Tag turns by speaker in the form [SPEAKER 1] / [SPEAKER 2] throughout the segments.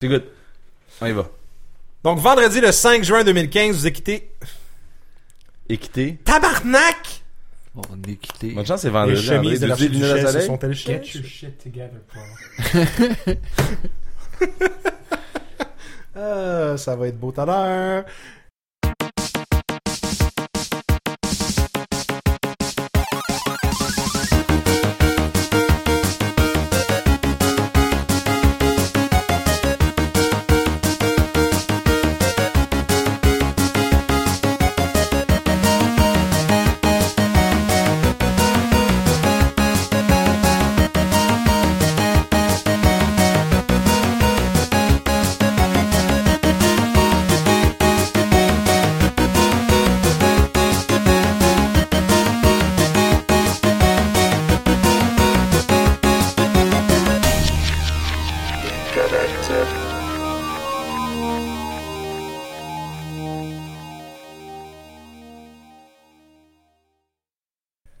[SPEAKER 1] C'est good. On y va.
[SPEAKER 2] Donc, vendredi le 5 juin 2015, vous avez quitté
[SPEAKER 1] Équité.
[SPEAKER 2] Tabarnak!
[SPEAKER 3] Bon, on est quitté.
[SPEAKER 1] Bonne chance, c'est
[SPEAKER 2] Les
[SPEAKER 1] vendredi.
[SPEAKER 2] chemises de
[SPEAKER 1] André, tu dis le
[SPEAKER 2] l'archiduchesse se
[SPEAKER 1] soleil?
[SPEAKER 2] sont allées chier.
[SPEAKER 4] Get your shit together, Paul.
[SPEAKER 2] Ah, ça va être beau tout à l'heure.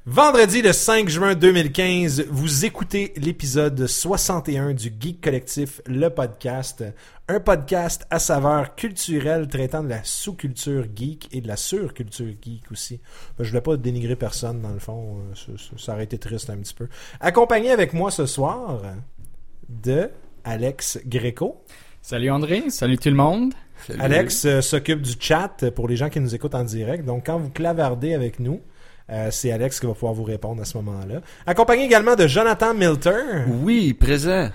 [SPEAKER 2] Vendredi le 5 juin 2015, vous écoutez l'épisode 61 du Geek Collectif, le podcast. Un podcast à saveur culturelle traitant de la sous-culture geek et de la surculture geek aussi. Ben, je voulais pas dénigrer personne dans le fond, euh, ça, ça- ça aurait été triste un petit peu. Accompagné avec moi ce soir de Alex Greco.
[SPEAKER 4] Salut André, salut tout le monde.
[SPEAKER 3] Salut.
[SPEAKER 2] Alex euh, s'occupe du chat euh, pour les gens qui nous écoutent en direct. Donc, quand vous clavardez avec nous, euh, c'est Alex qui va pouvoir vous répondre à ce moment-là. Accompagné également de Jonathan Milter.
[SPEAKER 3] Oui, présent.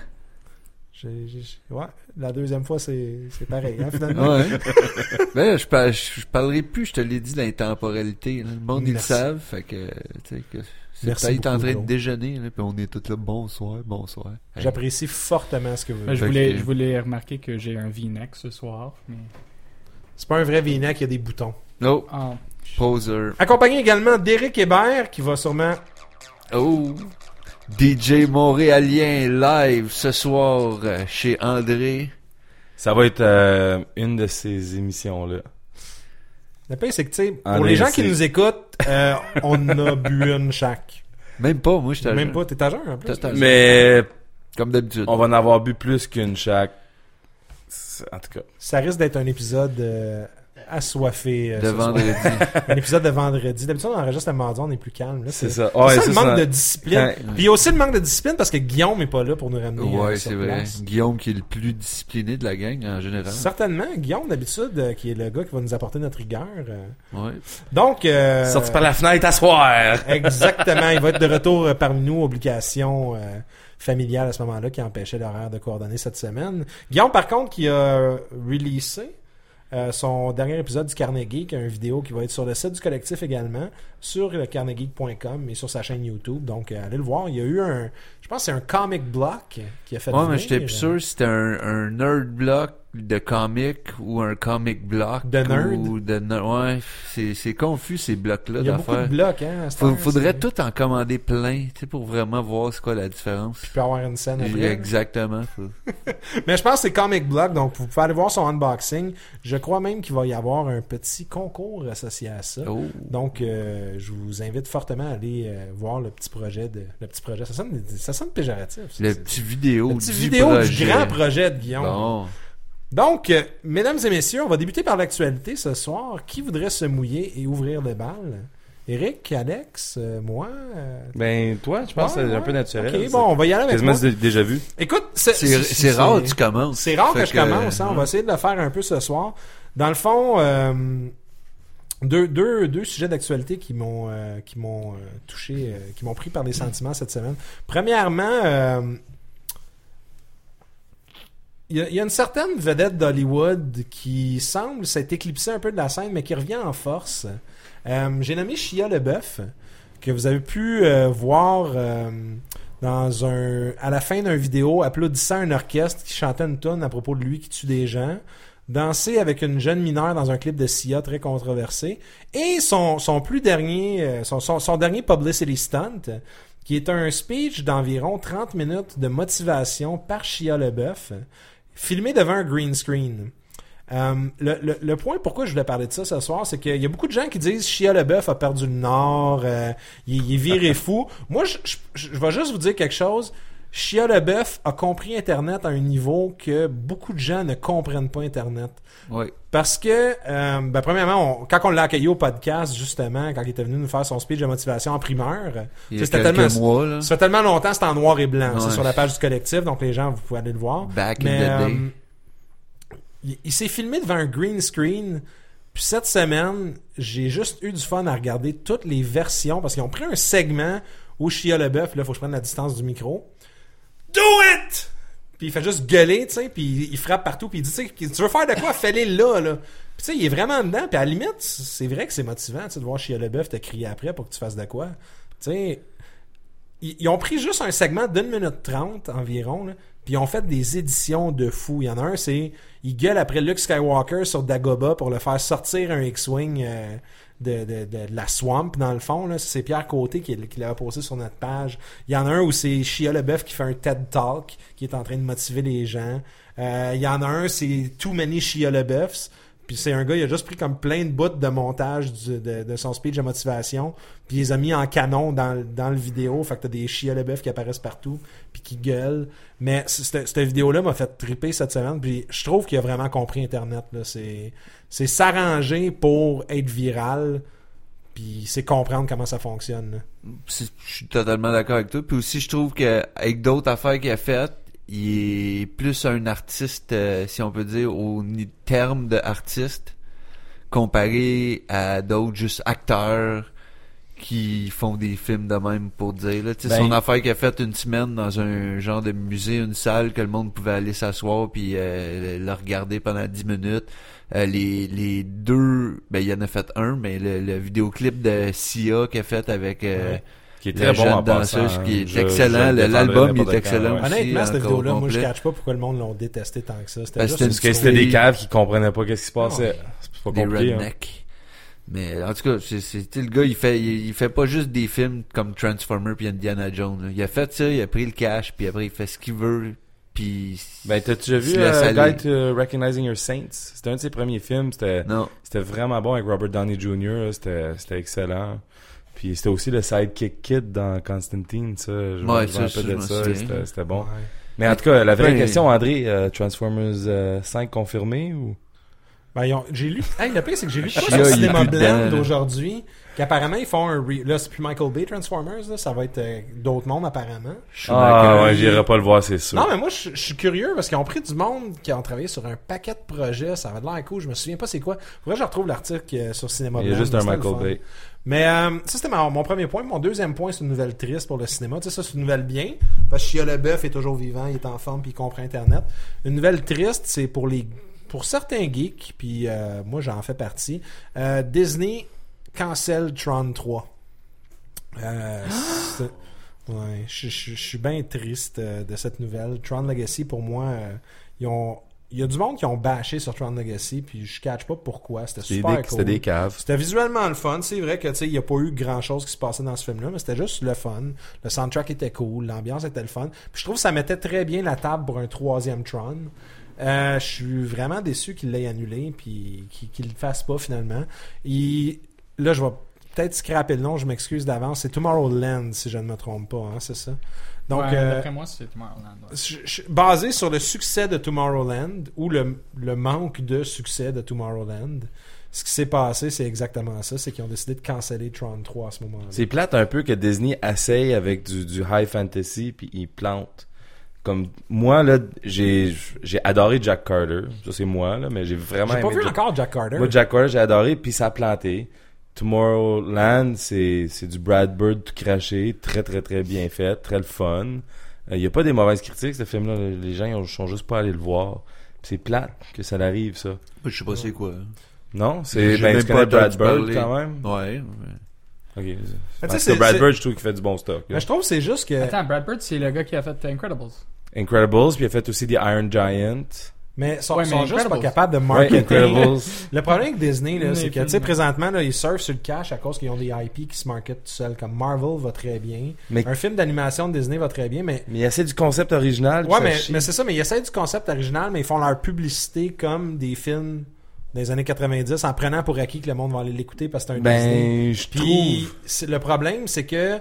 [SPEAKER 2] J'ai- j'ai- j'ai- ouais, la deuxième fois, c'est c'est pareil, hein, finalement.
[SPEAKER 3] Ouais. ben, je, par- je, je parlerai plus, je te l'ai dit, l'intemporalité. là. Le monde, ils le
[SPEAKER 2] Merci.
[SPEAKER 3] savent. Fait que, tu sais, que c'est
[SPEAKER 2] Merci
[SPEAKER 3] peut-être en
[SPEAKER 2] beaucoup,
[SPEAKER 3] train de
[SPEAKER 2] Claude.
[SPEAKER 3] déjeuner, là, puis on est tous là, bonsoir, bonsoir. Hey.
[SPEAKER 2] J'apprécie fortement ce que vous
[SPEAKER 4] Ben, je,
[SPEAKER 3] Fait
[SPEAKER 4] voulais,
[SPEAKER 3] que-
[SPEAKER 4] je voulais remarquer que j'ai un V-neck ce soir. Mais...
[SPEAKER 2] C'est pas un vrai V-neck, il y a des boutons.
[SPEAKER 3] Oh,
[SPEAKER 4] Ah,
[SPEAKER 3] poser.
[SPEAKER 2] Accompagné également d'Éric Hébert, qui va sûrement...
[SPEAKER 3] Oh. DJ Montréalien live ce soir euh, chez André.
[SPEAKER 1] Ça va être euh, une de ces émissions-là.
[SPEAKER 2] Le pire, c'est que, tu sais, pour
[SPEAKER 1] Ah,
[SPEAKER 2] les
[SPEAKER 1] mais
[SPEAKER 2] gens qui
[SPEAKER 1] c'est-
[SPEAKER 2] nous écoutent, euh, on a bu une chaque.
[SPEAKER 3] Même pas, moi, j'étais
[SPEAKER 2] Même pas, t'es à jeun, en plus.
[SPEAKER 3] Total.
[SPEAKER 1] Mais
[SPEAKER 3] Comme d'habitude.
[SPEAKER 1] on va en avoir bu plus qu'une chaque. C'est- En tout cas.
[SPEAKER 2] Ça risque d'être un épisode euh, assoiffé. euh,
[SPEAKER 3] De
[SPEAKER 2] ce soir.
[SPEAKER 3] vendredi.
[SPEAKER 2] un épisode de vendredi. D'habitude, on enregistre le mardi, on est plus calme. là.
[SPEAKER 1] C'est
[SPEAKER 2] C'est
[SPEAKER 1] ça.
[SPEAKER 2] c'est
[SPEAKER 1] Ouais,
[SPEAKER 2] ça
[SPEAKER 1] c'est
[SPEAKER 2] le manque
[SPEAKER 1] ça. Euh,
[SPEAKER 2] de discipline.
[SPEAKER 1] Ouais.
[SPEAKER 2] Puis il y a aussi le manque de discipline parce que Guillaume est pas là pour nous ramener. euh,
[SPEAKER 3] ouais,
[SPEAKER 2] sur
[SPEAKER 3] c'est vrai.
[SPEAKER 2] place.
[SPEAKER 3] Guillaume qui est le plus discipliné de la gang en général.
[SPEAKER 2] Certainement, Guillaume, d'habitude, euh, qui est le gars qui va nous apporter notre rigueur. euh.
[SPEAKER 3] Ouais.
[SPEAKER 2] Donc, euh,
[SPEAKER 1] Sorti par la fenêtre à soir.
[SPEAKER 2] exactement, il va être de retour euh, parmi nous, obligation euh, familiale à ce moment-là qui empêchait l'horaire de coordonner cette semaine. Guillaume, par contre, qui a euh, releasé euh, son dernier épisode du Carnegie, qui a une vidéo qui va être sur le site du collectif également, sur le carnegie.com et sur sa chaîne YouTube. Donc, euh, allez le voir. Il y a eu un, je pense, que c'est un comic block qui a fait.
[SPEAKER 3] Ouais, mais
[SPEAKER 2] venir, euh,
[SPEAKER 3] j'étais plus sûr si c'était un, un nerd block de comic ou un comic block.
[SPEAKER 2] De nerd?
[SPEAKER 3] Ou de ner- Ouais, c'est, c'est confus ces blocs-là
[SPEAKER 2] Il y a beaucoup de
[SPEAKER 3] d'affaires.
[SPEAKER 2] blocs. Hein, à cette
[SPEAKER 3] Faut-
[SPEAKER 2] heure,
[SPEAKER 3] Faudrait
[SPEAKER 2] c'est-
[SPEAKER 3] tout en commander plein, tu sais, pour vraiment voir c'est quoi la différence.
[SPEAKER 2] Puis avoir une scène après.
[SPEAKER 3] Exactement. ça.
[SPEAKER 2] Mais je pense que c'est Comic Block, donc vous pouvez aller voir son unboxing. Je crois même qu'il va y avoir un petit concours associé à ça.
[SPEAKER 3] Oh.
[SPEAKER 2] Donc, euh, je vous invite fortement à aller euh, voir le petit projet de le petit projet. Ça sonne, ça sonne péjoratif. ça.
[SPEAKER 3] Le
[SPEAKER 2] C'est-
[SPEAKER 3] petit vidéo.
[SPEAKER 2] le petit
[SPEAKER 3] du
[SPEAKER 2] vidéo
[SPEAKER 3] projet.
[SPEAKER 2] du grand projet de Guillaume.
[SPEAKER 3] Bon.
[SPEAKER 2] Donc, euh, mesdames et messieurs, on va débuter par l'actualité ce soir. Qui voudrait se mouiller et ouvrir les balles? Eric, Alex, euh, moi. euh,
[SPEAKER 1] Ben, toi, je pense
[SPEAKER 2] ouais,
[SPEAKER 1] que c'est un
[SPEAKER 2] ouais.
[SPEAKER 1] peu naturel.
[SPEAKER 2] Ok,
[SPEAKER 1] C'est
[SPEAKER 2] bon, on va y aller avec
[SPEAKER 1] Quasiment
[SPEAKER 2] moi.
[SPEAKER 1] c'est déjà vu.
[SPEAKER 2] Écoute, c'est,
[SPEAKER 3] C'est, c'est rare que tu commences.
[SPEAKER 2] C'est rare
[SPEAKER 3] Fait
[SPEAKER 2] que je commence. hein. On va essayer de le faire un peu ce soir. Dans le fond, euh, deux, deux, deux sujets d'actualité qui m'ont euh, qui m'ont euh, touché, euh, qui m'ont pris par les sentiments cette semaine. Premièrement, euh, il y, a- il y a une certaine vedette d'Hollywood qui semble s'être éclipsée un peu de la scène, mais qui revient en force. Euh, J'ai nommé Chia Leboeuf, que vous avez pu euh, voir euh, dans un, à la fin d'un vidéo applaudissant un orchestre qui chantait une tonne à propos de lui qui tue des gens, danser avec une jeune mineure dans un clip de Sia très controversé, et son, son plus dernier, euh, son, son, son dernier publicity stunt, qui est un speech d'environ 30 minutes de motivation par Chia Leboeuf, filmé devant un green screen. Euh, le, le, le point pourquoi je voulais parler de ça ce soir, c'est qu'il y a beaucoup de gens qui disent Chia Leboeuf a perdu le nord, euh, il, il est viré fou. Moi, je, je, je vais juste vous dire quelque chose. Shia LeBeouf a compris Internet à un niveau que beaucoup de gens ne comprennent pas Internet.
[SPEAKER 3] Ouais.
[SPEAKER 2] Parce que, euh, ben, premièrement, on- quand on l'a accueilli au podcast, justement, quand il était venu nous faire son speech de motivation en primeur,
[SPEAKER 3] Il y
[SPEAKER 2] tu
[SPEAKER 3] a
[SPEAKER 2] sais, c'était
[SPEAKER 3] quelques
[SPEAKER 2] tellement,
[SPEAKER 3] mois, là.
[SPEAKER 2] ça fait tellement longtemps, c'est en noir et blanc. C'est
[SPEAKER 3] Ouais.
[SPEAKER 2] sur la page du collectif, donc les gens, vous pouvez aller le voir.
[SPEAKER 3] Back in
[SPEAKER 2] Mais,
[SPEAKER 3] the day.
[SPEAKER 2] euh, il, il s'est filmé devant un green screen. Puis cette semaine, j'ai juste eu du fun à regarder toutes les versions parce qu'ils ont pris un segment où Shia LeBeouf, là, faut que je prenne la distance du micro. Do it! Puis il fait juste gueuler, tu sais, puis il, il frappe partout, puis il dit, tu sais, tu veux faire de quoi? Fais-les là, là. Puis tu sais, il est vraiment dedans, puis à la limite, c'est vrai que c'est motivant, tu sais, de voir Shia LeBeouf te crier après pour que tu fasses de quoi. Tu sais, ils, ils ont pris juste un segment d'une minute trente environ, là, puis ils ont fait des éditions de fou. Il y en a un, c'est il gueule après Luke Skywalker sur Dagoba pour le faire sortir un X-Wing euh, de, de- de- de la swamp, dans le fond. là. C'est Pierre Côté qui, qui l'avait posté sur notre page. Il y en a un où c'est Shia LeBeouf qui fait un TED Talk, qui est en train de motiver les gens. Euh, il y en a un, c'est Too Many Shia LeBeoufs. Puis c'est un gars, il a juste pris comme plein de bouts de montage du- de, de son speech de motivation, puis il les a mis en canon dans, le- dans le vidéo. Fait que t'as des Shia LaBeouf qui apparaissent partout, puis qui gueulent. Mais c- cette, cette vidéo-là m'a fait triper cette semaine, puis je trouve qu'il a vraiment compris Internet. là. C'est c'est s'arranger pour être viral, puis c'est comprendre comment ça fonctionne. là.
[SPEAKER 3] C'est- Je suis totalement d'accord avec toi. Puis aussi, je trouve que avec d'autres affaires qu'il a faites, il est plus un artiste, euh, si on peut dire, au ni- terme de artiste, comparé à d'autres juste acteurs qui font des films de même pour dire. Là. Tu sais,
[SPEAKER 1] Ben-
[SPEAKER 3] son affaire qu'il a faite une semaine dans un genre de musée, une salle que le monde pouvait aller s'asseoir puis euh, le regarder pendant 10 minutes. Euh, les, les deux, ben il y en a fait un, mais le, le vidéoclip de Sia qu'il a fait avec euh,
[SPEAKER 1] Ouais. Qui est
[SPEAKER 3] Le
[SPEAKER 1] très bon
[SPEAKER 3] jeune
[SPEAKER 1] en passant.
[SPEAKER 3] danseuse qui est
[SPEAKER 1] Je- je
[SPEAKER 3] excellent.
[SPEAKER 1] le
[SPEAKER 3] Le-
[SPEAKER 1] défendrai
[SPEAKER 3] l'album, il est
[SPEAKER 1] n'importe quand,
[SPEAKER 3] excellent.
[SPEAKER 1] ouais.
[SPEAKER 3] Aussi,
[SPEAKER 2] Honnêtement, cette
[SPEAKER 3] encore
[SPEAKER 2] vidéo-là, moi, je
[SPEAKER 3] complet. Ben,
[SPEAKER 2] catch pas pourquoi le monde l'ont détesté tant que ça. C'était
[SPEAKER 3] Parce
[SPEAKER 2] juste
[SPEAKER 3] que
[SPEAKER 2] une
[SPEAKER 1] Parce que
[SPEAKER 2] petite
[SPEAKER 1] c'était
[SPEAKER 3] Des-
[SPEAKER 1] des caves qui comprenaient pas qu'est-ce qui se passait. C'est pas
[SPEAKER 3] Oh. des
[SPEAKER 1] compliqué. hein.
[SPEAKER 3] rednecks. Mais en tout cas, c'est, c'est, tu sais, le gars, il fait, il, il fait pas juste des films comme Transformer puis Indiana Jones. là. Il a fait ça, il a pris le cash, puis après il fait ce qu'il veut, puis
[SPEAKER 1] Ben, t'as-tu déjà vu
[SPEAKER 3] Se laisse
[SPEAKER 1] euh,
[SPEAKER 3] aller.
[SPEAKER 1] Guide to Recognizing Your Saints? C'était un de ses premiers films. C'était
[SPEAKER 3] non.
[SPEAKER 1] c'était vraiment bon avec Robert Downey Jr. là. C'était c'était excellent. Puis c'était aussi le sidekick kid dans Constantine, ça. Je
[SPEAKER 3] Ouais,
[SPEAKER 1] je
[SPEAKER 3] ça,
[SPEAKER 1] me
[SPEAKER 3] ça,
[SPEAKER 1] rappelle
[SPEAKER 3] je
[SPEAKER 1] de
[SPEAKER 3] me
[SPEAKER 1] ça.
[SPEAKER 3] souviens.
[SPEAKER 1] C'était c'était bon.
[SPEAKER 2] Ouais.
[SPEAKER 1] Mais en tout cas, la vraie
[SPEAKER 3] Ben-
[SPEAKER 1] question, André, euh, Transformers euh, 5 confirmé ou?
[SPEAKER 2] Ben, ils ont- j'ai lu. Hey, le pire, c'est que j'ai lu quoi
[SPEAKER 3] Chia, il
[SPEAKER 2] sur
[SPEAKER 3] est
[SPEAKER 2] Cinéma
[SPEAKER 3] plus dedans,
[SPEAKER 2] Blend
[SPEAKER 3] là.
[SPEAKER 2] aujourd'hui Qu'apparemment, ils font un. re- Là, c'est plus Michael Bay Transformers, là, ça va être euh, d'autres mondes, apparemment.
[SPEAKER 1] Ah
[SPEAKER 3] Schumacher.
[SPEAKER 1] ouais, j'irai pas le voir, c'est sûr.
[SPEAKER 2] Non, mais moi, je je suis curieux parce qu'ils ont pris du monde qui ont travaillé sur un paquet de projets. Ça va de l'air cool. Je me souviens pas c'est quoi. Faudrait que je retrouve l'article euh, sur Cinéma
[SPEAKER 1] Il y
[SPEAKER 2] Blend,
[SPEAKER 1] a juste
[SPEAKER 2] mais
[SPEAKER 1] un
[SPEAKER 2] c'était le
[SPEAKER 1] Michael
[SPEAKER 2] fun.
[SPEAKER 1] Bay.
[SPEAKER 2] Mais euh, ça, c'était ma- mon premier point. Mon deuxième point, c'est une nouvelle triste pour le cinéma. Tu sais, ça, c'est une nouvelle bien. Parce que Chia Leboeuf est toujours vivant, il est en forme, puis il comprend Internet. Une nouvelle triste, c'est pour les pour certains geeks, puis euh, moi, j'en fais partie. euh, Disney cancelle Tron 3. Euh, c'est- ouais, je, je- je suis bien triste euh, de cette nouvelle. Tron Legacy, pour moi, euh, ils ont... Il y a du monde qui ont bâché sur Tron Legacy, puis je catch pas pourquoi. C'était
[SPEAKER 1] C'était
[SPEAKER 2] super
[SPEAKER 1] des,
[SPEAKER 2] cool.
[SPEAKER 1] c'était des caves.
[SPEAKER 2] C'était visuellement le fun. C'est vrai que tu sais, il n'y a pas eu grand chose qui se passait dans ce film-là, mais c'était juste le fun. Le soundtrack était cool, l'ambiance était le fun. Puis je trouve que ça mettait très bien la table pour un troisième Tron. Euh, je suis vraiment déçu qu'il l'ait annulé puis qu'il qu'il le fasse pas finalement. Il- Là, je vais peut-être scraper le nom, je m'excuse d'avance. C'est Tomorrowland, si je ne me trompe pas, hein, c'est ça. Donc,
[SPEAKER 4] Ouais,
[SPEAKER 2] euh,
[SPEAKER 4] D'après moi, c'est Tomorrowland. ouais.
[SPEAKER 2] je- je- basé sur le succès de Tomorrowland ou le, le manque de succès de Tomorrowland, ce qui s'est passé, c'est exactement ça. C'est qu'ils ont décidé de canceller Tron 3 à ce moment-là.
[SPEAKER 1] C'est plate un peu que Disney essaye avec du, du high fantasy puis il plante. Comme moi là, j'ai j'ai adoré Jack Carter. Ça c'est moi là, mais j'ai vraiment
[SPEAKER 2] J'ai pas
[SPEAKER 1] aimé
[SPEAKER 2] vu
[SPEAKER 1] Jack-
[SPEAKER 2] encore Jack Carter.
[SPEAKER 1] Moi Jack Carter, j'ai adoré puis ça a planté. Tomorrowland, c'est c'est du Brad Bird tout craché, très très très bien fait, très le fun. Il y a pas des mauvaises critiques ce film là, les gens ils ont- sont juste pas allés le voir. Puis C'est plate que ça arrive ça.
[SPEAKER 3] Je sais pas c'est quoi. hein.
[SPEAKER 1] Non, c'est
[SPEAKER 3] J'ai
[SPEAKER 1] ben,
[SPEAKER 3] même
[SPEAKER 1] tu
[SPEAKER 3] pas
[SPEAKER 1] connais Brad
[SPEAKER 3] entendu
[SPEAKER 1] Bird
[SPEAKER 3] parler.
[SPEAKER 1] quand même.
[SPEAKER 3] Ouais. ouais.
[SPEAKER 1] OK.
[SPEAKER 2] Mais tu sais,
[SPEAKER 1] Parce
[SPEAKER 2] c'est-
[SPEAKER 1] que Brad
[SPEAKER 2] c'est-
[SPEAKER 1] Bird, je trouve qu'il fait du bon stock. là.
[SPEAKER 2] Mais je trouve que c'est juste que.
[SPEAKER 4] Attends, Brad Bird, c'est le gars qui a fait Incredibles.
[SPEAKER 1] Incredibles, puis il a fait aussi des Iron Giant.
[SPEAKER 2] Mais ils sont,
[SPEAKER 4] Ouais,
[SPEAKER 2] ils
[SPEAKER 4] mais
[SPEAKER 2] sont juste pas
[SPEAKER 4] Incredibles.
[SPEAKER 2] capables de
[SPEAKER 1] Ouais,
[SPEAKER 2] marketer.
[SPEAKER 1] Incredibles.
[SPEAKER 2] le problème avec Disney, là, c'est que tu sais,
[SPEAKER 4] Infiniment.
[SPEAKER 2] présentement, là, ils surfent sur le cash à cause qu'ils ont des IP qui se marketent tout seuls. Comme Marvel va très bien.
[SPEAKER 1] Mais-
[SPEAKER 2] Un film d'animation de Disney va très bien, mais
[SPEAKER 1] mais il y a assez du concept original. puis
[SPEAKER 2] Ouais,
[SPEAKER 1] ça
[SPEAKER 2] mais,
[SPEAKER 1] chie.
[SPEAKER 2] mais c'est ça, mais ils essaient du concept original, mais ils font leur publicité comme des films des années 90 en prenant pour acquis que le monde va aller l'écouter parce que c'est un Disney.
[SPEAKER 1] Ben, je
[SPEAKER 2] Puis
[SPEAKER 1] trouve.
[SPEAKER 2] c'est- le problème, c'est que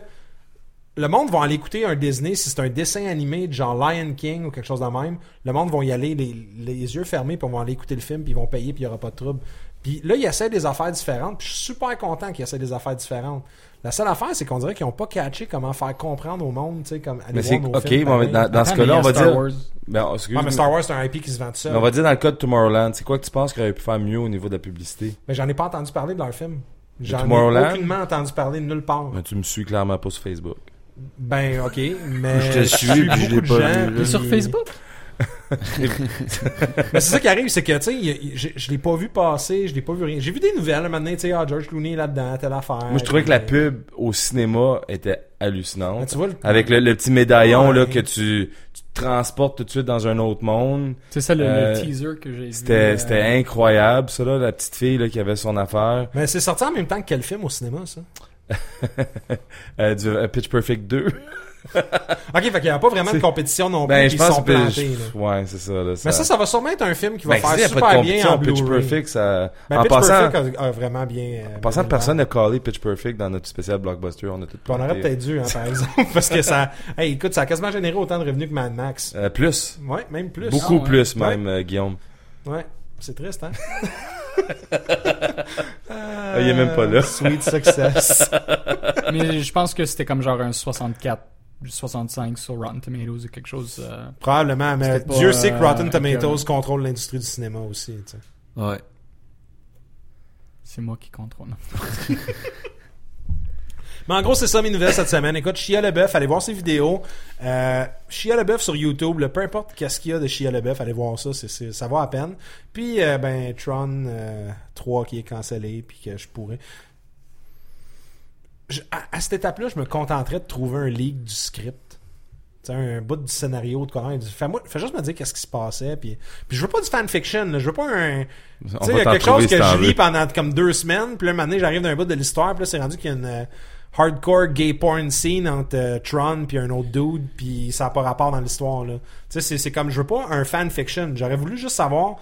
[SPEAKER 2] le monde va aller écouter un Disney si c'est un dessin animé de genre Lion King ou quelque chose de même. Le monde va y aller les, les yeux fermés puis ils vont aller écouter le film puis ils vont payer puis il n'y aura pas de trouble. Puis là, ils essaient des affaires différentes. Puis je suis super content qu'ils essaient des affaires différentes. La seule affaire, c'est qu'on dirait qu'ils n'ont pas catché comment faire comprendre au monde, tu sais, comme aller
[SPEAKER 1] Mais
[SPEAKER 2] voir
[SPEAKER 1] c'est.
[SPEAKER 2] nos
[SPEAKER 1] Ok,
[SPEAKER 2] films
[SPEAKER 1] bon, mais
[SPEAKER 2] pareil.
[SPEAKER 1] dans, dans ce
[SPEAKER 4] Attends,
[SPEAKER 1] cas-là,
[SPEAKER 4] mais
[SPEAKER 1] on va
[SPEAKER 4] Star
[SPEAKER 1] dire.
[SPEAKER 4] Wars,
[SPEAKER 1] Ben, excuse
[SPEAKER 2] Ah, mais Star Wars, c'est un IP qui se vend tout seul.
[SPEAKER 1] mais on va dire dans le cas de Tomorrowland, c'est quoi que tu penses qu'il aurait pu faire mieux au niveau de la publicité
[SPEAKER 2] Mais j'en ai pas entendu parler de leur film. J'en ai
[SPEAKER 1] Tomorrowland?
[SPEAKER 2] aucunement entendu parler de nulle part.
[SPEAKER 1] Ben, Tu me suis clairement pas sur Facebook.
[SPEAKER 2] Ben, ok, mais.
[SPEAKER 3] Je te suis, puis je l'ai
[SPEAKER 2] beaucoup de
[SPEAKER 3] pas
[SPEAKER 2] gens,
[SPEAKER 3] vu, là.
[SPEAKER 4] il est sur
[SPEAKER 2] puis-
[SPEAKER 4] Facebook.
[SPEAKER 2] Mais c'est ça qui arrive, c'est que, tu sais, il y a- il- je, je l'ai pas vu passer, je l'ai pas vu rien. J'ai vu des nouvelles, là, maintenant, tu sais, ah, George Clooney est là-dedans, telle affaire.
[SPEAKER 1] Moi, je trouvais que la
[SPEAKER 2] Puis-
[SPEAKER 1] pub Ah. au cinéma était
[SPEAKER 2] Mais
[SPEAKER 1] hallucinante.
[SPEAKER 2] tu vois, le-
[SPEAKER 1] Avec le, le petit médaillon
[SPEAKER 2] Ouais.
[SPEAKER 1] là, que tu, tu te transportes tout de suite dans un autre monde.
[SPEAKER 4] C'est ça le, le
[SPEAKER 1] Euh,
[SPEAKER 4] teaser que j'ai vu.
[SPEAKER 1] C'était
[SPEAKER 4] euh,
[SPEAKER 1] c'était incroyable, ça, là, la petite fille là, qui avait son affaire.
[SPEAKER 2] Mais c'est sorti en même temps que quel film au cinéma, ça?
[SPEAKER 1] Euh, du euh, Pitch Perfect 2.
[SPEAKER 2] Ok, fait qu'il y a pas vraiment de
[SPEAKER 1] C'est-
[SPEAKER 2] compétition non plus,
[SPEAKER 1] ben,
[SPEAKER 2] puis
[SPEAKER 1] je
[SPEAKER 2] ils
[SPEAKER 1] pense
[SPEAKER 2] sont
[SPEAKER 1] que.
[SPEAKER 2] plantés, là.
[SPEAKER 1] je- Ouais, c'est ça, là.
[SPEAKER 2] Mais ça, ça va sûrement être un film qui va
[SPEAKER 1] Ben, s'il y
[SPEAKER 2] faire
[SPEAKER 1] a pas
[SPEAKER 2] super
[SPEAKER 1] de
[SPEAKER 2] bien en
[SPEAKER 1] compétition, Pitch
[SPEAKER 2] Blu-ray.
[SPEAKER 1] Perfect, ça.
[SPEAKER 2] Ben,
[SPEAKER 1] en
[SPEAKER 2] Pitch
[SPEAKER 1] passant,
[SPEAKER 2] Perfect a, a vraiment bien. euh,
[SPEAKER 1] en passant,
[SPEAKER 2] bien
[SPEAKER 1] personne n'a callé Pitch Perfect dans notre spécial blockbuster. On a tout
[SPEAKER 2] Puis on aurait
[SPEAKER 1] planté.
[SPEAKER 2] peut-être dû, hein, par exemple, parce que ça, hey, écoute, ça a quasiment généré autant de revenus que Mad Max.
[SPEAKER 1] Euh, plus.
[SPEAKER 2] Ouais, même plus.
[SPEAKER 1] Beaucoup
[SPEAKER 4] Ah, ouais.
[SPEAKER 1] plus, même, euh, Guillaume.
[SPEAKER 2] Ouais, c'est triste, hein. Euh,
[SPEAKER 1] Ah, il est même pas là.
[SPEAKER 2] Sweet success.
[SPEAKER 4] Mais je pense que c'était comme genre un 64, 65 sur Rotten Tomatoes ou quelque chose. euh,
[SPEAKER 2] Probablement, mais
[SPEAKER 4] C'était pas,
[SPEAKER 2] Dieu sait que
[SPEAKER 4] euh,
[SPEAKER 2] Rotten Tomatoes
[SPEAKER 4] incroyable.
[SPEAKER 2] contrôle l'industrie du cinéma aussi. tu sais.
[SPEAKER 3] Ouais.
[SPEAKER 4] c'est moi qui contrôle.
[SPEAKER 2] Mais en gros, c'est ça mes nouvelles cette semaine. Écoute, Chia Leboeuf, allez voir ses vidéos. Euh, Chia Leboeuf sur YouTube, là, peu importe qu'est-ce qu'il y a de Chia Leboeuf, allez voir ça, c'est- c'est- ça va à peine. Puis, euh, ben, Tron euh, 3 qui est cancellé, puis que je pourrais... Je- à, à cette étape-là, je me contenterais de trouver un leak du script. Tu sais, un bout du scénario, de quoi. hein. Fais, moi, fais juste me dire qu'est-ce qui se passait. Puis, puis je veux pas du fanfiction. là. Je veux pas un... Tu
[SPEAKER 1] On
[SPEAKER 2] sais, il
[SPEAKER 1] va
[SPEAKER 2] y a
[SPEAKER 1] t'en
[SPEAKER 2] quelque
[SPEAKER 1] trouver
[SPEAKER 2] chose
[SPEAKER 1] si
[SPEAKER 2] que
[SPEAKER 1] t'en
[SPEAKER 2] je lis
[SPEAKER 1] veux.
[SPEAKER 2] pendant comme deux semaines, puis là, un moment donné, j'arrive d'un bout de l'histoire, puis là, c'est rendu qu'il y a une euh, hardcore gay porn scene entre euh, Tron puis un autre dude, puis ça n'a pas rapport dans l'histoire, là. Tu sais, c'est- c'est comme, je veux pas un fanfiction. J'aurais voulu juste savoir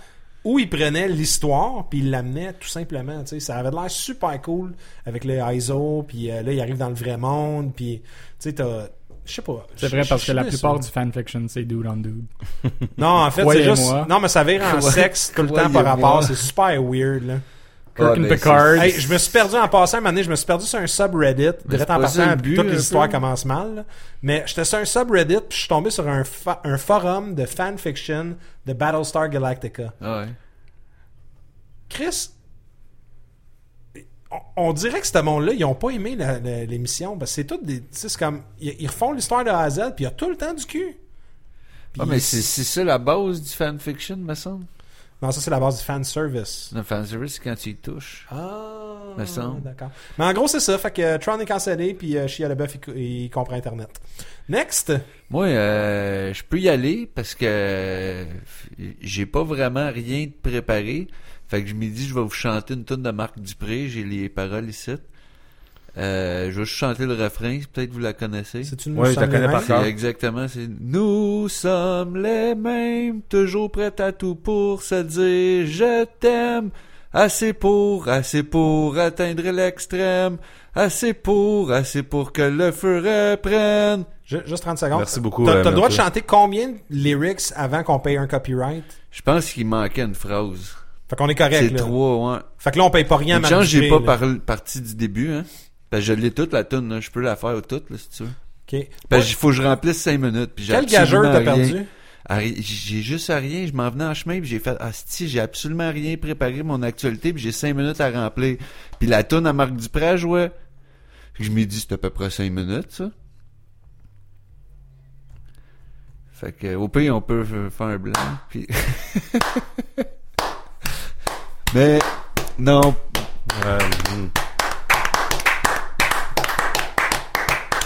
[SPEAKER 2] où il prenait l'histoire, puis il l'amenait tout simplement, tu sais. Ça avait l'air super cool avec le ISO, puis euh, là, il arrive dans le vrai monde, puis, tu sais, t'as... Je sais pas.
[SPEAKER 4] C'est
[SPEAKER 2] Je-
[SPEAKER 4] vrai
[SPEAKER 2] je-
[SPEAKER 4] parce
[SPEAKER 2] je
[SPEAKER 4] que la
[SPEAKER 2] suis
[SPEAKER 4] plupart
[SPEAKER 2] déçu.
[SPEAKER 4] du fanfiction, c'est dude on dude.
[SPEAKER 2] Non, en fait, c'est
[SPEAKER 4] Croyez-moi.
[SPEAKER 2] juste... Non, mais ça vire en
[SPEAKER 3] Croyez-
[SPEAKER 2] sexe tout le temps par
[SPEAKER 3] croyez-moi.
[SPEAKER 2] rapport. C'est super weird, là.
[SPEAKER 4] Kirk
[SPEAKER 3] Ouais,
[SPEAKER 4] and
[SPEAKER 3] ben,
[SPEAKER 4] Picard.
[SPEAKER 2] Hey, je me suis perdu en passant, un moment donné, je me suis perdu sur un subreddit.
[SPEAKER 3] Mais
[SPEAKER 2] Direct
[SPEAKER 3] Ben, c'est
[SPEAKER 2] en
[SPEAKER 3] pas ça
[SPEAKER 2] passant,
[SPEAKER 3] le but,
[SPEAKER 2] toutes
[SPEAKER 3] un
[SPEAKER 2] les histoires
[SPEAKER 3] peu?
[SPEAKER 2] commencent mal. là. Mais j'étais sur un subreddit, puis je suis tombé sur un, fa- un forum de fanfiction de Battlestar Galactica.
[SPEAKER 3] Ah, Ouais.
[SPEAKER 2] Chris, on, on dirait que ce monde-là, ils ont pas aimé la- la- l'émission. Parce que c'est tout des. tu sais, c'est comme. Ils, ils refont l'histoire de A à Z, puis il y a tout le temps du cul. Puis-
[SPEAKER 3] Ah, mais c'est c'est ça la base du fanfiction, me semble.
[SPEAKER 2] Non, ça, c'est la base du fanservice.
[SPEAKER 3] Le fanservice, c'est quand tu y touches.
[SPEAKER 2] Ah,
[SPEAKER 3] Me semble.
[SPEAKER 2] d'accord. Mais en gros, c'est ça. Fait que euh, Tron est cancellé, puis euh, Shia LaBeouf, il, co- il comprend Internet. Next!
[SPEAKER 3] Moi, euh, je peux y aller parce que euh, j'ai pas vraiment rien de préparé. Fait que je me dis, je vais vous chanter une tune de Marc Dupré. J'ai les paroles ici. Euh, je vais juste chanter le refrain. Peut-être que vous la connaissez.
[SPEAKER 2] C'est une
[SPEAKER 1] Ouais, je la connais par
[SPEAKER 3] C'est
[SPEAKER 1] cœur.
[SPEAKER 3] exactement. C'est nous sommes les mêmes, toujours prêts à tout pour se dire je t'aime. Assez pour, assez pour atteindre l'extrême. Assez pour, assez pour que le feu reprenne.
[SPEAKER 2] Ju- Juste 30 secondes.
[SPEAKER 1] Merci beaucoup,
[SPEAKER 2] T'as
[SPEAKER 1] euh,
[SPEAKER 2] t'as le droit de
[SPEAKER 1] Mathieu.
[SPEAKER 2] chanter combien de lyrics avant qu'on paye un copyright?
[SPEAKER 3] Je pense qu'il manquait une phrase.
[SPEAKER 2] Fait qu'on est correct,
[SPEAKER 3] C'est
[SPEAKER 2] là.
[SPEAKER 3] trois, ouais.
[SPEAKER 2] Fait que là, on paye pas rien à
[SPEAKER 3] Une chance, j'ai
[SPEAKER 2] Marc
[SPEAKER 3] pas
[SPEAKER 2] Dupré, là.
[SPEAKER 3] par- parti du début, hein. Parce que je l'ai toute la toune, là. Je peux la faire toute, là, si tu veux.
[SPEAKER 2] OK.
[SPEAKER 3] Parce qu'il faut que je remplisse cinq minutes. Puis Ben, j'ai
[SPEAKER 2] Quel gageur
[SPEAKER 3] absolument
[SPEAKER 2] t'as
[SPEAKER 3] rien.
[SPEAKER 2] perdu?
[SPEAKER 3] À ri- J'ai juste à rien, je m'en venais en chemin, puis j'ai fait Asti, j'ai absolument rien préparé mon actualité, puis j'ai cinq minutes à remplir. Puis la toune à Marc Dupré jouait. Je me dis c'est à peu près cinq minutes, ça. Fait que au pire, on peut f- faire un blanc. Puis... Mais non,
[SPEAKER 1] Euh, hum.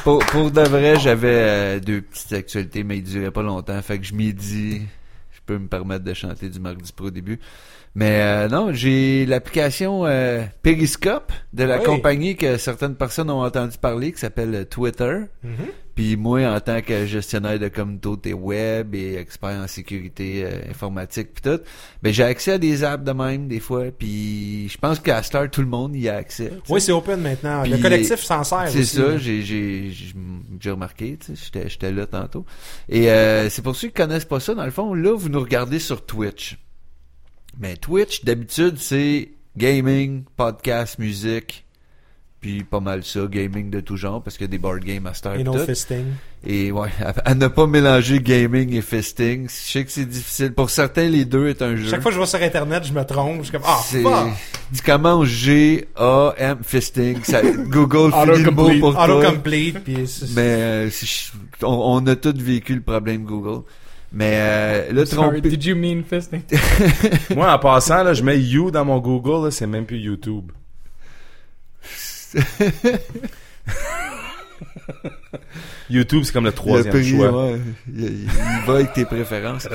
[SPEAKER 3] pour, pour de vrai, j'avais euh, deux petites actualités, mais ils duraient pas longtemps. Fait que je m'y dis, je peux me permettre de chanter du Marc Dupré au début. Mais euh, non, j'ai l'application euh, Periscope de la
[SPEAKER 2] Oui.
[SPEAKER 3] compagnie que certaines personnes ont entendu parler, qui s'appelle euh, Twitter.
[SPEAKER 2] Mhm.
[SPEAKER 3] Puis moi, en tant que gestionnaire de communauté web et expert en sécurité euh, informatique puis tout, ben j'ai accès à des apps de même des fois. Puis je pense qu'à Star, tout le monde y a accès. tu sais.
[SPEAKER 2] Oui, c'est open maintenant. le
[SPEAKER 3] Puis-
[SPEAKER 2] collectif s'en sert
[SPEAKER 3] C'est
[SPEAKER 2] aussi,
[SPEAKER 3] ça,
[SPEAKER 2] là.
[SPEAKER 3] j'ai j'ai j'ai- j'ai remarqué, tu sais, j'étais j'étais là tantôt. Et euh, c'est pour ceux qui connaissent pas ça dans le fond, là vous nous regardez sur Twitch. Mais Twitch d'habitude c'est gaming, podcast, musique, puis pas mal ça, gaming de tout genre parce qu'il y a des board game masters
[SPEAKER 2] Et
[SPEAKER 3] et
[SPEAKER 2] non
[SPEAKER 3] tout.
[SPEAKER 2] fisting.
[SPEAKER 3] Et ouais, à, à ne pas mélanger gaming et fisting, je sais que c'est difficile pour certains les deux est un jeu.
[SPEAKER 2] Chaque fois que je vais sur Internet, je me trompe. Je suis comme, ah,
[SPEAKER 3] C'est-
[SPEAKER 2] fuck!
[SPEAKER 3] Tu commences G A M fisting, ça, Google finit le mot
[SPEAKER 4] Autocomplete.
[SPEAKER 3] pour toi.
[SPEAKER 2] Auto-complete, puis c'est-
[SPEAKER 3] Mais euh, si je- on, on a tous vécu le problème Google. Mais euh, le
[SPEAKER 4] Sorry,
[SPEAKER 3] tromper.
[SPEAKER 4] did you mean fisting?
[SPEAKER 1] Moi, en passant, là, je mets You dans mon Google, là, c'est même plus YouTube. YouTube, c'est comme le
[SPEAKER 3] Le
[SPEAKER 1] troisième
[SPEAKER 3] prix,
[SPEAKER 1] choix.
[SPEAKER 3] ouais, il, il- il va avec tes préférences.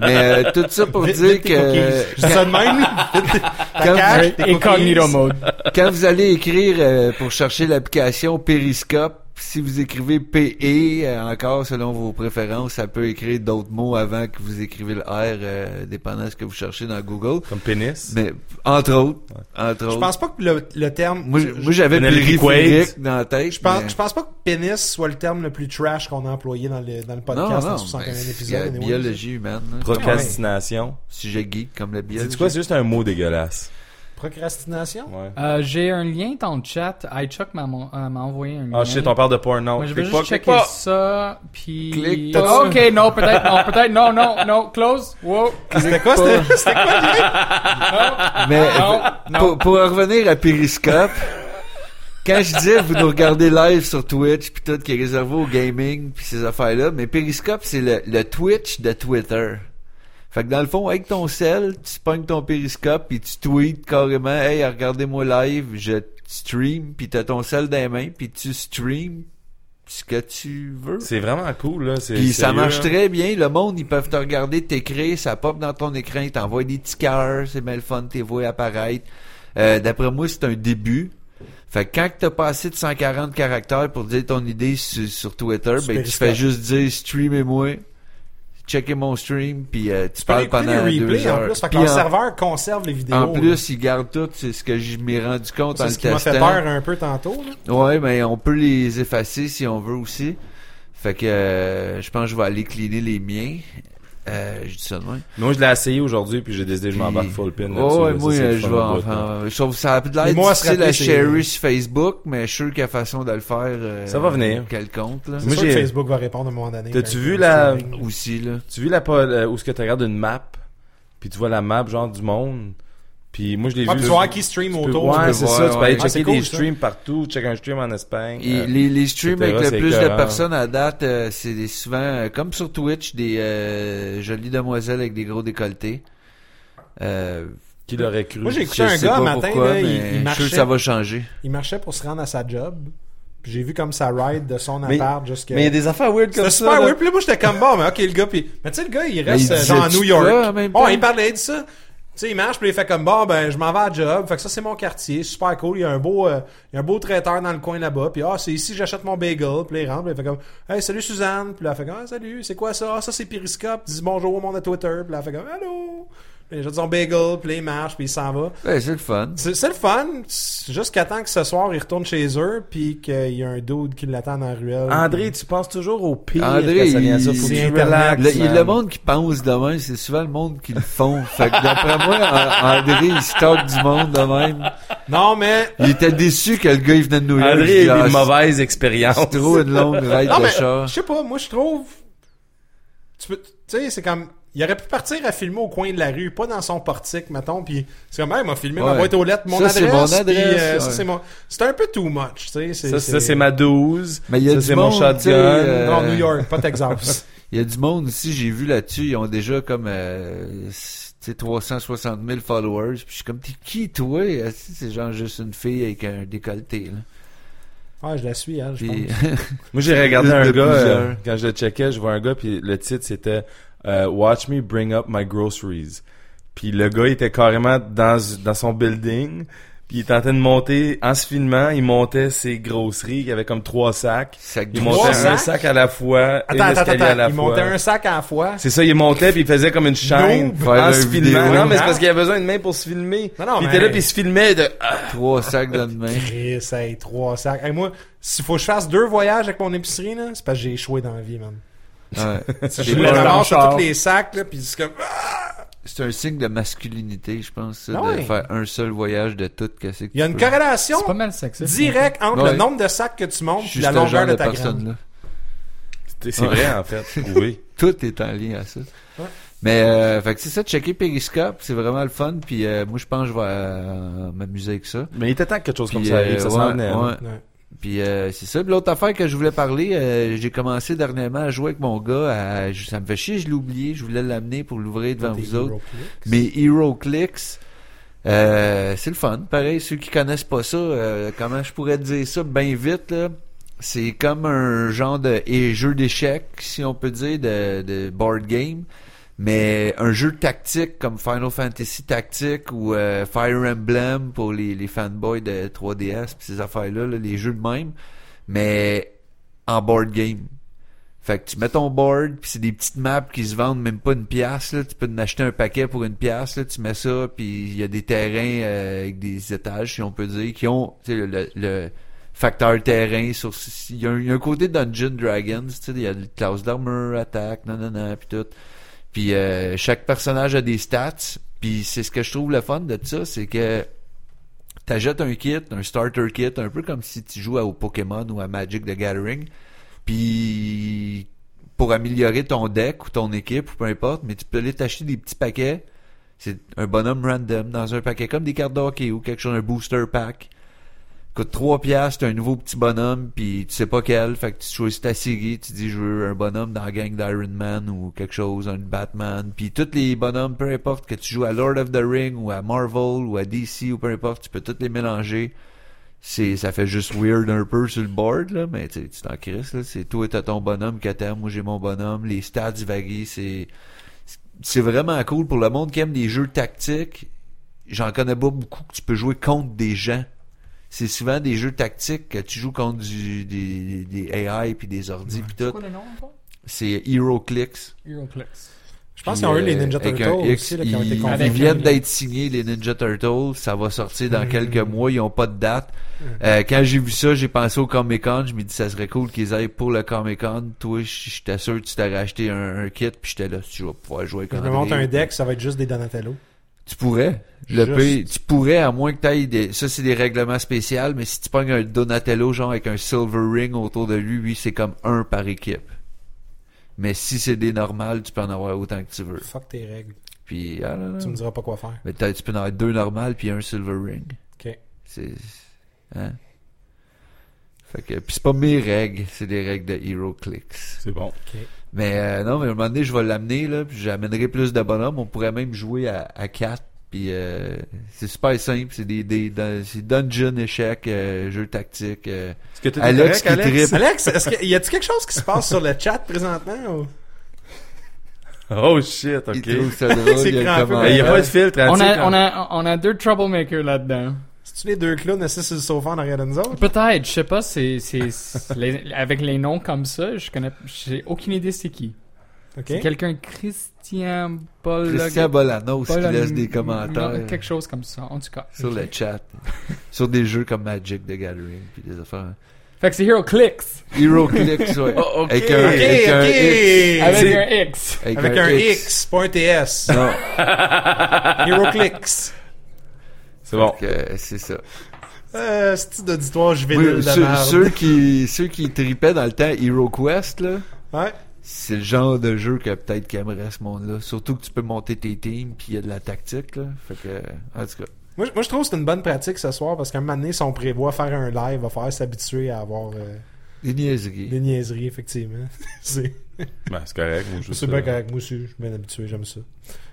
[SPEAKER 3] Mais euh, tout ça pour
[SPEAKER 2] Vite,
[SPEAKER 3] dire
[SPEAKER 2] vite tes
[SPEAKER 3] que
[SPEAKER 2] cookies. Je dis ça
[SPEAKER 3] quand,
[SPEAKER 2] de même, là. Vite tes- ta
[SPEAKER 3] Quand-
[SPEAKER 4] Ah,
[SPEAKER 2] cache, tes
[SPEAKER 4] Incognito
[SPEAKER 2] cookies.
[SPEAKER 4] mode.
[SPEAKER 3] quand vous allez écrire euh, pour chercher l'application Periscope, si vous écrivez PE euh, encore selon vos préférences, ça peut écrire d'autres mots avant que vous écrivez le R, euh, dépendant de ce que vous cherchez dans Google.
[SPEAKER 1] Comme pénis.
[SPEAKER 2] Ben,
[SPEAKER 3] Mais entre autres, entre
[SPEAKER 2] Je
[SPEAKER 3] autres.
[SPEAKER 2] pense pas que le, le terme.
[SPEAKER 3] Moi, j-
[SPEAKER 2] je,
[SPEAKER 3] moi, j'avais
[SPEAKER 1] Penelope
[SPEAKER 3] périphérique dans la tête.
[SPEAKER 2] je pense,
[SPEAKER 3] mais-
[SPEAKER 2] je pense pas que pénis soit le terme le plus trash qu'on a employé dans le, dans le podcast dans 61
[SPEAKER 3] ben, c'est
[SPEAKER 2] épisodes.
[SPEAKER 3] la
[SPEAKER 2] anyway.
[SPEAKER 3] biologie humaine. là.
[SPEAKER 1] Procrastination.
[SPEAKER 3] Sujet geek comme la biologie.
[SPEAKER 1] C'est quoi, c'est juste un mot dégueulasse.
[SPEAKER 2] Procrastination?
[SPEAKER 1] Ouais.
[SPEAKER 4] Euh, J'ai un lien dans le chat. iChuck m'a mon- euh, m'a envoyé un lien.
[SPEAKER 1] Ah, shit, on parle de porno.
[SPEAKER 4] Moi, je vais
[SPEAKER 1] Clique
[SPEAKER 4] juste
[SPEAKER 1] pas, clique
[SPEAKER 4] checker
[SPEAKER 1] pas.
[SPEAKER 4] ça, puis...
[SPEAKER 3] Clique pas.
[SPEAKER 4] ok, non, peut-être, non, peut-être, non, non, non, close, wow.
[SPEAKER 2] C'était quoi?
[SPEAKER 4] pas.
[SPEAKER 2] C'était c'était quoi?
[SPEAKER 3] Mais
[SPEAKER 4] Non, non.
[SPEAKER 3] Pour, pour en revenir à Periscope, quand je disais vous nous regardez live sur Twitch puis tout qui est réservé au gaming puis ces affaires-là, mais Periscope c'est le, le Twitch de Twitter. Fait que dans le fond, avec ton cell, tu pognes ton périscope puis tu tweets carrément Hey, regardez-moi live, je stream, puis t'as ton cell dans les mains, puis tu stream ce que tu veux.
[SPEAKER 1] C'est vraiment cool, là. c'est
[SPEAKER 3] Puis ça
[SPEAKER 1] sérieux,
[SPEAKER 3] marche
[SPEAKER 1] là.
[SPEAKER 2] hein?
[SPEAKER 3] très bien. Le monde, ils peuvent te regarder, t'écrire, ça pop dans ton écran, ils t'envoient des petits cœurs, c'est bien le fun, tes voix apparaître. Euh, D'après moi, c'est un début. Fait que quand que t'as passé de 140 caractères pour dire ton idée su- sur Twitter,
[SPEAKER 2] Sur
[SPEAKER 3] ben tu
[SPEAKER 2] Periscope.
[SPEAKER 3] fais juste dire streamez-moi, checkez mon stream, puis euh, tu, parles
[SPEAKER 2] Écouter les
[SPEAKER 3] pendant deux
[SPEAKER 2] replays, en
[SPEAKER 3] heures.
[SPEAKER 2] plus. Fait que
[SPEAKER 3] Puis
[SPEAKER 2] le
[SPEAKER 3] en-
[SPEAKER 2] serveur conserve les vidéos.
[SPEAKER 3] en
[SPEAKER 2] là.
[SPEAKER 3] plus, ils gardent tout, c'est ce que je m'ai rendu compte en
[SPEAKER 2] c'est
[SPEAKER 3] le
[SPEAKER 2] ce qui m'a fait
[SPEAKER 3] testant.
[SPEAKER 2] peur un peu tantôt. là.
[SPEAKER 3] Ouais, mais on peut les effacer si on veut aussi. Fait que euh, je pense que je vais aller cleaner les miens. Euh, je dis ça demain.
[SPEAKER 1] Moi, je l'ai essayé aujourd'hui, puis j'ai décidé, je m'embarque full pin. là-dessus,
[SPEAKER 3] ouais,
[SPEAKER 1] là. Ça,
[SPEAKER 3] moi,
[SPEAKER 1] c'est le
[SPEAKER 3] euh, je
[SPEAKER 1] fun
[SPEAKER 3] vais
[SPEAKER 1] au bout, là.
[SPEAKER 3] enfin. Sauf que ça a l'air
[SPEAKER 2] Mais moi, à se
[SPEAKER 3] difficile à
[SPEAKER 2] rappeler, c'est-
[SPEAKER 3] share sur Facebook, mais je suis sûr qu'il y a façon de le faire. euh,
[SPEAKER 1] Ça va venir.
[SPEAKER 3] Quelconque, là.
[SPEAKER 2] C'est
[SPEAKER 1] Moi,
[SPEAKER 2] sûr que
[SPEAKER 1] j'ai-
[SPEAKER 2] Facebook va répondre à un moment donné.
[SPEAKER 1] T'as-tu
[SPEAKER 2] Ben,
[SPEAKER 1] vu
[SPEAKER 2] c'est
[SPEAKER 1] la-
[SPEAKER 2] vrai.
[SPEAKER 3] Aussi, là.
[SPEAKER 1] Tu vis la pa- Mm. euh, où ce que tu regardes une map, puis tu vois la map genre du monde. Puis moi je l'ai
[SPEAKER 2] Ouais,
[SPEAKER 1] vu.
[SPEAKER 2] puis tu vois qui stream
[SPEAKER 1] Tu peux-
[SPEAKER 2] autour.
[SPEAKER 1] ouais,
[SPEAKER 3] peux
[SPEAKER 1] c'est
[SPEAKER 3] voir,
[SPEAKER 1] ça, tu peux aller
[SPEAKER 3] ouais.
[SPEAKER 1] checker
[SPEAKER 2] Ah, c'est cool,
[SPEAKER 1] des
[SPEAKER 2] ça.
[SPEAKER 1] streams partout, check un stream en Espagne.
[SPEAKER 3] Et
[SPEAKER 1] euh,
[SPEAKER 3] les, les streams
[SPEAKER 1] etc.,
[SPEAKER 3] avec le
[SPEAKER 1] c'est
[SPEAKER 3] plus de
[SPEAKER 1] écœurant.
[SPEAKER 3] personnes à date, euh, c'est souvent, euh, comme sur Twitch, des euh, jolies demoiselles avec des gros décolletés. Euh,
[SPEAKER 1] Qui l'aurait cru?
[SPEAKER 2] Moi, j'ai
[SPEAKER 3] je
[SPEAKER 2] écouté un
[SPEAKER 3] sais
[SPEAKER 2] gars
[SPEAKER 3] pas
[SPEAKER 2] un matin,
[SPEAKER 3] pourquoi,
[SPEAKER 2] là, il-
[SPEAKER 3] mais
[SPEAKER 2] il
[SPEAKER 3] je suis sûr
[SPEAKER 2] marchait.
[SPEAKER 3] que ça va changer.
[SPEAKER 2] Il marchait pour se rendre à sa job. Puis j'ai vu comme ça ride de son
[SPEAKER 1] Mais-
[SPEAKER 2] appart jusqu'à.
[SPEAKER 1] Mais il y a des affaires weird comme
[SPEAKER 2] C'était
[SPEAKER 1] ça.
[SPEAKER 2] super
[SPEAKER 1] là.
[SPEAKER 2] weird. Puis là, moi, j'étais comme bon, mais ok, le gars. Puis, mais tu sais, le gars, il reste
[SPEAKER 3] il
[SPEAKER 2] euh, genre à
[SPEAKER 3] disait-tu
[SPEAKER 2] New York.
[SPEAKER 3] ça en même
[SPEAKER 2] Bon,
[SPEAKER 3] temps?
[SPEAKER 2] il parlait de ça. Tu sais, il marche, puis il fait comme bon, ben, je m'en vais à la job. Fait que ça, c'est mon quartier. Super cool. Il y a un beau, euh, il y a un beau traiteur dans le coin là-bas. Puis, ah, c'est ici que j'achète mon bagel. Puis, là, il rentre. Puis, il fait comme, hey, salut Suzanne. Puis, là, elle fait comme, ah, salut, c'est quoi ça? Ah, ça, c'est Periscope. Dis bonjour au monde à Twitter. Puis, là, elle fait comme, allô. Puis, il jette son bagel. Puis, là, il marche, puis il s'en va.
[SPEAKER 3] Ouais, c'est le fun.
[SPEAKER 2] C'est c'est le fun, c'est jusqu'à temps que ce soir, ils retournent chez eux, puis qu'il y a un dude qui l'attend dans la ruelle.
[SPEAKER 1] André, tu penses toujours au pire
[SPEAKER 3] André,
[SPEAKER 1] quand ça vient à ça.
[SPEAKER 3] il-
[SPEAKER 1] Faut que
[SPEAKER 2] c'est
[SPEAKER 1] tu
[SPEAKER 2] Internet,
[SPEAKER 1] relaxes,
[SPEAKER 3] Le,
[SPEAKER 1] man.
[SPEAKER 3] le monde qui pense de même, c'est souvent le monde qui le font. Fait que d'après moi, en- André, il stocke du monde de même.
[SPEAKER 2] Non, mais...
[SPEAKER 3] Il était déçu que le gars, il venait de New York.
[SPEAKER 1] André
[SPEAKER 3] Il dit,
[SPEAKER 1] a eu
[SPEAKER 3] Ah,
[SPEAKER 1] une mauvaise
[SPEAKER 3] C'est
[SPEAKER 1] expérience.
[SPEAKER 3] trop une longue ride
[SPEAKER 2] Non,
[SPEAKER 3] de
[SPEAKER 2] mais,
[SPEAKER 3] chat.
[SPEAKER 2] je sais pas, moi, je trouve... Tu peux... Tu sais, c'est comme... Il aurait pu partir à filmer au coin de la rue, pas dans son portique, mettons, puis c'est comme, hey, il m'a filmé ma
[SPEAKER 3] Ouais.
[SPEAKER 2] boîte aux lettres, mon
[SPEAKER 3] Ça, c'est
[SPEAKER 2] adresse,
[SPEAKER 3] mon adresse,
[SPEAKER 2] puis, euh, ça,
[SPEAKER 3] ouais.
[SPEAKER 2] c'est mon... C'est un peu too much, tu sais. c'est-
[SPEAKER 1] Ça, ça, c'est ma 12.
[SPEAKER 3] Mais il y a
[SPEAKER 1] ça,
[SPEAKER 3] du
[SPEAKER 1] c'est mon
[SPEAKER 3] monde, tu sais,
[SPEAKER 1] shotgun.
[SPEAKER 3] euh,
[SPEAKER 2] Non, New York, pas Texas.
[SPEAKER 3] Il y a du monde ici, j'ai vu là-dessus, ils ont déjà comme euh, s- tu sais, 360 000 followers. Puis je suis comme, t'es qui toi? Ah, si, C'est genre juste une fille avec un décolleté. Là.
[SPEAKER 2] ah, je la suis, hein, je
[SPEAKER 3] Puis,
[SPEAKER 2] pense.
[SPEAKER 1] Moi, j'ai regardé
[SPEAKER 3] Plus
[SPEAKER 1] un
[SPEAKER 3] de
[SPEAKER 1] gars, euh,
[SPEAKER 3] plusieurs.
[SPEAKER 1] quand je le checkais, je vois un gars, puis le titre, c'était euh, Watch me bring up my groceries ». Puis le gars, il était carrément dans, dans son building, Puis il était en train de monter, en se filmant, il montait ses grosseries, il y avait comme trois sacs.
[SPEAKER 3] Sac
[SPEAKER 1] Il
[SPEAKER 3] de-
[SPEAKER 1] montait un
[SPEAKER 2] sacs?
[SPEAKER 1] sac à la fois,
[SPEAKER 2] Attends,
[SPEAKER 1] un
[SPEAKER 2] attends,
[SPEAKER 1] escalier
[SPEAKER 2] attends.
[SPEAKER 1] à la
[SPEAKER 2] il
[SPEAKER 1] fois.
[SPEAKER 2] montait un sac à la fois.
[SPEAKER 1] C'est ça, il montait puis il faisait comme une chaîne
[SPEAKER 2] Noob.
[SPEAKER 1] en
[SPEAKER 3] Faire
[SPEAKER 1] se
[SPEAKER 3] une vidéo.
[SPEAKER 1] filmant. Non, mais c'est
[SPEAKER 2] Non.
[SPEAKER 1] parce qu'il avait besoin d'une main pour se filmer.
[SPEAKER 2] Non, non,
[SPEAKER 1] Puis il
[SPEAKER 2] mais-
[SPEAKER 1] était là puis il se filmait de Ah,
[SPEAKER 3] trois sacs dans le main.
[SPEAKER 2] Chris, hey, trois sacs. Hey, moi, s'il faut que je fasse deux voyages avec mon épicerie, là, c'est parce que j'ai échoué dans la vie, man.
[SPEAKER 3] Ouais.
[SPEAKER 2] Je
[SPEAKER 3] C'est
[SPEAKER 2] me
[SPEAKER 4] pas un
[SPEAKER 2] ramasse sur
[SPEAKER 4] char.
[SPEAKER 2] tous les sacs, là, pis c'est comme...
[SPEAKER 3] c'est un signe de masculinité, je pense, ça,
[SPEAKER 2] Ah
[SPEAKER 3] de
[SPEAKER 2] ouais.
[SPEAKER 3] faire un seul voyage de tout. Qu'est-ce que
[SPEAKER 2] Il y a
[SPEAKER 3] tu
[SPEAKER 2] une
[SPEAKER 3] peux.
[SPEAKER 2] corrélation
[SPEAKER 4] C'est pas mal sexy.
[SPEAKER 2] directe entre
[SPEAKER 3] Ouais.
[SPEAKER 2] le nombre de sacs que tu montes
[SPEAKER 3] Je
[SPEAKER 2] et
[SPEAKER 3] suis
[SPEAKER 2] la
[SPEAKER 3] ce genre
[SPEAKER 2] longueur
[SPEAKER 3] de
[SPEAKER 2] de ta graine.
[SPEAKER 3] personne-là.
[SPEAKER 1] C'est c'est vrai, en fait. Oui.
[SPEAKER 3] Tout est en lien à ça.
[SPEAKER 2] Ouais.
[SPEAKER 3] Mais, euh, fait que c'est ça, checker Periscope, c'est vraiment le fun. Puis, euh, moi, je pense que je vais euh, m'amuser avec ça.
[SPEAKER 1] Mais il était temps que quelque chose comme
[SPEAKER 3] Puis,
[SPEAKER 1] ça
[SPEAKER 3] euh,
[SPEAKER 1] arrive, ça
[SPEAKER 3] ouais,
[SPEAKER 1] s'en venait.
[SPEAKER 3] ouais.
[SPEAKER 1] hein.
[SPEAKER 2] Ouais.
[SPEAKER 3] Puis euh, c'est ça. Puis l'autre affaire que je voulais parler, euh, j'ai commencé dernièrement à jouer avec mon gars. à- je- ça me fait chier, je l'ai oublié. Je voulais l'amener pour l'ouvrir devant
[SPEAKER 2] Des
[SPEAKER 3] vous autres.
[SPEAKER 2] Hero Clicks.
[SPEAKER 3] Mais HeroClix, euh, c'est le fun. Pareil, ceux qui connaissent pas ça, euh, comment je pourrais dire ça bien vite, là, c'est comme un genre de et jeu d'échecs, si on peut dire, de, de board game. Mais un jeu tactique comme Final Fantasy Tactique ou euh, Fire Emblem pour les, les fanboys de 3DS pis ces affaires-là, là, les jeux de même, mais en board game. Fait que tu mets ton board, puis c'est des petites maps qui se vendent même pas une pièce. Là. Tu peux en acheter un paquet pour une pièce, là. tu mets ça, puis il y a des terrains euh, avec des étages, si on peut dire, qui ont tu sais, le, le- le facteur terrain. sur Il y, a un- il y a un côté Dungeon Dragons, tu sais, il y a le classe d'armure, attaque, nanana, puis tout. Puis euh, chaque personnage a des stats, puis c'est ce que je trouve le fun de ça, c'est que t'achètes un kit, un starter kit, un peu comme si tu joues à- au Pokémon ou à Magic the Gathering, puis pour améliorer ton deck ou ton équipe ou peu importe, mais tu peux aller t'acheter des petits paquets. C'est un bonhomme random dans un paquet comme des cartes de hockey ou quelque chose, un booster pack. Coûte 3 piastres, t'as un nouveau petit bonhomme, puis tu sais pas quel, fait que tu choisis ta série, tu dis je veux un bonhomme dans la gang d'Iron Man ou quelque chose, un Batman, puis tous les bonhommes, peu importe, que tu joues à Lord of the Ring ou à Marvel ou à DC ou peu importe, tu peux tous les mélanger c'est ça fait juste weird un peu sur le board là mais tu sais, tu t'en crisses là c'est toi t'as ton bonhomme que t'aimes moi j'ai mon bonhomme les stats varient c'est c'est vraiment cool pour le monde qui aime les jeux tactiques j'en connais pas beaucoup que tu peux jouer contre des gens c'est souvent des jeux tactiques que tu joues contre du, des, des AI puis des ordi puis
[SPEAKER 4] C'est
[SPEAKER 3] tout
[SPEAKER 4] quoi le nom encore?
[SPEAKER 3] c'est HeroClix
[SPEAKER 4] Heroclix.
[SPEAKER 2] Je pense
[SPEAKER 3] Puis,
[SPEAKER 2] qu'ils ont eu les
[SPEAKER 3] euh,
[SPEAKER 2] Ninja
[SPEAKER 3] avec
[SPEAKER 2] Turtles
[SPEAKER 3] un X,
[SPEAKER 2] aussi, là, qui ont été
[SPEAKER 3] ils-
[SPEAKER 2] convaincus.
[SPEAKER 3] Ils viennent
[SPEAKER 4] là.
[SPEAKER 3] d'être signés, les Ninja Turtles. Ça va sortir dans
[SPEAKER 2] Mm.
[SPEAKER 3] quelques mois. Ils ont pas de date. Euh, quand j'ai vu ça, j'ai pensé au Comic Con. Je me dis, ça serait cool qu'ils aillent pour le Comic Con. Toi, je- j'étais sûr que tu t'aurais acheté un, un kit. Puis j'étais là, tu vas pouvoir jouer
[SPEAKER 2] Je
[SPEAKER 3] avec
[SPEAKER 2] me
[SPEAKER 3] André.
[SPEAKER 2] monte un deck, ça va être juste des Donatello.
[SPEAKER 3] Tu pourrais. Le
[SPEAKER 2] Juste.
[SPEAKER 3] pire, tu pourrais, à moins que t'ailles des... Ça, c'est des règlements spéciaux, mais si tu pognes un Donatello, genre, avec un Silver Ring autour de lui, lui, c'est comme un par équipe. Mais si c'est des normales, tu peux en avoir autant que tu veux.
[SPEAKER 2] Fuck tes règles.
[SPEAKER 3] Puis, ah, là, là.
[SPEAKER 2] Tu me diras pas quoi faire.
[SPEAKER 3] Mais t'as- tu peux en avoir deux normales puis un Silver Ring.
[SPEAKER 2] Ok.
[SPEAKER 3] C'est. Hein? Fait que. Puis c'est pas mes règles, c'est des règles de HeroClix.
[SPEAKER 1] C'est bon.
[SPEAKER 2] Ok.
[SPEAKER 3] Mais euh, non, mais à un moment donné, je vais l'amener, là, puis j'amènerai plus de bonhommes. On pourrait même jouer à, à 4. Puis euh, c'est super simple, c'est des, des, dun- c'est dungeon, échec, euh, jeu tactique. euh.
[SPEAKER 1] Est-ce que t'es
[SPEAKER 3] Alex
[SPEAKER 1] correct, Alex?
[SPEAKER 3] qui trippe.
[SPEAKER 2] Alex, est-ce que, y a-t-il quelque chose qui se passe sur le chat présentement? ou-
[SPEAKER 1] Oh shit,
[SPEAKER 3] Il
[SPEAKER 1] ok.
[SPEAKER 3] trouve ça drôle,
[SPEAKER 2] C'est
[SPEAKER 3] il y a
[SPEAKER 2] crampé,
[SPEAKER 1] Il n'y a
[SPEAKER 3] comment...
[SPEAKER 1] pas de filtre. hein,
[SPEAKER 4] On
[SPEAKER 1] tu sais,
[SPEAKER 4] a,
[SPEAKER 1] quand-
[SPEAKER 4] on, a, on a deux troublemakers là-dedans.
[SPEAKER 2] C'est-tu les deux clowns assis sur le sofa en arrière de nous autres?
[SPEAKER 4] Peut-être, je sais pas, c'est, c'est, c'est- les- avec les noms comme ça, je connais, j'ai aucune idée c'est qui.
[SPEAKER 2] Ok.
[SPEAKER 4] C'est quelqu'un, Christian Paul...
[SPEAKER 3] Christian Bolanos qui
[SPEAKER 4] Paul-
[SPEAKER 3] laisse des
[SPEAKER 4] non,
[SPEAKER 3] commentaires
[SPEAKER 4] quelque chose comme ça, en tout cas.
[SPEAKER 3] sur le chat. sur des jeux comme Magic the Gathering puis des affaires.
[SPEAKER 4] Fait que c'est HeroClix,
[SPEAKER 3] HeroClix, ouais.
[SPEAKER 1] Oh, ok.
[SPEAKER 3] Avec un,
[SPEAKER 1] Ok,
[SPEAKER 3] avec un X.
[SPEAKER 4] avec
[SPEAKER 1] C'est-
[SPEAKER 4] un X.
[SPEAKER 3] Avec,
[SPEAKER 2] Avec un X, pas un TS.
[SPEAKER 3] Non.
[SPEAKER 2] HeroClix.
[SPEAKER 1] C'est bon.
[SPEAKER 3] Donc, euh, c'est ça.
[SPEAKER 2] Euh, c'est d'auditoire
[SPEAKER 3] Oui,
[SPEAKER 2] juvénile de
[SPEAKER 3] ceux,
[SPEAKER 2] merde.
[SPEAKER 3] ceux qui, ceux qui tripaient dans le temps HeroQuest, là,
[SPEAKER 2] Ouais.
[SPEAKER 3] c'est le genre de jeu que peut-être qu'aimerait ce monde-là. Surtout que tu peux monter tes teams puis il y a de la tactique, là. Fait que, en tout cas.
[SPEAKER 2] Moi, je- moi, je trouve que c'est une bonne pratique ce soir parce qu'à un moment donné, si on prévoit faire un live, il va falloir s'habituer à avoir euh,
[SPEAKER 3] Des niaiseries.
[SPEAKER 2] des niaiseries, effectivement. c'est
[SPEAKER 1] Ben, c'est correct. moi, je
[SPEAKER 2] c'est
[SPEAKER 1] sais
[SPEAKER 2] bien
[SPEAKER 1] pas.
[SPEAKER 2] correct. Moi aussi, je suis bien habitué, j'aime ça.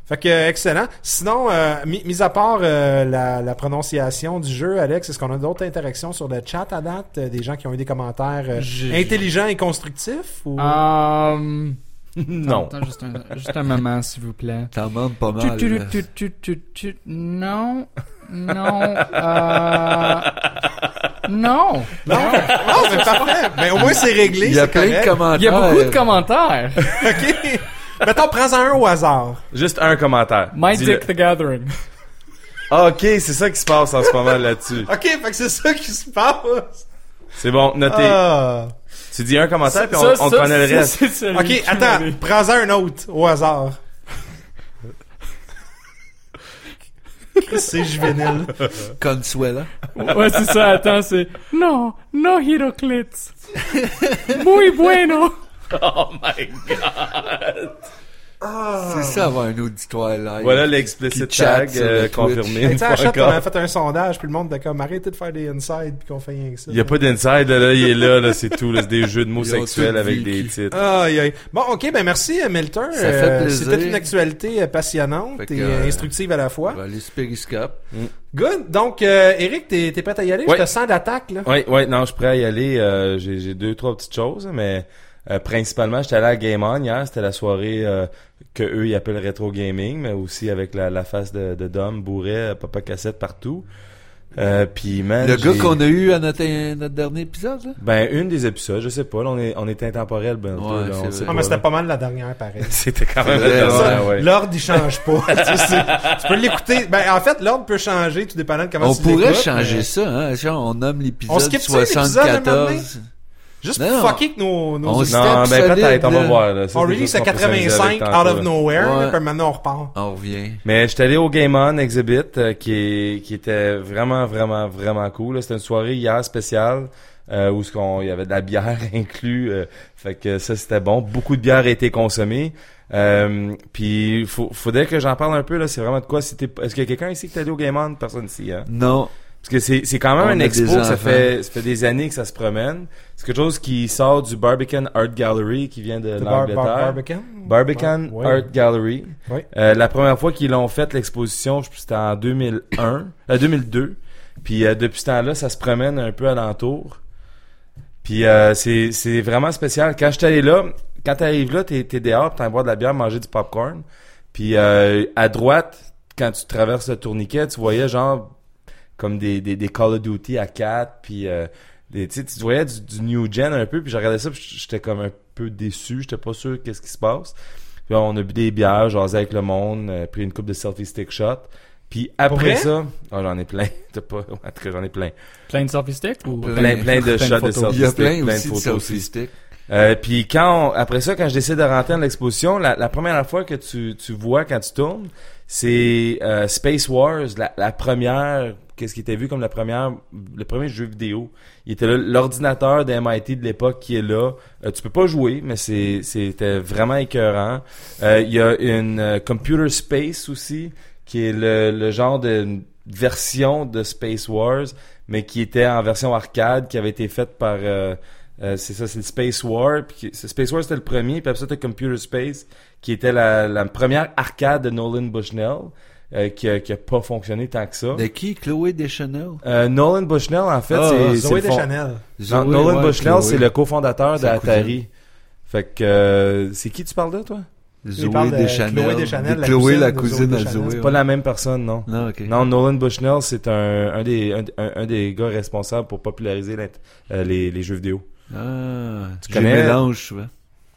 [SPEAKER 2] Fait que, euh, excellent. Sinon, euh, mi- mis à part euh, la, la prononciation du jeu, Alex, est-ce qu'on a d'autres interactions sur le chat à date? euh, Des gens qui ont eu des commentaires euh,
[SPEAKER 4] J'ai-
[SPEAKER 2] intelligents et constructifs? Ou...
[SPEAKER 4] Um,
[SPEAKER 1] Non.
[SPEAKER 4] attends, juste un, juste un moment, s'il vous plaît.
[SPEAKER 3] T'en demandes pas
[SPEAKER 4] Tu,
[SPEAKER 3] mal.
[SPEAKER 4] tu,
[SPEAKER 3] là.
[SPEAKER 4] tu, tu, tu, tu, non. Non. Euh... Non. non.
[SPEAKER 2] Non, c'est parfait. Mais au moins, c'est réglé.
[SPEAKER 3] Il y a
[SPEAKER 2] c'est
[SPEAKER 3] plein
[SPEAKER 2] correct.
[SPEAKER 3] de commentaires. euh,
[SPEAKER 4] Il y a beaucoup de commentaires.
[SPEAKER 2] OK. Mettons, prends-en un au hasard.
[SPEAKER 1] Juste un commentaire.
[SPEAKER 4] My
[SPEAKER 1] Dis-le. Ah,
[SPEAKER 4] Dick the Gathering.
[SPEAKER 1] Ok, c'est ça qui se passe en ce moment là-dessus.
[SPEAKER 2] OK, fait que c'est ça qui se passe.
[SPEAKER 1] C'est bon, notez.
[SPEAKER 2] Ah.
[SPEAKER 1] Tu dis un commentaire, puis on,
[SPEAKER 4] Ça,
[SPEAKER 1] on
[SPEAKER 4] ça,
[SPEAKER 1] connaît le
[SPEAKER 4] ça,
[SPEAKER 1] reste.
[SPEAKER 4] c'est celui
[SPEAKER 2] OK,
[SPEAKER 4] qui
[SPEAKER 2] attends.
[SPEAKER 4] m'avait-
[SPEAKER 2] Prends-en un autre au hasard. Chris, c'est juvénile.
[SPEAKER 3] Consuela.
[SPEAKER 4] Ouais, c'est ça, attends, c'est. Non, no Héroclite. Muy bueno.
[SPEAKER 1] Oh my god.
[SPEAKER 4] Ah.
[SPEAKER 3] C'est ça avoir un auditoire live.
[SPEAKER 1] Voilà
[SPEAKER 3] Qui
[SPEAKER 1] l'explicit
[SPEAKER 3] chat
[SPEAKER 1] tag
[SPEAKER 3] sur
[SPEAKER 1] euh,
[SPEAKER 3] le Twitch.
[SPEAKER 2] Hey,
[SPEAKER 1] confirmé.
[SPEAKER 2] tu sais,
[SPEAKER 1] Pas
[SPEAKER 2] à Shot, on
[SPEAKER 1] encore.
[SPEAKER 2] avait fait un sondage, puis le monde était comme, arrêtez de faire des inside, puis qu'on fait rien que ça.
[SPEAKER 1] Il y a pas d'inside, là, là, il est là, là, c'est tout. là, C'est des jeux de mots
[SPEAKER 3] Ils ont
[SPEAKER 1] sexuels
[SPEAKER 3] tout
[SPEAKER 1] avec
[SPEAKER 3] vécu.
[SPEAKER 1] des titres.
[SPEAKER 2] Aïe, aïe. Bon, ok, ben merci euh, Milton.
[SPEAKER 3] Ça fait
[SPEAKER 2] Euh,
[SPEAKER 3] plaisir.
[SPEAKER 2] C'était une actualité euh, passionnante
[SPEAKER 3] Fait que,
[SPEAKER 2] et
[SPEAKER 3] euh,
[SPEAKER 2] euh, instructive à la fois.
[SPEAKER 3] On va aller sur Periscope.
[SPEAKER 2] Good. Donc, euh, Eric, t'es t'es prêt à y aller?
[SPEAKER 1] Ouais.
[SPEAKER 2] Je te sens d'attaque, là.
[SPEAKER 1] Ouais, ouais, non, je suis prêt à y aller. euh, j'ai, j'ai deux, trois petites choses, mais euh, principalement, j'étais allé à Game On hier. C'était la soirée euh, que eux, ils appellent rétro gaming, mais aussi avec la, la face de, de Dom, Bourret, euh, Papa Cassette partout. Euh, puis, man,
[SPEAKER 3] Le
[SPEAKER 1] j'ai-
[SPEAKER 3] gars qu'on a eu à notre, notre dernier épisode, là.
[SPEAKER 1] Ben, une des épisodes, je sais pas. Là, on est, on est intemporel, ben.
[SPEAKER 3] Ouais, c'est vrai.
[SPEAKER 2] Ah, mais c'était pas mal la dernière, pareil.
[SPEAKER 1] C'était quand même
[SPEAKER 3] C'est vrai,
[SPEAKER 1] intéressant, ouais.
[SPEAKER 2] L'ordre, il change pas. tu, sais, tu peux l'écouter. Ben, en fait, l'ordre peut changer, tout dépendant de comment
[SPEAKER 3] On
[SPEAKER 2] tu
[SPEAKER 3] pourrait
[SPEAKER 2] l'écoutes,
[SPEAKER 3] changer
[SPEAKER 2] mais
[SPEAKER 3] ça, hein. Genre, on nomme
[SPEAKER 2] On
[SPEAKER 3] l'épisode
[SPEAKER 2] skip ça, l'épisode, un moment donné?
[SPEAKER 3] 74.
[SPEAKER 2] Juste
[SPEAKER 3] Non,
[SPEAKER 2] pour fucker que nos, nos
[SPEAKER 3] on
[SPEAKER 2] auditeurs-
[SPEAKER 3] se-
[SPEAKER 1] Non,
[SPEAKER 3] Step
[SPEAKER 1] ben
[SPEAKER 3] solide,
[SPEAKER 1] peut-être, on va
[SPEAKER 3] là.
[SPEAKER 1] voir. Là. Ça,
[SPEAKER 2] on
[SPEAKER 1] c'est des
[SPEAKER 2] release
[SPEAKER 1] choses
[SPEAKER 2] à
[SPEAKER 1] qu'on peut s'amuser
[SPEAKER 2] 85
[SPEAKER 1] avec
[SPEAKER 2] out
[SPEAKER 1] tantôt,
[SPEAKER 2] of
[SPEAKER 1] là.
[SPEAKER 2] nowhere,
[SPEAKER 3] Ouais.
[SPEAKER 2] là, puis maintenant on repart.
[SPEAKER 3] On revient.
[SPEAKER 1] Mais j'étais allé au Game On Exhibit euh, qui, est- qui était vraiment, vraiment, vraiment cool. là. C'était une soirée hier spéciale euh, où ce qu'on- il y avait de la bière inclus. euh, fait que ça, c'était bon. Beaucoup de bière a été consommée. Euh, puis faut, faudrait que j'en parle un peu là c'est vraiment de quoi si t'es- est-ce qu'il y a quelqu'un ici qui t'es allé au Game On personne ici hein
[SPEAKER 3] Non.
[SPEAKER 1] parce que c'est c'est quand même
[SPEAKER 3] On
[SPEAKER 1] un
[SPEAKER 3] a
[SPEAKER 1] expo
[SPEAKER 3] des
[SPEAKER 1] que ça
[SPEAKER 3] enfants.
[SPEAKER 1] fait ça fait des années que ça se promène c'est quelque chose qui sort du Barbican Art Gallery qui vient de
[SPEAKER 2] Le bar- bar-
[SPEAKER 1] l'Angleterre
[SPEAKER 2] Barbican?
[SPEAKER 1] Barbican
[SPEAKER 2] Ouais.
[SPEAKER 1] Art Gallery.
[SPEAKER 2] Ouais.
[SPEAKER 1] Euh, la première fois qu'ils l'ont fait, l'exposition, je- c'était en 2001, euh, 2002. Puis euh, depuis ce temps-là, ça se promène un peu alentour. Puis euh, c'est c'est vraiment spécial. Quand je suis allé là, quand t'arrives là, t'es es dehors, puis t'as boire de la bière, manger du popcorn. Puis euh, à droite, quand tu traverses le tourniquet, tu voyais genre comme des, des, des Call of Duty à 4, puis euh, des, tu sais, tu voyais du, du new gen un peu, puis je regardais ça, puis j'étais comme un peu déçu, j'étais pas sûr qu'est-ce qui se passe. Puis on a bu des bières, jasé avec le monde, euh, pris une coupe de selfie stick shot. Puis après
[SPEAKER 2] vrai?
[SPEAKER 1] ça, oh, j'en ai plein, t'as pas, en tout cas j'en ai plein.
[SPEAKER 4] Plein de selfie stick ou.
[SPEAKER 3] Plein.
[SPEAKER 1] Plein, plein de
[SPEAKER 4] de
[SPEAKER 1] shots de
[SPEAKER 4] photos.
[SPEAKER 1] selfie
[SPEAKER 3] Il y a
[SPEAKER 1] stick,
[SPEAKER 3] plein,
[SPEAKER 1] plein
[SPEAKER 3] aussi de
[SPEAKER 1] de photos aussi.
[SPEAKER 3] selfie stick.
[SPEAKER 1] Euh, puis quand on- après ça, quand je décide de rentrer dans l'exposition, la, la première fois que tu, tu vois quand tu tournes, c'est euh, Space Wars, la, la première, qu'est-ce qui était vu comme la première, le premier jeu vidéo. Il était là, l'ordinateur de MIT de l'époque qui est là. Euh, tu peux pas jouer, mais c'est c'était vraiment écœurant. Euh, Il y a une euh, Computer Space aussi, qui est le, le genre de version de Space Wars, mais qui était en version arcade, qui avait été faite par euh, euh, c'est ça, c'est le Space War. Puis qui- c'est- Space War, c'était le premier. Puis après ça, t'as Computer Space, qui était la, la première arcade de Nolan Bushnell, euh, qui, a, qui a pas fonctionné tant que ça.
[SPEAKER 3] De qui? Chloé Deschanel?
[SPEAKER 1] Euh, Nolan Bushnell, en fait,
[SPEAKER 3] Ah,
[SPEAKER 1] c'est... c'est
[SPEAKER 2] Zoé
[SPEAKER 1] le fond-
[SPEAKER 2] Deschanel.
[SPEAKER 1] Non,
[SPEAKER 3] Zoé,
[SPEAKER 1] Nolan
[SPEAKER 3] ouais,
[SPEAKER 1] Bushnell,
[SPEAKER 3] Chloé.
[SPEAKER 1] c'est le cofondateur de
[SPEAKER 3] C'est un cousin.
[SPEAKER 1] Atari. Fait que... euh, c'est qui tu parles de, toi?
[SPEAKER 3] Zoé
[SPEAKER 2] parle de
[SPEAKER 3] Deschanel.
[SPEAKER 2] Chloé Deschanel,
[SPEAKER 3] De
[SPEAKER 2] la
[SPEAKER 3] Chloé,
[SPEAKER 2] cousine
[SPEAKER 3] la
[SPEAKER 2] de Zoé
[SPEAKER 3] cousine à
[SPEAKER 2] Deschanel.
[SPEAKER 3] Zoé.
[SPEAKER 2] C'est
[SPEAKER 1] Pas la même personne, non.
[SPEAKER 3] Non, ok.
[SPEAKER 1] Non, Nolan Bushnell, c'est un, un, des, un, un- un des gars responsables pour populariser l'int- euh, les, les jeux vidéo.
[SPEAKER 3] Ah, tu
[SPEAKER 1] connais-
[SPEAKER 3] mélange souvent.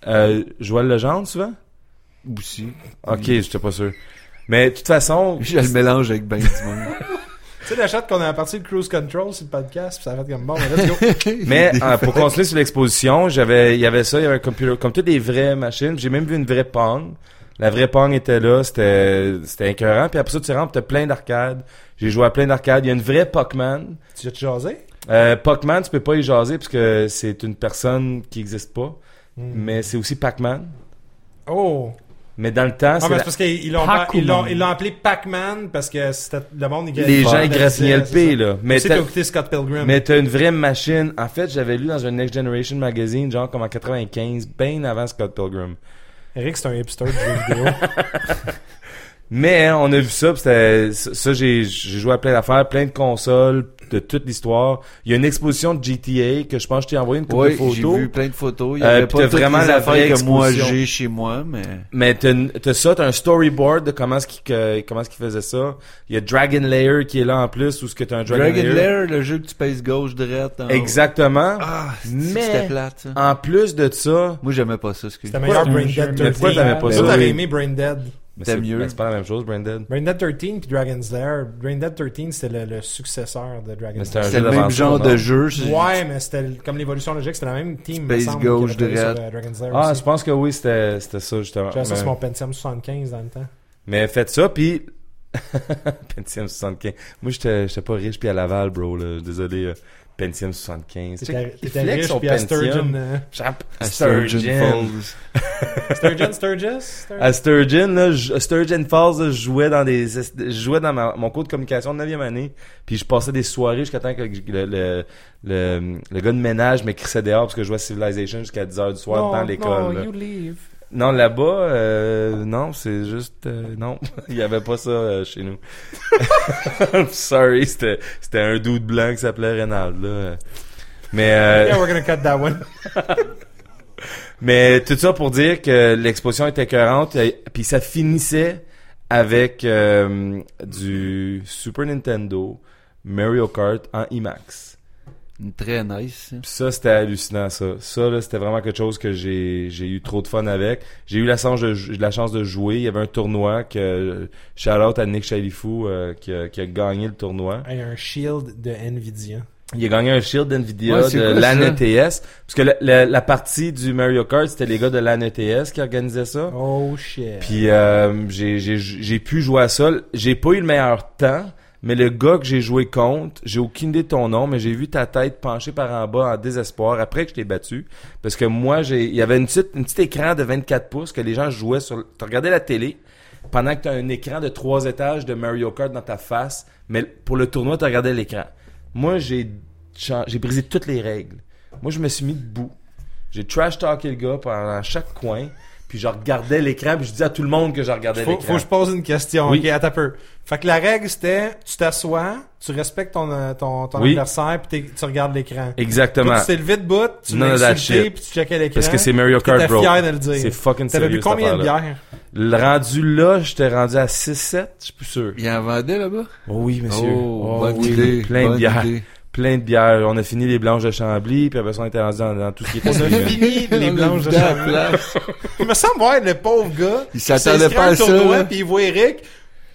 [SPEAKER 1] Euh, Joël Legendre, souvent?
[SPEAKER 3] Aussi.
[SPEAKER 1] Ok, j'étais pas sûr. Mais de toute façon...
[SPEAKER 3] Je le mélange avec ben du monde.
[SPEAKER 2] Tu sais, la shot qu'on a parti de Cruise Control sur le podcast, puis ça va être comme bon, ben, let's go.
[SPEAKER 1] Mais euh, pour continuer sur l'exposition, j'avais, il y avait ça, il y avait un computer, comme toutes les vraies machines. J'ai même vu une vraie Pong. La vraie Pong était là, c'était, c'était écœurant. Puis après ça, tu rentres, t'as plein d'arcades. J'ai joué à plein d'arcades. Il y a une vraie Pac-Man.
[SPEAKER 2] tu as-tu jasé?
[SPEAKER 1] Euh, Pac-Man, tu peux pas y jaser parce que c'est une personne qui existe pas.
[SPEAKER 2] Hmm.
[SPEAKER 1] Mais c'est aussi Pac-Man.
[SPEAKER 2] Oh!
[SPEAKER 1] Mais dans le temps,
[SPEAKER 2] Ah,
[SPEAKER 1] c'est
[SPEAKER 2] mais
[SPEAKER 1] la-
[SPEAKER 2] c'est parce qu'ils l'ont,
[SPEAKER 4] Pac-Man.
[SPEAKER 2] ils l'ont, ils l'ont appelé Pac-Man parce que c'était le monde, il
[SPEAKER 1] les gens ils gratignaient le
[SPEAKER 2] c'est
[SPEAKER 1] P,
[SPEAKER 2] ça.
[SPEAKER 1] là.
[SPEAKER 2] Tu
[SPEAKER 1] Mais
[SPEAKER 2] sais,
[SPEAKER 1] t'as-
[SPEAKER 2] t'as écouté Scott Pilgrim.
[SPEAKER 1] Mais t'as une vraie machine. En fait, j'avais lu dans un Next Generation magazine, genre comme en 95, bien avant Scott Pilgrim.
[SPEAKER 2] Eric, c'est un hipster du jeu vidéo.
[SPEAKER 1] Mais hein, on a vu ça, pis c'était- ça, ça, j'ai j'ai joué à plein d'affaires, plein de consoles, de toute l'histoire. Il y a une exposition de GTA que je pense que je t'ai envoyé une couple
[SPEAKER 3] Oui,
[SPEAKER 1] de photos.
[SPEAKER 3] j'ai vu plein de photos. Il y
[SPEAKER 1] Euh,
[SPEAKER 3] avait
[SPEAKER 1] puis
[SPEAKER 3] pas
[SPEAKER 1] t'as
[SPEAKER 3] toutes
[SPEAKER 1] vraiment
[SPEAKER 3] les
[SPEAKER 1] la vraie
[SPEAKER 3] affaires que moi
[SPEAKER 1] exposition.
[SPEAKER 3] j'ai chez moi, mais...
[SPEAKER 1] Mais t'as une- t'as ça, t'as un storyboard de comment est-ce qu'il que- comment est-ce qu'il faisait ça. Il y a Dragon Lair qui est là en plus, où ce que t'as un Dragon,
[SPEAKER 3] Dragon
[SPEAKER 1] Lair.
[SPEAKER 3] Lair, le jeu que tu pèses gauche, droite... en haut.
[SPEAKER 1] Exactement.
[SPEAKER 3] Ah, c'est-
[SPEAKER 1] Mais-
[SPEAKER 3] c'était plate, ça.
[SPEAKER 1] En plus de ça,
[SPEAKER 3] Moi, j'aimais pas ça, excuse
[SPEAKER 2] C'était meilleur
[SPEAKER 4] Pourquoi
[SPEAKER 2] Brain
[SPEAKER 4] t'as-
[SPEAKER 2] Dead 13.
[SPEAKER 4] mais
[SPEAKER 1] pourquoi t'avais pas
[SPEAKER 2] Mais
[SPEAKER 1] ça?
[SPEAKER 2] toi, t'avais
[SPEAKER 1] Oui.
[SPEAKER 2] aimé Brain Dead.
[SPEAKER 1] mais
[SPEAKER 3] T'as
[SPEAKER 1] c'est
[SPEAKER 3] mieux.
[SPEAKER 1] mais c'est pas la même chose, Brandon.
[SPEAKER 2] Brain Dead 13 Ben, puis Dragon's Lair. Brain Dead 13, c'était le, le successeur de
[SPEAKER 1] Mais
[SPEAKER 2] Dragon's
[SPEAKER 1] c'était un
[SPEAKER 2] Lair.
[SPEAKER 3] C'était
[SPEAKER 1] jeu
[SPEAKER 3] le même
[SPEAKER 1] d'aventure,
[SPEAKER 3] genre
[SPEAKER 1] non?
[SPEAKER 3] de jeu.
[SPEAKER 2] Ouais, mais c'était le- comme l'évolution logique, c'était la même team. me
[SPEAKER 3] Space
[SPEAKER 2] semble,
[SPEAKER 3] Gauche
[SPEAKER 2] qui avait travaillé
[SPEAKER 3] droite.
[SPEAKER 2] sur, euh, Dragon's Lair
[SPEAKER 1] Ah,
[SPEAKER 2] aussi.
[SPEAKER 1] je pense que oui, c'était c'était ça justement.
[SPEAKER 2] J'avais ça
[SPEAKER 1] Mais-
[SPEAKER 2] sur mon Pentium 75 dans le temps.
[SPEAKER 1] Mais faites ça, puis... Pentium 75. Moi, j'étais j'étais pas riche, puis à Laval, bro. Là. Désolé, euh, Pentium 75.
[SPEAKER 2] T'étais
[SPEAKER 1] Il
[SPEAKER 2] t'étais
[SPEAKER 1] flex
[SPEAKER 2] riche,
[SPEAKER 1] son
[SPEAKER 2] puis à
[SPEAKER 1] Pentium.
[SPEAKER 2] Sturgeon... euh,
[SPEAKER 1] Champ-
[SPEAKER 3] À
[SPEAKER 1] Sturgeon.
[SPEAKER 2] Sturgeon, Sturgis? Sturgeon?
[SPEAKER 1] À Sturgeon, là, je- Sturgeon Falls, là, je jouais dans des, je jouais dans ma- mon cours de communication de 9e année, puis je passais des soirées jusqu'à temps que le, le, le, le gars de ménage m'écrissait dehors parce que je jouais à Civilization jusqu'à 10h du soir dans l'école. là.
[SPEAKER 4] you leave.
[SPEAKER 1] Non, là-bas, euh, non, c'est juste, euh, non, il y avait pas ça euh, chez nous. I'm sorry, c'était, c'était un dude blanc qui s'appelait Reynald, là. Mais, euh,
[SPEAKER 2] Yeah, we're gonna cut that one.
[SPEAKER 1] mais tout ça pour dire que l'exposition était écœurante, euh, puis ça finissait avec euh, du Super Nintendo Mario Kart en IMAX.
[SPEAKER 3] Très nice. hein.
[SPEAKER 1] Puis ça, c'était hallucinant, ça. Ça, là, c'était vraiment quelque chose que j'ai, j'ai eu trop de fun avec. J'ai eu la chance, de, jou- la chance de jouer. Il y avait un tournoi que... Shout-out à Nick Chalifou euh, qui, a, qui a gagné le tournoi.
[SPEAKER 2] Hey, un shield de Nvidia.
[SPEAKER 1] Il a gagné un shield d'NVIDIA
[SPEAKER 3] Ouais, c'est
[SPEAKER 1] de
[SPEAKER 3] quoi, ça?
[SPEAKER 1] LAN ETS. Parce que la, la- la partie du Mario Kart, c'était les gars de LAN ETS qui organisaient ça.
[SPEAKER 2] Oh shit.
[SPEAKER 1] Puis euh, j'ai- j'ai j'ai pu jouer à ça. J'ai pas eu le meilleur temps, mais le gars que j'ai joué contre, j'ai aucune idée de ton nom, mais j'ai vu ta tête penchée par en bas en désespoir après que je t'ai battu. Parce que moi, j'ai il y avait une petite, une petite écran de 24 pouces que les gens jouaient sur... Tu regardais la télé pendant que tu as un écran de trois étages de Mario Kart dans ta face, mais pour le tournoi, tu regardais l'écran. Moi, j'ai chan- j'ai brisé toutes les règles. Moi, je me suis mis debout. J'ai trash talké le gars pendant chaque coin, puis je regardais l'écran, puis je disais à tout le monde que je regardais
[SPEAKER 2] Faut, faut
[SPEAKER 1] l'écran.
[SPEAKER 2] que je pose une question.
[SPEAKER 1] Oui.
[SPEAKER 2] Ok, attends un peu. Fait que la règle c'était, tu t'assois, tu respectes ton, euh, ton, ton
[SPEAKER 1] Oui.
[SPEAKER 2] adversaire, puis t'es- tu regardes l'écran.
[SPEAKER 1] Exactement.
[SPEAKER 2] Toi, tu t'es levé de bout, tu
[SPEAKER 1] None
[SPEAKER 2] l'as
[SPEAKER 1] of that
[SPEAKER 2] insulté,
[SPEAKER 1] shit.
[SPEAKER 2] puis tu checkais l'écran.
[SPEAKER 1] Parce que c'est Mario Kart,
[SPEAKER 2] t'étais
[SPEAKER 1] bro.
[SPEAKER 2] fier de le dire.
[SPEAKER 1] C'est fucking
[SPEAKER 2] T'avais
[SPEAKER 1] sérieux,
[SPEAKER 2] bu
[SPEAKER 1] cette
[SPEAKER 2] combien de
[SPEAKER 1] affaire-là.
[SPEAKER 2] bières?
[SPEAKER 1] Le rendu là, j'étais rendu à 6-7, je suis plus sûr.
[SPEAKER 3] Il en vendait là-bas?
[SPEAKER 1] Oh oui, monsieur.
[SPEAKER 3] Oh,
[SPEAKER 1] Oh
[SPEAKER 3] bonne
[SPEAKER 1] oui,
[SPEAKER 3] idée.
[SPEAKER 1] Plein
[SPEAKER 3] bonne
[SPEAKER 1] de bières.
[SPEAKER 3] idée.
[SPEAKER 1] Plein de bières. On a fini les blanches de Chambly, puis après ça, on était rendu dans, dans tout ce qui est
[SPEAKER 2] On a
[SPEAKER 1] produit, hein.
[SPEAKER 2] fini les
[SPEAKER 3] On
[SPEAKER 2] blanches de
[SPEAKER 3] l'a vu à la
[SPEAKER 2] Chambly.
[SPEAKER 3] place.
[SPEAKER 2] Il me semble voir le pauvre gars.
[SPEAKER 3] Il s'attendait
[SPEAKER 2] qui
[SPEAKER 3] pas à
[SPEAKER 2] s'inscrit un
[SPEAKER 3] ça,
[SPEAKER 2] tournoi,
[SPEAKER 3] là.
[SPEAKER 2] Puis il voit Eric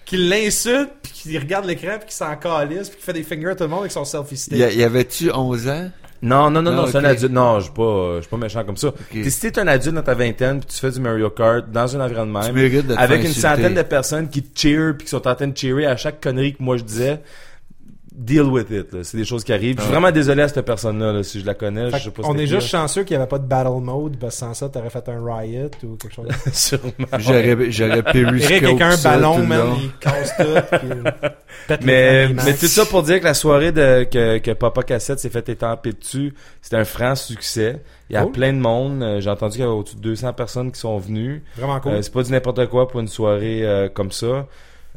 [SPEAKER 2] qui l'insulte, puis qui regarde l'écran, puis qui s'en calisse, puis qui fait des fingers à tout le monde avec son selfie stick.
[SPEAKER 3] Il y a- il y avait-tu 11 ans?
[SPEAKER 1] Non, non, non, non,
[SPEAKER 3] Ah,
[SPEAKER 1] c'est
[SPEAKER 3] ok.
[SPEAKER 1] un adulte. Non, je suis pas, euh, je suis pas méchant comme ça. T'es- Si t'es un adulte dans ta vingtaine, puis tu fais du Mario Kart dans un environnement
[SPEAKER 3] Tu
[SPEAKER 1] même,
[SPEAKER 3] mérites de te
[SPEAKER 1] avec
[SPEAKER 3] faire
[SPEAKER 1] une
[SPEAKER 3] insulter.
[SPEAKER 1] centaine de personnes qui te cheer puis qui sont en train de cheerer à chaque connerie que moi je disais deal with it là. c'est des choses qui arrivent je suis
[SPEAKER 3] Ouais.
[SPEAKER 1] vraiment désolé à cette personne là, si je la connais
[SPEAKER 2] Fait
[SPEAKER 1] je sais pas
[SPEAKER 2] on
[SPEAKER 1] c'était
[SPEAKER 2] est
[SPEAKER 1] qui,
[SPEAKER 2] juste chanceux qu'il n'y avait pas de battle mode, parce que sans ça, t'aurais fait un riot ou quelque chose.
[SPEAKER 1] là. sûrement
[SPEAKER 3] J'aurais, j'aurais périscope
[SPEAKER 2] Eric avec un
[SPEAKER 3] ça tout
[SPEAKER 2] ballon,
[SPEAKER 3] le
[SPEAKER 2] man,
[SPEAKER 3] long.
[SPEAKER 2] il casse tout, puis il pète
[SPEAKER 1] mais
[SPEAKER 2] les
[SPEAKER 1] mais tout ça pour dire que la soirée de que, que Papa Cassette s'est fait étamper dessus c'était un franc succès il y a
[SPEAKER 2] Cool.
[SPEAKER 1] plein de monde Euh, j'ai entendu qu'il y avait au-dessus de 200 personnes qui sont venues
[SPEAKER 2] Vraiment cool.
[SPEAKER 1] Euh, c'est pas du n'importe quoi pour une soirée euh, comme ça.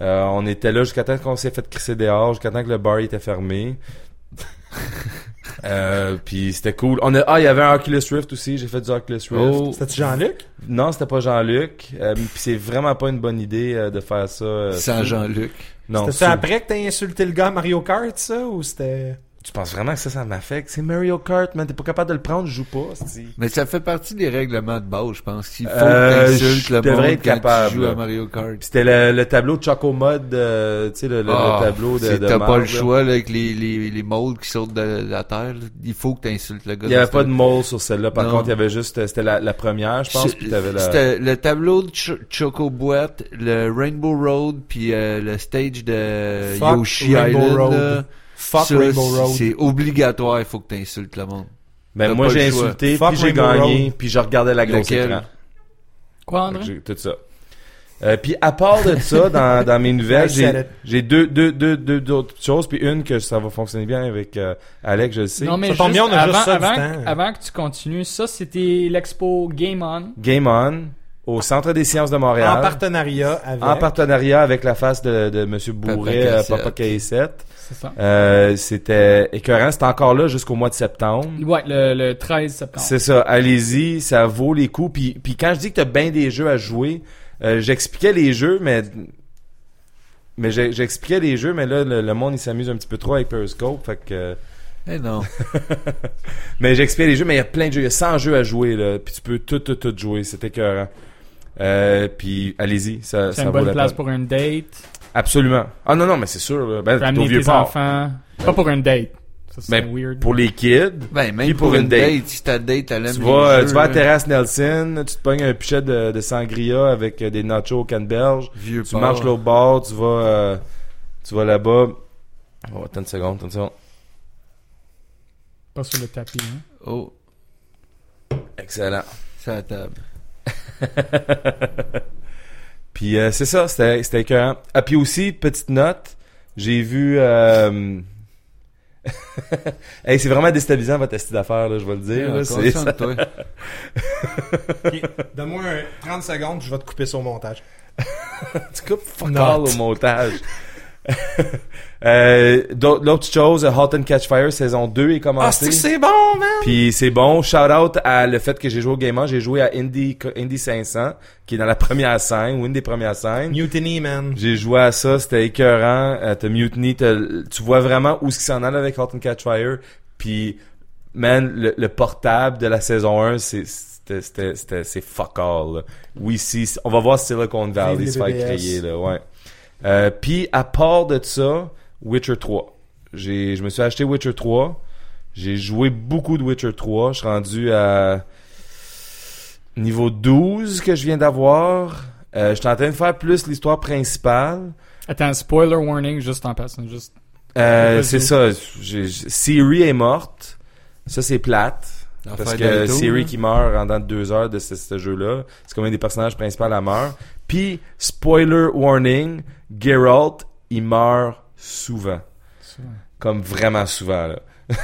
[SPEAKER 1] Euh, on était là jusqu'à temps qu'on s'est fait crisser dehors, jusqu'à temps que le bar était fermé. euh, puis c'était cool. On a, ah, il y avait un Oculus Rift aussi. J'ai fait du Oculus Rift.
[SPEAKER 3] Oh.
[SPEAKER 2] C'était-tu Jean-Luc?
[SPEAKER 1] Non, c'était pas Jean-Luc. Euh, puis c'est vraiment pas une bonne idée euh, de faire ça. euh,
[SPEAKER 3] Sans Jean-Luc.
[SPEAKER 1] Non,
[SPEAKER 2] C'était-tu
[SPEAKER 1] sous-
[SPEAKER 2] après que t'as insulté le gars à Mario Kart, ça, ou c'était...
[SPEAKER 1] tu penses vraiment que ça, ça m'affecte? C'est Mario Kart, man. T'es pas capable de le prendre, je joue pas. c'est-
[SPEAKER 3] Mais ça fait partie des règlements de base, je pense. Il faut
[SPEAKER 1] Euh,
[SPEAKER 3] que t'insultes
[SPEAKER 1] je
[SPEAKER 3] le
[SPEAKER 1] devrais
[SPEAKER 3] monde
[SPEAKER 1] être
[SPEAKER 3] quand
[SPEAKER 1] capable,
[SPEAKER 3] tu joues à
[SPEAKER 1] là.
[SPEAKER 3] Mario Kart.
[SPEAKER 1] Puis c'était le, le tableau de Choco Mode, euh, tu sais, le, le- le
[SPEAKER 3] Ah,
[SPEAKER 1] tableau de,
[SPEAKER 3] c'est-
[SPEAKER 1] de
[SPEAKER 3] T'as pas
[SPEAKER 1] marbre,
[SPEAKER 3] le
[SPEAKER 1] là.
[SPEAKER 3] choix là, avec les, les, les moldes qui sortent de la terre. là. Il faut que t'insultes le gars.
[SPEAKER 1] Il y avait
[SPEAKER 3] dans
[SPEAKER 1] pas
[SPEAKER 3] ce-
[SPEAKER 1] de mole sur celle-là. Par
[SPEAKER 3] Non.
[SPEAKER 1] contre, il y avait juste, euh, c'était la, la première, je pense,
[SPEAKER 3] C'est-
[SPEAKER 1] puis t'avais la...
[SPEAKER 3] C'était le tableau de Cho- Choco Boîte, le Rainbow Road, puis euh, le stage de
[SPEAKER 2] Fuck
[SPEAKER 3] Yoshi
[SPEAKER 2] Rainbow
[SPEAKER 3] Island.
[SPEAKER 2] Road.
[SPEAKER 3] là.
[SPEAKER 2] Fuck
[SPEAKER 3] Ça,
[SPEAKER 2] Rainbow Road.
[SPEAKER 3] C'est obligatoire, il faut que t'insultes le monde.
[SPEAKER 1] Ben
[SPEAKER 3] T'as
[SPEAKER 1] moi
[SPEAKER 3] pas
[SPEAKER 1] j'ai
[SPEAKER 3] le choix.
[SPEAKER 1] insulté,
[SPEAKER 2] Fuck
[SPEAKER 1] puis j'ai
[SPEAKER 2] Rainbow
[SPEAKER 1] gagné,
[SPEAKER 2] Road.
[SPEAKER 1] puis je regardais la grosse
[SPEAKER 3] Lequel?
[SPEAKER 1] écran.
[SPEAKER 4] Quoi,
[SPEAKER 1] Fait que
[SPEAKER 4] André?
[SPEAKER 1] j'ai- Tout ça. Euh, puis à part de ça, dans, dans mes nouvelles,
[SPEAKER 2] I said
[SPEAKER 1] j'ai
[SPEAKER 2] it.
[SPEAKER 1] j'ai deux deux deux deux d'autres choses, puis une que ça va fonctionner bien avec euh, Alex, je le sais.
[SPEAKER 4] Non, mais
[SPEAKER 2] Ça
[SPEAKER 4] juste,
[SPEAKER 2] tombe bien, on a
[SPEAKER 4] avant,
[SPEAKER 2] juste ça du
[SPEAKER 4] avant,
[SPEAKER 2] temps.
[SPEAKER 4] avant que tu continues, ça, c'était l'expo Game On.
[SPEAKER 1] Game on. au Centre des sciences de Montréal.
[SPEAKER 2] En partenariat avec.
[SPEAKER 1] en partenariat avec la face de, de M. Bourré, euh,
[SPEAKER 3] Cassette.
[SPEAKER 1] Papa Caissette.
[SPEAKER 4] C'est ça.
[SPEAKER 1] Euh, c'était écœurant. C'était encore là jusqu'au mois de septembre.
[SPEAKER 4] Euh, Ouais, le, le 13 septembre.
[SPEAKER 1] C'est ça, allez-y, ça vaut les coups. Puis, puis quand je dis que t'as bien des jeux à jouer, euh, j'expliquais les jeux, mais mais j'ai- j'expliquais les jeux, mais là le, le monde il s'amuse un petit peu trop avec Periscope, fait que
[SPEAKER 3] Eh non.
[SPEAKER 1] mais j'expliquais les jeux, mais il y a plein de jeux, il y a 100 jeux à jouer là, puis tu peux tout tout tout jouer, c'est écœurant. Euh, puis allez-y, ça,
[SPEAKER 4] C'est
[SPEAKER 1] ça
[SPEAKER 4] une
[SPEAKER 1] vaut
[SPEAKER 4] bonne
[SPEAKER 1] la
[SPEAKER 4] place
[SPEAKER 1] peine.
[SPEAKER 4] pour une date.
[SPEAKER 1] Absolument. Ah non non, mais c'est sûr, là. ben
[SPEAKER 4] Pour
[SPEAKER 1] t'es au
[SPEAKER 4] amener
[SPEAKER 1] vieux
[SPEAKER 4] tes
[SPEAKER 1] port.
[SPEAKER 4] enfants. Pas pour une date. Ça, c'est
[SPEAKER 1] Ben,
[SPEAKER 4] weird.
[SPEAKER 1] Pour les kids,
[SPEAKER 3] Ben, même
[SPEAKER 1] Puis
[SPEAKER 3] pour,
[SPEAKER 1] pour
[SPEAKER 3] une
[SPEAKER 1] une
[SPEAKER 3] date, si ta date, elle aime
[SPEAKER 1] Tu
[SPEAKER 3] les
[SPEAKER 1] vas, euh,
[SPEAKER 3] jeux,
[SPEAKER 1] tu vas à
[SPEAKER 3] là,
[SPEAKER 1] Terrasse Nelson, tu te pognes un pichet de, de sangria avec euh, des nachos au canneberge,
[SPEAKER 3] Vieux
[SPEAKER 1] tu marches l'autre bord, tu vas, euh, tu vas là-bas. Oh, attends une seconde, attends une seconde.
[SPEAKER 4] Pas sur le tapis. Hein.
[SPEAKER 3] Oh,
[SPEAKER 1] Excellent.
[SPEAKER 3] c'est à la table.
[SPEAKER 1] Puis euh, c'est ça, c'était c'était écœurant. Ah, puis aussi, petite note, j'ai vu... Euh... hey, c'est vraiment déstabilisant votre esti d'affaires, là, je vais le dire.
[SPEAKER 2] Ah,
[SPEAKER 1] là, c'est-
[SPEAKER 3] Concentre-toi.
[SPEAKER 2] Ok, Donne-moi un 30 secondes, je vais te couper sur le montage. tu coupes fuck
[SPEAKER 1] Parle au montage. euh, d'autres- L'autre petite chose, Hot and Catch Fire saison 2 est
[SPEAKER 2] Ah,
[SPEAKER 1] commencée.
[SPEAKER 2] c'est que c'est bon, man!
[SPEAKER 1] Puis c'est bon, shout out à le fait que j'ai joué au Game On. j'ai joué à Indy, Indy 500, qui est dans la première scène, ou une des premières scènes.
[SPEAKER 2] Mutiny, man.
[SPEAKER 1] J'ai joué à ça, c'était écœurant, euh, t'as Mutiny, t'as- tu vois vraiment où ce qui s'en allait avec Hot and Catch Fire, puis man, le, le portable de la saison 1, c'est c'était- c'était- c'était- c'est fuck all. là. Oui, si, si- on va voir Silicon Valley
[SPEAKER 2] les
[SPEAKER 1] se faire
[SPEAKER 2] BBS.
[SPEAKER 1] créer, là, ouais. Euh, puis à part de ça, Witcher 3. J'ai, je me suis acheté Witcher 3. J'ai joué beaucoup de Witcher 3. Je suis rendu à niveau 12 que je viens d'avoir. Euh, je suis en train de faire plus l'histoire principale.
[SPEAKER 4] Attends, spoiler warning juste en passant. Juste...
[SPEAKER 1] Euh,
[SPEAKER 4] Vas-y.
[SPEAKER 1] c'est ça. J'ai- j'ai- Siri est morte. Ça, c'est plate. Parce que
[SPEAKER 3] hein?
[SPEAKER 1] Siri qui meurt en dans deux heures de ce, ce jeu-là, c'est comme un des personnages principaux à la mort. Puis, spoiler warning, Geralt, il meurt souvent. Comme vraiment souvent, là.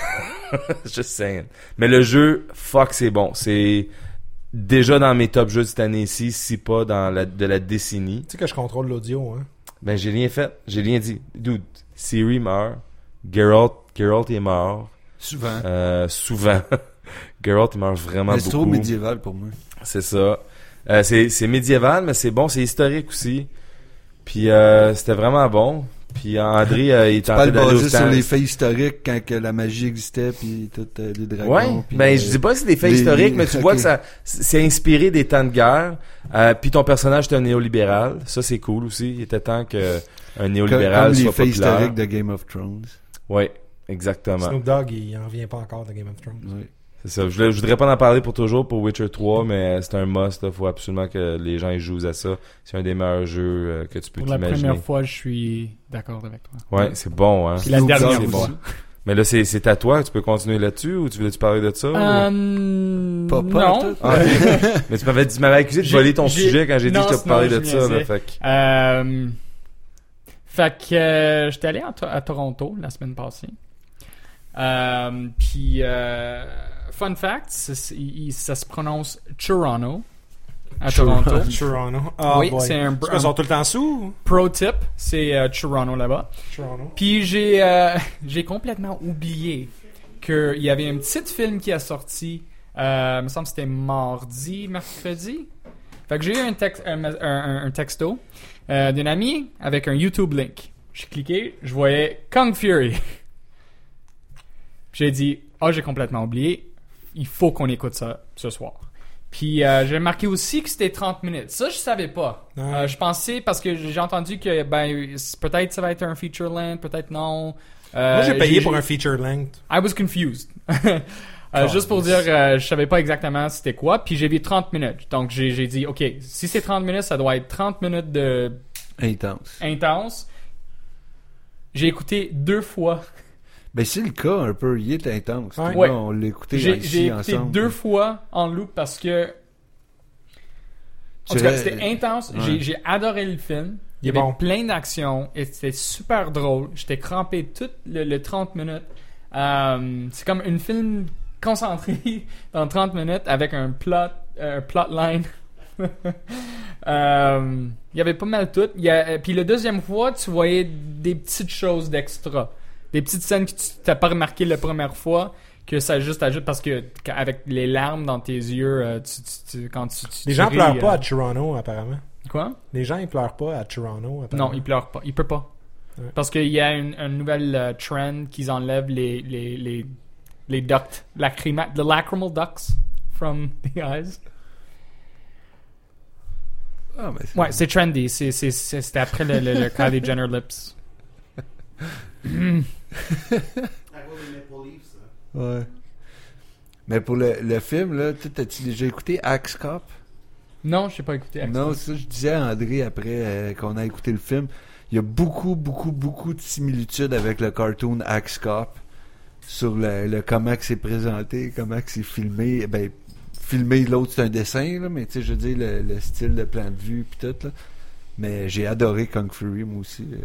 [SPEAKER 1] Just saying. Mais le jeu, fuck, c'est bon. C'est déjà dans mes top jeux de cette année-ci, si pas dans la, de la décennie.
[SPEAKER 2] Tu sais que je contrôle l'audio, hein.
[SPEAKER 1] Ben, j'ai rien fait. J'ai rien dit. Dude, Siri meurt. Geralt, Geralt est mort.
[SPEAKER 3] Souvent.
[SPEAKER 1] Euh, souvent. Geralt, il meurt vraiment
[SPEAKER 3] Mais
[SPEAKER 1] beaucoup.
[SPEAKER 3] c'est trop médiéval pour moi.
[SPEAKER 1] C'est ça. Euh, c'est c'est médiéval, mais c'est bon, c'est historique aussi. Puis euh, c'était vraiment bon. Puis André, euh, il
[SPEAKER 3] Pas
[SPEAKER 1] tentait
[SPEAKER 3] le
[SPEAKER 1] d'aller au
[SPEAKER 3] basé sur
[SPEAKER 1] temps.
[SPEAKER 3] les faits historiques quand que la magie existait puis toutes euh, les dragons.
[SPEAKER 1] Ouais,
[SPEAKER 3] puis,
[SPEAKER 1] ben
[SPEAKER 3] euh,
[SPEAKER 1] je dis pas que c'est des faits
[SPEAKER 3] les-
[SPEAKER 1] historiques, mais tu
[SPEAKER 3] ok.
[SPEAKER 1] vois que ça c'est inspiré des temps de guerre. Euh, puis ton personnage est un néolibéral, ça c'est cool aussi. Il était temps que un
[SPEAKER 3] comme-
[SPEAKER 1] néolibéral
[SPEAKER 3] comme les
[SPEAKER 1] soit
[SPEAKER 3] faits
[SPEAKER 1] populaire.
[SPEAKER 3] historiques de Game of Thrones.
[SPEAKER 1] Ouais, exactement.
[SPEAKER 2] Snoop Dogg, il en revient pas encore de Game of Thrones.
[SPEAKER 3] Ouais.
[SPEAKER 1] C'est ça. Je, voulais- je voudrais pas en parler pour toujours pour Witcher 3, mais c'est un must. là. Faut absolument que les gens ils jouent à ça. C'est un des meilleurs jeux euh, que tu peux
[SPEAKER 4] Pour la
[SPEAKER 1] t'imaginer.
[SPEAKER 4] première fois, je suis d'accord avec toi.
[SPEAKER 1] Ouais, c'est bon, hein.
[SPEAKER 4] Puis la
[SPEAKER 3] Snoop
[SPEAKER 4] dernière
[SPEAKER 3] Dogg
[SPEAKER 1] c'est
[SPEAKER 4] fois.
[SPEAKER 1] bon. Mais là, c'est c'est à toi. Tu peux continuer là-dessus ou tu voulais-tu parler de ça? ou-
[SPEAKER 4] Euh,
[SPEAKER 3] Pas- pas
[SPEAKER 4] non.
[SPEAKER 3] tout.
[SPEAKER 1] Oh. Ah, ok. mais tu m'avais dit- tu m'avais accusé de
[SPEAKER 4] J'ai-
[SPEAKER 1] voler ton
[SPEAKER 4] j'ai-
[SPEAKER 1] sujet quand j'ai dit
[SPEAKER 4] non,
[SPEAKER 1] que je te
[SPEAKER 4] sinon,
[SPEAKER 1] parlais de
[SPEAKER 4] je
[SPEAKER 1] ça. Là,
[SPEAKER 4] niaisais.
[SPEAKER 1] fait que-
[SPEAKER 4] Euh, fait que euh, j'étais allé à, To- à Toronto la semaine passée. Euh, Puis, euh, fun fact, c'est- c'est- il- ça se prononce Toronto à
[SPEAKER 3] Toronto.
[SPEAKER 4] Toronto.
[SPEAKER 2] Toronto. Ah,
[SPEAKER 4] Hein? oui,
[SPEAKER 2] boy.
[SPEAKER 4] c'est un,
[SPEAKER 2] Parce
[SPEAKER 4] un
[SPEAKER 2] qu'ils sont tout le temps sous.
[SPEAKER 4] pro tip, c'est euh, Toronto là-bas.
[SPEAKER 2] Toronto.
[SPEAKER 4] Puis j'ai euh, j'ai complètement oublié qu'il y avait un petit film qui a sorti. Euh, il me semble que c'était mardi, mercredi. Fait que j'ai eu un, tex- un, me- un- un- un texto euh, d'une amie avec un YouTube link. J'ai cliqué, je voyais Kung Fury. j'ai dit, ah, j'ai complètement oublié. Il faut qu'on écoute ça ce soir. Puis euh, j'ai marqué aussi que c'était 30 minutes. Ça, je savais pas.
[SPEAKER 2] Ouais.
[SPEAKER 4] Euh, je pensais, parce que j'ai entendu que ben, c'est- peut-être ça va être un feature length, peut-être non. Euh,
[SPEAKER 2] Moi, j'ai payé pour un Ah, feature length.
[SPEAKER 4] I was confused. Euh, juste pour dire, euh, je savais pas exactement c'était quoi, puis j'ai vu 30 minutes. Donc j'ai j'ai dit, ok, si c'est 30 minutes, ça doit être 30 minutes de
[SPEAKER 3] Intense.
[SPEAKER 4] intense. J'ai écouté deux fois.
[SPEAKER 3] Ben c'est le cas un peu, il est intense.
[SPEAKER 2] Ouais.
[SPEAKER 3] Tout le
[SPEAKER 4] Ouais.
[SPEAKER 3] monde, On l'a écouté
[SPEAKER 4] J'ai
[SPEAKER 3] ici
[SPEAKER 4] j'ai écouté
[SPEAKER 3] ensemble.
[SPEAKER 4] deux fois en loop parce que. En
[SPEAKER 3] Tu
[SPEAKER 4] tout cas,
[SPEAKER 3] vois,
[SPEAKER 4] c'était intense.
[SPEAKER 3] ouais.
[SPEAKER 4] J'ai- J'ai adoré le film.
[SPEAKER 2] Il
[SPEAKER 4] Il y
[SPEAKER 2] est
[SPEAKER 4] avait
[SPEAKER 2] bon.
[SPEAKER 4] plein d'actions et c'était super drôle. J'étais crampé tout le, le 30 minutes. Euh, C'est comme une film concentré dans 30 minutes avec un plot, euh, un plot line Euh, Il y avait pas mal tout. Il y a- euh, Puis le deuxième fois, tu voyais des petites choses d'extra. Des petites scènes que tu t'as pas remarqué la première fois, que ça juste ajoute parce que qu- avec les larmes dans tes yeux, euh, tu, tu- tu- quand tu, tu-
[SPEAKER 2] Les
[SPEAKER 4] tu
[SPEAKER 2] gens
[SPEAKER 4] ris,
[SPEAKER 2] pleurent
[SPEAKER 4] euh,
[SPEAKER 2] pas à Toronto, apparemment.
[SPEAKER 4] Quoi?
[SPEAKER 2] Les gens, ils pleurent pas à Toronto, apparemment.
[SPEAKER 4] Non, il pleure pas. Il peut pas.
[SPEAKER 2] Ouais.
[SPEAKER 4] Parce qu'il y a une, une nouvelle euh, trend qu'ils enlèvent les, les, les, les ducts, lacrima, the lacrimal ducts from the eyes.
[SPEAKER 3] Ah, ben,
[SPEAKER 4] Ouais, c'est trendy. C'est- c'est- c'est- C'était après le, le, le Kylie Jenner lips. Hmm.
[SPEAKER 5] À cause des Maple Leafs, ça.
[SPEAKER 3] Ouais. Mais pour le, le film, là, tu t'as-tu déjà écouté Axe Cop?
[SPEAKER 4] Non, je sais pas écouté.
[SPEAKER 3] Non, ça, je disais à André après euh, qu'on a écouté le film, il y a beaucoup, beaucoup, beaucoup de similitudes avec le cartoon Axe Cop sur le, le comment que c'est présenté, comment que c'est filmé. Ben, filmé, l'autre, c'est un dessin, là, mais tu sais, je veux dire, le, le style de plan de vue, puis tout, là. Mais j'ai adoré Kung Fury, moi aussi. euh.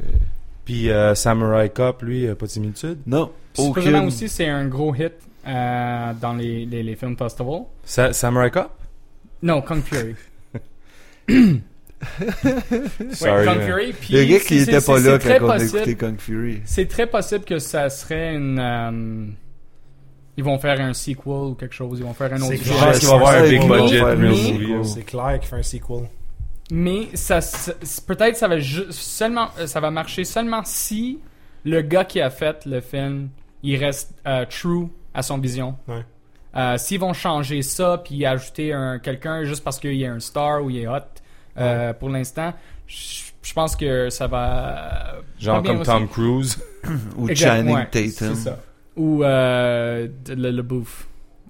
[SPEAKER 1] Puis euh, Samurai Cop, lui, euh, pas de similitude.
[SPEAKER 3] Non, aucune.
[SPEAKER 4] Supposément aussi, c'est un gros hit euh, dans les, les, les film festivals.
[SPEAKER 1] Sa- Samurai Cop?
[SPEAKER 4] Non, Kung Fury. ouais,
[SPEAKER 1] Sorry,
[SPEAKER 4] Kung
[SPEAKER 1] mais-
[SPEAKER 4] Fury. Puis
[SPEAKER 3] Le gars qui
[SPEAKER 4] c'est-
[SPEAKER 3] était
[SPEAKER 4] c'est-
[SPEAKER 3] pas
[SPEAKER 4] c'est
[SPEAKER 3] là
[SPEAKER 4] très
[SPEAKER 3] quand on a
[SPEAKER 4] possible-
[SPEAKER 3] écouté Kung Fury.
[SPEAKER 4] C'est très possible que ça serait une. euh, ils vont faire un sequel ou quelque chose. Ils vont faire un autre.
[SPEAKER 2] C'est
[SPEAKER 1] Je
[SPEAKER 4] film.
[SPEAKER 2] clair.
[SPEAKER 1] pense qu'il va y avoir un big budget real
[SPEAKER 3] Mais-
[SPEAKER 1] movie. ouais.
[SPEAKER 2] C'est clair qu'il fait un sequel.
[SPEAKER 4] Mais ça, ça- peut-être ça va ju- seulement, euh, ça va marcher seulement si le gars qui a fait le film, il reste euh, true à son vision.
[SPEAKER 2] Ouais.
[SPEAKER 4] Euh, S'ils vont changer ça puis ajouter un quelqu'un juste parce qu'il y a un star ou il est hot, euh, pour l'instant, je je pense que ça va. euh, pas
[SPEAKER 1] Genre
[SPEAKER 4] bien
[SPEAKER 1] comme
[SPEAKER 4] aussi.
[SPEAKER 1] Tom Cruise.
[SPEAKER 3] Ou
[SPEAKER 4] Exact,
[SPEAKER 3] Channing
[SPEAKER 4] ouais,
[SPEAKER 3] Tatum.
[SPEAKER 4] c'est ça. Ou euh, de- le, le bouffe.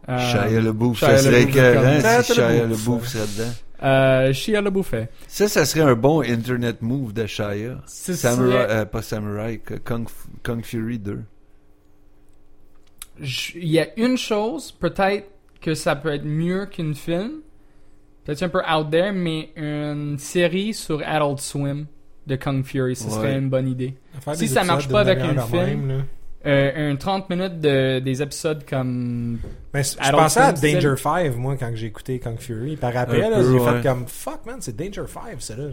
[SPEAKER 4] Euh,
[SPEAKER 3] Shia LaBeouf,
[SPEAKER 4] Shia
[SPEAKER 3] ça serait
[SPEAKER 4] LaBeouf, comme-
[SPEAKER 3] écœurant si
[SPEAKER 4] Shia
[SPEAKER 3] Shia
[SPEAKER 4] LaBeouf.
[SPEAKER 3] LaBeouf serait dedans.
[SPEAKER 4] euh, Shia le bouffait.
[SPEAKER 3] Ça, ça serait un bon internet move de Shia.
[SPEAKER 4] Ce
[SPEAKER 3] Samurai,
[SPEAKER 4] serait-
[SPEAKER 3] euh, pas Samurai, que- Kung, Fu- Kung Fury 2.
[SPEAKER 4] je- Il y a une chose, peut-être que ça peut être mieux qu'une film. Peut-être un peu out there, mais une série sur Adult Swim de Kung Fury, ce
[SPEAKER 3] Ouais.
[SPEAKER 4] serait une bonne idée.
[SPEAKER 2] Faire
[SPEAKER 4] Si
[SPEAKER 2] des
[SPEAKER 4] ça
[SPEAKER 2] épisodes
[SPEAKER 4] marche
[SPEAKER 2] de
[SPEAKER 4] pas avec
[SPEAKER 2] demi-heure
[SPEAKER 4] un
[SPEAKER 2] de
[SPEAKER 4] film,
[SPEAKER 2] même, là.
[SPEAKER 4] Euh, un 30 minutes de, des épisodes comme.
[SPEAKER 2] Mais c- je
[SPEAKER 4] Adult
[SPEAKER 2] pensais à
[SPEAKER 4] Swim, c'est-
[SPEAKER 2] Danger 5, moi, quand j'ai écouté Kung Fury. Par après,
[SPEAKER 3] Un
[SPEAKER 2] là,
[SPEAKER 3] peu,
[SPEAKER 2] j'ai
[SPEAKER 3] ouais.
[SPEAKER 2] fait comme fuck, man, c'est Danger 5, ça là.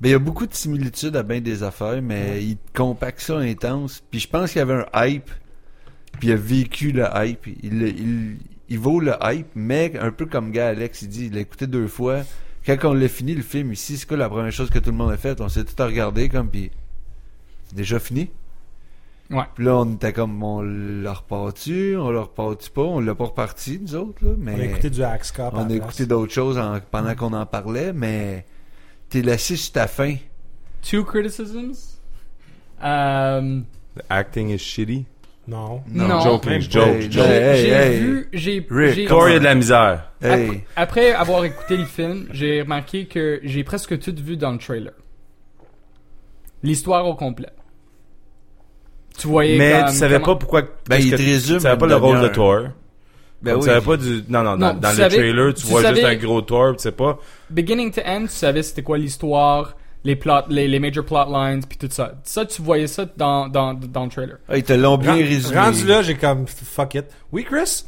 [SPEAKER 3] Mais il y a beaucoup de similitudes à bien des affaires, mais il compacte ça intense. Puis je pense qu'il y avait un hype, puis il a vécu le hype. Il, il, il vaut le hype, mais un peu comme gars Alex, il dit, il l'a écouté deux fois. Quand on l'a fini, le film ici, c'est quoi la première chose que tout le monde a faite? On s'est tout regardé comme, puis c'est déjà fini.
[SPEAKER 4] Ouais.
[SPEAKER 3] Puis là, on était comme, on l'a reparti, on l'a reparti pas, on l'a pas reparti, nous autres, là, mais...
[SPEAKER 2] On a écouté du Axe Cop. à
[SPEAKER 3] On a
[SPEAKER 2] la
[SPEAKER 3] écouté
[SPEAKER 2] place.
[SPEAKER 3] d'autres choses en- pendant qu'on en parlait, mais t'es laissé sur ta fin.
[SPEAKER 4] Two Criticisms. Euh,
[SPEAKER 1] The acting is shitty.
[SPEAKER 2] Non.
[SPEAKER 4] Non.
[SPEAKER 1] Joke,
[SPEAKER 2] Même
[SPEAKER 1] joke,
[SPEAKER 3] pas.
[SPEAKER 1] joke.
[SPEAKER 4] j'ai
[SPEAKER 3] Hey,
[SPEAKER 4] j'ai
[SPEAKER 3] hey,
[SPEAKER 4] vu. J'ai.
[SPEAKER 3] Rick,
[SPEAKER 4] j'ai-
[SPEAKER 1] Corey a de la misère.
[SPEAKER 3] Hey,
[SPEAKER 4] Après avoir écouté le film, j'ai remarqué que j'ai presque tout vu dans le trailer. L'histoire au complet. Tu voyais
[SPEAKER 1] Mais
[SPEAKER 4] comme-
[SPEAKER 1] tu savais
[SPEAKER 4] comment-
[SPEAKER 1] pas pourquoi.
[SPEAKER 3] Ben,
[SPEAKER 1] qu'est-ce
[SPEAKER 3] il
[SPEAKER 1] que-
[SPEAKER 3] te résume
[SPEAKER 1] Tu savais pas
[SPEAKER 3] une
[SPEAKER 1] le rôle de
[SPEAKER 3] demi-heure.
[SPEAKER 1] Thor.
[SPEAKER 3] ben
[SPEAKER 1] tu
[SPEAKER 3] oui.
[SPEAKER 1] savais pas du. Non, non,
[SPEAKER 4] Non,
[SPEAKER 1] dans,
[SPEAKER 4] tu
[SPEAKER 1] dans le
[SPEAKER 4] savais-
[SPEAKER 1] trailer, tu,
[SPEAKER 4] tu
[SPEAKER 1] vois juste
[SPEAKER 4] savais-
[SPEAKER 1] un gros Thor, tu sais pas.
[SPEAKER 4] Beginning to end, tu savais c'était quoi l'histoire, les plot, les, les major plot lines, puis tout ça. Ça, tu voyais ça dans, dans, dans le trailer.
[SPEAKER 3] Ah, ils te l'ont bien
[SPEAKER 2] Ren-
[SPEAKER 3] résumé.
[SPEAKER 2] Rendu là, j'ai comme fuck it. Oui, Chris?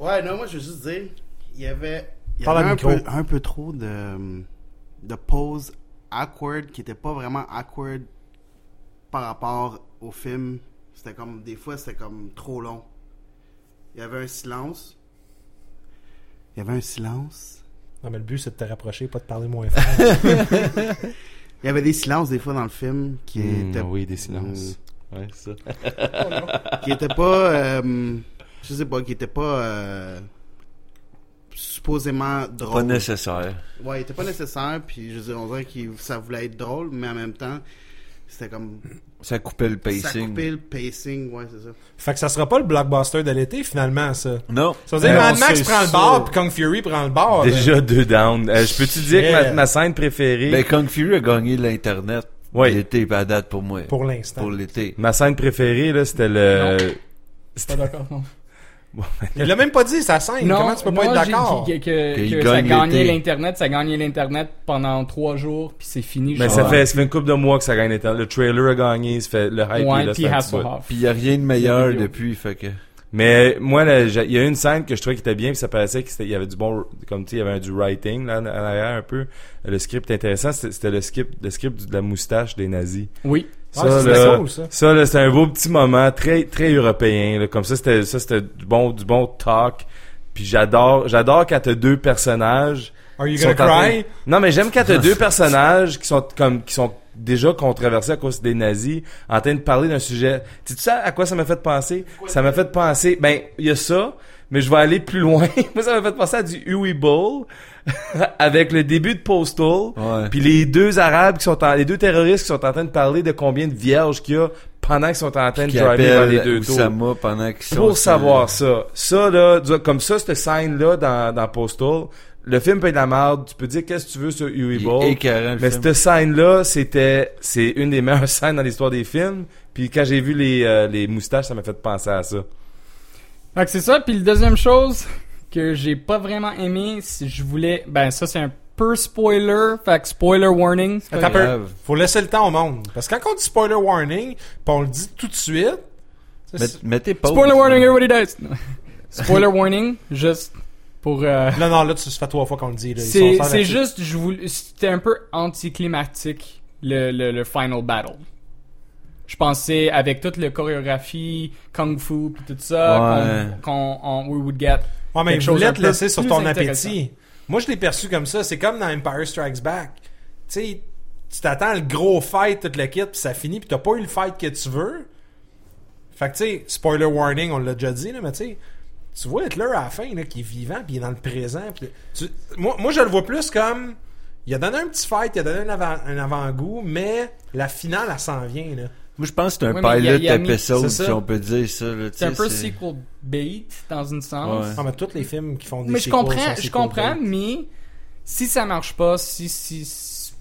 [SPEAKER 5] Ouais, non, moi, je veux juste dire, il y avait, il y
[SPEAKER 2] Parle
[SPEAKER 5] avait
[SPEAKER 2] au
[SPEAKER 5] un,
[SPEAKER 2] micro.
[SPEAKER 5] peu, un peu trop de, de pause awkward qui était pas vraiment awkward par rapport au film. C'était comme, des fois, c'était comme trop long. Il y avait un silence. Il y avait un silence.
[SPEAKER 2] Non, mais le but, c'est de te rapprocher, pas de parler moins fort.
[SPEAKER 5] Il y avait des silences, des fois, dans le film qui étaient.
[SPEAKER 1] Hmm, oui, des
[SPEAKER 5] silences.
[SPEAKER 1] Ouais, c'est ça.
[SPEAKER 5] qui était pas euh, je sais pas qui était pas euh, supposément
[SPEAKER 3] Pas
[SPEAKER 5] drôle
[SPEAKER 3] nécessaire.
[SPEAKER 5] ouais il était pas nécessaire puis je veux dire on dirait que ça voulait être drôle mais en même temps c'était comme
[SPEAKER 3] Ça coupait le
[SPEAKER 5] ça
[SPEAKER 3] pacing.
[SPEAKER 5] coupait le pacing ouais c'est ça
[SPEAKER 2] fait que ça sera pas le blockbuster de l'été, finalement, ça.
[SPEAKER 3] Non.
[SPEAKER 2] Ça veut dire
[SPEAKER 1] Ben,
[SPEAKER 2] Mad
[SPEAKER 1] on
[SPEAKER 2] Max
[SPEAKER 1] sait
[SPEAKER 2] prend le
[SPEAKER 1] ça.
[SPEAKER 2] bar, puis Kung Fury prend le
[SPEAKER 4] Ah,
[SPEAKER 2] bar. là.
[SPEAKER 4] ben.
[SPEAKER 1] Déjà deux down. Euh, je peux-tu dire que ma,
[SPEAKER 2] Yeah.
[SPEAKER 1] ma scène préférée.
[SPEAKER 3] Ben, Kung Fury a gagné l'Internet.
[SPEAKER 1] Oui.
[SPEAKER 3] L'été, pas à date pour moi.
[SPEAKER 2] Pour l'instant.
[SPEAKER 3] Pour l'été.
[SPEAKER 1] Ma scène préférée, là, c'était le.
[SPEAKER 4] Pas d'accord, non.
[SPEAKER 2] Il l'a même pas dit, ça scène.
[SPEAKER 4] Non,
[SPEAKER 2] Comment tu peux pas
[SPEAKER 4] non,
[SPEAKER 2] être d'accord?
[SPEAKER 4] j'ai dit que, que-
[SPEAKER 3] Qu'il
[SPEAKER 4] que ça
[SPEAKER 3] gagne
[SPEAKER 4] gagnait
[SPEAKER 3] l'été.
[SPEAKER 4] l'Internet, ça gagnait l'Internet pendant trois jours, puis c'est fini.
[SPEAKER 1] Mais
[SPEAKER 4] genre.
[SPEAKER 2] Ah.
[SPEAKER 1] ça fait, ça fait une couple de mois que ça gagne l'Internet. Le trailer a gagné, ça fait le hype. est
[SPEAKER 4] Ouais,
[SPEAKER 1] là,
[SPEAKER 4] puis
[SPEAKER 1] c'est un petit bout.
[SPEAKER 4] Hasselhoff.
[SPEAKER 3] Puis y a rien de meilleur
[SPEAKER 4] Vidéo.
[SPEAKER 3] depuis, fait que.
[SPEAKER 1] Mais moi, là, j'ai- il y a une scène que je trouvais qui était bien, puis ça paraissait qu'il y avait du bon, comme tu sais, il y avait un- du writing là en en arrière un peu. Le script intéressant, c'était c'était le script, le script du- de la moustache des nazis.
[SPEAKER 4] Oui.
[SPEAKER 2] Ouais, ça, c'était
[SPEAKER 1] là,
[SPEAKER 2] cool, Ah, ça.
[SPEAKER 1] ça, là, c'était un beau petit moment très très européen. là. Comme ça, c'était ça, c'était du bon du bon talk. Puis j'adore j'adore quand t'as deux personnages
[SPEAKER 2] Are you
[SPEAKER 1] qui sont
[SPEAKER 2] gonna
[SPEAKER 1] en train-
[SPEAKER 2] cry?
[SPEAKER 1] Non, mais j'aime quand t'as deux personnages qui sont comme qui sont déjà controversés à cause des nazis en train de parler d'un sujet. Tu sais à quoi ça m'a fait penser Ça m'a fait penser. Ben, il y a ça, mais je vais aller plus loin. Moi, ça m'a fait penser à du Huey Bowl avec le début de Postal.
[SPEAKER 3] Ouais.
[SPEAKER 1] Puis les deux arabes qui sont en, les deux terroristes qui sont en train de parler de combien de vierges qu'il y a pendant qu'ils sont en train de
[SPEAKER 3] qui
[SPEAKER 1] driver vers les
[SPEAKER 3] appelle
[SPEAKER 1] deux tours.
[SPEAKER 3] Oussama pendant qu'ils sont
[SPEAKER 1] Pour
[SPEAKER 3] sur-
[SPEAKER 1] savoir ça, ça là, du- comme ça, cette scène-là dans, dans Postal, le film peut être de la merde, tu peux dire qu'est-ce que tu veux sur Huey
[SPEAKER 3] Il est
[SPEAKER 1] Ball,
[SPEAKER 3] écœurant, le
[SPEAKER 1] mais
[SPEAKER 3] film.
[SPEAKER 1] cette scène-là, c'était, c'est une des meilleures scènes dans l'histoire des films, puis quand j'ai vu les, euh, les moustaches, ça m'a fait penser à ça.
[SPEAKER 4] Fait que c'est ça. Puis la deuxième chose que j'ai pas vraiment aimé, si je voulais. Ben, ça, c'est un peu spoiler. Fait que spoiler warning.
[SPEAKER 3] Pas
[SPEAKER 2] Attends un peu.
[SPEAKER 3] grave.
[SPEAKER 2] Faut laisser le temps au monde. Parce que quand on dit spoiler warning, pis on le dit tout de suite. ça,
[SPEAKER 3] Met-
[SPEAKER 2] c'est-
[SPEAKER 3] Mettez pause.
[SPEAKER 4] Spoiler warning, everybody dies. Non. spoiler warning, juste pour. euh,
[SPEAKER 2] Non, non, là, tu se fais trois fois qu'on le dit. là. Ils
[SPEAKER 4] c'est
[SPEAKER 2] sont sans
[SPEAKER 4] c'est
[SPEAKER 2] vertu.
[SPEAKER 4] juste, je voulais- c'était un peu anticlimactique le, le, le final battle. Je pensais avec toute la chorégraphie, kung fu puis tout ça,
[SPEAKER 3] Ouais.
[SPEAKER 4] qu'on qu'on- on- we would get.
[SPEAKER 2] Ouais, mais
[SPEAKER 4] quelque
[SPEAKER 2] je
[SPEAKER 4] chose
[SPEAKER 2] voulais
[SPEAKER 4] un
[SPEAKER 2] te
[SPEAKER 4] peu
[SPEAKER 2] laisser sur
[SPEAKER 4] plus
[SPEAKER 2] ton
[SPEAKER 4] intéressant.
[SPEAKER 2] appétit. Moi, je l'ai perçu comme ça. C'est comme dans Empire Strikes Back. Tu sais, tu t'attends à le gros fight, toute la kit, puis ça finit, puis t'as pas eu le fight que tu veux. Fait que, tu sais, spoiler warning, on l'a déjà dit, là, mais tu sais, tu vois Hitler à la fin, là, qui est vivant, puis il est dans le présent. puis tu- moi, moi, je le vois plus comme... Il a donné un petit fight, il a donné un, avant, un avant-goût, mais la finale, elle s'en vient, là.
[SPEAKER 3] Moi, je pense que c'est un
[SPEAKER 4] Oui, mais il y a-
[SPEAKER 3] pilot
[SPEAKER 4] il y a mis-
[SPEAKER 3] episode,
[SPEAKER 2] c'est ça.
[SPEAKER 3] si on peut dire ça. là, tu
[SPEAKER 4] C'est un
[SPEAKER 3] sais,
[SPEAKER 4] peu sequel bait dans une sens.
[SPEAKER 3] Ouais.
[SPEAKER 2] Ah, mais tous les films qui font des
[SPEAKER 4] Mais je
[SPEAKER 2] sequels
[SPEAKER 4] comprends,
[SPEAKER 2] sont
[SPEAKER 4] je
[SPEAKER 2] sequels
[SPEAKER 4] comprends,
[SPEAKER 2] bait.
[SPEAKER 4] mais si ça marche pas, si, si, si-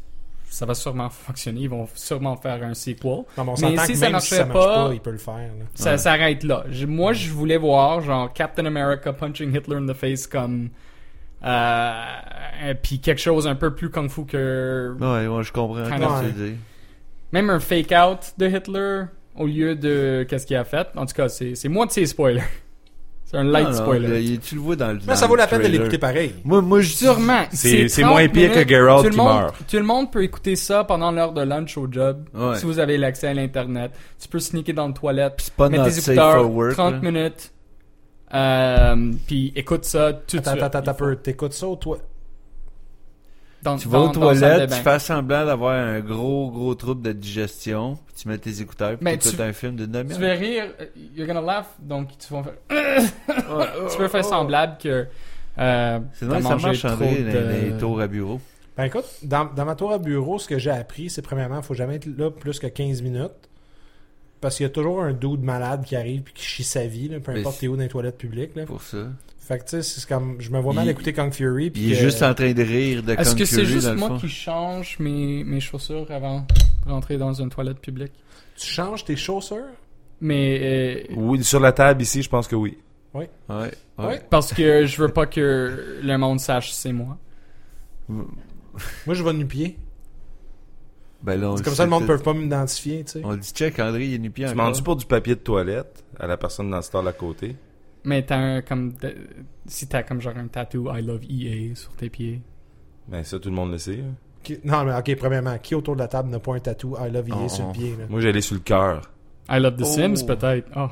[SPEAKER 4] ça va sûrement fonctionner, ils vont sûrement faire un sequel.
[SPEAKER 2] Non, mais on
[SPEAKER 4] mais
[SPEAKER 2] s'entend
[SPEAKER 4] si
[SPEAKER 2] que
[SPEAKER 4] ça
[SPEAKER 2] même si ça
[SPEAKER 4] marchait
[SPEAKER 2] marche pas,
[SPEAKER 4] pas,
[SPEAKER 2] il peut le faire, là.
[SPEAKER 4] Ça s'arrête là. Je- moi, je voulais voir genre Captain America punching Hitler in the face comme euh, euh, puis quelque chose un peu plus kung fu que
[SPEAKER 3] Ouais, ouais, je comprends.
[SPEAKER 4] Kind
[SPEAKER 3] comment
[SPEAKER 2] of.
[SPEAKER 3] tu dis.
[SPEAKER 4] même un fake out de Hitler au lieu de qu'est-ce qu'il a fait. En tout cas, c'est c'est moitié spoiler. C'est un light
[SPEAKER 3] Non, non,
[SPEAKER 4] spoiler.
[SPEAKER 3] le- il- tu le vois dans le.
[SPEAKER 2] Mais
[SPEAKER 3] dans
[SPEAKER 2] ça vaut
[SPEAKER 3] le
[SPEAKER 2] la peine de
[SPEAKER 3] trailer.
[SPEAKER 2] l'écouter pareil.
[SPEAKER 3] Moi, moi, je dis.
[SPEAKER 4] Sûrement.
[SPEAKER 1] C'est- c'est
[SPEAKER 4] 30
[SPEAKER 1] moins pire
[SPEAKER 4] minutes.
[SPEAKER 1] que Geralt
[SPEAKER 4] Tout le
[SPEAKER 1] qui
[SPEAKER 4] monde-
[SPEAKER 1] meurt.
[SPEAKER 4] Tout le monde peut écouter ça pendant l'heure de lunch au job.
[SPEAKER 3] Ouais.
[SPEAKER 4] Si vous avez l'accès à l'internet, tu peux sneaker dans le toilette.
[SPEAKER 3] Puis c'est pas
[SPEAKER 4] mets
[SPEAKER 3] notre
[SPEAKER 4] tes
[SPEAKER 3] safe
[SPEAKER 4] écouteurs,
[SPEAKER 3] for work,
[SPEAKER 4] 30
[SPEAKER 3] là.
[SPEAKER 4] minutes. Euh, puis écoute ça tout de
[SPEAKER 2] Attends,
[SPEAKER 4] suite.
[SPEAKER 2] attends, attends,
[SPEAKER 4] Il faut-
[SPEAKER 2] peu. T'écoutes ça, toi?
[SPEAKER 4] dans-
[SPEAKER 3] Tu vas
[SPEAKER 4] dans-
[SPEAKER 3] aux
[SPEAKER 4] dans la salle
[SPEAKER 3] toilettes,
[SPEAKER 4] de
[SPEAKER 3] tu
[SPEAKER 4] bain.
[SPEAKER 3] fais semblant d'avoir un gros, gros trouble de digestion, puis tu mets tes écouteurs, puis
[SPEAKER 4] Mais
[SPEAKER 3] t'écoutes
[SPEAKER 4] Ben, tu-
[SPEAKER 3] un film de demi
[SPEAKER 4] Tu vas rire, euh, you're gonna laugh, donc tu vas faire. tu peux faire semblable que. Euh,
[SPEAKER 3] C'est
[SPEAKER 4] t'as
[SPEAKER 3] normal ça
[SPEAKER 4] mangé
[SPEAKER 3] marche en
[SPEAKER 4] trop
[SPEAKER 3] vrai, les-
[SPEAKER 4] de-
[SPEAKER 3] les tours à bureau.
[SPEAKER 2] Ben écoute, dans, dans ma tour à bureau, ce que j'ai appris, c'est premièrement, faut jamais être là plus que 15 minutes. Parce qu'il y a toujours un dude malade qui arrive puis qui chie sa vie, là, peu
[SPEAKER 3] Mais
[SPEAKER 2] importe
[SPEAKER 3] c'est-
[SPEAKER 2] t'es où dans les toilettes publiques. Là.
[SPEAKER 3] Pour ça.
[SPEAKER 2] Fait que tu sais, c'est comme, je me vois mal
[SPEAKER 3] Il-
[SPEAKER 2] écouter Kung Fury. Puis
[SPEAKER 3] Il est
[SPEAKER 2] que-
[SPEAKER 3] juste en train de rire de
[SPEAKER 4] Est-ce
[SPEAKER 3] Kung
[SPEAKER 4] que c'est
[SPEAKER 3] Fury, dans
[SPEAKER 4] juste
[SPEAKER 3] le
[SPEAKER 4] moi
[SPEAKER 3] fond.
[SPEAKER 4] qui change mes, mes chaussures avant de rentrer dans une toilette publique?
[SPEAKER 2] Tu changes tes chaussures?
[SPEAKER 4] Mais euh,
[SPEAKER 1] Oui, sur la table ici, je pense que oui.
[SPEAKER 3] Ouais, ouais.
[SPEAKER 2] Ouais.
[SPEAKER 4] parce que je veux pas que le monde sache c'est moi.
[SPEAKER 2] Moi, je vais nu-pied.
[SPEAKER 3] Ben là, on
[SPEAKER 2] C'est
[SPEAKER 3] le
[SPEAKER 2] comme ça, le
[SPEAKER 3] sait
[SPEAKER 2] monde
[SPEAKER 3] tout.
[SPEAKER 2] peut pas m'identifier, tu sais.
[SPEAKER 3] On dit check, André, il est nu pied
[SPEAKER 1] Tu
[SPEAKER 3] encore.
[SPEAKER 1] m'en dis pour du papier de toilette à la personne dans le store à côté.
[SPEAKER 4] Mais t'as un comme. de- si t'as comme genre un tattoo I love EA sur tes pieds.
[SPEAKER 1] Ben ça, tout le monde le sait. hein.
[SPEAKER 2] Qui- Non, mais ok, premièrement, qui autour de la table n'a pas un tatou I love you
[SPEAKER 3] Oh,
[SPEAKER 2] sur
[SPEAKER 3] oh.
[SPEAKER 2] le pied? Là?
[SPEAKER 1] Moi, j'allais sur le cœur.
[SPEAKER 4] I love The
[SPEAKER 3] Oh.
[SPEAKER 4] Sims peut-être. Oh.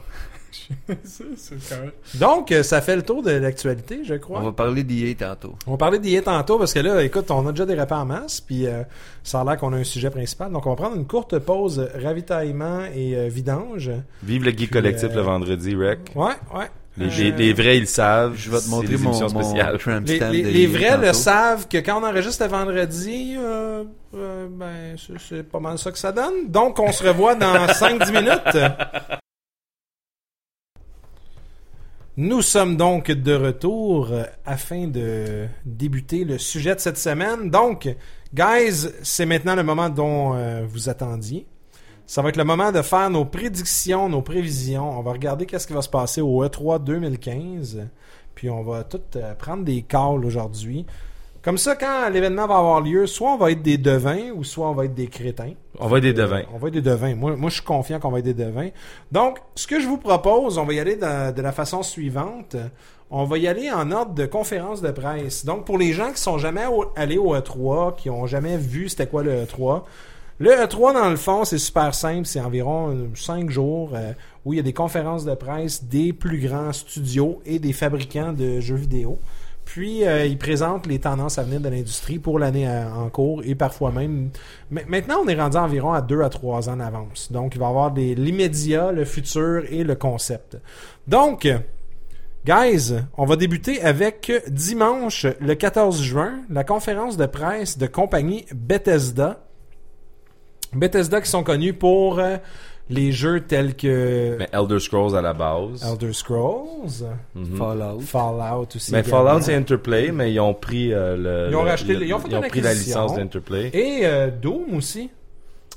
[SPEAKER 4] C'est- c'est correct.
[SPEAKER 2] Donc, euh, ça fait le tour de l'actualité, je crois.
[SPEAKER 3] On va parler d'IA tantôt.
[SPEAKER 2] On parlait d'IA tantôt parce que là, écoute, on a déjà dérapé en masse, puis euh, ça a l'air qu'on a un sujet principal. Donc, on va prendre une courte pause euh, ravitaillement et euh, vidange.
[SPEAKER 1] Vive le geek collectif
[SPEAKER 2] euh,
[SPEAKER 1] le vendredi, Rec.
[SPEAKER 2] Ouais, ouais.
[SPEAKER 1] Les,
[SPEAKER 2] Euh,
[SPEAKER 1] les- les vrais, ils le savent.
[SPEAKER 3] Je vais te
[SPEAKER 1] C'est
[SPEAKER 3] montrer
[SPEAKER 1] des
[SPEAKER 3] mon,
[SPEAKER 1] émissions
[SPEAKER 3] mon
[SPEAKER 1] spéciales.
[SPEAKER 3] tramp
[SPEAKER 2] les-
[SPEAKER 3] stamp
[SPEAKER 2] les-
[SPEAKER 3] de
[SPEAKER 2] les
[SPEAKER 3] IA
[SPEAKER 2] vrais le
[SPEAKER 3] tantôt.
[SPEAKER 2] savent que quand on enregistre le vendredi, euh, euh, ben, c'est- c'est pas mal ça que ça donne. Donc, on se revoit dans 5-10 minutes. Nous sommes donc de retour euh, afin de débuter le sujet de cette semaine. Donc, guys, c'est maintenant le moment dont euh, vous attendiez. Ça va être le moment de faire nos prédictions, nos prévisions. On va regarder qu'est-ce qui va se passer E au E3 2015. Puis on va tout euh, prendre des calls aujourd'hui. Comme ça, quand l'événement va avoir lieu, soit on va être des devins ou soit on va être des crétins.
[SPEAKER 1] On va être des
[SPEAKER 3] euh,
[SPEAKER 1] devins.
[SPEAKER 2] Euh, On va être des devins. Moi, moi je suis confiant qu'on va être des devins. Donc, ce que je vous propose, on va y aller de, de la façon suivante. On va y aller en ordre de conférence de presse. Donc, pour les gens qui sont jamais au- allés au E3, qui ont jamais vu c'était quoi le E3, le E3, dans le fond, c'est super simple. C'est environ euh, cinq jours euh, où il y a des conférences de presse des plus grands studios et des fabricants de jeux vidéo. Puis, euh, ils présentent les tendances à venir de l'industrie pour l'année euh, en cours et parfois même. Ma- Maintenant, on est rendu environ à 2 à 3 ans d'avance. Donc, il va y avoir des- l'immédiat, le futur et le concept. Donc, guys, on va débuter avec dimanche, le 14 juin, la conférence de presse de compagnie Bethesda. Bethesda qui sont connus pour euh, les jeux tels que
[SPEAKER 1] Mais Elder Scrolls à la base. Mhm.
[SPEAKER 2] Elder Scrolls,
[SPEAKER 3] Fallout.
[SPEAKER 2] Fallout aussi.
[SPEAKER 1] Hmm. Mais
[SPEAKER 2] également.
[SPEAKER 1] Fallout, c'est Interplay, mais ils ont pris euh, le.
[SPEAKER 2] Ils ont
[SPEAKER 1] le-
[SPEAKER 2] racheté-
[SPEAKER 1] le-
[SPEAKER 2] ils ont fait une
[SPEAKER 1] pris la
[SPEAKER 2] acquisition.
[SPEAKER 1] licence d'Interplay.
[SPEAKER 2] Et euh, Doom aussi.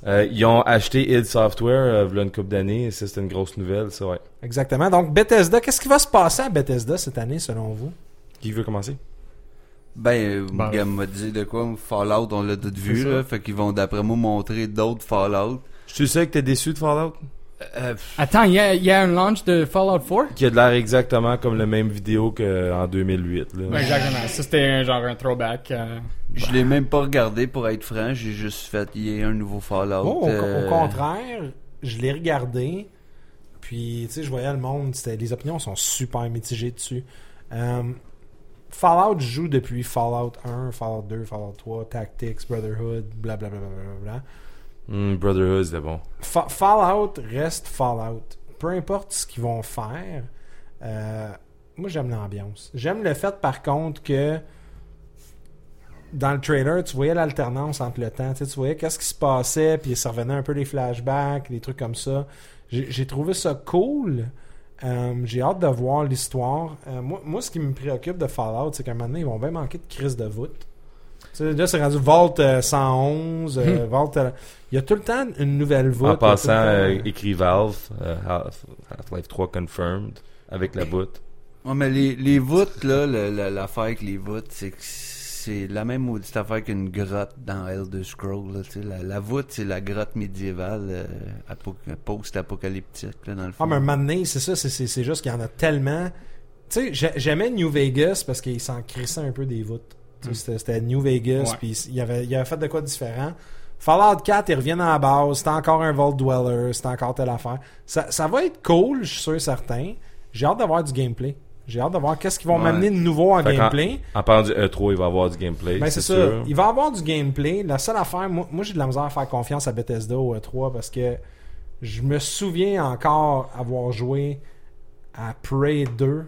[SPEAKER 1] Euh, ils ont acheté id Software euh, v'là une couple d'années, et ça, c'était une grosse nouvelle, ça, ouais.
[SPEAKER 2] Exactement. Donc, Bethesda, qu'est-ce qui va se passer à Bethesda cette année, selon vous?
[SPEAKER 1] Qui veut commencer
[SPEAKER 3] Ben,
[SPEAKER 4] Bon.
[SPEAKER 3] Gam m'a dit de quoi Fallout, on l'a tout vu,
[SPEAKER 1] ça.
[SPEAKER 3] là. Fait qu'ils vont d'après moi montrer d'autres Fallout.
[SPEAKER 1] Je suis sûr que t'es déçu de Fallout
[SPEAKER 3] Euh, pff,
[SPEAKER 4] Attends, il y, a- il y a un launch de Fallout 4?
[SPEAKER 1] Qui a de l'air exactement comme la même vidéo euh, qu'en 2008, là.
[SPEAKER 4] exactement. Ça, c'était un- genre un throwback. euh.
[SPEAKER 3] je l'ai même pas regardé pour être franc, j'ai juste fait il y a un nouveau Fallout.
[SPEAKER 2] Moi, Oh, au,
[SPEAKER 3] euh,
[SPEAKER 2] au contraire, je l'ai regardé, puis, tu sais, je voyais le monde, c'était- les opinions sont super mitigées dessus. Euh, Fallout joue depuis Fallout 1, Fallout 2, Fallout 3, Tactics, Brotherhood, blablabla. Bla, bla, bla, bla.
[SPEAKER 1] Hmm, Brotherhood, c'était bon.
[SPEAKER 2] Fa- Fallout reste Fallout. Peu importe ce qu'ils vont faire, euh, moi j'aime l'ambiance. J'aime le fait par contre que dans le trailer, tu voyais l'alternance entre le temps. Tu, sais, tu voyais qu'est-ce qui se passait, puis ça revenait un peu les flashbacks, des trucs comme ça. J'ai j'ai trouvé ça cool. Euh, J'ai hâte de voir l'histoire. Euh, moi, moi, ce qui me préoccupe de Fallout, c'est qu'à un moment donné, ils vont bien manquer de crise de voûte. Tu sais, là, c'est rendu Vault euh, 111, euh, Vault, euh, il y a tout le temps une nouvelle voûte.
[SPEAKER 1] Hmm. En passant,
[SPEAKER 2] il y a tout le
[SPEAKER 1] euh,
[SPEAKER 2] temps-
[SPEAKER 1] écrit Valve, euh, Half- Half-Life 3 Confirmed, avec la voûte.
[SPEAKER 3] Ouais, mais les, les voûtes, là, le- le- l'affaire avec les voûtes, c'est que c'est la même maudite affaire qu'une grotte dans Elder Scrolls. Là, tu sais. la, la voûte, c'est la grotte médiévale euh, apo- post-apocalyptique, là, dans le fond.
[SPEAKER 2] Ah, mais un moment donné, c'est ça, c'est- c'est c'est juste qu'il y en a tellement. Tu sais, j'a- j'aimais New Vegas parce qu'ils s'en crissaient un peu des voûtes. Tu sais, C'était c'était New Vegas,
[SPEAKER 4] Ouais.
[SPEAKER 2] puis il y avait, il y avait fait de quoi de différent. Fallout 4, ils reviennent à la base, c'est encore un Vault Dweller, c'est encore telle affaire. Ça, ça va être cool, je suis sûr et certain. J'ai hâte d'avoir du gameplay. J'ai hâte de voir qu'est-ce qu'ils vont
[SPEAKER 3] Ouais.
[SPEAKER 2] m'amener de nouveau en
[SPEAKER 1] Fait qu'en-
[SPEAKER 2] gameplay.
[SPEAKER 1] En parlant du E3, il va y avoir du gameplay.
[SPEAKER 2] Ben, c'est
[SPEAKER 1] c'est
[SPEAKER 2] ça.
[SPEAKER 1] sûr.
[SPEAKER 2] Il va avoir du gameplay. La seule affaire, moi, moi, j'ai de la misère à faire confiance à Bethesda au E3 parce que je me souviens encore avoir joué à Prey 2.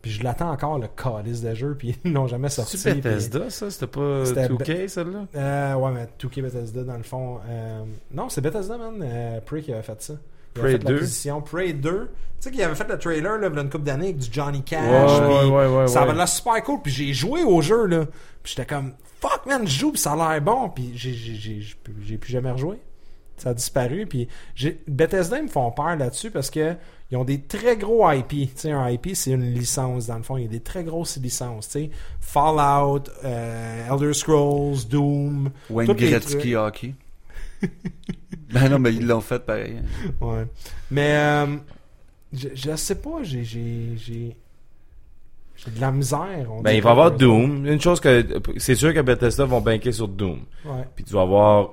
[SPEAKER 2] Puis je l'attends encore le calice de jeu. Puis ils l'ont jamais sorti.
[SPEAKER 1] C'est
[SPEAKER 2] puis-
[SPEAKER 1] Bethesda, ça C'était pas
[SPEAKER 2] C'était
[SPEAKER 1] 2K, celle-là
[SPEAKER 2] Euh, ouais, mais 2K Bethesda, dans le fond. euh, Non, c'est Bethesda, man. euh, Prey qui avait fait ça. Il avait
[SPEAKER 1] Prey
[SPEAKER 2] fait
[SPEAKER 1] 2.
[SPEAKER 2] l'acquisition. Prey 2. Tu sais qu'il avait fait le trailer là, il y a une couple d'années avec du Johnny Cash.
[SPEAKER 1] Ouais,
[SPEAKER 2] puis
[SPEAKER 1] ouais, ouais, ouais,
[SPEAKER 2] ça
[SPEAKER 1] ouais.
[SPEAKER 2] avait l'air super cool. Puis j'ai joué au jeu, là. Puis j'étais comme, fuck, man, je joue, puis ça a l'air bon. Puis j'ai- j'ai- j'ai j'ai plus- j'ai plus jamais rejoué. Ça a disparu. Puis j'ai- Bethesda, ils me font peur là-dessus parce que ils ont des très gros IP. Tu sais, un IP, c'est une licence, dans le fond. Il y a des très grosses licences. Tu sais, Fallout, euh, Elder Scrolls, Doom.
[SPEAKER 3] Wayne
[SPEAKER 2] tous les
[SPEAKER 3] Gretzky hockey. ben non, mais ils l'ont fait pareil. hein.
[SPEAKER 2] Ouais. Mais euh, je, je sais pas, j'ai j'ai j'ai j'ai de la misère. on
[SPEAKER 1] Ben,
[SPEAKER 2] dit
[SPEAKER 1] il va y avoir
[SPEAKER 2] que-
[SPEAKER 1] Doom. Une chose que. C'est sûr que Bethesda vont banquer sur Doom.
[SPEAKER 2] Ouais.
[SPEAKER 1] Puis tu vas avoir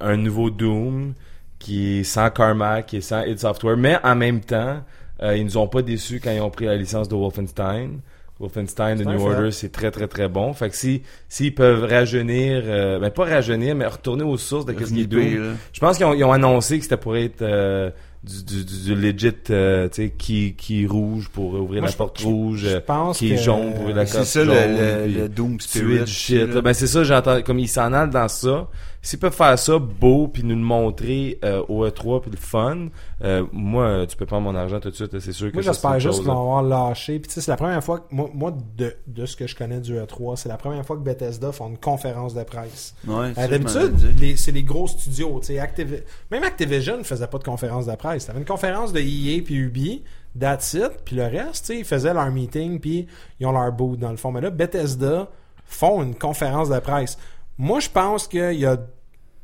[SPEAKER 1] un nouveau Doom qui est sans Karma, qui est sans id Software, mais en même temps, euh, ils nous ont pas déçus quand ils ont pris la licence de Wolfenstein. Wolfenstein, The
[SPEAKER 2] C'est un
[SPEAKER 1] New
[SPEAKER 2] fait.
[SPEAKER 1] Order, c'est très très très bon. Fait que si s'ils peuvent rajeunir, euh, ben pas rajeunir, mais retourner aux sources de qu'est-ce qui est Doom.
[SPEAKER 3] Ripper, là.
[SPEAKER 1] Je pense qu'ils ont, ils ont annoncé que c'était pour être euh, du, du, du, du legit, euh, tu sais, qui qui rouge pour ouvrir
[SPEAKER 2] Moi,
[SPEAKER 1] la
[SPEAKER 2] je-
[SPEAKER 1] porte
[SPEAKER 2] je-
[SPEAKER 1] rouge,
[SPEAKER 2] je pense
[SPEAKER 1] qui
[SPEAKER 2] que-
[SPEAKER 1] est jaune pour ouvrir la
[SPEAKER 3] C'est
[SPEAKER 1] porte
[SPEAKER 3] ça
[SPEAKER 1] jaune.
[SPEAKER 3] le, le-
[SPEAKER 1] puis-
[SPEAKER 3] le Doom
[SPEAKER 1] tuer
[SPEAKER 3] Spirit.
[SPEAKER 1] du shit.
[SPEAKER 3] là.
[SPEAKER 1] là. Ben c'est ça, j'entends comme ils s'en allent dans ça. S'ils peuvent faire ça beau puis nous le montrer euh, au E3 puis le fun, euh, moi euh, tu peux prendre mon argent tout de suite, là, c'est sûr que
[SPEAKER 2] Moi,
[SPEAKER 1] ça,
[SPEAKER 2] j'espère
[SPEAKER 1] c'est
[SPEAKER 2] juste
[SPEAKER 1] autre
[SPEAKER 2] qu'ils
[SPEAKER 1] chose,
[SPEAKER 2] vont avoir lâché. Puis, tu sais, c'est la première fois que, moi, moi, de, de ce que je connais du E3, c'est la première fois que Bethesda font une conférence de presse.
[SPEAKER 3] Ouais, ça,
[SPEAKER 2] Euh,
[SPEAKER 3] je m'en
[SPEAKER 2] D'habitude,
[SPEAKER 3] avais dit.
[SPEAKER 2] les- c'est les gros studios. tu sais, Activi- Même Activision ne faisait pas de conférence de presse. T'avais une conférence de EA puis Ubi, that's it. Puis le reste, tu sais, ils faisaient leur meeting puis ils ont leur boot dans le fond. Mais là, Bethesda font une conférence de presse. Moi, je pense qu'il y a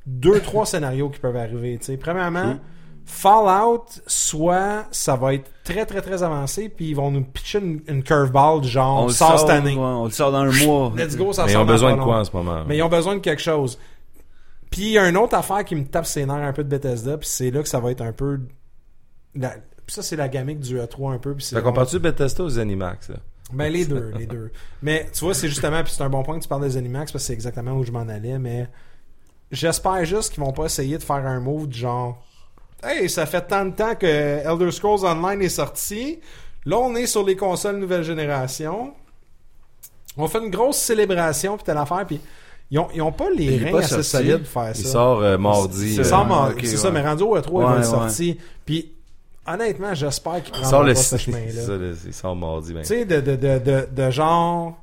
[SPEAKER 2] deux, trois scénarios qui peuvent arriver. tu sais. Premièrement, Fallout, soit ça va être très, très, très avancé, puis ils vont nous pitcher une, une curveball du genre,
[SPEAKER 3] le
[SPEAKER 2] sort cette
[SPEAKER 3] ouais,
[SPEAKER 2] année.
[SPEAKER 3] on le sort dans un mois.
[SPEAKER 2] Let's go, ça
[SPEAKER 1] Mais ils
[SPEAKER 2] sort
[SPEAKER 1] ont
[SPEAKER 2] dans
[SPEAKER 1] besoin
[SPEAKER 2] pas
[SPEAKER 1] de
[SPEAKER 2] long.
[SPEAKER 1] quoi en ce moment?
[SPEAKER 2] Mais ils ont besoin de quelque chose. Puis il y a une autre affaire qui me tape ses nerfs un peu de Bethesda, puis c'est là que ça va être un peu. la- puis ça, c'est la gamique du E3 un peu. Puis c'est
[SPEAKER 1] Fait qu'on parle-tu de Bethesda ou Zenimax, là?
[SPEAKER 2] Ben, les deux, les deux. Mais tu vois, c'est justement, puis c'est un bon point que tu parles des Animax parce que c'est exactement où je m'en allais, mais j'espère juste qu'ils vont pas essayer de faire un move du genre Hey, ça fait tant de temps que Elder Scrolls Online est sorti. Là, on est sur les consoles nouvelle génération. On fait une grosse célébration, puis telle affaire, puis ils ont, ils ont pas les
[SPEAKER 3] Il est
[SPEAKER 2] reins
[SPEAKER 3] pas
[SPEAKER 2] assez
[SPEAKER 3] sorti.
[SPEAKER 2] solides pour faire ça.
[SPEAKER 1] Il sort euh, mardi.
[SPEAKER 2] C'est
[SPEAKER 1] euh,
[SPEAKER 2] ça,
[SPEAKER 3] ouais,
[SPEAKER 2] mon-
[SPEAKER 3] ok,
[SPEAKER 2] c'est
[SPEAKER 3] ouais.
[SPEAKER 2] ça, mais rendu au E3, ils vont
[SPEAKER 3] Ouais,
[SPEAKER 2] être
[SPEAKER 3] ouais.
[SPEAKER 2] sortis. Puis, honnêtement, j'espère qu'ils
[SPEAKER 1] Il sort
[SPEAKER 2] prendront
[SPEAKER 1] le
[SPEAKER 2] pas ce
[SPEAKER 1] c'est
[SPEAKER 2] chemin-là.
[SPEAKER 1] ça, le- il sort mardi. ben.
[SPEAKER 2] Tu sais, de, de, de, de, de genre.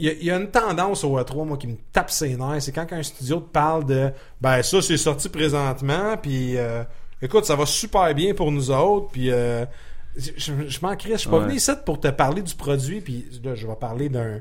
[SPEAKER 2] Il y, a- il y a une tendance au E3, moi, qui me tape ses nerfs. C'est quand un studio te parle de Ben, ça, c'est sorti présentement, puis euh, écoute, ça va super bien pour nous autres, puis euh, je, je- je m'en crisse. Je suis pas
[SPEAKER 3] Ouais.
[SPEAKER 2] venu ici pour te parler du produit, puis là, je vais parler d'un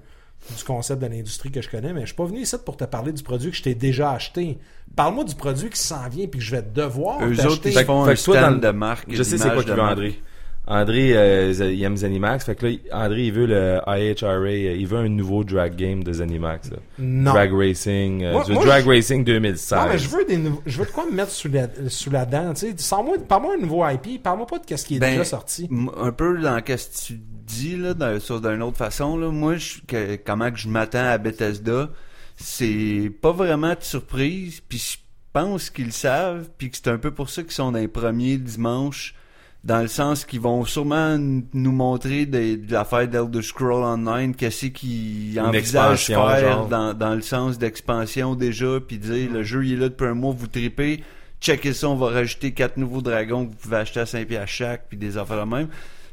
[SPEAKER 2] du concept de l'industrie que je connais, mais je suis pas venu ici pour te parler du produit que je t'ai déjà acheté. Parle-moi du produit qui s'en vient, puis que je vais devoir
[SPEAKER 3] Eux autres,
[SPEAKER 2] t'acheter.
[SPEAKER 3] ils font
[SPEAKER 1] Fait
[SPEAKER 3] un
[SPEAKER 1] que toi,
[SPEAKER 3] stand
[SPEAKER 1] dans le-
[SPEAKER 3] de marque.
[SPEAKER 1] Je sais
[SPEAKER 3] une
[SPEAKER 1] c'est quoi
[SPEAKER 3] image
[SPEAKER 1] qu'il
[SPEAKER 3] de
[SPEAKER 1] veut,
[SPEAKER 3] marque.
[SPEAKER 1] André. André, euh, z- il aime Zenimax. Fait que là, il- André, il veut le IHRA. euh, Il veut un nouveau drag game de Zenimax. là.
[SPEAKER 2] Non.
[SPEAKER 1] Drag Racing. euh,
[SPEAKER 2] Moi-
[SPEAKER 1] du
[SPEAKER 2] moi,
[SPEAKER 1] drag
[SPEAKER 2] je-
[SPEAKER 1] Racing 2016.
[SPEAKER 2] Non, mais je veux des nouveaux- je veux de quoi me mettre sous la, sous la dent, tu sais. Sors-moi, parle-moi un nouveau IP, parle-moi pas de qu'est-ce qui est
[SPEAKER 3] Ben,
[SPEAKER 2] déjà sorti.
[SPEAKER 3] m- Un peu dans ce que tu dis, là, dans- sur d'une autre façon, là, moi, je, que- comment que je m'attends à Bethesda, c'est pas vraiment de surprise, puis je pense qu'ils le savent, puis que c'est un peu pour ça qu'ils sont dans les premiers dimanches, dans le sens qu'ils vont sûrement n- nous montrer des- de l'affaire d'Elder Scroll Online, qu'est-ce qu'ils envisagent
[SPEAKER 1] expansion,
[SPEAKER 3] faire
[SPEAKER 1] genre. Mm.
[SPEAKER 3] dans, dans le sens d'expansion déjà, puis dire le jeu il est là depuis un mois, vous tripez, checkez ça, on va rajouter quatre nouveaux dragons que vous pouvez acheter à 5 pieds à chaque, puis des affaires de même.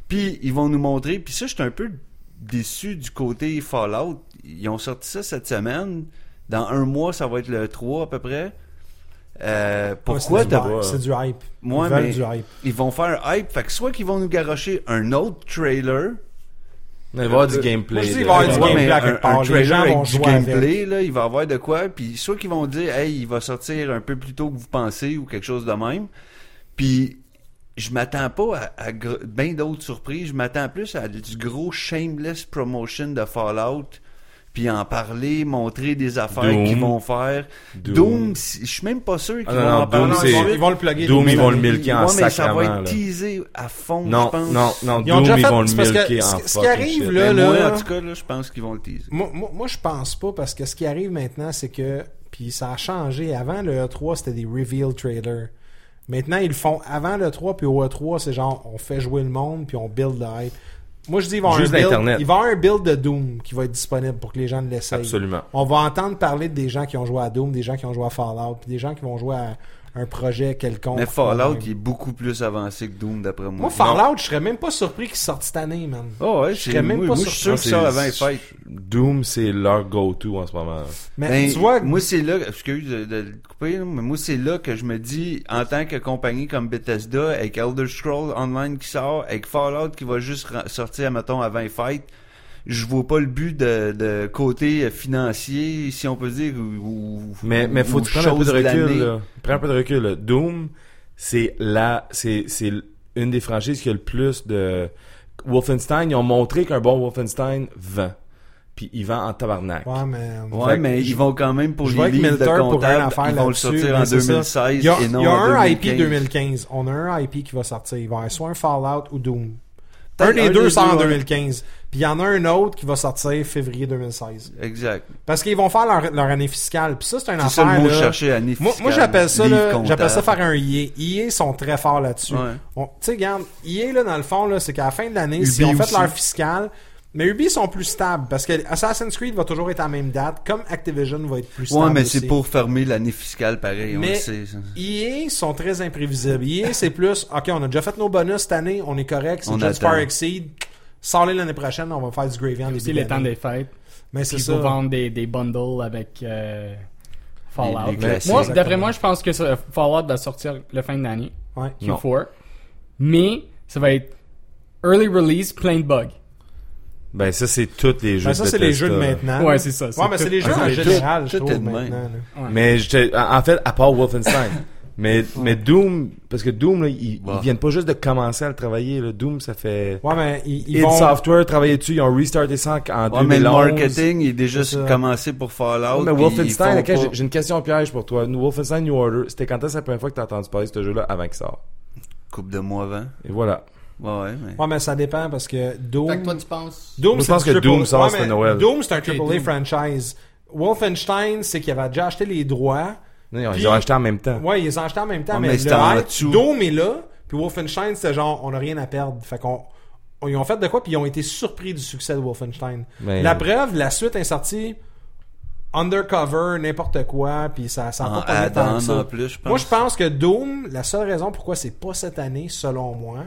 [SPEAKER 3] Puis ils vont nous montrer, puis ça, je suis un peu déçu du côté Fallout. Ils ont sorti ça cette semaine. Dans un mois, ça va être le 3 à peu près. Euh, pourquoi
[SPEAKER 2] Ouais, c'est
[SPEAKER 3] t'as-
[SPEAKER 2] du hype, C'est du hype.
[SPEAKER 3] Moi,
[SPEAKER 2] Ils veulent
[SPEAKER 3] mais-
[SPEAKER 2] du hype.
[SPEAKER 3] ils vont faire un hype? Fait que soit qu'ils vont nous garocher un autre trailer,
[SPEAKER 1] Il va y avoir du gameplay.
[SPEAKER 2] Moi, je
[SPEAKER 1] là.
[SPEAKER 2] dis, il va y avoir
[SPEAKER 1] Ouais,
[SPEAKER 2] du
[SPEAKER 1] ouais,
[SPEAKER 2] gameplay
[SPEAKER 3] mais
[SPEAKER 2] à quelque
[SPEAKER 3] un-
[SPEAKER 2] part.
[SPEAKER 3] un
[SPEAKER 2] Les
[SPEAKER 3] trailer
[SPEAKER 2] gens
[SPEAKER 3] avec
[SPEAKER 2] vont
[SPEAKER 3] du
[SPEAKER 2] jouer avec.
[SPEAKER 3] gameplay, là, il va avoir de quoi. Puis ceux qui vont dire, hey, il va sortir un peu plus tôt que vous pensez ou quelque chose de même. Puis je m'attends pas à, à gr- bien d'autres surprises. Je m'attends plus à du gros shameless promotion de Fallout. Puis en parler, montrer des affaires
[SPEAKER 1] Doom.
[SPEAKER 3] qu'ils vont faire.
[SPEAKER 1] Doom.
[SPEAKER 3] Doom, si- je suis même pas sûr qu'ils
[SPEAKER 1] Ah,
[SPEAKER 3] vont
[SPEAKER 1] non, non,
[SPEAKER 3] en parler.
[SPEAKER 1] Doom,
[SPEAKER 2] Non, non,
[SPEAKER 1] c'est-
[SPEAKER 2] ils, vont, ils vont le plugger.
[SPEAKER 1] Doom, ils vont le
[SPEAKER 2] Ils-
[SPEAKER 1] milquer en
[SPEAKER 3] Ouais, mais ça va
[SPEAKER 1] sacrament.
[SPEAKER 3] être
[SPEAKER 1] là.
[SPEAKER 3] teasé à fond,
[SPEAKER 1] Non,
[SPEAKER 3] je pense.
[SPEAKER 1] non, non.
[SPEAKER 2] Ils ont déjà
[SPEAKER 1] Doom, ils
[SPEAKER 2] fait-
[SPEAKER 1] vont le
[SPEAKER 2] c'est parce que
[SPEAKER 1] milquer
[SPEAKER 2] ce-
[SPEAKER 1] en
[SPEAKER 2] ce qui
[SPEAKER 1] fucking
[SPEAKER 2] arrive,
[SPEAKER 1] shit.
[SPEAKER 2] là,
[SPEAKER 3] Mais moi,
[SPEAKER 2] là-
[SPEAKER 3] en tout cas, là, je pense qu'ils vont le teaser.
[SPEAKER 2] Moi, moi, moi, je pense pas parce que ce qui arrive maintenant, c'est que. Puis ça a changé. Avant le E3, c'était des reveal trailers. Maintenant, ils le font avant le 3 puis au E3, c'est genre on fait jouer le monde puis on build le hype. Moi, je dis, il va y avoir
[SPEAKER 1] Juste
[SPEAKER 2] un build-
[SPEAKER 1] l'Internet.
[SPEAKER 2] il va y avoir un build de Doom qui va être disponible pour que les gens l'essayent.
[SPEAKER 1] Absolument.
[SPEAKER 2] On va entendre parler des gens qui ont joué à Doom, des gens qui ont joué à Fallout, puis des gens qui vont jouer à un projet quelconque.
[SPEAKER 3] Mais Fallout, il est beaucoup plus avancé que Doom, d'après moi.
[SPEAKER 2] Moi, Fallout, je serais même pas surpris qu'il sorte cette année, man.
[SPEAKER 3] Oh, ouais,
[SPEAKER 2] Je
[SPEAKER 3] je
[SPEAKER 2] serais même
[SPEAKER 3] même
[SPEAKER 2] pas
[SPEAKER 3] moi, je
[SPEAKER 2] surpris.
[SPEAKER 3] suis sûr que
[SPEAKER 1] C'est-
[SPEAKER 3] ça avant les fêtes.
[SPEAKER 1] Doom, c'est leur go-to en ce moment. là.
[SPEAKER 2] Mais
[SPEAKER 3] Ben,
[SPEAKER 2] tu vois,
[SPEAKER 3] moi, c'est là, excuse de, de le couper, là, mais moi, c'est là que je me dis, en tant que compagnie comme Bethesda, avec Elder Scrolls Online qui sort, avec Fallout qui va juste ra- sortir, mettons, avant les fêtes, je vois pas le but de, de côté financier, si on peut dire, ou, ou-
[SPEAKER 1] Mais, mais
[SPEAKER 3] ou
[SPEAKER 1] faut prendre un peu de
[SPEAKER 3] chose
[SPEAKER 1] recul.
[SPEAKER 3] l'année.
[SPEAKER 1] Là. Prends un peu de recul. là. Doom, c'est la, c'est, c'est une des franchises qui a le plus de Wolfenstein. Ils ont montré qu'un bon Wolfenstein vend. Puis il vend en tabarnak.
[SPEAKER 2] ouais, mais-
[SPEAKER 3] Ouais, mais ils vont quand même pour
[SPEAKER 2] je
[SPEAKER 3] les
[SPEAKER 2] vais avec
[SPEAKER 3] livres de
[SPEAKER 2] Milter pour rien
[SPEAKER 3] comptable,
[SPEAKER 2] faire
[SPEAKER 3] ils vont le
[SPEAKER 2] là-dessus,
[SPEAKER 3] sortir
[SPEAKER 2] mais
[SPEAKER 3] en
[SPEAKER 2] c'est ça.
[SPEAKER 3] 2016
[SPEAKER 2] Il y a,
[SPEAKER 3] et non
[SPEAKER 2] il y a
[SPEAKER 3] en
[SPEAKER 2] un
[SPEAKER 3] 2015.
[SPEAKER 2] IP 2015. On a un IP qui va sortir. Il va y avoir soit un Fallout ou Doom.
[SPEAKER 3] Peut-être
[SPEAKER 2] Un des
[SPEAKER 3] un
[SPEAKER 2] deux
[SPEAKER 3] des
[SPEAKER 2] sort en
[SPEAKER 3] deux, ouais.
[SPEAKER 2] 2015. Puis il y en a un autre qui va sortir février 2016.
[SPEAKER 3] Exact.
[SPEAKER 2] Parce qu'ils vont faire leur, leur année fiscale. Puis ça, c'est un
[SPEAKER 3] C'est ça
[SPEAKER 2] affaire.
[SPEAKER 3] le mot
[SPEAKER 2] là.
[SPEAKER 3] cherché, année
[SPEAKER 2] Moi, moi,
[SPEAKER 3] fiscale,
[SPEAKER 2] j'appelle ça,
[SPEAKER 3] livre
[SPEAKER 2] là,
[SPEAKER 3] comptable.
[SPEAKER 2] j'appelle ça faire un IA. IA sont très forts là-dessus.
[SPEAKER 3] Ouais.
[SPEAKER 2] On- Tu sais, regarde, IA, là, dans le fond, là, c'est qu'à la fin de l'année,
[SPEAKER 3] Ubi
[SPEAKER 2] si on fait
[SPEAKER 3] aussi.
[SPEAKER 2] leur fiscale, mais Ubi sont plus stables parce que Assassin's Creed va toujours être à la même date, comme Activision va être plus stable.
[SPEAKER 3] Ouais, mais
[SPEAKER 2] aussi.
[SPEAKER 3] c'est pour fermer l'année fiscale, pareil, on
[SPEAKER 2] Mais-
[SPEAKER 3] le sait. ça.
[SPEAKER 2] EA E sont très imprévisibles. EA, c'est plus, OK, on a déjà fait nos bonus cette année, on est correct, c'est
[SPEAKER 3] On
[SPEAKER 2] just
[SPEAKER 3] attend.
[SPEAKER 2] far exceed. Sors-les l'année prochaine, on va faire du gravy en début
[SPEAKER 4] C'est le temps
[SPEAKER 2] d'année.
[SPEAKER 4] des fêtes.
[SPEAKER 2] Mais c'est
[SPEAKER 4] Puis
[SPEAKER 2] ça.
[SPEAKER 4] pour vendre des, des bundles avec euh, Fallout.
[SPEAKER 3] Les- les classiques.
[SPEAKER 4] moi,
[SPEAKER 2] Exactement.
[SPEAKER 4] d'après moi, je pense que ça- Fallout va sortir le fin de l'année,
[SPEAKER 2] Ouais.
[SPEAKER 1] Non.
[SPEAKER 4] Q4. Mais ça va être early release, plein de bugs.
[SPEAKER 1] Ben, ça, c'est tous les jeux
[SPEAKER 2] Ben, ça,
[SPEAKER 1] de
[SPEAKER 2] c'est les
[SPEAKER 1] Bethesda.
[SPEAKER 2] jeux de maintenant.
[SPEAKER 4] Ouais,
[SPEAKER 2] là.
[SPEAKER 4] c'est ça.
[SPEAKER 2] Ouais, mais c'est les jeux
[SPEAKER 3] Ah,
[SPEAKER 2] en
[SPEAKER 3] mais tout-
[SPEAKER 2] général, je
[SPEAKER 3] euh, tout est
[SPEAKER 2] trouve,
[SPEAKER 3] de même.
[SPEAKER 2] maintenant. là.
[SPEAKER 4] Ouais.
[SPEAKER 1] Mais j'étais- en en fait, à part Wolfenstein. mais, mais Doom, parce que Doom, là, ils, ils
[SPEAKER 3] Ouais.
[SPEAKER 1] viennent pas juste de commencer à le travailler. là. Doom, ça fait...
[SPEAKER 2] Ouais, mais ils, ils
[SPEAKER 1] id
[SPEAKER 2] vont...
[SPEAKER 1] Software travaillait dessus, ils ont restarté ça en
[SPEAKER 3] Ouais, mais le
[SPEAKER 1] 2011.
[SPEAKER 3] marketing, il est déjà
[SPEAKER 2] C'est ça.
[SPEAKER 3] commencé pour Fallout.
[SPEAKER 1] Ouais, Ah, mais
[SPEAKER 3] puis
[SPEAKER 1] Wolfenstein,
[SPEAKER 3] ils
[SPEAKER 1] ok,
[SPEAKER 3] font
[SPEAKER 1] j'ai-
[SPEAKER 3] pas-
[SPEAKER 1] j'ai une question piège pour toi. Nous, Wolfenstein New Order, c'était quand est-ce la première fois que t'as entendu parler de ce jeu-là avant qu'il sorte?
[SPEAKER 3] coupe de mois avant.
[SPEAKER 1] Et voilà.
[SPEAKER 3] Ouais, ouais, mais.
[SPEAKER 2] Ouais, mais ça dépend parce que
[SPEAKER 6] Fait que toi,
[SPEAKER 2] Doom...
[SPEAKER 6] tu penses.
[SPEAKER 2] Doom
[SPEAKER 1] Moi, je
[SPEAKER 2] c'est
[SPEAKER 1] pense
[SPEAKER 2] du
[SPEAKER 1] que
[SPEAKER 2] triple-
[SPEAKER 1] Doom
[SPEAKER 2] ouais,
[SPEAKER 1] sort, c'est
[SPEAKER 2] mais
[SPEAKER 1] à Noël.
[SPEAKER 2] Doom, c'est un triple A
[SPEAKER 4] Doom.
[SPEAKER 2] franchise. Wolfenstein, c'est qu'il avait déjà acheté les droits.
[SPEAKER 1] Non, ils ont-
[SPEAKER 2] Puis-
[SPEAKER 1] ils ont acheté en même temps.
[SPEAKER 2] Ouais, ils les ont achetés en même temps,
[SPEAKER 3] Ouais,
[SPEAKER 2] mais,
[SPEAKER 3] mais
[SPEAKER 2] le
[SPEAKER 3] c'était en
[SPEAKER 2] hype,
[SPEAKER 3] dessous.
[SPEAKER 2] Dome est là, puis Wolfenstein, c'était genre, on n'a rien à perdre. Fait qu'on, on- ils ont fait de quoi, puis ils ont été surpris du succès de Wolfenstein.
[SPEAKER 3] Ben,
[SPEAKER 1] Mais-
[SPEAKER 3] euh,
[SPEAKER 2] La preuve, la suite est sortie undercover, n'importe quoi, puis ça ça a
[SPEAKER 3] En
[SPEAKER 2] pas parlé tant
[SPEAKER 3] add-on,
[SPEAKER 2] que ça.
[SPEAKER 3] en plus, je pense.
[SPEAKER 2] Moi, je pense que Doom, la seule raison pourquoi c'est pas cette année, selon moi,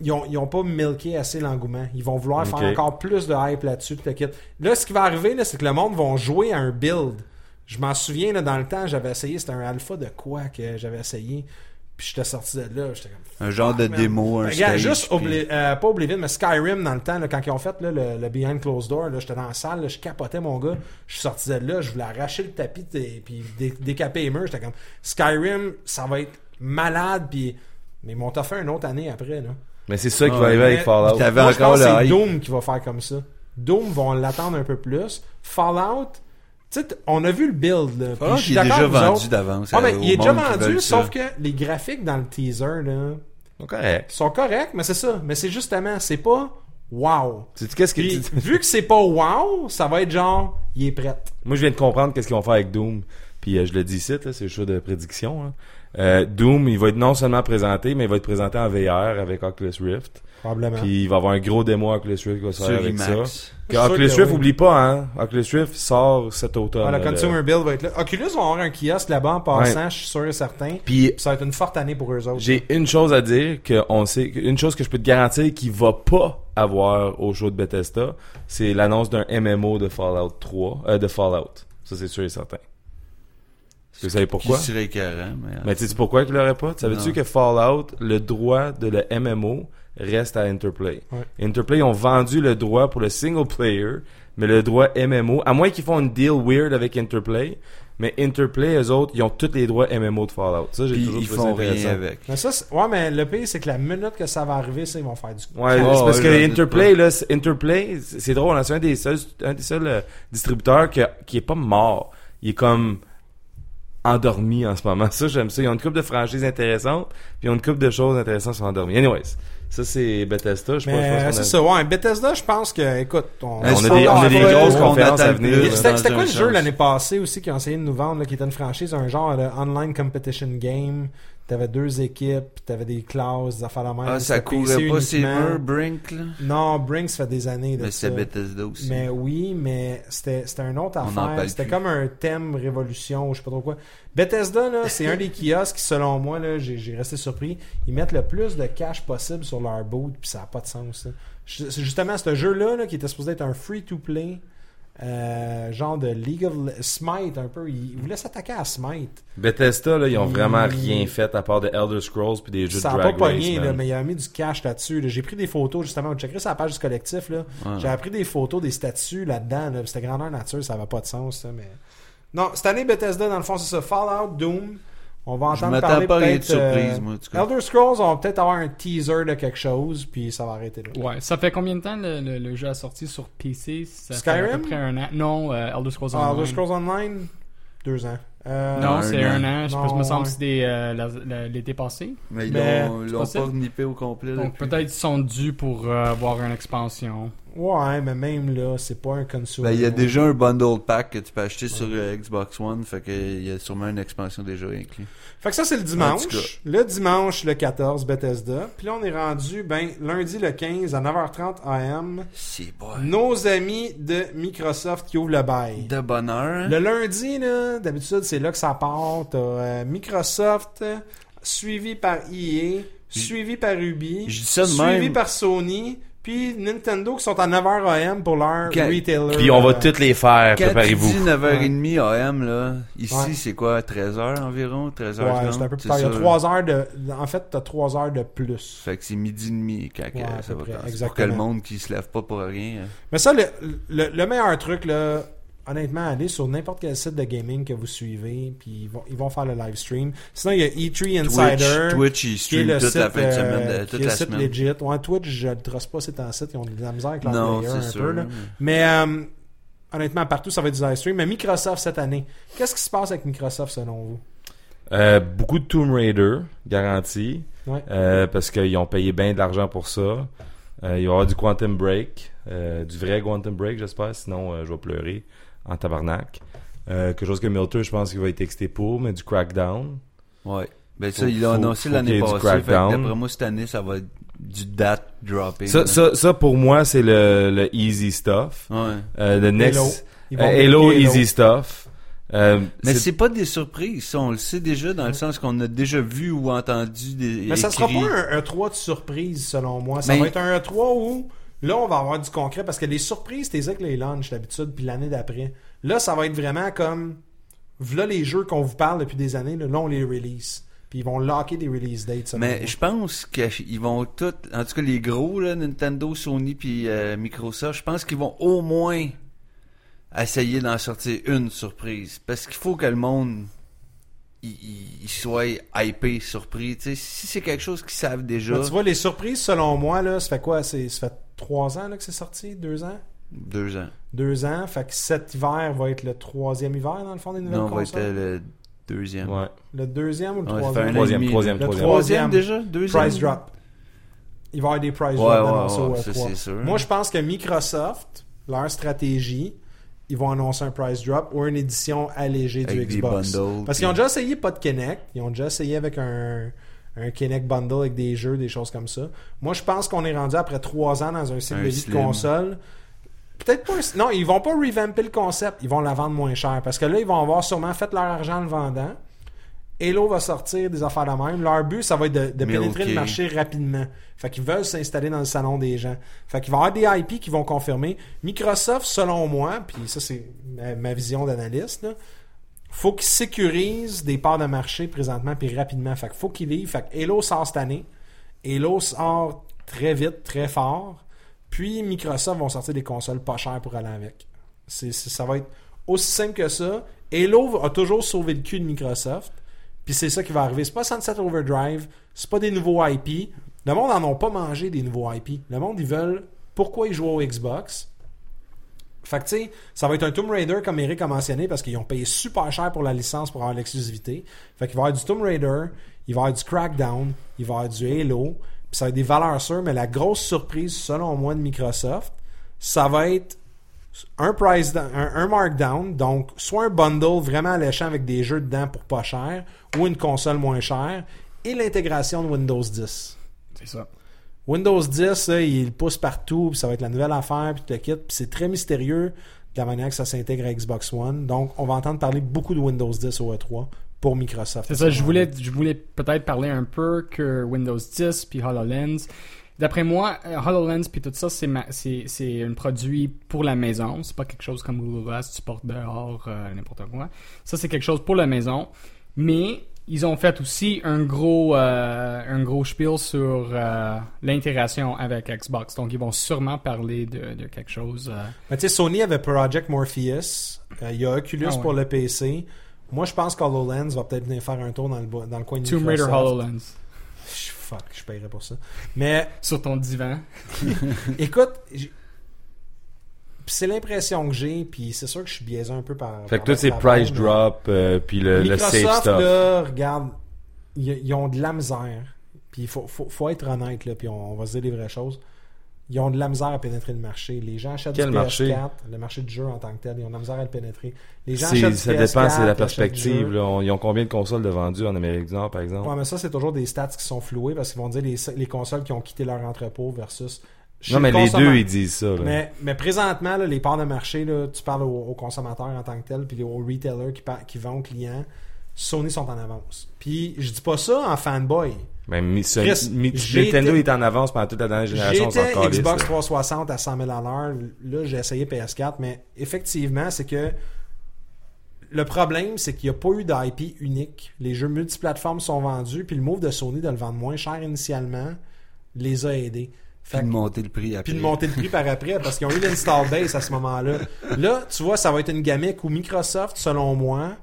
[SPEAKER 2] ils ont, ils ont pas milké assez l'engouement. Ils vont vouloir
[SPEAKER 1] Ok.
[SPEAKER 2] faire encore plus de hype là-dessus, tout le kit. Là, ce qui va arriver, là, c'est que le monde va jouer à un build. Je m'en souviens, là, dans le temps, j'avais essayé, c'était un alpha de quoi que j'avais essayé. Puis j'étais sorti de là, j'étais comme...
[SPEAKER 3] Un genre de
[SPEAKER 2] man.
[SPEAKER 3] démo, un
[SPEAKER 2] Regarde,
[SPEAKER 3] stage,
[SPEAKER 2] juste
[SPEAKER 3] puis-
[SPEAKER 2] Obli- euh, pas Oblivion, mais Skyrim dans le temps, là, quand ils ont fait là, le, le Behind Closed Door, là, j'étais dans la salle, là, je capotais mon gars, je suis sorti de là, je voulais arracher le tapis et puis dé- décaper les murs, j'étais comme Skyrim, ça va être malade, puis mais ils m'ont offert une autre année après. Là.
[SPEAKER 1] Mais c'est ça qui va
[SPEAKER 3] Ouais.
[SPEAKER 1] arriver avec
[SPEAKER 2] Ah, Mais-
[SPEAKER 1] Fallout.
[SPEAKER 3] Puis t'avais
[SPEAKER 2] Moi, je
[SPEAKER 3] encore
[SPEAKER 2] pense que
[SPEAKER 3] le
[SPEAKER 2] c'est
[SPEAKER 3] hype.
[SPEAKER 2] Doom qui va faire comme ça. Doom vont l'attendre un peu plus. Fallout, tu sais, t- on a vu le build. Là, puis
[SPEAKER 3] Fallout,
[SPEAKER 2] je
[SPEAKER 3] il
[SPEAKER 2] suis
[SPEAKER 3] est déjà
[SPEAKER 2] d'accord avec vous
[SPEAKER 3] vendu
[SPEAKER 2] autres.
[SPEAKER 3] d'avance euh,
[SPEAKER 2] Ah, mais
[SPEAKER 3] au
[SPEAKER 2] il est déjà
[SPEAKER 3] monde qui
[SPEAKER 2] vendu,
[SPEAKER 3] veulent ça.
[SPEAKER 2] sauf que les graphiques dans le teaser, là,
[SPEAKER 1] Donc, correct.
[SPEAKER 2] sont corrects, mais c'est ça. Mais c'est justement, c'est pas wow.
[SPEAKER 1] Tu sais, qu'est-ce que
[SPEAKER 2] Puis,
[SPEAKER 1] tu-
[SPEAKER 2] vu que c'est pas wow, ça va être genre, il est prêt.
[SPEAKER 1] Moi, je viens de comprendre qu'est-ce qu'ils vont faire avec Doom. Puis euh, je le dis ici, là, c'est le show de prédiction. là. Euh, Doom, il va être non seulement présenté, mais il va être présenté en VR avec Oculus Rift.
[SPEAKER 2] Probablement.
[SPEAKER 1] Puis il va avoir un gros démo Oculus Rift qui va sortir
[SPEAKER 3] Sur
[SPEAKER 1] avec ça.
[SPEAKER 3] IMAX.
[SPEAKER 1] Que
[SPEAKER 2] Je suis sûr
[SPEAKER 1] Oculus
[SPEAKER 2] que
[SPEAKER 1] Rift,
[SPEAKER 2] oui.
[SPEAKER 1] oublie pas, hein. Oculus Rift sort cet automne.
[SPEAKER 3] oh
[SPEAKER 2] Ah, le
[SPEAKER 1] là, le-
[SPEAKER 2] consumer build va être là. Oculus vont avoir un kiosque là-bas en passant, je suis sûr et certain.
[SPEAKER 1] Puis
[SPEAKER 2] Ça va être une forte année pour eux autres.
[SPEAKER 1] J'ai une chose à dire que on sait, une chose que je peux te garantir qu'il va pas avoir au show de Bethesda, c'est l'annonce d'un MMO de Fallout 3, euh, de Fallout. Ça c'est sûr et certain. Est-ce que vous savez pourquoi
[SPEAKER 3] Qui serait écœurant, mais.
[SPEAKER 1] Mais tu sais pourquoi qu'il l'aurait pas Savais-tu
[SPEAKER 3] Non.
[SPEAKER 1] que Fallout, le droit de le MMO reste à Interplay.
[SPEAKER 2] Ouais.
[SPEAKER 1] Interplay ont vendu le droit pour le single player, mais le droit MMO, à moins qu'ils font une deal weird avec Interplay, mais Interplay eux autres, ils ont tous les droits MMO de Fallout. Ça j'ai
[SPEAKER 3] Puis
[SPEAKER 1] toujours
[SPEAKER 3] ils
[SPEAKER 1] trouvé ça
[SPEAKER 3] font
[SPEAKER 1] intéressant.
[SPEAKER 3] rien avec.
[SPEAKER 2] Mais ça, c'est- ouais, mais le pire, c'est que la minute que ça va arriver, ça, ils vont faire du
[SPEAKER 1] Ouais,
[SPEAKER 3] Oh,
[SPEAKER 1] c'est parce
[SPEAKER 3] ouais,
[SPEAKER 1] que
[SPEAKER 3] j'en doute
[SPEAKER 1] Interplay, là, c'est- Interplay, c'est c'est drôle, hein, c'est un des seuls, un des seuls euh, distributeurs que- qui est pas mort. Il est comme endormi en ce moment. Ça, j'aime ça. Ils ont une couple de franchises intéressantes, puis ils ont une couple de choses intéressantes qui sont endormies. Anyways, ça, c'est Bethesda. Je sais pas, je pense
[SPEAKER 2] Mais euh,
[SPEAKER 1] qu'on a- Ben,
[SPEAKER 2] c'est ça, ouais. Bethesda, je pense que, écoute, on.
[SPEAKER 1] On a
[SPEAKER 3] Est-ce
[SPEAKER 1] des,
[SPEAKER 3] qu'on
[SPEAKER 1] on a des
[SPEAKER 3] attend-
[SPEAKER 1] grosses
[SPEAKER 3] on
[SPEAKER 1] conférences
[SPEAKER 3] attend
[SPEAKER 1] à
[SPEAKER 3] plus?
[SPEAKER 1] venir. là.
[SPEAKER 2] C'était
[SPEAKER 3] dans
[SPEAKER 2] c'était
[SPEAKER 3] un
[SPEAKER 2] quoi le
[SPEAKER 3] sens.
[SPEAKER 2] jeu l'année passée aussi qu'ils ont essayé de nous vendre, là, qui était une franchise, un genre de online competition game. T'avais deux équipes, puis t'avais des classes, des affaires à même.
[SPEAKER 3] Ah, ça
[SPEAKER 2] C'était
[SPEAKER 3] courait
[SPEAKER 2] PC
[SPEAKER 3] pas ces
[SPEAKER 2] uniquement.
[SPEAKER 3] murs, Brink, là.
[SPEAKER 2] Non, Brink, ça fait des années. de
[SPEAKER 3] Mais
[SPEAKER 2] ça.
[SPEAKER 3] c'est Bethesda aussi.
[SPEAKER 2] Mais oui, mais c'était c'était un autre
[SPEAKER 3] On en
[SPEAKER 2] affaire.
[SPEAKER 3] parle
[SPEAKER 2] C'était
[SPEAKER 3] plus.
[SPEAKER 2] comme un thème révolution, je sais pas trop quoi. Bethesda, là, c'est un des kiosques qui, selon moi, là, j'ai j'ai resté surpris. Ils mettent le plus de cash possible sur leur boot, puis ça n'a pas de sens. là. Je- C'est justement ce jeu-là là, qui était supposé être un free-to-play, euh, genre de League of Le- Smite un peu. Ils ils voulaient s'attaquer à Smite.
[SPEAKER 1] Bethesda, là, ils ont vraiment
[SPEAKER 2] Mm.
[SPEAKER 1] rien fait à part de Elder Scrolls puis des jeux
[SPEAKER 2] Ça
[SPEAKER 1] de
[SPEAKER 2] n'a pas
[SPEAKER 1] Drag Race,
[SPEAKER 2] pogné,
[SPEAKER 1] man.
[SPEAKER 2] là, mais il a mis du cash là-dessus. là. J'ai pris des photos, justement. On checkerait sur la page du collectif. là.
[SPEAKER 3] Ouais.
[SPEAKER 2] J'avais pris des photos des statues là-dedans. Là. C'était grandeur nature, ça n'avait pas de sens. ça, mais... Non, cette année, Bethesda, dans le fond, c'est ça. Fallout, Doom. On va
[SPEAKER 3] Je
[SPEAKER 2] entendre
[SPEAKER 3] m'attends
[SPEAKER 2] parler
[SPEAKER 3] pas à rien de
[SPEAKER 2] peut-être...
[SPEAKER 3] surprise,
[SPEAKER 2] euh,
[SPEAKER 3] moi, en tout cas.
[SPEAKER 2] Elder Scrolls, on va peut-être avoir un teaser de quelque chose, puis ça va arrêter là.
[SPEAKER 4] Ouais, ça fait combien de temps le, le- le jeu a sorti sur PC ça fait à
[SPEAKER 2] Skyrim?
[SPEAKER 4] peu près un an. Non, euh, Elder Scrolls
[SPEAKER 2] Ah,
[SPEAKER 4] Online.
[SPEAKER 2] Elder Scrolls Online, deux ans. Euh,
[SPEAKER 4] Non,
[SPEAKER 3] Non,
[SPEAKER 4] c'est
[SPEAKER 3] un
[SPEAKER 4] un an. Je
[SPEAKER 2] Non,
[SPEAKER 4] pense me semble
[SPEAKER 2] ouais.
[SPEAKER 4] que c'était euh, la- la- l'été passé.
[SPEAKER 3] Mais ils
[SPEAKER 2] Mais-
[SPEAKER 3] l'ont- ils l'ont
[SPEAKER 4] possible.
[SPEAKER 3] pas nippé au complet.
[SPEAKER 4] Donc
[SPEAKER 3] depuis.
[SPEAKER 4] peut-être ils sont dus pour euh, avoir une expansion.
[SPEAKER 2] Ouais, mais même là, c'est pas un consumer.
[SPEAKER 3] Ben, il y a déjà un bundle pack que tu peux acheter sur euh, Xbox One, fait que il y a sûrement une expansion déjà inclue.
[SPEAKER 2] Fait que ça, c'est le
[SPEAKER 3] En tout cas.
[SPEAKER 2] dimanche. Le dimanche, le 14, Bethesda. Puis là, on est rendu, ben, lundi le 15 à 9h30 AM.
[SPEAKER 3] C'est bon.
[SPEAKER 2] Nos amis de Microsoft qui ouvrent le bail.
[SPEAKER 3] De bonheur.
[SPEAKER 2] Le lundi, là, d'habitude, c'est là que ça part. T'as euh, Microsoft, euh, suivi par EA, suivi par Ubi,
[SPEAKER 3] je dis ça de
[SPEAKER 2] suivi
[SPEAKER 3] même.
[SPEAKER 2] par Sony, Puis Nintendo qui sont à 9h AM pour leur
[SPEAKER 3] Quel-
[SPEAKER 2] retailer.
[SPEAKER 1] Puis on va
[SPEAKER 2] euh,
[SPEAKER 1] toutes les faire,
[SPEAKER 3] Quand tu
[SPEAKER 1] préparez-vous.
[SPEAKER 3] dis 9h30 AM, là, ici,
[SPEAKER 2] Ouais.
[SPEAKER 3] c'est quoi, 13h environ? 13h30?
[SPEAKER 2] Ouais, c'est un peu plus tard. Il y a
[SPEAKER 3] ça.
[SPEAKER 2] 3 heures de. En fait, t'as 3 heures de plus.
[SPEAKER 3] Fait que c'est midi et demi quand que
[SPEAKER 2] Ouais, à
[SPEAKER 3] ça
[SPEAKER 2] peu
[SPEAKER 3] va
[SPEAKER 2] près,
[SPEAKER 3] commencer. Pour que
[SPEAKER 2] exactement.
[SPEAKER 3] le monde qui se lève pas pour rien. euh,
[SPEAKER 2] Mais ça, le, le, le meilleur truc, là, honnêtement, allez sur n'importe quel site de gaming que vous suivez, puis ils vont, ils vont faire le live stream. Sinon, il y a E3 Insider.
[SPEAKER 3] Twitch, Twitch, ils
[SPEAKER 2] qui est le
[SPEAKER 3] stream toute la
[SPEAKER 2] site,
[SPEAKER 3] fin de semaine, de-
[SPEAKER 2] euh, qui est
[SPEAKER 3] toute
[SPEAKER 2] le
[SPEAKER 3] la
[SPEAKER 2] site
[SPEAKER 3] semaine.
[SPEAKER 2] legit. Ouais, Twitch, je le trosse pas, c'est un site qui ont de la misère avec leur
[SPEAKER 3] Non,
[SPEAKER 2] player
[SPEAKER 3] c'est
[SPEAKER 2] un
[SPEAKER 3] sûr.
[SPEAKER 2] peu. là. Mais euh, honnêtement, partout, ça va être du live stream. Mais Microsoft cette année, qu'est-ce qui se passe avec Microsoft selon vous?
[SPEAKER 1] Euh, beaucoup de Tomb Raider, garanti.
[SPEAKER 2] Ouais.
[SPEAKER 1] Euh, parce qu'ils ont payé bien de l'argent pour ça. Euh, il va y aura du Quantum Break. euh, du vrai Quantum Break, j'espère. Sinon, euh, je vais pleurer en tabarnak. Euh, quelque chose que Milton, je pense qu'il va être excité pour, mais du Crackdown.
[SPEAKER 3] Ouais. Ben ça,
[SPEAKER 1] Faut-
[SPEAKER 3] il l'a
[SPEAKER 1] faut- faut
[SPEAKER 3] annoncé
[SPEAKER 1] qu'il y
[SPEAKER 3] l'année
[SPEAKER 1] ait du
[SPEAKER 3] passée. Fait que
[SPEAKER 1] crackdown.
[SPEAKER 3] d'après moi, cette année, ça va être du date dropping.
[SPEAKER 1] Ça,
[SPEAKER 3] là.
[SPEAKER 1] ça, ça, pour moi, c'est le, le easy stuff.
[SPEAKER 3] Ouais.
[SPEAKER 1] Euh, le
[SPEAKER 2] Hello.
[SPEAKER 1] next...
[SPEAKER 2] Ils
[SPEAKER 1] euh,
[SPEAKER 2] vont
[SPEAKER 1] Hello,
[SPEAKER 2] bloquer
[SPEAKER 1] easy stuff. Euh,
[SPEAKER 3] Mais
[SPEAKER 1] c'est-
[SPEAKER 3] c'est pas des surprises, ça, on le sait déjà, dans le sens qu'on a déjà vu ou entendu des.
[SPEAKER 2] Mais ça sera
[SPEAKER 3] écrits.
[SPEAKER 2] pas un, un 3 de surprise, selon moi. Ça
[SPEAKER 3] Mais-
[SPEAKER 2] va être un 3 où, là, on va avoir du concret, parce que les surprises, t'es avec les launchs d'habitude, puis l'année d'après. Là, ça va être vraiment comme, voilà les jeux qu'on vous parle depuis des années, là, là, on les release. Puis ils vont locker des release dates. selon
[SPEAKER 3] Mais
[SPEAKER 2] moi.
[SPEAKER 3] je pense qu'ils vont tous, en tout cas les gros, là, Nintendo, Sony puis euh, Microsoft, je pense qu'ils vont au moins essayer d'en sortir une surprise. Parce qu'il faut que le monde il- il il soit hypé, surpris. Tu sais, si c'est quelque chose qu'ils savent déjà,
[SPEAKER 2] Mais tu vois, les surprises, selon moi, là, ça fait quoi? C'est- Ça fait 3 ans là, que c'est sorti? 2 ans?
[SPEAKER 3] deux ans.
[SPEAKER 2] 2 ans. Fait que cet hiver va être le troisième hiver, dans le fond, des nouvelles
[SPEAKER 3] Non, on va être
[SPEAKER 2] consoles.
[SPEAKER 3] euh, le deuxième.
[SPEAKER 1] ouais.
[SPEAKER 2] Le deuxième ou
[SPEAKER 3] Ouais,
[SPEAKER 2] le
[SPEAKER 3] ça fait
[SPEAKER 2] troisième?
[SPEAKER 3] un an et
[SPEAKER 1] Troisième,
[SPEAKER 3] demi,
[SPEAKER 1] troisième,
[SPEAKER 2] Le
[SPEAKER 1] troisième.
[SPEAKER 2] trois-
[SPEAKER 3] Troisième déjà? Deuxième?
[SPEAKER 2] price drop. Il va y avoir des price
[SPEAKER 3] Ouais,
[SPEAKER 2] drops
[SPEAKER 3] ouais,
[SPEAKER 2] annoncés
[SPEAKER 3] ouais,
[SPEAKER 2] au
[SPEAKER 3] ça,
[SPEAKER 2] E3.
[SPEAKER 3] c'est sûr.
[SPEAKER 2] Moi, je pense que Microsoft, leur stratégie, ils vont annoncer un price drop ou une édition allégée
[SPEAKER 3] Avec
[SPEAKER 2] du
[SPEAKER 3] des
[SPEAKER 2] Xbox.
[SPEAKER 3] bundles,
[SPEAKER 2] Parce
[SPEAKER 3] puis-
[SPEAKER 2] qu'ils ont déjà essayé pas de Kinect. Ils ont déjà essayé avec un, un Kinect bundle avec des jeux, des choses comme ça. Moi, je pense qu'on est rendu après trois ans dans un cycle
[SPEAKER 3] Un
[SPEAKER 2] de vie
[SPEAKER 3] slim.
[SPEAKER 2] de console. Peut-être pas. un- Non, ils vont pas revamper le concept. Ils vont la vendre moins cher. Parce que là, ils vont avoir sûrement fait leur argent en le vendant. Hello va sortir des affaires de même. Leur but, ça va être de, de pénétrer
[SPEAKER 3] Milky.
[SPEAKER 2] le marché rapidement. Fait qu'ils veulent s'installer dans le salon des gens. Fait qu'il va y avoir des IP qui vont confirmer. Microsoft, selon moi, puis ça, c'est ma, ma vision d'analyste, là, faut qu'ils sécurisent des parts de marché présentement puis rapidement. Fait qu'il faut qu'ils livrent. Fait que Hello sort cette année. Hello sort très vite, très fort. Puis Microsoft vont sortir des consoles pas chères pour aller avec. C'est, c'est- ça va être aussi simple que ça. Halo a toujours sauvé le cul de Microsoft. Puis c'est ça qui va arriver. C'est pas Sunset Overdrive. C'est pas des nouveaux IP. Le monde en ont pas mangé des nouveaux IP. Le monde, ils veulent pourquoi ils jouent au Xbox. Fait que, tu sais, ça va être un Tomb Raider, comme Eric a mentionné, parce qu'ils ont payé super cher pour la licence pour avoir l'exclusivité. Fait qu'il va y avoir du Tomb Raider, il va y avoir du Crackdown, il va y avoir du Halo, puis ça va être des valeurs sûres, mais la grosse surprise, selon moi, de Microsoft, ça va être un price down- un, un markdown, donc soit un bundle vraiment alléchant avec des jeux dedans pour pas cher, ou une console moins chère, et l'intégration de Windows 10.
[SPEAKER 4] C'est ça.
[SPEAKER 2] Windows 10, là, il le pousse partout, puis ça va être la nouvelle affaire, puis tout le kit, puis c'est très mystérieux de la manière que ça s'intègre à Xbox One. Donc, on va entendre parler beaucoup de Windows 10 au E3 pour Microsoft.
[SPEAKER 4] C'est ça, je voulais, je voulais peut-être parler un peu que Windows 10 puis HoloLens. D'après moi, euh, HoloLens puis tout ça, c'est ma- c'est c'est un produit pour la maison. C'est pas quelque chose comme Google Glass, tu portes dehors, euh, n'importe quoi. Ça, c'est quelque chose pour la maison. Mais ils ont fait aussi un gros, euh, un gros spiel sur euh, l'intégration avec Xbox. Donc, ils vont sûrement parler de, de quelque chose. euh,
[SPEAKER 2] Mais tu sais, Sony avait Project Morpheus, euh, il y a Oculus
[SPEAKER 4] Ah ouais.
[SPEAKER 2] pour le PC. Moi, je pense qu'HoloLens va peut-être venir faire un tour dans le, bo- dans le coin de
[SPEAKER 4] Tomb Raider
[SPEAKER 2] Microsoft.
[SPEAKER 4] HoloLens
[SPEAKER 2] Ch- Fuck, je paierais pour ça. Mais
[SPEAKER 4] sur ton divan.
[SPEAKER 2] écoute, j- c'est l'impression que j'ai, puis c'est sûr que je suis biaisé un peu par.
[SPEAKER 1] Fait que
[SPEAKER 2] par
[SPEAKER 1] tous
[SPEAKER 2] ma
[SPEAKER 1] ces
[SPEAKER 2] travail,
[SPEAKER 1] price
[SPEAKER 2] mais-
[SPEAKER 1] drop, euh, puis le, le
[SPEAKER 2] Microsoft,
[SPEAKER 1] safe stuff.
[SPEAKER 2] là, regarde, ils, ils ont de la misère. Puis il faut, faut, faut être honnête, là, puis on, on va se dire les vraies choses. Ils ont de la misère à pénétrer le marché. Les gens achètent
[SPEAKER 1] Quel
[SPEAKER 2] du PS4,
[SPEAKER 1] marché?
[SPEAKER 2] le marché du jeu en tant que tel. Ils ont de la misère à le pénétrer. Les gens
[SPEAKER 1] C'est-
[SPEAKER 2] achètent
[SPEAKER 1] Ça
[SPEAKER 2] du
[SPEAKER 1] dépend,
[SPEAKER 2] PS4,
[SPEAKER 1] c'est la
[SPEAKER 2] ils achètent du jeu.
[SPEAKER 1] perspective. Là. On- ils ont combien de consoles de vendues en Amérique du Nord, par exemple?
[SPEAKER 2] Ouais, mais ça, c'est toujours des stats qui sont flouées parce qu'ils vont dire les, les consoles qui ont quitté leur entrepôt versus. chez
[SPEAKER 1] non, mais
[SPEAKER 2] le
[SPEAKER 1] les
[SPEAKER 2] consommateur.
[SPEAKER 1] deux, ils disent ça. Là.
[SPEAKER 2] Mais, mais présentement, là, les parts de marché, là, tu parles aux, aux consommateurs en tant que tels, puis aux retailers qui, par- qui vendent aux clients. Sony sont en avance. Puis je dis pas ça en fanboy.
[SPEAKER 1] Mais mi- ce-
[SPEAKER 2] Chris,
[SPEAKER 1] mi-
[SPEAKER 2] j'ai
[SPEAKER 1] Nintendo
[SPEAKER 2] été-
[SPEAKER 1] est en avance pendant toute la dernière génération. on s'en
[SPEAKER 2] J'étais
[SPEAKER 1] calisse,
[SPEAKER 2] Xbox
[SPEAKER 1] là.
[SPEAKER 2] 360 à 100 000 à l'heure. Là, j'ai essayé PS4, mais effectivement, c'est que le problème, c'est qu'il n'y a pas eu d'IP unique. Les jeux multiplateformes sont vendus, puis le move de Sony de le vendre moins cher initialement les a aidés. Fait
[SPEAKER 3] Puis de
[SPEAKER 2] que-
[SPEAKER 3] monter le prix après.
[SPEAKER 2] puis de monter le prix par après parce qu'ils ont eu l'install base à ce moment-là. Là, tu vois, ça va être une gamique où Microsoft, selon moi,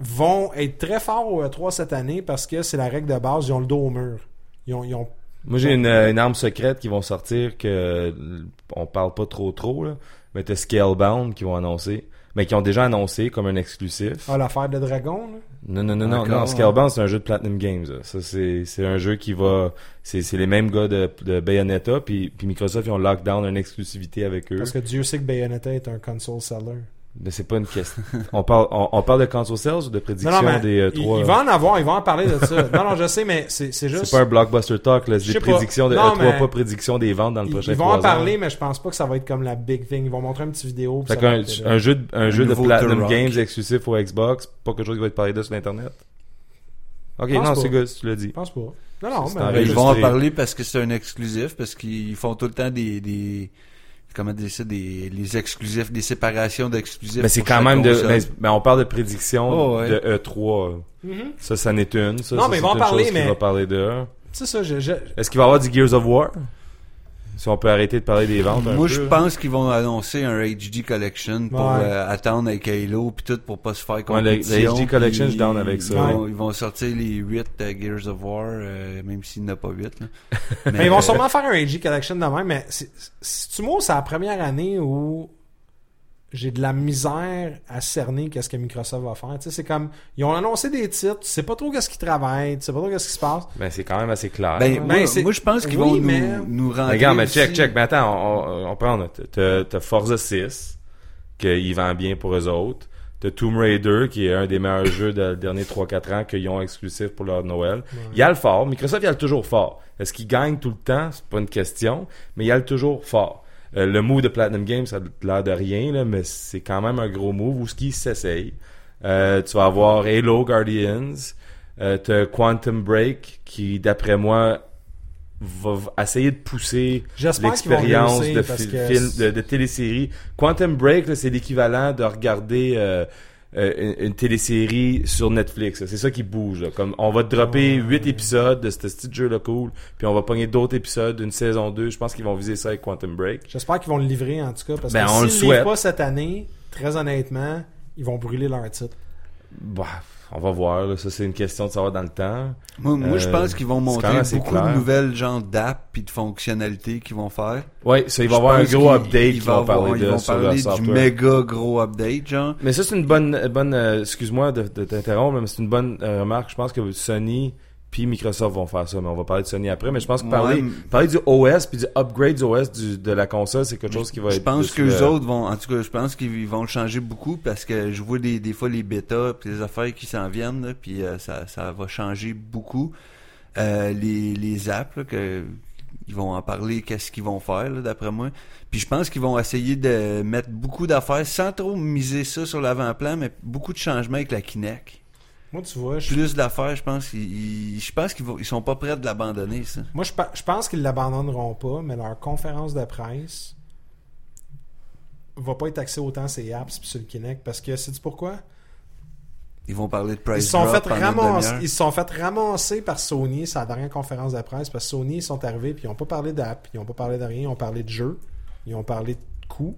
[SPEAKER 2] vont être très forts au E3 cette année parce que c'est la règle de base, ils ont le dos au mur. Ils ont, ils ont-
[SPEAKER 1] Moi, j'ai une, euh, une arme secrète qui vont sortir que euh, on parle pas trop trop, là. Mais t'as Scalebound qui vont annoncer. Mais qui ont déjà annoncé comme un exclusif.
[SPEAKER 2] ah, l'affaire de dragon. là.
[SPEAKER 1] Non, non, non, non,
[SPEAKER 3] Encore,
[SPEAKER 1] non. Scalebound, c'est un jeu de Platinum Games. là. Ça, c'est, c'est un jeu qui va. C'est, c'est les mêmes gars de, de Bayonetta. Puis, puis Microsoft, ils ont lockdown une exclusivité avec eux.
[SPEAKER 2] Parce que Dieu sait que Bayonetta est un console seller.
[SPEAKER 1] Mais c'est pas une question. on, parle, on, on parle de console sales ou de prédiction des euh,
[SPEAKER 2] il,
[SPEAKER 1] trois.
[SPEAKER 2] il va en avoir, il va en parler de ça. non, non, je sais, mais c'est c'est juste.
[SPEAKER 1] C'est pas un blockbuster talk, là.
[SPEAKER 2] Je
[SPEAKER 1] C'est des
[SPEAKER 2] sais pas.
[SPEAKER 1] prédictions de
[SPEAKER 2] Non,
[SPEAKER 1] E3,
[SPEAKER 2] mais-
[SPEAKER 1] pas prédiction des ventes dans le
[SPEAKER 2] ils,
[SPEAKER 1] prochain
[SPEAKER 2] ils vont
[SPEAKER 1] trois
[SPEAKER 2] en
[SPEAKER 1] ans.
[SPEAKER 2] parler, mais je pense pas que ça va être comme la big thing. Ils vont montrer une petite vidéo. puis
[SPEAKER 1] Fait
[SPEAKER 2] ça va
[SPEAKER 1] qu'un
[SPEAKER 2] être- euh,
[SPEAKER 1] un jeu, de- un jeu de
[SPEAKER 3] nouveau The
[SPEAKER 1] Platinum
[SPEAKER 3] Rock.
[SPEAKER 1] Games exclusif au Xbox, pas quelque chose qui va être parlé de sur Internet. Ok,
[SPEAKER 2] Pense
[SPEAKER 1] non,
[SPEAKER 2] pas.
[SPEAKER 1] c'est good, tu l'as dit.
[SPEAKER 2] Je pense pas. Non, non,
[SPEAKER 1] C'est
[SPEAKER 2] mais-
[SPEAKER 1] en
[SPEAKER 3] Ben, ils
[SPEAKER 1] Enregistré.
[SPEAKER 3] vont en parler parce que c'est un exclusif, parce qu'ils font tout le temps des, des comment dire ça, des les exclusifs, des séparations d'exclusifs.
[SPEAKER 1] Mais c'est
[SPEAKER 3] pour
[SPEAKER 1] quand
[SPEAKER 3] chaque
[SPEAKER 1] même de.
[SPEAKER 3] console.
[SPEAKER 1] Mais, mais on parle de prédiction
[SPEAKER 3] Oh, ouais.
[SPEAKER 1] de E3.
[SPEAKER 2] Mhm.
[SPEAKER 1] Ça, ça n'est une. Ça,
[SPEAKER 2] Non,
[SPEAKER 1] ça,
[SPEAKER 2] mais
[SPEAKER 1] c'est
[SPEAKER 2] ils vont en
[SPEAKER 1] une
[SPEAKER 2] parler,
[SPEAKER 1] chose qui
[SPEAKER 2] mais-
[SPEAKER 1] va parler de.
[SPEAKER 2] C'est ça, je- je,
[SPEAKER 1] Est-ce qu'il va y avoir du Gears of War Si on peut arrêter de parler des ventes. un
[SPEAKER 3] Moi, je
[SPEAKER 1] peu.
[SPEAKER 3] pense qu'ils vont annoncer un HD collection pour
[SPEAKER 2] Ouais.
[SPEAKER 3] euh, attendre avec Halo puis tout pour pas se faire
[SPEAKER 1] le- le
[SPEAKER 3] compétition.
[SPEAKER 1] HD collection,
[SPEAKER 3] puis
[SPEAKER 1] je down avec
[SPEAKER 3] ils
[SPEAKER 1] ça.
[SPEAKER 3] vont- ils vont sortir les 8 euh, Gears of War, euh, même s'il n'y en a pas 8. Là.
[SPEAKER 2] Mais ils vont
[SPEAKER 3] euh,
[SPEAKER 2] sûrement faire un AG Collection de même, mais c'est- c'est- tu moi, c'est la première année où j'ai de la misère à cerner qu'est-ce que Microsoft va faire. Tu sais, c'est comme, ils ont annoncé des titres, tu sais pas trop qu'est-ce qu'ils travaillent, tu sais pas trop qu'est-ce qui se passe.
[SPEAKER 1] Ben, c'est quand même assez clair. hein.
[SPEAKER 3] ben, moi,
[SPEAKER 2] Ben, c'est-
[SPEAKER 3] moi, je pense qu'ils
[SPEAKER 2] oui,
[SPEAKER 3] vont
[SPEAKER 2] mais-
[SPEAKER 3] nous, nous rendre.
[SPEAKER 1] Mais Ben, Regarde, mais check, check. Mais attends, on, on- on prend. là. T'as t'as Forza 6, qu'il vend bien pour eux autres. T'as Tomb Raider, qui est un des meilleurs jeux des derniers 3-4 ans qu'ils ont exclusif pour leur Noël. Il y a le fort. Microsoft, il y a le toujours fort. Est-ce qu'il gagne tout le temps? C'est pas une question. Mais il y a le toujours fort. Euh, le move de Platinum Games, ça a l'air de rien, là, mais c'est quand même un gros move où ce qui s'essaye. Euh, tu vas avoir Halo Guardians. Euh, t'as Quantum Break, qui, d'après moi, va va essayer de pousser
[SPEAKER 2] J'espère qu'ils vont
[SPEAKER 1] l'expérience
[SPEAKER 2] réussir,
[SPEAKER 1] de,
[SPEAKER 2] parce
[SPEAKER 1] fil-
[SPEAKER 2] que-
[SPEAKER 1] film- de, de télésérie. Quantum Break, là, c'est l'équivalent de regarder euh, euh, une, une télésérie sur Netflix. là. C'est ça qui bouge. là. Comme on va te dropper
[SPEAKER 2] Ouais.
[SPEAKER 1] huit épisodes de ce petit jeu-là cool, puis on va pogner d'autres épisodes d'une saison 2. Je pense qu'ils vont viser ça avec Quantum Break.
[SPEAKER 2] J'espère qu'ils vont le livrer, en tout cas, parce
[SPEAKER 1] Ben,
[SPEAKER 2] que
[SPEAKER 1] on le
[SPEAKER 2] s'ils livrent
[SPEAKER 1] souhaite.
[SPEAKER 2] pas cette année, très honnêtement, ils vont brûler leur titre.
[SPEAKER 1] Bah, on va voir. là. Ça, c'est une question de savoir dans le temps.
[SPEAKER 3] Moi, moi, je
[SPEAKER 1] Euh,
[SPEAKER 3] pense qu'ils vont
[SPEAKER 1] c'est
[SPEAKER 3] montrer
[SPEAKER 1] quand même assez
[SPEAKER 3] beaucoup de
[SPEAKER 1] clair.
[SPEAKER 3] nouvelles genres d'app puis de fonctionnalités qu'ils vont faire.
[SPEAKER 1] Oui, ça, il va y
[SPEAKER 3] Je
[SPEAKER 1] avoir un
[SPEAKER 3] pense
[SPEAKER 1] gros
[SPEAKER 3] qu'il-
[SPEAKER 1] update
[SPEAKER 3] il
[SPEAKER 1] qui
[SPEAKER 3] va
[SPEAKER 1] vont
[SPEAKER 3] avoir-
[SPEAKER 1] parler
[SPEAKER 3] ils
[SPEAKER 1] de
[SPEAKER 3] vont
[SPEAKER 1] sur leur
[SPEAKER 3] parler du
[SPEAKER 1] software.
[SPEAKER 3] méga gros update, genre.
[SPEAKER 1] Mais ça, c'est une bonne, euh, bonne euh, excuse-moi de, de t'interrompre, mais c'est une bonne euh, remarque. Je pense que Sony puis Microsoft vont faire ça, mais on va parler de Sony après. Mais je pense que parler,
[SPEAKER 3] Ouais.
[SPEAKER 1] parler du OS puis du upgrade du OS du- de la console, c'est quelque chose qui va
[SPEAKER 3] Je
[SPEAKER 1] être.
[SPEAKER 3] pense
[SPEAKER 1] de-
[SPEAKER 3] que les
[SPEAKER 1] euh,
[SPEAKER 3] autres vont, en tout cas, je pense qu'ils vont le changer beaucoup parce que je vois des, des fois les bêtas puis les affaires qui s'en viennent, là, puis euh, ça, ça va changer beaucoup Euh, les, les apps là, que ils vont en parler, qu'est-ce qu'ils vont faire là, d'après moi. Puis je pense qu'ils vont essayer de mettre beaucoup d'affaires sans trop miser ça sur l'avant-plan, mais beaucoup de changements avec la Kinect.
[SPEAKER 2] Moi, tu vois, je,
[SPEAKER 3] Plus d'affaires, je pense, ils, ils- je pense qu'ils vont- ils sont pas prêts de l'abandonner ça.
[SPEAKER 2] moi, je, pa- je pense qu'ils l'abandonneront pas, mais leur conférence de presse va pas être axée autant sur les apps pis sur le Kinect, parce que, sais-tu pourquoi?
[SPEAKER 3] Ils vont parler de
[SPEAKER 2] Ils
[SPEAKER 3] price
[SPEAKER 2] se sont,
[SPEAKER 3] drop
[SPEAKER 2] fait
[SPEAKER 3] pendant une
[SPEAKER 2] ramasser,
[SPEAKER 3] demi-heure.
[SPEAKER 2] ils se sont fait ramasser par Sony sa dernière conférence de presse parce que Sony ils sont arrivés puis ils ont pas parlé d'app, ils ont pas parlé de rien, ils ont parlé de jeu, ils ont parlé de coûts.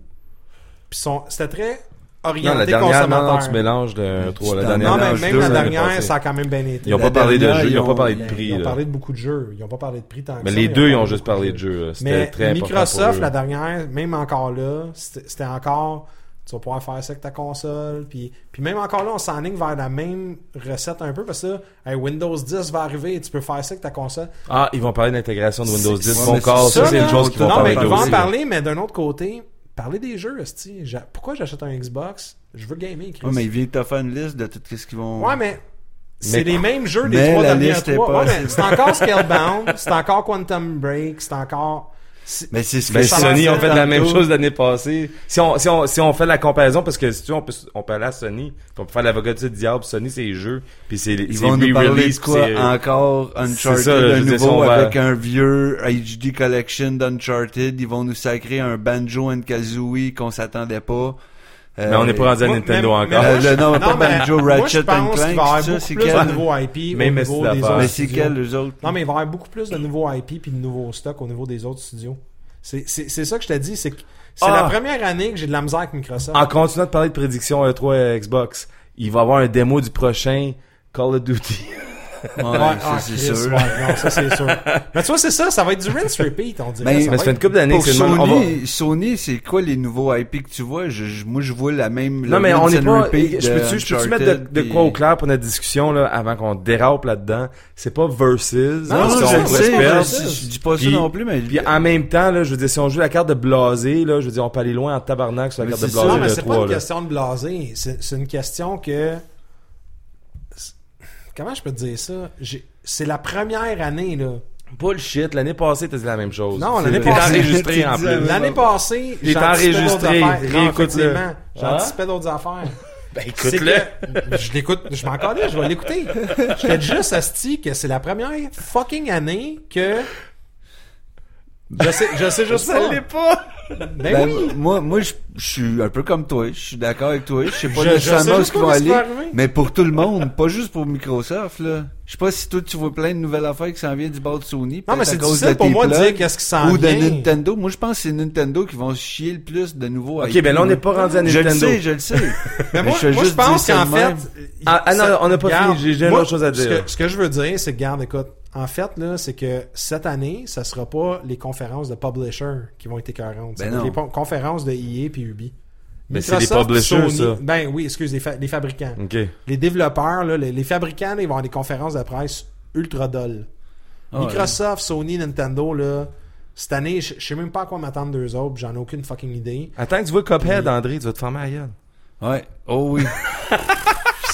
[SPEAKER 2] Puis ils sont- c'était très orienté
[SPEAKER 1] Non, la dernière, non, non,
[SPEAKER 2] consommateur.
[SPEAKER 1] tu mélanges de euh, trois. La
[SPEAKER 3] Non,
[SPEAKER 1] dernière,
[SPEAKER 2] Non, mais
[SPEAKER 1] mélange
[SPEAKER 2] même
[SPEAKER 1] deux,
[SPEAKER 2] la
[SPEAKER 1] l'année
[SPEAKER 2] dernière,
[SPEAKER 1] passée.
[SPEAKER 2] ça a quand même bien été.
[SPEAKER 1] Ils ont
[SPEAKER 3] La
[SPEAKER 1] pas parlé de
[SPEAKER 3] dernière,
[SPEAKER 1] jeu, ils
[SPEAKER 3] ils
[SPEAKER 1] ont pas parlé
[SPEAKER 3] ont-
[SPEAKER 1] de
[SPEAKER 2] Mais
[SPEAKER 1] prix.
[SPEAKER 2] ils ont
[SPEAKER 1] là.
[SPEAKER 2] parlé de beaucoup de jeux, ils ont pas parlé de prix tant que
[SPEAKER 1] Mais
[SPEAKER 2] ça,
[SPEAKER 1] les deux, ils ont
[SPEAKER 2] parlé
[SPEAKER 1] juste
[SPEAKER 2] beaucoup de
[SPEAKER 1] parlé
[SPEAKER 2] jeux.
[SPEAKER 1] de jeu. là. C'était
[SPEAKER 2] Mais
[SPEAKER 1] très important pour
[SPEAKER 2] Microsoft,
[SPEAKER 1] eux.
[SPEAKER 2] la dernière, même encore là, c'était c'était encore tu vas pouvoir faire ça avec ta console. Puis, puis même encore là, on s'enligne vers la même recette un peu parce que là, hey, Windows 10 va arriver et tu peux faire ça avec ta console.
[SPEAKER 1] Ah, ils vont parler d'intégration de Windows
[SPEAKER 3] C'est-
[SPEAKER 1] 10.
[SPEAKER 3] ouais,
[SPEAKER 1] Bon
[SPEAKER 3] mais
[SPEAKER 1] corps,
[SPEAKER 3] c'est
[SPEAKER 1] ça, c'est
[SPEAKER 2] là,
[SPEAKER 1] une chose qu'ils vont
[SPEAKER 2] non,
[SPEAKER 1] parler
[SPEAKER 2] mais ils vont en
[SPEAKER 1] aussi.
[SPEAKER 2] parler, mais d'un autre côté, parler des jeux, esti. J'a- Pourquoi j'achète un Xbox Je veux gamer, Chris.
[SPEAKER 3] Ouais, mais ils viennent de te faire une liste de tout ce qu'ils vont.
[SPEAKER 2] Ouais, mais c'est
[SPEAKER 1] Mais-
[SPEAKER 2] les mêmes jeux des
[SPEAKER 3] Mais
[SPEAKER 2] trois
[SPEAKER 3] la
[SPEAKER 2] dernières
[SPEAKER 3] liste est
[SPEAKER 2] trois.
[SPEAKER 3] pas-
[SPEAKER 2] Ouais, mais c'est encore Scalebound, c'est encore Quantum Break, c'est encore. C'est-
[SPEAKER 3] Mais c'est ce que
[SPEAKER 1] Ben,
[SPEAKER 2] ça
[SPEAKER 1] Sony
[SPEAKER 2] marche
[SPEAKER 1] ont fait
[SPEAKER 2] dans
[SPEAKER 1] la
[SPEAKER 2] le
[SPEAKER 1] même
[SPEAKER 2] dos.
[SPEAKER 1] chose l'année passée. Si on, si, on, si on fait la comparaison, parce que si tu veux, on peut, on peut aller à Sony, puis on peut faire l'avocat du diable. Sony, c'est les jeux, puis c'est
[SPEAKER 3] Ils
[SPEAKER 1] c'est
[SPEAKER 3] vont nous parler de
[SPEAKER 1] re-release, puis
[SPEAKER 3] quoi
[SPEAKER 1] c'est-
[SPEAKER 3] encore
[SPEAKER 1] c'est ça,
[SPEAKER 3] Uncharted
[SPEAKER 1] là,
[SPEAKER 3] à
[SPEAKER 1] je veux dire,
[SPEAKER 3] nouveau
[SPEAKER 1] si on va-
[SPEAKER 3] avec un vieux HD collection d'Uncharted. Ils vont nous sacrer un Banjo and Kazooie qu'on s'attendait pas.
[SPEAKER 1] Mais on n'est pas rendu à
[SPEAKER 2] Moi,
[SPEAKER 1] Nintendo
[SPEAKER 2] mais- mais
[SPEAKER 1] encore.
[SPEAKER 2] moi,
[SPEAKER 3] Euh, le nom est
[SPEAKER 2] non,
[SPEAKER 3] pas
[SPEAKER 2] mais
[SPEAKER 3] Banjo,
[SPEAKER 2] moi, je
[SPEAKER 3] Ratchet
[SPEAKER 2] pense
[SPEAKER 3] and
[SPEAKER 2] qu'il va y
[SPEAKER 3] Clank,
[SPEAKER 2] avoir
[SPEAKER 3] ça,
[SPEAKER 2] beaucoup
[SPEAKER 3] c'est
[SPEAKER 2] plus
[SPEAKER 3] quel?
[SPEAKER 2] de nouveaux IP
[SPEAKER 1] Même
[SPEAKER 2] au niveau
[SPEAKER 1] style
[SPEAKER 2] des
[SPEAKER 1] d'affaires.
[SPEAKER 2] autres
[SPEAKER 3] Mais c'est
[SPEAKER 2] studios.
[SPEAKER 3] quel, eux autres?
[SPEAKER 2] Non, mais il va y avoir beaucoup plus de nouveaux IP puis de nouveaux stocks au niveau des autres studios. C'est c'est- c'est ça que je te dis, c'est que c'est
[SPEAKER 1] Ah!
[SPEAKER 2] la première année que j'ai de la misère avec Microsoft.
[SPEAKER 3] Ah,
[SPEAKER 1] En continuant de parler de prédiction E3 et Xbox, il va y avoir un démo du prochain Call of Duty.
[SPEAKER 3] Ouais,
[SPEAKER 2] Ouais,
[SPEAKER 3] ça,
[SPEAKER 2] ah,
[SPEAKER 3] c'est
[SPEAKER 2] Chris,
[SPEAKER 3] sûr.
[SPEAKER 2] ouais, non, ça c'est sûr. Mais tu vois, c'est ça, ça va être du rinse repeat, on dirait.
[SPEAKER 3] Mais-
[SPEAKER 2] ça
[SPEAKER 1] Mais
[SPEAKER 2] va
[SPEAKER 1] ça fait une
[SPEAKER 2] être-
[SPEAKER 1] couple d'années
[SPEAKER 3] Pour
[SPEAKER 1] que c'est le même- on va-
[SPEAKER 3] Sony, Sony, c'est quoi les nouveaux IP que tu vois? Je, je- moi, je vois la même.
[SPEAKER 1] Non,
[SPEAKER 3] le
[SPEAKER 1] mais on
[SPEAKER 3] rinse
[SPEAKER 1] est
[SPEAKER 3] and
[SPEAKER 1] pas.
[SPEAKER 3] repeat
[SPEAKER 1] Je
[SPEAKER 3] de
[SPEAKER 1] peux-tu je peux mettre de,
[SPEAKER 3] Uncharted,
[SPEAKER 1] de quoi au
[SPEAKER 3] puis-
[SPEAKER 1] clair pour notre discussion là, avant qu'on dérape là-dedans? C'est pas versus.
[SPEAKER 2] Non,
[SPEAKER 1] hein,
[SPEAKER 2] non,
[SPEAKER 1] si
[SPEAKER 2] je
[SPEAKER 1] on
[SPEAKER 2] le
[SPEAKER 1] pourrait
[SPEAKER 2] sais,
[SPEAKER 1] se
[SPEAKER 2] je
[SPEAKER 1] perdre.
[SPEAKER 2] le sais.
[SPEAKER 3] je dis pas ça
[SPEAKER 1] Puis-
[SPEAKER 3] non plus, mais.
[SPEAKER 1] Puis en même temps, là, je veux dire, si on joue la carte de blasé, là, je veux dire, on peut aller loin en tabarnak sur la
[SPEAKER 3] Mais
[SPEAKER 1] carte de
[SPEAKER 3] c'est ça,
[SPEAKER 1] blasé
[SPEAKER 2] Non, mais
[SPEAKER 1] le
[SPEAKER 2] c'est pas
[SPEAKER 1] 3.
[SPEAKER 2] une
[SPEAKER 1] là.
[SPEAKER 2] question de blaser. C'est c'est une question que. c'est- Comment je peux te dire ça? J'ai- C'est la première année, là.
[SPEAKER 1] Bullshit, l'année passée, t'as dit la même chose.
[SPEAKER 2] Non, l'année
[SPEAKER 1] T'es
[SPEAKER 2] passée,
[SPEAKER 1] enregistré en
[SPEAKER 3] tu disais-
[SPEAKER 1] plus.
[SPEAKER 2] L'année passée,
[SPEAKER 1] Il est
[SPEAKER 2] j'anticipais d'autres
[SPEAKER 1] enregistré.
[SPEAKER 2] affaires. Non,
[SPEAKER 1] Réécoute-le.
[SPEAKER 2] effectivement, J'anticipais
[SPEAKER 1] Hein?
[SPEAKER 2] d'autres affaires.
[SPEAKER 1] Ben,
[SPEAKER 2] C'est
[SPEAKER 1] écoute-le.
[SPEAKER 2] que- Je l'écoute, je m'en calais, je vais l'écouter. Je te dis juste asti que c'est la première fucking année que. Je sais, je sais juste pas.
[SPEAKER 1] pas.
[SPEAKER 2] Ben,
[SPEAKER 3] Ben,
[SPEAKER 2] oui.
[SPEAKER 3] Moi, moi je, je suis un peu comme toi. Je suis d'accord avec toi. Je sais pas
[SPEAKER 2] Je- je sais
[SPEAKER 3] nécessairement où
[SPEAKER 2] juste
[SPEAKER 3] ce qu'ils
[SPEAKER 2] pas
[SPEAKER 3] vont
[SPEAKER 2] qu'est-ce qui
[SPEAKER 3] aller.
[SPEAKER 2] va arriver.
[SPEAKER 3] Mais pour tout le monde, pas juste pour Microsoft, là. Je sais pas si toi, tu vois plein de nouvelles affaires qui s'en viennent du bord de Sony.
[SPEAKER 2] Non, mais
[SPEAKER 3] peut-être à
[SPEAKER 2] c'est
[SPEAKER 3] cause
[SPEAKER 2] difficile
[SPEAKER 3] de
[SPEAKER 2] pour
[SPEAKER 3] tes
[SPEAKER 2] moi de
[SPEAKER 3] plugs,
[SPEAKER 2] dire qu'est-ce qui s'en
[SPEAKER 3] Ou de
[SPEAKER 2] vient.
[SPEAKER 3] Nintendo. Moi, je pense que c'est Nintendo qui vont chier le plus de nouveaux
[SPEAKER 1] Ok,
[SPEAKER 3] IP,
[SPEAKER 1] ben là, on n'est pas rendu à
[SPEAKER 3] Je le
[SPEAKER 1] Nintendo.
[SPEAKER 3] sais, je le sais.
[SPEAKER 2] Mais moi,
[SPEAKER 3] je fais
[SPEAKER 2] moi, je
[SPEAKER 3] juste
[SPEAKER 2] pense
[SPEAKER 3] dire ça
[SPEAKER 2] qu'en
[SPEAKER 3] de
[SPEAKER 2] fait.
[SPEAKER 3] même.
[SPEAKER 2] il-
[SPEAKER 1] Ah, ah non,
[SPEAKER 2] ça-
[SPEAKER 1] on n'a pas
[SPEAKER 2] regarde,
[SPEAKER 1] fini, j'ai- j'ai une
[SPEAKER 2] moi,
[SPEAKER 1] autre chose à
[SPEAKER 2] ce
[SPEAKER 1] dire.
[SPEAKER 2] que- Ce que je veux dire, c'est que, garde, écoute, en fait, là, c'est que cette année, ça sera pas les conférences de publishers qui vont être écœurantes. Ça
[SPEAKER 3] Ben
[SPEAKER 2] va être
[SPEAKER 3] non. Ben,
[SPEAKER 2] les po- conférences de EA puis Ubi.
[SPEAKER 1] Mais c'est les
[SPEAKER 2] Microsoft,
[SPEAKER 1] publishers,
[SPEAKER 2] Sony-
[SPEAKER 1] ça.
[SPEAKER 2] Ben oui, excuse, les, fa- les fabricants.
[SPEAKER 3] Mm.
[SPEAKER 1] Ok.
[SPEAKER 2] Les développeurs, là, les, les fabricants, là, ils vont avoir des conférences de presse ultra dolles.
[SPEAKER 3] Ah,
[SPEAKER 2] Microsoft, Sony, Nintendo, là, cette année, je je sais même pas à quoi m'attendre d'eux autres, j'en ai aucune fucking idée.
[SPEAKER 1] Attends que tu vois
[SPEAKER 2] Mm.
[SPEAKER 1] Cuphead, André, tu vas te former à la gueule.
[SPEAKER 3] Ouais. Oh oui.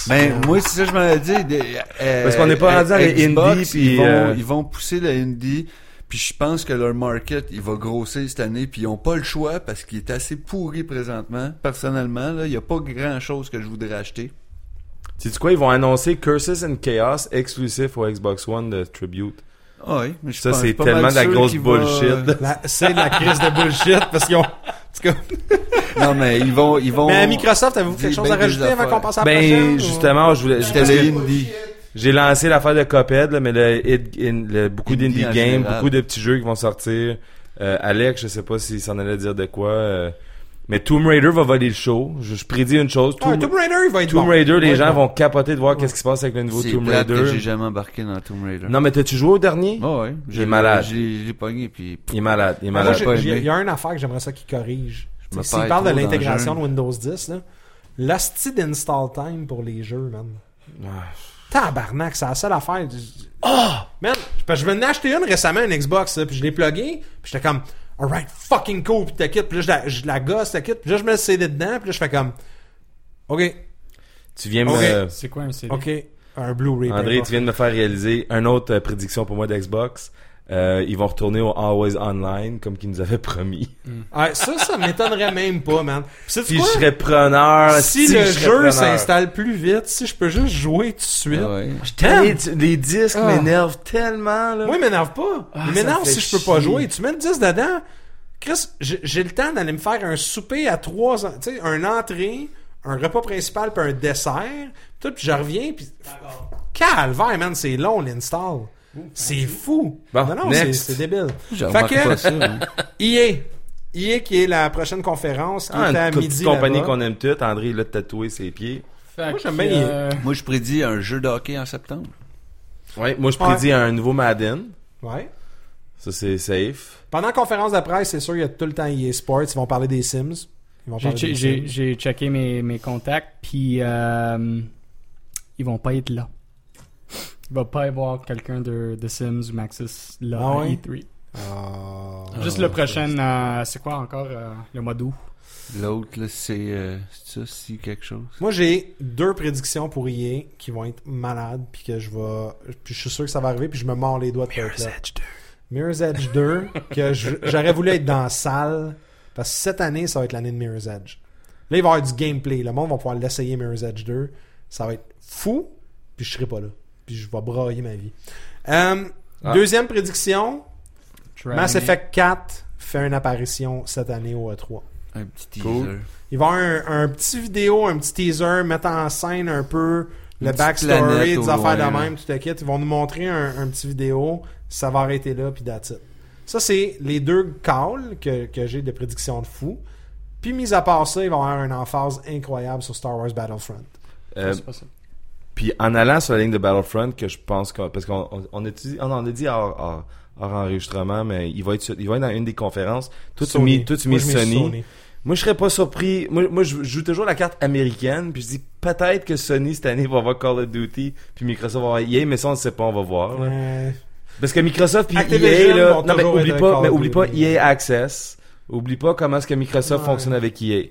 [SPEAKER 3] Mais moi, c'est ça que je m'en ai dit. de- euh,
[SPEAKER 1] Parce qu'on n'est pas
[SPEAKER 3] euh,
[SPEAKER 1] rendu à les
[SPEAKER 3] Xbox,
[SPEAKER 1] indies, puis,
[SPEAKER 3] Ils vont,
[SPEAKER 1] euh,
[SPEAKER 3] ils vont pousser le indie. Puis je pense que leur market, il va grossir cette année. Puis ils n'ont pas le choix parce qu'il est assez pourri présentement. Personnellement, là, il n'y a pas grand-chose que je voudrais acheter.
[SPEAKER 1] Sais-tu quoi, ils vont annoncer Curses and Chaos exclusif au Xbox One de Tribute.
[SPEAKER 3] Ah oui, mais je
[SPEAKER 1] Ça,
[SPEAKER 3] pense
[SPEAKER 1] c'est
[SPEAKER 3] pas mal
[SPEAKER 1] tellement de la
[SPEAKER 3] sûr
[SPEAKER 1] grosse
[SPEAKER 3] qu'il va-
[SPEAKER 1] bullshit.
[SPEAKER 2] La- C'est de la crise de bullshit parce qu'ils ont. en tout cas,
[SPEAKER 3] Non, mais ils vont... Ils vont...
[SPEAKER 2] Mais à Microsoft, avez-vous quelque
[SPEAKER 3] Dis
[SPEAKER 2] chose
[SPEAKER 3] ben
[SPEAKER 2] à
[SPEAKER 3] des
[SPEAKER 2] rajouter avant
[SPEAKER 3] affaires.
[SPEAKER 2] qu'on passe à la prochaine?
[SPEAKER 1] Ben,
[SPEAKER 2] ou-
[SPEAKER 1] justement, je voulais.
[SPEAKER 3] C'était
[SPEAKER 1] parce que-
[SPEAKER 3] le indie.
[SPEAKER 1] J'ai lancé l'affaire de Cuphead, là, mais le, id- in- le- beaucoup
[SPEAKER 3] Indie
[SPEAKER 1] d'indie
[SPEAKER 3] en
[SPEAKER 1] games,
[SPEAKER 3] général.
[SPEAKER 1] beaucoup de petits jeux qui vont sortir. Euh, Alex, je sais pas s'il s'en allait dire de quoi. euh, mais Tomb Raider va voler le show. Je, je prédis une chose.
[SPEAKER 2] Ah,
[SPEAKER 1] Tomb,
[SPEAKER 2] Tomb Raider, il va être
[SPEAKER 1] Tomb
[SPEAKER 2] bon.
[SPEAKER 1] Raider, les
[SPEAKER 2] Ouais,
[SPEAKER 1] gens
[SPEAKER 2] ouais.
[SPEAKER 1] vont capoter de voir qu'est-ce qui se passe avec le nouveau
[SPEAKER 3] C'est
[SPEAKER 1] Tomb
[SPEAKER 3] plate que j'ai
[SPEAKER 1] Raider.
[SPEAKER 3] jamais embarqué dans Tomb Raider.
[SPEAKER 1] Non, mais t'as-tu joué au dernier?
[SPEAKER 3] Ah ouais.
[SPEAKER 1] Il est malade.
[SPEAKER 3] Je l'ai- je l'ai pogné, puis...
[SPEAKER 1] Il est malade,
[SPEAKER 3] Ah,
[SPEAKER 1] il est
[SPEAKER 2] Moi,
[SPEAKER 1] malade.
[SPEAKER 2] j'ai-
[SPEAKER 3] pas aimé.
[SPEAKER 2] j'ai- Il y a une affaire que j'aimerais ça qu'ils corrigent.
[SPEAKER 3] me
[SPEAKER 2] S'ils
[SPEAKER 3] perds
[SPEAKER 2] parlent de
[SPEAKER 3] trop dans
[SPEAKER 2] l'intégration
[SPEAKER 3] le
[SPEAKER 2] de Windows 10, là, l'hostie d'install time pour les jeux, man.
[SPEAKER 1] Ah.
[SPEAKER 2] Tabarnak, c'est la seule affaire. Oh! Man, parce que je venais acheter une récemment, une Xbox, là, puis je l'ai pluguée, puis j'étais comme, alright, fucking cool, puis t'as quitte, puis là, je la, je la gosse, t'as quitte, puis là, je mets le CD dedans, puis là, je fais comme, ok,
[SPEAKER 1] Tu viens
[SPEAKER 2] Ok.
[SPEAKER 1] me...
[SPEAKER 4] C'est quoi un CD?
[SPEAKER 2] ok, un Blu-ray. peu
[SPEAKER 1] André,
[SPEAKER 2] importe.
[SPEAKER 1] tu viens de me faire réaliser une autre euh, prédiction pour moi d'Xbox. Euh, ils vont retourner au Always Online, comme qu'ils nous avaient promis.
[SPEAKER 2] Ouais, ça, ça m'étonnerait même pas, man. Puis,
[SPEAKER 1] Si
[SPEAKER 2] sais-tu
[SPEAKER 1] je
[SPEAKER 2] quoi?
[SPEAKER 1] serais preneur,
[SPEAKER 2] si
[SPEAKER 1] si
[SPEAKER 2] le
[SPEAKER 1] je serais
[SPEAKER 2] jeu
[SPEAKER 1] preneur.
[SPEAKER 2] s'installe plus vite, si je peux juste jouer tout de suite.
[SPEAKER 3] Ah ouais.
[SPEAKER 1] Je t'aime. Les, les disques
[SPEAKER 2] Ah.
[SPEAKER 1] m'énervent tellement, là.
[SPEAKER 2] Moi, il m'énerve pas. il m'énerve
[SPEAKER 1] Ah, ça
[SPEAKER 2] si
[SPEAKER 1] fait
[SPEAKER 2] je peux pas
[SPEAKER 1] chier.
[SPEAKER 2] jouer. Tu mets le 10 dedans. Chris, j'ai j'ai le temps d'aller me faire un souper à trois ans. Tu sais, un entrée, un repas principal, puis un dessert. Tout, puis je reviens, puis. Calvaire, man, c'est long l'install. C'est fou.
[SPEAKER 1] Bon,
[SPEAKER 2] non, non, c'est
[SPEAKER 1] next.
[SPEAKER 2] c'est débile.
[SPEAKER 3] Je
[SPEAKER 2] Fait
[SPEAKER 3] remarque
[SPEAKER 2] que-
[SPEAKER 3] pas ça, hein.
[SPEAKER 2] EA. EA qui est la prochaine conférence, qui
[SPEAKER 1] Ah,
[SPEAKER 2] est à
[SPEAKER 1] une co-
[SPEAKER 2] midi.
[SPEAKER 1] petite compagnie
[SPEAKER 2] là-bas.
[SPEAKER 1] qu'on aime toutes. André, il a tatoué ses pieds.
[SPEAKER 4] Fait
[SPEAKER 2] Moi, j'aime
[SPEAKER 4] que,
[SPEAKER 2] bien-
[SPEAKER 4] euh,
[SPEAKER 3] Moi, je prédis un jeu de hockey en septembre.
[SPEAKER 1] Ouais, moi, je prédis un nouveau Madden.
[SPEAKER 2] Ouais.
[SPEAKER 1] Ça, c'est safe.
[SPEAKER 2] Pendant la conférence de presse, c'est sûr, il y a tout le temps EA Sports. Ils vont parler des Sims. Ils vont
[SPEAKER 4] J'ai,
[SPEAKER 2] parler des
[SPEAKER 4] che- j'ai-
[SPEAKER 2] Sims.
[SPEAKER 4] j'ai checké mes, mes contacts, puis euh, ils vont pas être là. Il va pas y avoir quelqu'un de, de Sims ou Maxis là
[SPEAKER 2] Ah
[SPEAKER 4] à
[SPEAKER 2] ouais?
[SPEAKER 4] E3.
[SPEAKER 2] Ah.
[SPEAKER 4] Juste le prochain, euh, c'est quoi encore euh, le mois d'août
[SPEAKER 3] L'autre, là, c'est euh, c'est ça, si quelque chose.
[SPEAKER 2] Moi, j'ai deux prédictions pour EA qui vont être malades, puis que je vais. Puis je suis sûr que ça va arriver, puis je me mords les doigts de faire Mirror's Edge 2, que je- j'aurais voulu être dans la salle, parce que cette année, ça va être l'année de Mirror's Edge. Là, il va y avoir du gameplay. Le monde va pouvoir l'essayer, Mirror's Edge 2. Ça va être fou, puis je serai pas là. Puis je vais brailler ma vie. Euh,
[SPEAKER 1] Ah.
[SPEAKER 2] Deuxième prédiction,
[SPEAKER 4] Dragon
[SPEAKER 2] Mass
[SPEAKER 4] Age.
[SPEAKER 2] Effect 4 fait une apparition cette année au E E3.
[SPEAKER 3] Un petit teaser.
[SPEAKER 1] Cool.
[SPEAKER 2] Il va y avoir un, un petit vidéo, un petit teaser, mettre en scène un peu le
[SPEAKER 3] Une petite
[SPEAKER 2] backstory,
[SPEAKER 3] planète
[SPEAKER 2] des
[SPEAKER 3] au
[SPEAKER 2] affaires de
[SPEAKER 3] loin,
[SPEAKER 2] même, tout à kit. Ils vont nous montrer un, un petit vidéo, ça va arrêter là, puis that's it. Ça, c'est les deux calls que, que j'ai de prédictions de fou. Puis, mis à part ça, il va y avoir une emphase incroyable sur Star Wars Battlefront.
[SPEAKER 1] Euh,
[SPEAKER 4] C'est pas ça.
[SPEAKER 1] Puis en allant sur la ligne de Battlefront, que je pense qu'on. Parce qu'on on, on a dit, on en a dit hors, hors- hors enregistrement, mais il va, être, sur- il va être dans une des conférences. Toi, tu
[SPEAKER 2] Sony.
[SPEAKER 1] mis, toi, tu
[SPEAKER 2] Moi,
[SPEAKER 1] mis
[SPEAKER 2] je mets
[SPEAKER 1] Sony. Moi, je serais pas surpris. Moi, moi, je joue toujours la carte américaine, puis je dis peut-être que Sony cette année va avoir Call of Duty, puis Microsoft va avoir EA, mais ça, on ne sait pas, on va voir. là.
[SPEAKER 2] Euh,
[SPEAKER 1] Parce que Microsoft puis
[SPEAKER 2] Activision
[SPEAKER 1] EA, là,
[SPEAKER 2] vont
[SPEAKER 1] non, mais
[SPEAKER 2] toujours
[SPEAKER 1] oublie
[SPEAKER 2] être
[SPEAKER 1] pas,
[SPEAKER 2] avec
[SPEAKER 1] mais
[SPEAKER 2] Call of
[SPEAKER 1] oublie pas
[SPEAKER 2] Duty.
[SPEAKER 1] EA Access. Oublie pas comment est-ce que Microsoft
[SPEAKER 2] Ouais.
[SPEAKER 1] fonctionne avec EA.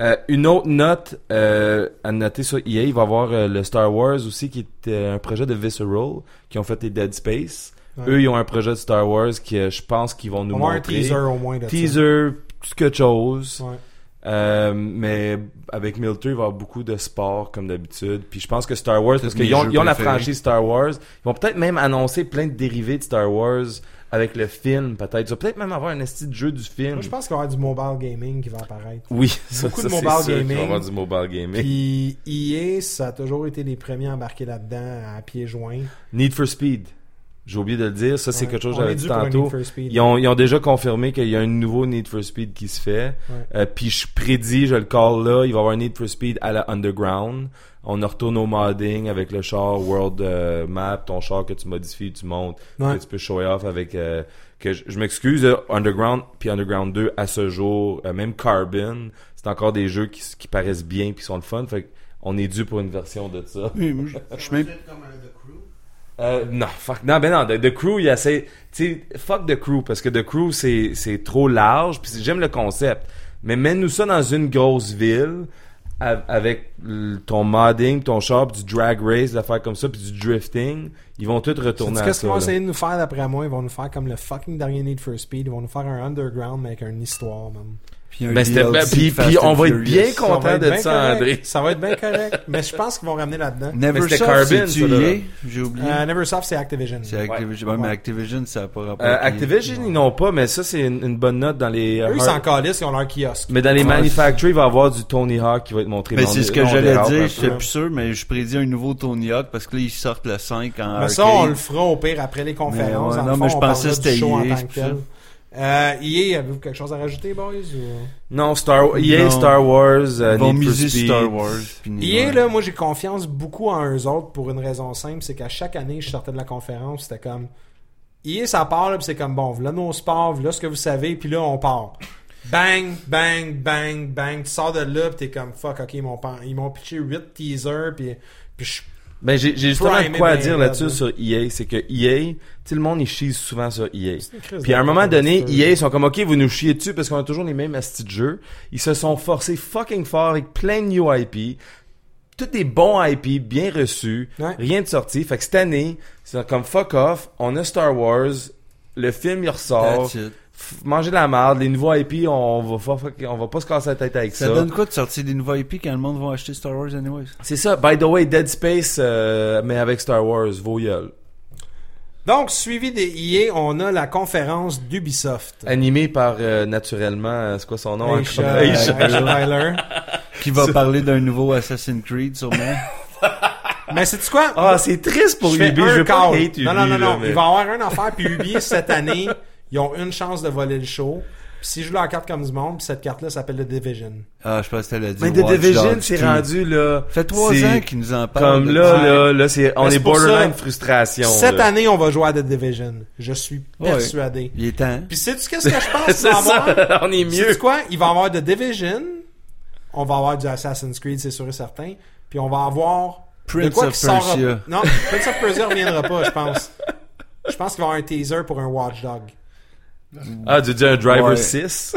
[SPEAKER 1] Euh, une autre note euh, à noter sur EA, il va y avoir euh, le Star Wars aussi, qui est euh, un projet de Visceral, qui ont fait les Dead Space.
[SPEAKER 2] Ouais.
[SPEAKER 1] Eux, ils ont un projet de Star Wars que euh, je pense qu'ils vont nous
[SPEAKER 2] on va avoir un
[SPEAKER 1] montrer.
[SPEAKER 2] teaser au moins de ça.
[SPEAKER 1] Teaser, tout quelque chose.
[SPEAKER 2] Ouais.
[SPEAKER 1] Euh, mais avec Military, il va y avoir beaucoup de sport comme d'habitude. Puis je pense que Star Wars,
[SPEAKER 3] Tous
[SPEAKER 1] parce
[SPEAKER 3] mes
[SPEAKER 1] qu'ils ont,
[SPEAKER 3] jeux
[SPEAKER 1] ils ont la
[SPEAKER 3] préférés.
[SPEAKER 1] franchise Star Wars, ils vont peut-être même annoncer plein de dérivés de Star Wars avec le film, peut-être. Ils vont peut-être même avoir un esti de jeu du film.
[SPEAKER 2] Moi, je pense qu'il va y avoir du mobile gaming qui va apparaître.
[SPEAKER 1] Oui, ça,
[SPEAKER 2] Beaucoup
[SPEAKER 1] ça,
[SPEAKER 2] de
[SPEAKER 1] c'est sûr
[SPEAKER 2] mobile
[SPEAKER 1] qu'il va y
[SPEAKER 2] gaming.
[SPEAKER 1] avoir du mobile gaming.
[SPEAKER 2] Puis EA, ça a toujours été les premiers embarqués là-dedans à pieds joints.
[SPEAKER 1] Need for Speed. J'ai oublié de le dire. Ça, c'est
[SPEAKER 2] Ouais.
[SPEAKER 1] quelque chose que
[SPEAKER 2] On
[SPEAKER 1] j'avais
[SPEAKER 2] est dû
[SPEAKER 1] dit
[SPEAKER 2] pour un Need
[SPEAKER 1] tantôt.
[SPEAKER 2] for Speed.
[SPEAKER 1] Ils ont, ils ont déjà confirmé qu'il y a un nouveau Need for Speed qui se fait.
[SPEAKER 2] Ouais.
[SPEAKER 1] Euh, puis je prédis, je le call là, il va y avoir un Need for Speed à la Underground. On en retourne au modding avec le char World euh, Map, ton char que tu modifies, tu montes,
[SPEAKER 2] Ouais.
[SPEAKER 1] que tu peux show off avec... euh, que je, je m'excuse, euh, Underground puis Underground 2 à ce jour, euh, même Carbon, c'est encore des jeux qui, s- qui paraissent bien puis sont le fun. Fait on est dû pour une version de ça.
[SPEAKER 5] Mais moi, je- je suis même-
[SPEAKER 1] Euh, non, fuck. Non, ben non, The, The Crew, il essaie. Tu sais, fuck The Crew, parce que The Crew, c'est c'est trop large, puis c'est- j'aime le concept. Mais mets-nous ça dans une grosse ville, a- avec l- ton modding, ton char, puis du drag race, des affaires comme ça, puis du drifting. Ils vont tous retourner
[SPEAKER 2] Sais-tu
[SPEAKER 1] à
[SPEAKER 2] Qu'est-ce qu'ils vont
[SPEAKER 1] ça. là.
[SPEAKER 2] essayer de nous faire d'après moi Ils vont nous faire comme le fucking dernier Need for Speed. Ils vont nous faire un underground mais avec une histoire, man.
[SPEAKER 3] Puis, un
[SPEAKER 1] Ben, c'était-
[SPEAKER 3] DLC
[SPEAKER 1] ben, puis-
[SPEAKER 3] de Fast
[SPEAKER 1] puis
[SPEAKER 3] and
[SPEAKER 1] on va être
[SPEAKER 3] Furious.
[SPEAKER 1] bien
[SPEAKER 2] Ça va
[SPEAKER 1] content
[SPEAKER 2] être
[SPEAKER 1] de
[SPEAKER 2] bien
[SPEAKER 1] ça,
[SPEAKER 2] correct.
[SPEAKER 1] André.
[SPEAKER 2] Ça va être bien correct. mais je pense qu'ils vont ramener là-dedans.
[SPEAKER 3] Neversoft,
[SPEAKER 1] Mais c'était
[SPEAKER 3] c'est-tu
[SPEAKER 1] Carbon, ça, là.
[SPEAKER 3] EA? J'ai oublié.
[SPEAKER 2] Euh, Neversoft, c'est Activision.
[SPEAKER 3] c'est Activision.
[SPEAKER 2] Ouais.
[SPEAKER 3] Ah, Ouais, mais
[SPEAKER 2] Ouais.
[SPEAKER 3] Activision, ça n'a pas rapport.
[SPEAKER 1] Euh,
[SPEAKER 3] avec EA.
[SPEAKER 1] Activision, ils n'ont pas, mais ça, c'est une, une bonne note dans les. euh,
[SPEAKER 2] Eux, ils
[SPEAKER 1] hard-
[SPEAKER 2] s'en calissent, ils ont leur kiosque.
[SPEAKER 1] Mais dans les
[SPEAKER 3] Ouais.
[SPEAKER 1] manufacturers, il va y avoir du Tony Hawk qui va être montré.
[SPEAKER 3] Mais
[SPEAKER 1] on
[SPEAKER 3] c'est
[SPEAKER 1] est-
[SPEAKER 3] ce que
[SPEAKER 1] on
[SPEAKER 3] j'allais
[SPEAKER 1] dérape un
[SPEAKER 3] dire,
[SPEAKER 1] peu.
[SPEAKER 3] j'étais plus sûr, mais je prédis un nouveau Tony Hawk parce que là, ils sortent le 5 en
[SPEAKER 1] Ah,
[SPEAKER 2] Mais ça,
[SPEAKER 3] arcade.
[SPEAKER 2] on le fera au pire après les conférences.
[SPEAKER 3] Mais ouais,
[SPEAKER 2] Dans
[SPEAKER 3] non,
[SPEAKER 2] le fond,
[SPEAKER 3] mais je
[SPEAKER 2] on
[SPEAKER 3] pensais
[SPEAKER 2] parlera
[SPEAKER 3] c'était
[SPEAKER 2] du
[SPEAKER 1] E
[SPEAKER 2] show
[SPEAKER 3] EA,
[SPEAKER 2] en tant que
[SPEAKER 3] c'est pour
[SPEAKER 2] tel. Euh, EA, avez-vous quelque chose à rajouter, boys ou...
[SPEAKER 1] Non, Star, EA,
[SPEAKER 3] Non.
[SPEAKER 1] Star Wars, euh,
[SPEAKER 3] Ils vont
[SPEAKER 1] Need for
[SPEAKER 3] miser sur
[SPEAKER 1] Speed.
[SPEAKER 3] Star Wars. puis
[SPEAKER 2] EA,
[SPEAKER 3] ouais.
[SPEAKER 2] là, moi, j'ai confiance beaucoup en eux autres pour une raison simple, c'est qu'à chaque année, je sortais de la conférence, c'était comme... EA, ça part, là, puis c'est comme, bon, voilà nos sports, voilà ce que vous savez, puis là, on part. Bang, bang, bang, bang, tu sors de là, puis t'es comme, fuck, ok, ils m'ont, pan- ils m'ont pitché 8 teasers, puis, puis je...
[SPEAKER 1] Ben, j'ai j'ai justement
[SPEAKER 2] Prime ben,
[SPEAKER 1] de quoi
[SPEAKER 2] est
[SPEAKER 1] à
[SPEAKER 2] bien
[SPEAKER 1] dire
[SPEAKER 2] raide,
[SPEAKER 1] là-dessus
[SPEAKER 2] là.
[SPEAKER 1] sur EA, c'est que EA, tu sais, le monde, il chie souvent sur EA.
[SPEAKER 2] C'est une crise
[SPEAKER 1] Puis à un
[SPEAKER 2] de-
[SPEAKER 1] moment donné,
[SPEAKER 2] de-
[SPEAKER 1] EA, ils sont comme, OK, vous nous chiez dessus parce qu'on a toujours les mêmes astis de jeux. Ils se sont forcés fucking fort avec plein de new IP. Tous des bons IP, bien reçus.
[SPEAKER 2] Ouais.
[SPEAKER 1] Rien de sorti. Fait que cette année, c'est comme fuck off, on a Star Wars, le film, il ressort.
[SPEAKER 3] That's it.
[SPEAKER 1] F- Manger de la merde, les nouveaux IP, on va, fa- fuck- on va pas se casser la tête avec ça.
[SPEAKER 3] Ça donne quoi de sortir des nouveaux IP quand le monde va acheter Star Wars anyways?
[SPEAKER 1] C'est ça. By the way, Dead Space, euh, mais avec Star Wars, vos gueules.
[SPEAKER 2] Donc, suivi des EA, on a la conférence d'Ubisoft.
[SPEAKER 1] Animé par, euh, naturellement, euh, c'est quoi son nom?
[SPEAKER 2] Aisha-
[SPEAKER 1] encore?
[SPEAKER 2] Aisha Tyler.
[SPEAKER 3] Qui va parler d'un nouveau Assassin's Creed sûrement?
[SPEAKER 2] Mais c'est quoi?
[SPEAKER 1] Ah, c'est triste pour
[SPEAKER 2] je fais
[SPEAKER 1] Ubi.
[SPEAKER 2] un
[SPEAKER 1] Je veux pas
[SPEAKER 2] call.
[SPEAKER 1] hate Ubi.
[SPEAKER 2] Non, non,
[SPEAKER 1] là,
[SPEAKER 2] non, non.
[SPEAKER 1] mais-
[SPEAKER 2] Il va y avoir un affaire, puis Ubi, cette année, ils ont une chance de voler le show. Puis si je joue leur carte comme du monde, puis cette carte-là s'appelle The Division.
[SPEAKER 3] ah, je pense que t'allais dire
[SPEAKER 1] Mais The
[SPEAKER 3] Watch
[SPEAKER 1] Division,
[SPEAKER 3] Dogs
[SPEAKER 1] c'est
[SPEAKER 3] 2.
[SPEAKER 1] rendu, là.
[SPEAKER 3] Ça fait trois
[SPEAKER 1] c'est
[SPEAKER 3] ans qu'ils nous en parlent.
[SPEAKER 1] Comme
[SPEAKER 3] de
[SPEAKER 1] là,
[SPEAKER 3] ça.
[SPEAKER 1] là, là, c'est, on
[SPEAKER 2] Mais
[SPEAKER 1] est
[SPEAKER 2] c'est pour ça,
[SPEAKER 1] borderline frustration.
[SPEAKER 2] Cette
[SPEAKER 1] là.
[SPEAKER 2] année, on va jouer à The Division. Je suis
[SPEAKER 3] Ouais.
[SPEAKER 2] persuadé.
[SPEAKER 3] Il est temps.
[SPEAKER 2] Puis sais-tu qu'est-ce que je pense qu'il
[SPEAKER 1] C'est
[SPEAKER 2] va avoir?
[SPEAKER 1] ça. On est mieux.
[SPEAKER 2] Sais-tu quoi? Il va y avoir The Division. On va avoir du Assassin's Creed, c'est sûr et certain. Puis on va avoir...
[SPEAKER 3] Prince
[SPEAKER 2] de quoi
[SPEAKER 3] of
[SPEAKER 2] qui sortira-
[SPEAKER 3] Persia.
[SPEAKER 2] Non, Prince of Persia reviendra pas, je pense. Je pense qu'il va y avoir un teaser pour un Watch Dog.
[SPEAKER 1] Ah, tu dis un Driver
[SPEAKER 3] Ouais.
[SPEAKER 1] 6?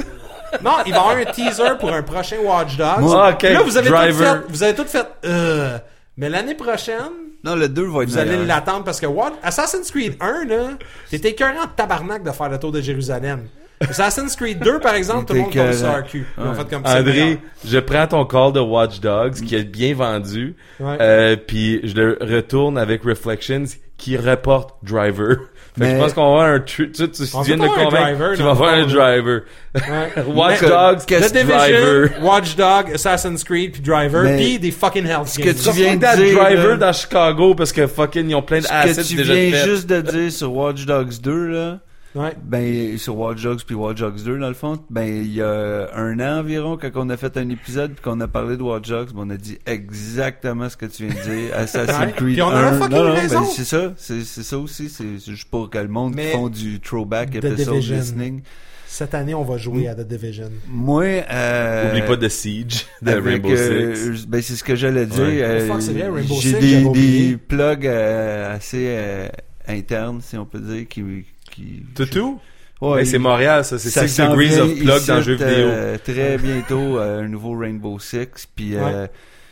[SPEAKER 2] Non, il va y avoir un teaser pour un prochain Watch Dogs.
[SPEAKER 1] Moi, ok,
[SPEAKER 2] Puis Là, vous avez
[SPEAKER 1] Driver.
[SPEAKER 2] tout fait. Vous avez tout fait. euh. Mais l'année prochaine,
[SPEAKER 3] Non, le 2 va être
[SPEAKER 2] Vous allez
[SPEAKER 3] meilleur.
[SPEAKER 2] l'attendre parce que what? Assassin's Creed 1, là, t'étais écœurant en tabarnak de faire le tour de Jérusalem. Assassin's Creed 2, par exemple, tout le monde
[SPEAKER 3] T'étais
[SPEAKER 2] tombe sur
[SPEAKER 3] écœurant.
[SPEAKER 2] leur cul. Ils ont
[SPEAKER 3] Ouais.
[SPEAKER 2] fait comme ça.
[SPEAKER 1] André, je prends ton call de Watch Dogs qui est bien vendu,
[SPEAKER 2] Ouais.
[SPEAKER 1] euh, puis je le retourne avec Reflections qui reporte Driver. Fait que
[SPEAKER 3] Mais-
[SPEAKER 1] je pense qu'on va avoir un tru- tu, tu, tu
[SPEAKER 2] On
[SPEAKER 1] viens de
[SPEAKER 2] peut
[SPEAKER 1] me
[SPEAKER 2] pas avoir un driver
[SPEAKER 1] convaincre, tu
[SPEAKER 2] dans
[SPEAKER 1] vas
[SPEAKER 2] le
[SPEAKER 1] voir un
[SPEAKER 2] fond,
[SPEAKER 1] driver.
[SPEAKER 2] Ouais.
[SPEAKER 1] Watch
[SPEAKER 3] Mais-
[SPEAKER 1] Dogs,
[SPEAKER 3] The
[SPEAKER 1] qu'est-ce
[SPEAKER 2] The Division,
[SPEAKER 1] driver?
[SPEAKER 2] Watch Dog, Assassin's Creed, puis Driver,
[SPEAKER 3] Mais-
[SPEAKER 2] puis des fucking Hells
[SPEAKER 3] que
[SPEAKER 2] Games.
[SPEAKER 3] tu
[SPEAKER 1] Tu viens
[SPEAKER 3] viens de
[SPEAKER 1] d'être
[SPEAKER 3] dire,
[SPEAKER 1] driver
[SPEAKER 3] là-
[SPEAKER 1] dans Chicago parce que fucking ils ont plein
[SPEAKER 3] Ce
[SPEAKER 1] d'assets
[SPEAKER 3] que tu
[SPEAKER 1] déjà
[SPEAKER 3] viens
[SPEAKER 1] faits.
[SPEAKER 3] juste de dire sur Watch Dogs 2, là,
[SPEAKER 2] Ouais.
[SPEAKER 3] ben, sur Watch Dogs puis Watch Dogs 2, dans le fond, ben, il y a un an environ, quand on a fait un épisode puis qu'on a parlé de Watch Dogs, ben, on a dit exactement ce que tu viens de dire,
[SPEAKER 2] Ouais.
[SPEAKER 3] Assassin's Creed
[SPEAKER 2] Puis on a
[SPEAKER 3] 1.
[SPEAKER 2] fucking
[SPEAKER 3] Non, non, ben,
[SPEAKER 2] raison.
[SPEAKER 3] c'est ça, c'est c'est ça aussi, c'est c'est juste pour que le monde
[SPEAKER 2] Mais-
[SPEAKER 3] qui font du throwback
[SPEAKER 2] The
[SPEAKER 3] episode
[SPEAKER 2] Division.
[SPEAKER 3] listening.
[SPEAKER 2] Cette année, on va jouer à The Division.
[SPEAKER 3] Moi, euh,
[SPEAKER 1] Oublie pas de Siege, de
[SPEAKER 3] avec,
[SPEAKER 1] Rainbow
[SPEAKER 3] euh,
[SPEAKER 1] Six.
[SPEAKER 3] ben, c'est ce que j'allais dire.
[SPEAKER 1] Ouais.
[SPEAKER 3] euh,
[SPEAKER 2] Oh, fuck, c'est vrai, Rainbow Six,
[SPEAKER 3] J'ai
[SPEAKER 2] j'avais
[SPEAKER 3] des,
[SPEAKER 2] oublié.
[SPEAKER 3] des plugs euh, assez euh, internes, si on peut dire, qui... qui
[SPEAKER 1] Toutou?
[SPEAKER 3] Ouais,
[SPEAKER 1] Mais Ben, c'est Montréal, ça. C'est
[SPEAKER 3] ça
[SPEAKER 1] 6
[SPEAKER 3] s'en
[SPEAKER 1] degrees
[SPEAKER 3] vient
[SPEAKER 1] of plug
[SPEAKER 3] ici,
[SPEAKER 1] dans le jeu vidéo.
[SPEAKER 3] euh, très bientôt, euh, un nouveau Rainbow Six. Puis, euh,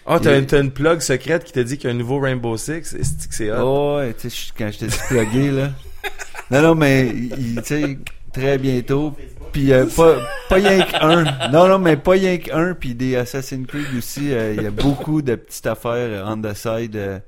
[SPEAKER 1] Ah, t'as
[SPEAKER 3] il-
[SPEAKER 1] une, t'as une plug secrète qui te dit qu'il y a un nouveau Rainbow Six. Et c'est que c'est hot.
[SPEAKER 3] oh, ouais, tu sais, je- quand j'étais plugué, là. Non, non, mais, il- tu sais, très bientôt. Puis, euh, pas, pas rien qu'un. Non, non, mais pas rien qu'un. Puis, des Assassin's Creed aussi, euh, il y a beaucoup de petites affaires on the side euh,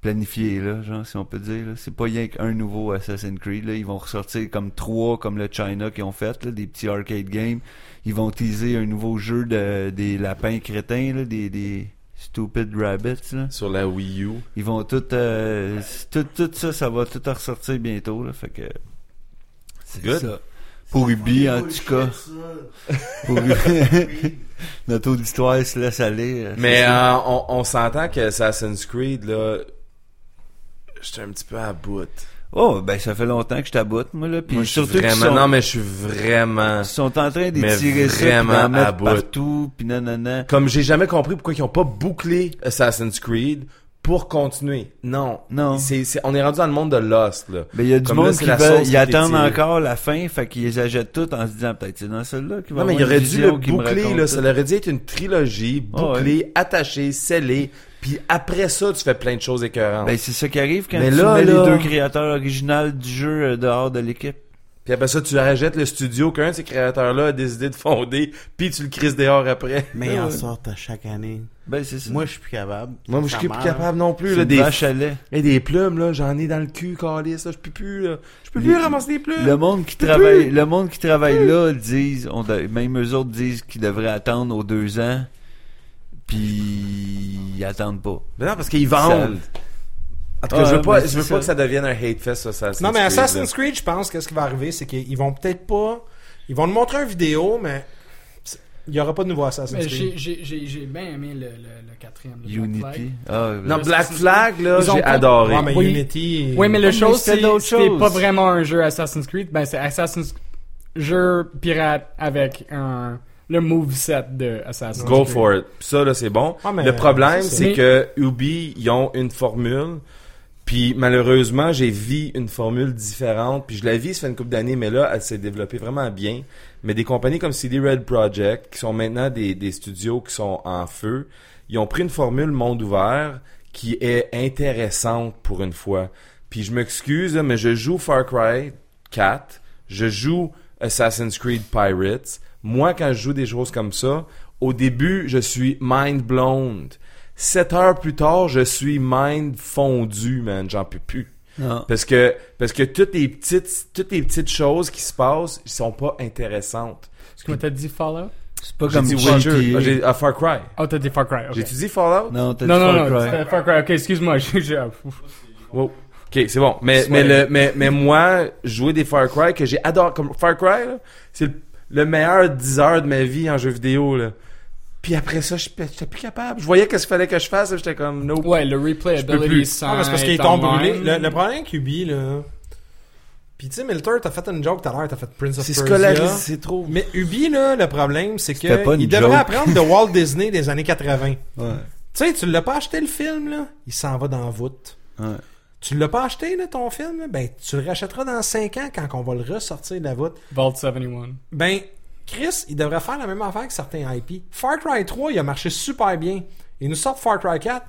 [SPEAKER 3] planifiées, là, genre, si on peut dire. là. C'est pas rien qu'un nouveau Assassin's Creed, là. Ils vont ressortir comme trois, comme le China qu'ils ont fait, là, des petits arcade games. Ils vont teaser un nouveau jeu de, des lapins crétins, là, des, des stupid rabbits, là.
[SPEAKER 1] Sur la Wii U.
[SPEAKER 3] Ils vont tout, euh, tout, tout ça, ça va tout ressortir bientôt, là. Fait que. C'est
[SPEAKER 1] Good.
[SPEAKER 3] ça. Pour Ubi, en tout cas. Pour Ubi. Notre auditoire se laisse aller. euh,
[SPEAKER 1] Mais
[SPEAKER 3] c'est ça.
[SPEAKER 1] euh, on, on s'entend que Assassin's Creed, là, j'étais un petit peu à bout.
[SPEAKER 3] Oh, ben, ça fait longtemps que je t'aboute, moi, là. Puis
[SPEAKER 1] Moi, je suis
[SPEAKER 3] surtout qu'ils
[SPEAKER 1] vraiment...
[SPEAKER 3] sont,
[SPEAKER 1] Non, mais je suis vraiment...
[SPEAKER 3] ils sont en train
[SPEAKER 1] Mais
[SPEAKER 3] d'étirer ça, puis
[SPEAKER 1] vraiment
[SPEAKER 3] d'en
[SPEAKER 1] à
[SPEAKER 3] mettre
[SPEAKER 1] bout.
[SPEAKER 3] partout, puis nanana.
[SPEAKER 1] Comme j'ai jamais compris pourquoi ils ont pas bouclé Assassin's Creed pour continuer. Non.
[SPEAKER 3] Non.
[SPEAKER 1] C'est, c'est- On est rendu dans le monde de Lost, là.
[SPEAKER 3] Ben, il y a du
[SPEAKER 1] Comme là,
[SPEAKER 3] monde
[SPEAKER 1] c'est
[SPEAKER 3] qui
[SPEAKER 1] la
[SPEAKER 3] veut,
[SPEAKER 1] sauce
[SPEAKER 3] ils
[SPEAKER 1] qui est
[SPEAKER 3] attendent
[SPEAKER 1] tirée.
[SPEAKER 3] encore la fin, fait qu'ils les achètent toutes en se disant, peut-être, c'est dans celle-là qu'il va
[SPEAKER 1] Non, mais il
[SPEAKER 3] avoir
[SPEAKER 1] aurait
[SPEAKER 3] une
[SPEAKER 1] dû le
[SPEAKER 3] vision qui me
[SPEAKER 1] boucler,
[SPEAKER 3] raconte
[SPEAKER 1] là.
[SPEAKER 3] tout.
[SPEAKER 1] Ça aurait dû être une trilogie bouclée, attachée, scellée. Puis après ça, tu fais plein de choses écœurantes.
[SPEAKER 3] Ben, c'est ça qui arrive quand
[SPEAKER 1] Mais
[SPEAKER 3] tu
[SPEAKER 1] là,
[SPEAKER 3] mets
[SPEAKER 1] là-
[SPEAKER 3] les deux créateurs originaux du jeu euh, dehors de l'équipe.
[SPEAKER 1] Puis après ça, tu rajettes le studio qu'un de ces créateurs-là a décidé de fonder, puis tu le crises dehors après.
[SPEAKER 5] Mais ils en sortent à chaque année.
[SPEAKER 3] Ben, c'est ça.
[SPEAKER 5] Moi, je suis plus capable.
[SPEAKER 1] Moi, je suis
[SPEAKER 5] Ça
[SPEAKER 1] plus
[SPEAKER 5] meurt.
[SPEAKER 1] capable non plus,
[SPEAKER 3] c'est
[SPEAKER 1] là,
[SPEAKER 3] une
[SPEAKER 1] des...
[SPEAKER 3] vache à lait.
[SPEAKER 1] Et des plumes, là, j'en ai dans le cul, calice, là, je peux plus, là. Je peux
[SPEAKER 3] Les-
[SPEAKER 1] plus ramasser des plumes.
[SPEAKER 3] Le monde qui travaille, le monde qui travaille là disent, on de- même eux autres disent qu'ils devraient attendre aux deux ans, puis ils attendent pas.
[SPEAKER 1] Ben non, parce qu'ils vendent. En tout cas,
[SPEAKER 3] Ouais,
[SPEAKER 1] je veux pas,
[SPEAKER 3] mais
[SPEAKER 1] je veux
[SPEAKER 3] c'est
[SPEAKER 1] pas
[SPEAKER 3] ça.
[SPEAKER 1] que ça devienne un hate fest, ça, Assassin's
[SPEAKER 2] Non, mais
[SPEAKER 1] Creed, là.
[SPEAKER 2] Assassin's Creed, je pense que ce qui va arriver, c'est qu'ils vont peut-être pas. Ils vont nous montrer une vidéo, mais c'est- il n'y aura pas de nouveau Assassin's
[SPEAKER 4] Mais
[SPEAKER 2] Creed.
[SPEAKER 4] j'ai- j'ai j'ai- j'ai bien aimé le, le, le quatrième. le Black Flag.
[SPEAKER 3] Unity. Ah,
[SPEAKER 1] Non,
[SPEAKER 3] là.
[SPEAKER 1] Black Flag, là,
[SPEAKER 4] Ils ont
[SPEAKER 1] j'ai
[SPEAKER 4] pas-
[SPEAKER 1] adoré.
[SPEAKER 2] Ouais, mais
[SPEAKER 4] Oui.
[SPEAKER 2] Unity. euh,
[SPEAKER 4] Oui, mais
[SPEAKER 3] mais
[SPEAKER 4] le chose,
[SPEAKER 3] c'était
[SPEAKER 4] c'est
[SPEAKER 3] d'autres
[SPEAKER 4] c'est
[SPEAKER 3] choses.
[SPEAKER 4] pas vraiment un jeu Assassin's Creed. Ben, c'est Assassin's jeu pirate avec un le moveset de Assassin's
[SPEAKER 1] Go
[SPEAKER 4] Creed.
[SPEAKER 1] for it. Puis ça, là, c'est bon.
[SPEAKER 2] Ah, mais
[SPEAKER 1] le problème,
[SPEAKER 2] c'est ça.
[SPEAKER 1] c'est
[SPEAKER 4] Mais-
[SPEAKER 1] que Ubi, ils ont une formule. Puis malheureusement, j'ai vu une formule différente. Puis je la vis, ça fait une couple d'années, mais là, elle s'est développée vraiment bien. Mais des compagnies comme CD Red Project, qui sont maintenant des, des studios qui sont en feu, ils ont pris une formule monde ouvert qui est intéressante pour une fois. Puis je m'excuse, là, mais je joue Far Cry 4, je joue Assassin's Creed Pirates. Moi, quand je joue des choses comme ça, au début, je suis mind blown. Sept heures plus tard, je suis mind fondu, man. J'en peux plus.
[SPEAKER 3] Non.
[SPEAKER 1] Parce que, parce que toutes les petites, toutes les petites choses qui se passent, ils sont pas intéressantes.
[SPEAKER 4] Tu m'as dit Fallout?
[SPEAKER 3] C'est pas
[SPEAKER 1] J'ai
[SPEAKER 3] comme
[SPEAKER 1] dit
[SPEAKER 3] GTA.
[SPEAKER 1] Witcher, ah, j'ai- ah, Far Cry.
[SPEAKER 4] Oh, t'as dit Far Cry. ok.
[SPEAKER 1] J'ai-tu dit Fallout?
[SPEAKER 3] Non, t'as
[SPEAKER 4] Non,
[SPEAKER 3] dit
[SPEAKER 4] non,
[SPEAKER 3] Far
[SPEAKER 4] non,
[SPEAKER 3] Cry.
[SPEAKER 4] c'était Far Cry. Ok, excuse-moi. j'ai- j'ai- ah, ouf.
[SPEAKER 1] Wow. Ok, c'est bon. Mais, mais, le, mais, mais moi, jouer des Far Cry que j'ai adoré. Comme Far Cry, là, c'est le, le meilleur 10 heures de ma vie en jeu vidéo. Là. Puis après ça, je- j'étais plus capable. Je voyais ce qu'il fallait que je fasse. là, J'étais comme, no.
[SPEAKER 4] Ouais, le replay
[SPEAKER 1] peux plus.
[SPEAKER 4] ability sans
[SPEAKER 2] Ah, mais c'est parce qu'ils
[SPEAKER 4] être
[SPEAKER 2] t'ont brûlé.
[SPEAKER 4] online.
[SPEAKER 2] Le, le problème avec Ubi, là. Puis tu sais, Milter, t'as fait une joke tout à l'heure, t'as fait Prince of
[SPEAKER 1] C'est
[SPEAKER 2] Persia.
[SPEAKER 1] scolarisé, c'est trop.
[SPEAKER 2] Mais Ubi, là, le problème, c'est que
[SPEAKER 3] C'était pas une
[SPEAKER 2] il devrait
[SPEAKER 3] joke.
[SPEAKER 2] apprendre de Walt Disney des années 80.
[SPEAKER 3] Ouais.
[SPEAKER 2] Tu sais, tu l'as pas acheté le film, là. Il s'en va dans la voûte.
[SPEAKER 3] Ouais.
[SPEAKER 2] Tu l'as pas acheté, là, ton film, là? Ben, tu le rachèteras dans 5 ans quand on va le ressortir de la voûte.
[SPEAKER 4] Vault 71.
[SPEAKER 2] Ben, Chris, il devrait faire la même affaire que certains IP. Far Cry 3, il a marché super bien. Ils nous sortent Far Cry 4.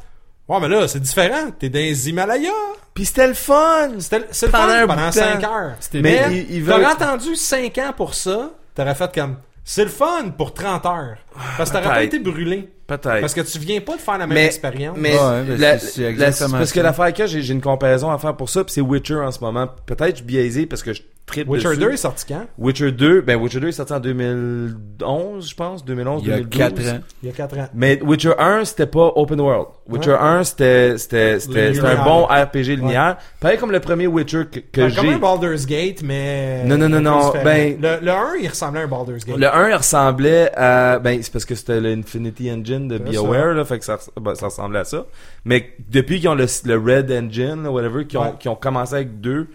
[SPEAKER 2] Ouais, mais là, c'est différent. T'es dans les Himalayas.
[SPEAKER 1] Puis c'était le fun!
[SPEAKER 2] C'était le- c'est le
[SPEAKER 1] Pendant
[SPEAKER 2] fun
[SPEAKER 1] un bout
[SPEAKER 2] pendant
[SPEAKER 1] de
[SPEAKER 2] 5
[SPEAKER 1] temps.
[SPEAKER 2] heures.
[SPEAKER 4] C'était
[SPEAKER 1] Mais
[SPEAKER 4] bien.
[SPEAKER 1] il- il
[SPEAKER 2] T'aurais
[SPEAKER 1] veut-
[SPEAKER 2] attendu 5 ans pour ça, t'aurais fait comme c'est le fun pour 30 heures. Parce que t'aurais pas
[SPEAKER 1] peut-être.
[SPEAKER 2] été brûlé.
[SPEAKER 1] Peut-être.
[SPEAKER 2] Parce que tu viens pas de faire la même
[SPEAKER 1] Mais-
[SPEAKER 2] expérience.
[SPEAKER 1] Mais
[SPEAKER 3] Ouais, mais
[SPEAKER 1] la-
[SPEAKER 3] c'est- c'est
[SPEAKER 1] la-
[SPEAKER 3] exactement
[SPEAKER 1] parce que
[SPEAKER 3] ça.
[SPEAKER 1] l'affaire que j'ai j'ai une comparaison à faire pour ça, puis c'est Witcher en ce moment. Peut-être je suis biaisé parce que je tripe
[SPEAKER 2] Witcher
[SPEAKER 1] dessus.
[SPEAKER 2] 2 est sorti quand
[SPEAKER 1] Witcher 2, ben Witcher 2 est sorti en 2011, je pense, 2011,
[SPEAKER 3] Il y a
[SPEAKER 1] 2012.
[SPEAKER 3] 4 ans.
[SPEAKER 2] Il y a 4 ans.
[SPEAKER 1] Mais Witcher 1, c'était pas open world. Witcher
[SPEAKER 2] Ouais.
[SPEAKER 1] 1, c'était c'était c'était c'était
[SPEAKER 2] Linéaire. Ben,
[SPEAKER 1] un bon RPG linéaire, pareil comme le premier Witcher que, que
[SPEAKER 2] Enfin, comme
[SPEAKER 1] j'ai.
[SPEAKER 2] un Baldur's Gate, mais.
[SPEAKER 1] Non, non, non,
[SPEAKER 2] un peu
[SPEAKER 1] non,
[SPEAKER 2] différent.
[SPEAKER 1] ben-
[SPEAKER 2] Le, le 1, il ressemblait à un Baldur's Gate.
[SPEAKER 1] Le 1 il ressemblait à ben c'est parce que c'était l'Infinity Engine de
[SPEAKER 2] C'est ça.
[SPEAKER 1] BioWare là, fait que ça, res- ben, ça ressemblait à ça. Mais depuis qu'ils ont le, le Red Engine là, whatever qui ont
[SPEAKER 2] Ouais.
[SPEAKER 1] qui ont commencé avec 2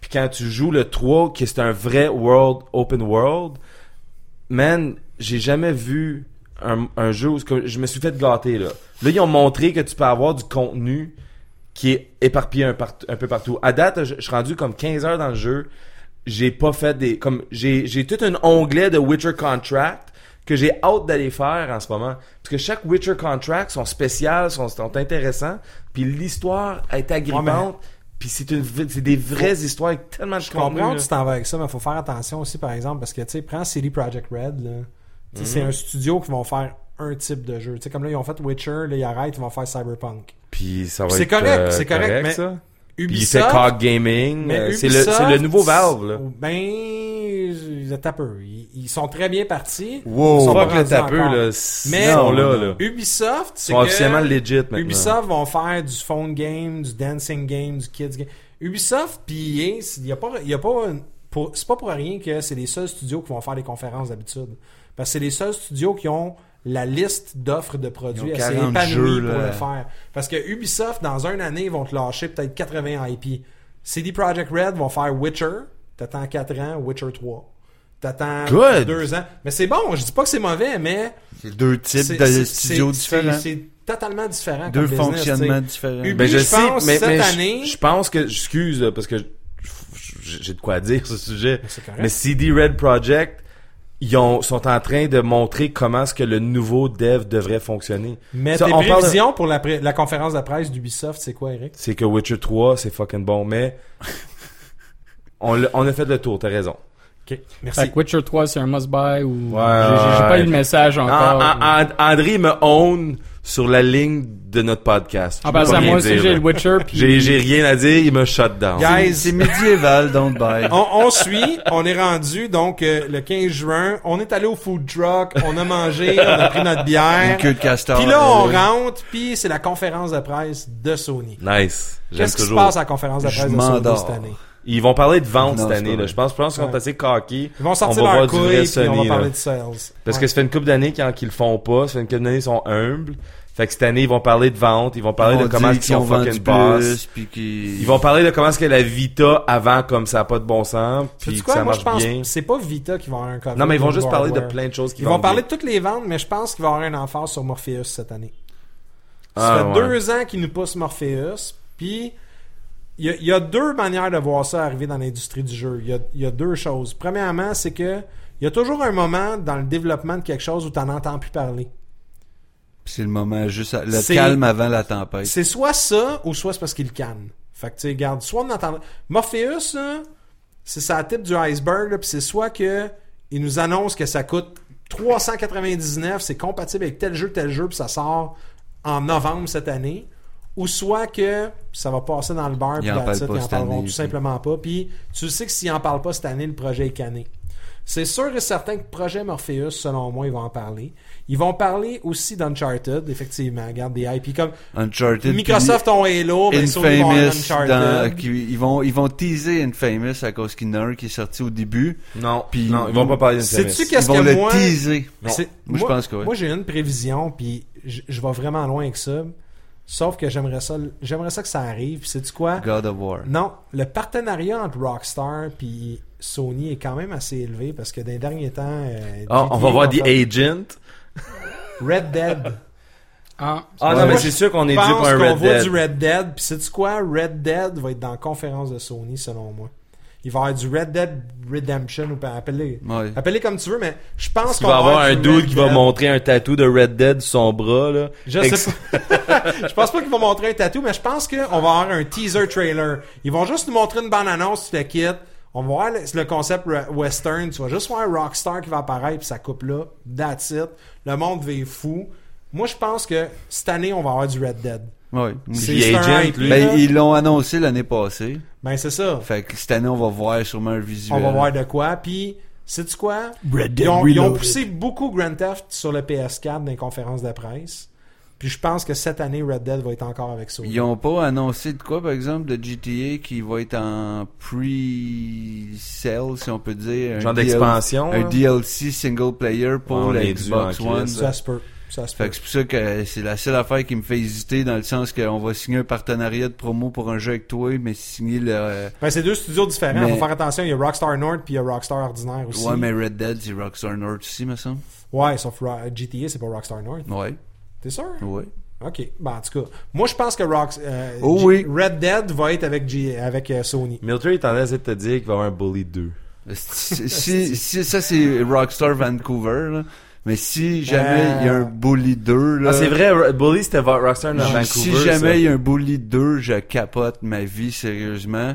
[SPEAKER 1] puis quand tu joues le 3 qui c'est un vrai world open world man, j'ai jamais vu un, un jeu où comme- je me suis fait gâter là. Là, ils ont montré que tu peux avoir du contenu qui est éparpillé un, part- un peu partout. À date, je je suis rendu comme 15 heures dans le jeu. J'ai pas fait des comme j'ai j'ai tout un onglet de Witcher contract que j'ai hâte d'aller faire en ce moment parce que chaque Witcher contract sont spéciales, sont, sont intéressants, puis l'histoire est
[SPEAKER 2] Ouais,
[SPEAKER 1] agrippante, puis c'est une v- c'est des vraies histoires avec tellement de
[SPEAKER 2] Je comprends
[SPEAKER 1] contenu,
[SPEAKER 2] où
[SPEAKER 1] là.
[SPEAKER 2] tu t'en vas avec ça, mais faut faire attention aussi, par exemple, parce que, tu sais, prends CD Project Red, là. Tu sais, c'est un studio qui vont faire un type de jeu. Tu sais, comme là, ils ont fait Witcher, là, ils arrêtent, ils vont faire Cyberpunk.
[SPEAKER 1] Puis ça va
[SPEAKER 2] C'est
[SPEAKER 1] être,
[SPEAKER 2] correct,
[SPEAKER 1] euh,
[SPEAKER 2] c'est correct, mais-
[SPEAKER 1] ça. Puis il fait
[SPEAKER 2] Ubisoft.
[SPEAKER 1] Cog Gaming.
[SPEAKER 2] mais
[SPEAKER 1] euh, C'est le,
[SPEAKER 2] Ubisoft,
[SPEAKER 1] c'est le nouveau Valve, là.
[SPEAKER 2] Ben, ils étaient tapeux. Ils, ils sont très bien partis.
[SPEAKER 1] Wow.
[SPEAKER 2] Ils sont pas
[SPEAKER 1] Fuck le
[SPEAKER 2] rendus
[SPEAKER 1] tapeux,
[SPEAKER 2] encore.
[SPEAKER 1] là.
[SPEAKER 2] Mais-
[SPEAKER 1] Mais non, là, là.
[SPEAKER 2] Ubisoft, c'est
[SPEAKER 1] Ils sont
[SPEAKER 2] que
[SPEAKER 1] officiellement legit, maintenant.
[SPEAKER 2] Ubisoft vont faire du phone game, du dancing game, du kids game. Ubisoft, puis EA, c'est- y a pas, y a pas une- pour- c'est pas pour rien que c'est les seuls studios qui vont faire des conférences d'habitude. Parce que c'est les seuls studios qui ont la liste d'offres de produits
[SPEAKER 3] Ils ont
[SPEAKER 2] assez
[SPEAKER 3] 40
[SPEAKER 2] épanouie
[SPEAKER 3] jeux,
[SPEAKER 2] pour
[SPEAKER 3] là.
[SPEAKER 2] le faire. Parce que Ubisoft, dans une année, ils vont te lâcher peut-être 80 IP. CD Projekt Red vont faire Witcher. T'attends 4 ans, Witcher 3. T'attends
[SPEAKER 1] Good.
[SPEAKER 2] 2 ans. Mais c'est bon, je dis pas que c'est mauvais, mais
[SPEAKER 3] C'est deux
[SPEAKER 2] c'est-
[SPEAKER 3] types
[SPEAKER 2] c'est-
[SPEAKER 3] de studios
[SPEAKER 2] c'est- c'est-
[SPEAKER 3] différents.
[SPEAKER 2] C'est totalement différent.
[SPEAKER 3] Deux
[SPEAKER 2] comme business,
[SPEAKER 3] fonctionnements
[SPEAKER 2] tu sais.
[SPEAKER 3] différents.
[SPEAKER 2] Ubi-
[SPEAKER 1] Ben, je,
[SPEAKER 2] je
[SPEAKER 1] sais,
[SPEAKER 2] pense,
[SPEAKER 1] mais,
[SPEAKER 2] cette
[SPEAKER 1] mais je-
[SPEAKER 2] année-
[SPEAKER 1] je pense que, excuse, là, parce que j'ai j'ai de quoi dire sur ce sujet.
[SPEAKER 2] C'est correct.
[SPEAKER 1] Mais CD Red Project, ils ont, sont en train de montrer comment est-ce que le nouveau dev devrait fonctionner.
[SPEAKER 2] Mais
[SPEAKER 1] Ça,
[SPEAKER 2] tes
[SPEAKER 1] on parle-
[SPEAKER 2] prévisions pour la, pré- la conférence de presse d'Ubisoft, c'est quoi, Eric?
[SPEAKER 1] c'est que Witcher 3, c'est fucking bon, mais on, l'a- on a fait le tour, t'as raison.
[SPEAKER 2] Merci.
[SPEAKER 4] Fait que Witcher 3, c'est un must-buy ou.
[SPEAKER 1] Ouais,
[SPEAKER 4] J'ai- J'ai j'ai pas
[SPEAKER 1] ouais.
[SPEAKER 4] eu le message encore.
[SPEAKER 1] Ah, ah, ah, André me own sur la ligne de notre podcast.
[SPEAKER 4] En
[SPEAKER 1] Je peux
[SPEAKER 4] passant,
[SPEAKER 1] rien
[SPEAKER 4] Ah, bah, ben, moi aussi,
[SPEAKER 1] dire,
[SPEAKER 4] j'ai
[SPEAKER 1] là.
[SPEAKER 4] le Witcher. puis-
[SPEAKER 1] J'ai j'ai rien à dire, il me shut down.
[SPEAKER 2] Yeah.
[SPEAKER 3] C'est- C'est médiéval, don't buy.
[SPEAKER 2] On, on suit, on est rendu, donc, euh, le 15 juin, on est allé au food truck, on a mangé, on a pris notre
[SPEAKER 3] Une
[SPEAKER 2] bière.
[SPEAKER 3] queue de castor.
[SPEAKER 2] Puis là, on
[SPEAKER 3] Euh,
[SPEAKER 2] rentre, puis c'est la conférence de presse de Sony.
[SPEAKER 1] Nice. J'aime
[SPEAKER 2] Qu'est-ce qui se
[SPEAKER 1] toujours.
[SPEAKER 2] passe à la conférence de
[SPEAKER 3] Je
[SPEAKER 2] presse de Sony
[SPEAKER 3] m'endors.
[SPEAKER 2] cette année?
[SPEAKER 1] Ils vont parler de vente
[SPEAKER 3] Non,
[SPEAKER 1] cette
[SPEAKER 3] c'est
[SPEAKER 1] année. Là.
[SPEAKER 3] pas vrai.
[SPEAKER 1] Je pense, je pense qu'ils
[SPEAKER 2] Ouais.
[SPEAKER 1] sont assez cocky.
[SPEAKER 2] Ils vont sortir
[SPEAKER 1] on va voir
[SPEAKER 2] leurs
[SPEAKER 1] du vrai
[SPEAKER 2] couilles, puis on
[SPEAKER 1] Sony,
[SPEAKER 2] va parler
[SPEAKER 1] là.
[SPEAKER 2] de sales.
[SPEAKER 1] Parce
[SPEAKER 2] Ouais.
[SPEAKER 1] que ça fait une couple d'années qu'ils qu'ils le font pas. Ça fait une couple d'années qu'ils sont humbles. Fait que cette année, ils vont parler de vente. Ils vont parler
[SPEAKER 3] on
[SPEAKER 1] de comment
[SPEAKER 3] dit
[SPEAKER 1] ils
[SPEAKER 3] qu'ils
[SPEAKER 1] sont
[SPEAKER 3] ont vendu
[SPEAKER 1] fucking boss.
[SPEAKER 3] plus, puis qu'ils-
[SPEAKER 1] Ils vont parler de comment est-ce que la Vita avant, comme ça a pas de bon sens, puis
[SPEAKER 2] Sais-tu
[SPEAKER 1] que
[SPEAKER 2] quoi?
[SPEAKER 1] ça
[SPEAKER 2] Moi,
[SPEAKER 1] marche
[SPEAKER 2] je pense
[SPEAKER 1] bien.
[SPEAKER 2] que c'est pas Vita qui va avoir un cover.
[SPEAKER 1] Non, mais ils vont juste parler de
[SPEAKER 2] Hardware.
[SPEAKER 1] plein de choses qui
[SPEAKER 2] Ils vont
[SPEAKER 1] bien.
[SPEAKER 2] parler de toutes les ventes, mais je pense qu'il va y avoir un emphase sur Morpheus cette année. Ça
[SPEAKER 1] Ah,
[SPEAKER 2] fait
[SPEAKER 1] ouais.
[SPEAKER 2] deux ans qu'ils nous poussent Morpheus, puis il y, a- il y a deux manières de voir ça arriver dans l'industrie du jeu. Il y a, il y a deux choses. Premièrement, c'est que il y a toujours un moment dans le développement de quelque chose où tu n'en entends plus parler.
[SPEAKER 3] C'est le moment juste, à- le
[SPEAKER 2] C'est-
[SPEAKER 3] calme avant la tempête.
[SPEAKER 2] C'est soit ça, ou soit c'est parce qu'ils le cannent. Fait que, tu sais, regarde, soit on entend... Morpheus, là, c'est ça type du iceberg, là, puis c'est soit que ils nous annoncent que ça coûte 399, c'est compatible avec tel jeu, tel jeu, puis ça sort en novembre cette année, ou soit que ça va passer dans le bar, puis
[SPEAKER 3] en parlent
[SPEAKER 2] that's it,
[SPEAKER 3] pas
[SPEAKER 2] ils en
[SPEAKER 3] cette
[SPEAKER 2] parleront
[SPEAKER 3] année,
[SPEAKER 2] tout
[SPEAKER 3] puis-
[SPEAKER 2] simplement pas, puis tu sais que s'ils en parlent pas cette année, le projet est canné. C'est sûr et certain que Projet Morpheus, selon moi, ils vont en parler. Ils vont parler aussi d'Uncharted, effectivement. Regarde, des IP comme...
[SPEAKER 3] Uncharted.
[SPEAKER 2] Microsoft ont Halo, mais ben, Sony vont avoir
[SPEAKER 3] Infamous,
[SPEAKER 2] Uncharted.
[SPEAKER 3] dans- qui- ils vont ils vont teaser Infamous à cause qu'il y en a un qui est sorti au début.
[SPEAKER 1] Non,
[SPEAKER 3] Puis-
[SPEAKER 1] non, ils vont pas parler d'une
[SPEAKER 2] Sais-tu
[SPEAKER 1] service.
[SPEAKER 3] Ils
[SPEAKER 2] qu'est-ce
[SPEAKER 3] vont
[SPEAKER 2] que
[SPEAKER 3] le
[SPEAKER 2] moi...
[SPEAKER 3] teaser. Oh,
[SPEAKER 2] c'est-
[SPEAKER 3] Moi, je pense que oui.
[SPEAKER 2] Moi, j'ai une prévision, puis je, je vais vraiment loin avec ça. Sauf que j'aimerais ça, j'aimerais ça que ça arrive. Puis sais-tu quoi?
[SPEAKER 3] God of War.
[SPEAKER 2] Non, le partenariat entre Rockstar puis Sony est quand même assez élevé parce que dans les derniers temps... euh,
[SPEAKER 1] Ah, on
[SPEAKER 2] GTA,
[SPEAKER 1] va voir
[SPEAKER 2] en
[SPEAKER 1] The
[SPEAKER 2] fait,
[SPEAKER 1] Agent.
[SPEAKER 2] Red Dead.
[SPEAKER 4] Ah.
[SPEAKER 1] Ah
[SPEAKER 2] Ouais.
[SPEAKER 1] non, mais
[SPEAKER 2] Moi,
[SPEAKER 1] c'est sûr qu'on est
[SPEAKER 2] Je
[SPEAKER 1] dû pour
[SPEAKER 2] pense
[SPEAKER 1] un
[SPEAKER 2] qu'on
[SPEAKER 1] Red
[SPEAKER 2] voit
[SPEAKER 1] Dead.
[SPEAKER 2] du Red Dead. Puis sais-tu quoi? Red Dead va être dans la conférence de Sony, selon moi. il va y avoir du Red Dead Redemption ou pas appelé.
[SPEAKER 3] Ouais.
[SPEAKER 2] Appelez comme tu veux, mais je pense
[SPEAKER 1] Tu
[SPEAKER 2] qu'on
[SPEAKER 1] vas avoir un
[SPEAKER 2] du
[SPEAKER 1] dude
[SPEAKER 2] Red
[SPEAKER 1] qui va
[SPEAKER 2] Dead.
[SPEAKER 1] montrer un tatou de Red Dead sur son bras, là.
[SPEAKER 2] Je
[SPEAKER 1] Ex-
[SPEAKER 2] sais pas. je pense pas qu'ils vont montrer un tatou, mais je pense qu'on va avoir un teaser trailer. Ils vont juste nous montrer une bande annonce, tu le quittes. On va voir le, le concept re- western. Tu vas juste voir un rockstar qui va apparaître, puis ça coupe là. That's it. Le monde va être fou. Moi, je pense que cette année, on va avoir du Red Dead.
[SPEAKER 3] Ouais.
[SPEAKER 2] C'est
[SPEAKER 1] The
[SPEAKER 2] c'est un
[SPEAKER 1] Mm. Agent,
[SPEAKER 2] hype,
[SPEAKER 1] lui.
[SPEAKER 2] là.
[SPEAKER 3] Ben, ils l'ont annoncé l'année passée.
[SPEAKER 2] Ben, c'est ça.
[SPEAKER 3] Fait que cette année, on va voir sûrement un visuel.
[SPEAKER 2] On va voir de quoi. Puis, sais-tu quoi?
[SPEAKER 6] Red Dead
[SPEAKER 2] Ils ont, ils ont
[SPEAKER 6] Reloaded.
[SPEAKER 2] poussé beaucoup Grand Theft sur le PS4 dans les conférences de presse. Puis, je pense que cette année, Red Dead va être encore avec ça.
[SPEAKER 3] Ils ont pas annoncé de quoi, par exemple, de GTA qui va être en pre-sale, si on peut dire. un
[SPEAKER 1] Genre
[SPEAKER 3] DL-
[SPEAKER 1] d'expansion,
[SPEAKER 3] Un
[SPEAKER 1] là.
[SPEAKER 3] DLC single player
[SPEAKER 1] Ouais, on
[SPEAKER 3] pour
[SPEAKER 1] est dû
[SPEAKER 3] la Xbox
[SPEAKER 1] en crise, hein.
[SPEAKER 3] One.
[SPEAKER 1] ça.
[SPEAKER 2] Ça se peut. Ça se peut.
[SPEAKER 3] Fait que c'est pour ça que c'est la seule affaire qui me fait hésiter dans le sens qu'on va signer un partenariat de promo pour un jeu avec toi, mais signer le. euh,
[SPEAKER 2] Ben, c'est deux studios différents.
[SPEAKER 3] Mais-
[SPEAKER 2] Faut faire attention. Il y a Rockstar North puis il y a Rockstar Ordinaire aussi.
[SPEAKER 3] Ouais, mais Red Dead, c'est Rockstar North aussi, me semble.
[SPEAKER 2] Ouais, sauf Ro- GTA, c'est pas Rockstar North.
[SPEAKER 3] Ouais,
[SPEAKER 2] T'es sûr?
[SPEAKER 3] ouais.
[SPEAKER 2] Ok. Ben, en tout cas, moi, je pense que Rocks, euh,
[SPEAKER 3] Oh
[SPEAKER 2] G-
[SPEAKER 3] oui.
[SPEAKER 2] Red Dead va être avec, G- avec euh, Sony.
[SPEAKER 1] Military est en train de te dire qu'il va y avoir un Bully 2.
[SPEAKER 3] Si, si, si- ça, c'est Rockstar Vancouver, là. Mais si jamais il y a un Bully 2, là.
[SPEAKER 1] Euh. Ah, c'est vrai, Ro- Bully, c'était Ro- Rockstar dans Vancouver.
[SPEAKER 3] Si
[SPEAKER 1] ça.
[SPEAKER 3] jamais il y a un Bully 2, je capote ma vie sérieusement.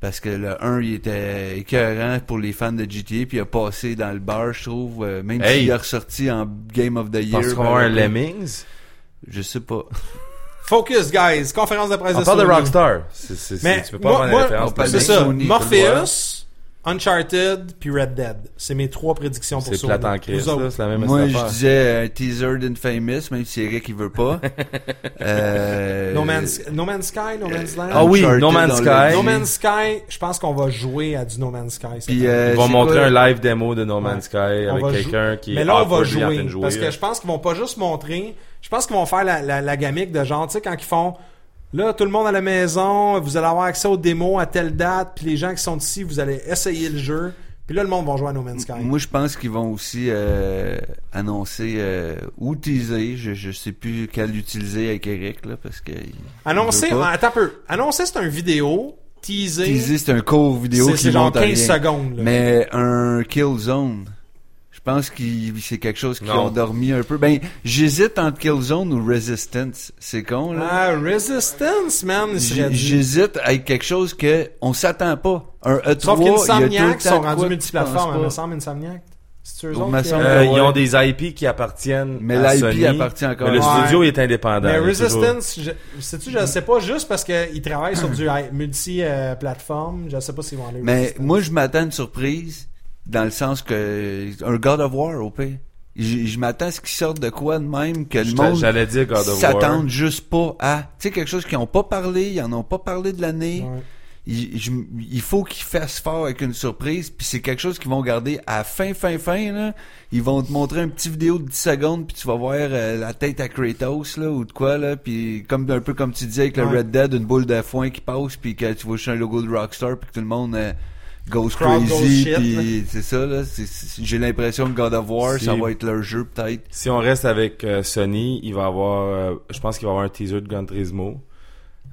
[SPEAKER 3] Parce que le 1, il était écœurant pour les fans de GTA, puis il a passé dans le bar, je trouve, euh, même
[SPEAKER 1] Hey!
[SPEAKER 3] s'il est ressorti en Game of the Year.
[SPEAKER 1] Parce qu'on va avoir un
[SPEAKER 3] par exemple.
[SPEAKER 1] Lemmings.
[SPEAKER 3] Je sais pas.
[SPEAKER 2] Focus, guys. Conférence de presse
[SPEAKER 1] On
[SPEAKER 2] de
[SPEAKER 1] parle de
[SPEAKER 2] Sony.
[SPEAKER 1] Rockstar. C'est- c'est- c'est-
[SPEAKER 2] Mais
[SPEAKER 1] tu peux pas
[SPEAKER 2] moi,
[SPEAKER 1] avoir
[SPEAKER 2] moi,
[SPEAKER 1] une référence.
[SPEAKER 3] on parle
[SPEAKER 2] c'est
[SPEAKER 3] de
[SPEAKER 1] Lemmings.
[SPEAKER 2] ça.
[SPEAKER 3] Sony, hein.
[SPEAKER 2] Morpheus, Uncharted, puis Red Dead. C'est mes trois prédictions pour
[SPEAKER 1] C'est
[SPEAKER 2] Sony.
[SPEAKER 1] plate en crise,
[SPEAKER 2] Vous autres.
[SPEAKER 1] là. C'est la même
[SPEAKER 3] Moi, je
[SPEAKER 1] affaire.
[SPEAKER 3] disais un teaser d'Infamous, même si Eric il veut pas. Euh,
[SPEAKER 2] No Man's, no Man's Sky, No Man's Land.
[SPEAKER 1] Ah oui,
[SPEAKER 3] Uncharted
[SPEAKER 1] No Man's
[SPEAKER 3] dans le-
[SPEAKER 1] Sky.
[SPEAKER 2] No Man's Sky, je pense qu'on va jouer à du No Man's Sky. cette
[SPEAKER 3] Puis,
[SPEAKER 2] année.
[SPEAKER 3] euh,
[SPEAKER 1] Ils vont
[SPEAKER 3] c'est
[SPEAKER 1] montrer
[SPEAKER 3] quoi?
[SPEAKER 1] un live démo de No Man's Sky avec
[SPEAKER 2] va jou-
[SPEAKER 1] quelqu'un qui
[SPEAKER 2] Mais là, on va
[SPEAKER 1] awkwardly en train
[SPEAKER 2] jouer.
[SPEAKER 1] de jouer,
[SPEAKER 2] parce que
[SPEAKER 1] là.
[SPEAKER 2] je pense qu'ils vont pas juste montrer. Je pense qu'ils vont faire la, la, la gamique de genre, tu sais, quand ils font. Là, tout le monde à la maison, vous allez avoir accès aux démos à telle date, puis les gens qui sont ici, vous allez essayer le jeu. Puis là, le monde va jouer à No Man's Sky.
[SPEAKER 3] Moi, je pense qu'ils vont aussi euh, annoncer euh, ou teaser. Je, je sais plus quel utiliser avec Eric là, parce que il-
[SPEAKER 2] Annoncer,
[SPEAKER 3] il veut pas.
[SPEAKER 2] ah, attends un peu. Annoncer, c'est un vidéo. Teaser.
[SPEAKER 3] teaser, c'est un court vidéo
[SPEAKER 2] c'est
[SPEAKER 3] qui
[SPEAKER 2] c'est genre
[SPEAKER 3] monte à
[SPEAKER 2] 15
[SPEAKER 3] rien.
[SPEAKER 2] secondes. là.
[SPEAKER 3] Mais un kill zone. Je pense que c'est quelque chose qui
[SPEAKER 1] Non.
[SPEAKER 3] ont dormi un peu. Ben, j'hésite entre kill zone ou resistance. C'est con là.
[SPEAKER 2] Ah, Resistance, man, il serait
[SPEAKER 3] J-
[SPEAKER 2] dit.
[SPEAKER 3] J'hésite avec quelque chose que on s'attend pas. Un E3,
[SPEAKER 2] Sauf
[SPEAKER 3] il y a tout le
[SPEAKER 2] qu'Insomniac
[SPEAKER 3] temps
[SPEAKER 2] sont
[SPEAKER 3] de quoi
[SPEAKER 2] rendus
[SPEAKER 3] que tu penses
[SPEAKER 2] multiplateformes, hein,
[SPEAKER 3] pas.
[SPEAKER 2] me semble, Insomniac. C'est-tu eux
[SPEAKER 3] Il me
[SPEAKER 2] autres qui-
[SPEAKER 3] semble
[SPEAKER 1] Euh,
[SPEAKER 3] Ouais.
[SPEAKER 1] Ils ont des IP qui appartiennent
[SPEAKER 3] Mais
[SPEAKER 1] à
[SPEAKER 3] l'IP
[SPEAKER 1] Sony,
[SPEAKER 3] appartient encore
[SPEAKER 1] Mais le
[SPEAKER 2] à-
[SPEAKER 1] studio est indépendant.
[SPEAKER 2] Mais
[SPEAKER 1] il est
[SPEAKER 2] Resistance, je, sais-tu, je sais pas, juste parce qu'ils travaillent sur du euh, multi-plateforme, je sais pas s'ils vont aller.
[SPEAKER 3] Mais
[SPEAKER 2] Resistance.
[SPEAKER 3] moi, je m'attends à une surprise dans le sens que un God of War au pire. Je, je m'attends à ce qu'il sorte de quoi de même que
[SPEAKER 1] toujours-
[SPEAKER 3] le
[SPEAKER 1] J'étais-
[SPEAKER 3] monde
[SPEAKER 1] J'allais dire God of War.
[SPEAKER 3] s'attende juste pas à. Tu sais quelque chose qu'ils ont pas parlé, ils en ont pas parlé de l'année.
[SPEAKER 2] Ouais.
[SPEAKER 3] Il, je- il faut qu'ils fassent fort avec une surprise, puis c'est quelque chose qu'ils vont garder à fin, fin, fin. Là. Ils vont te montrer une petite vidéo de 10 secondes, puis tu vas voir euh, la tête à Kratos là, ou de quoi, là, puis comme un peu comme tu disais avec le
[SPEAKER 2] Ouais.
[SPEAKER 3] Red Dead, une boule de foin qui passe, puis que tu vois juste un logo de Rockstar, puis que tout le monde euh, goes
[SPEAKER 2] Crowd goes
[SPEAKER 3] crazy,
[SPEAKER 2] shit,
[SPEAKER 3] puis c'est ça. là c'est- c'est- J'ai l'impression que God of War,
[SPEAKER 1] Si.
[SPEAKER 3] ça va être leur jeu peut-être.
[SPEAKER 1] Si on reste avec euh, Sony, il va avoir, euh, je pense qu'il va avoir un teaser de Gran Turismo.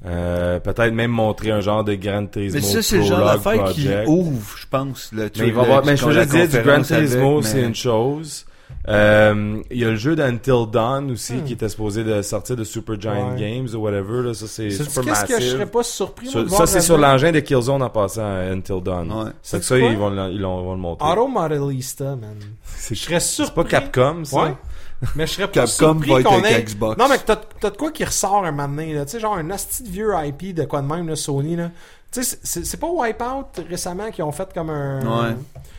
[SPEAKER 1] Euh, peut-être même montrer un genre de Gran Turismo
[SPEAKER 3] Mais ça, c'est le genre
[SPEAKER 1] Prologue
[SPEAKER 3] d'affaire qui
[SPEAKER 1] Project.
[SPEAKER 3] ouvre, je pense. Le
[SPEAKER 1] Mais il va
[SPEAKER 3] le-
[SPEAKER 1] avoir, mais je
[SPEAKER 3] qu'on
[SPEAKER 1] veux
[SPEAKER 3] la
[SPEAKER 1] juste dire, du Gran
[SPEAKER 3] conférence avec,
[SPEAKER 1] Turismo,
[SPEAKER 3] mais-
[SPEAKER 1] c'est une chose. Euh, il y a le jeu d'Until Dawn aussi qui était supposé de sortir de Super Giant
[SPEAKER 2] Hmm. Ouais.
[SPEAKER 1] Games ou whatever. Là, ça, c'est
[SPEAKER 2] Sais-tu
[SPEAKER 1] super
[SPEAKER 2] Qu'est-ce que je serais
[SPEAKER 1] massif.
[SPEAKER 2] pas surpris moi, de
[SPEAKER 1] Sur-
[SPEAKER 2] voir
[SPEAKER 1] Ça, c'est
[SPEAKER 2] là-dedans?
[SPEAKER 1] sur l'engin de Killzone en passant à Until Dawn.
[SPEAKER 3] Ouais.
[SPEAKER 1] Fait que
[SPEAKER 2] C'est
[SPEAKER 1] ça,
[SPEAKER 2] quoi?
[SPEAKER 1] ils vont le, ils l'ont- vont le monter.
[SPEAKER 2] Auto Modelista, man.
[SPEAKER 1] C'est-
[SPEAKER 2] Je serais
[SPEAKER 1] C'est pas
[SPEAKER 2] surpris.
[SPEAKER 1] Capcom, ça?
[SPEAKER 2] Ouais. Mais je serais pas
[SPEAKER 3] Capcom
[SPEAKER 2] surpris
[SPEAKER 3] va être
[SPEAKER 2] qu'on
[SPEAKER 3] avec
[SPEAKER 2] ait-
[SPEAKER 3] Xbox.
[SPEAKER 2] Non, mais que t'as, t'as de quoi qui ressort un moment donné, là. Tu sais, genre un asti de vieux IP de quoi de même, là, Sony, là. Tu sais, c'est- c'est, c'est pas Wipeout récemment qui ont fait comme un.
[SPEAKER 3] Ouais.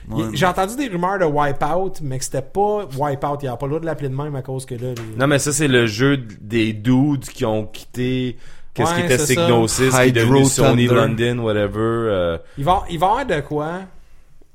[SPEAKER 3] Ouais.
[SPEAKER 2] J'ai entendu des rumeurs de Wipeout, mais que c'était pas Wipeout. Il n'y a pas l'autre de l'appeler de même à cause que là. les-
[SPEAKER 1] Non, mais ça, c'est le jeu d- des dudes qui ont quitté. Qu'est-ce qui
[SPEAKER 2] Ouais,
[SPEAKER 1] était
[SPEAKER 2] c'est ça.
[SPEAKER 1] Psygnosis, qui est devenu
[SPEAKER 3] Hydro
[SPEAKER 1] Sony
[SPEAKER 3] Thunder.
[SPEAKER 1] London, whatever. euh,
[SPEAKER 2] Il va, il va y avoir de quoi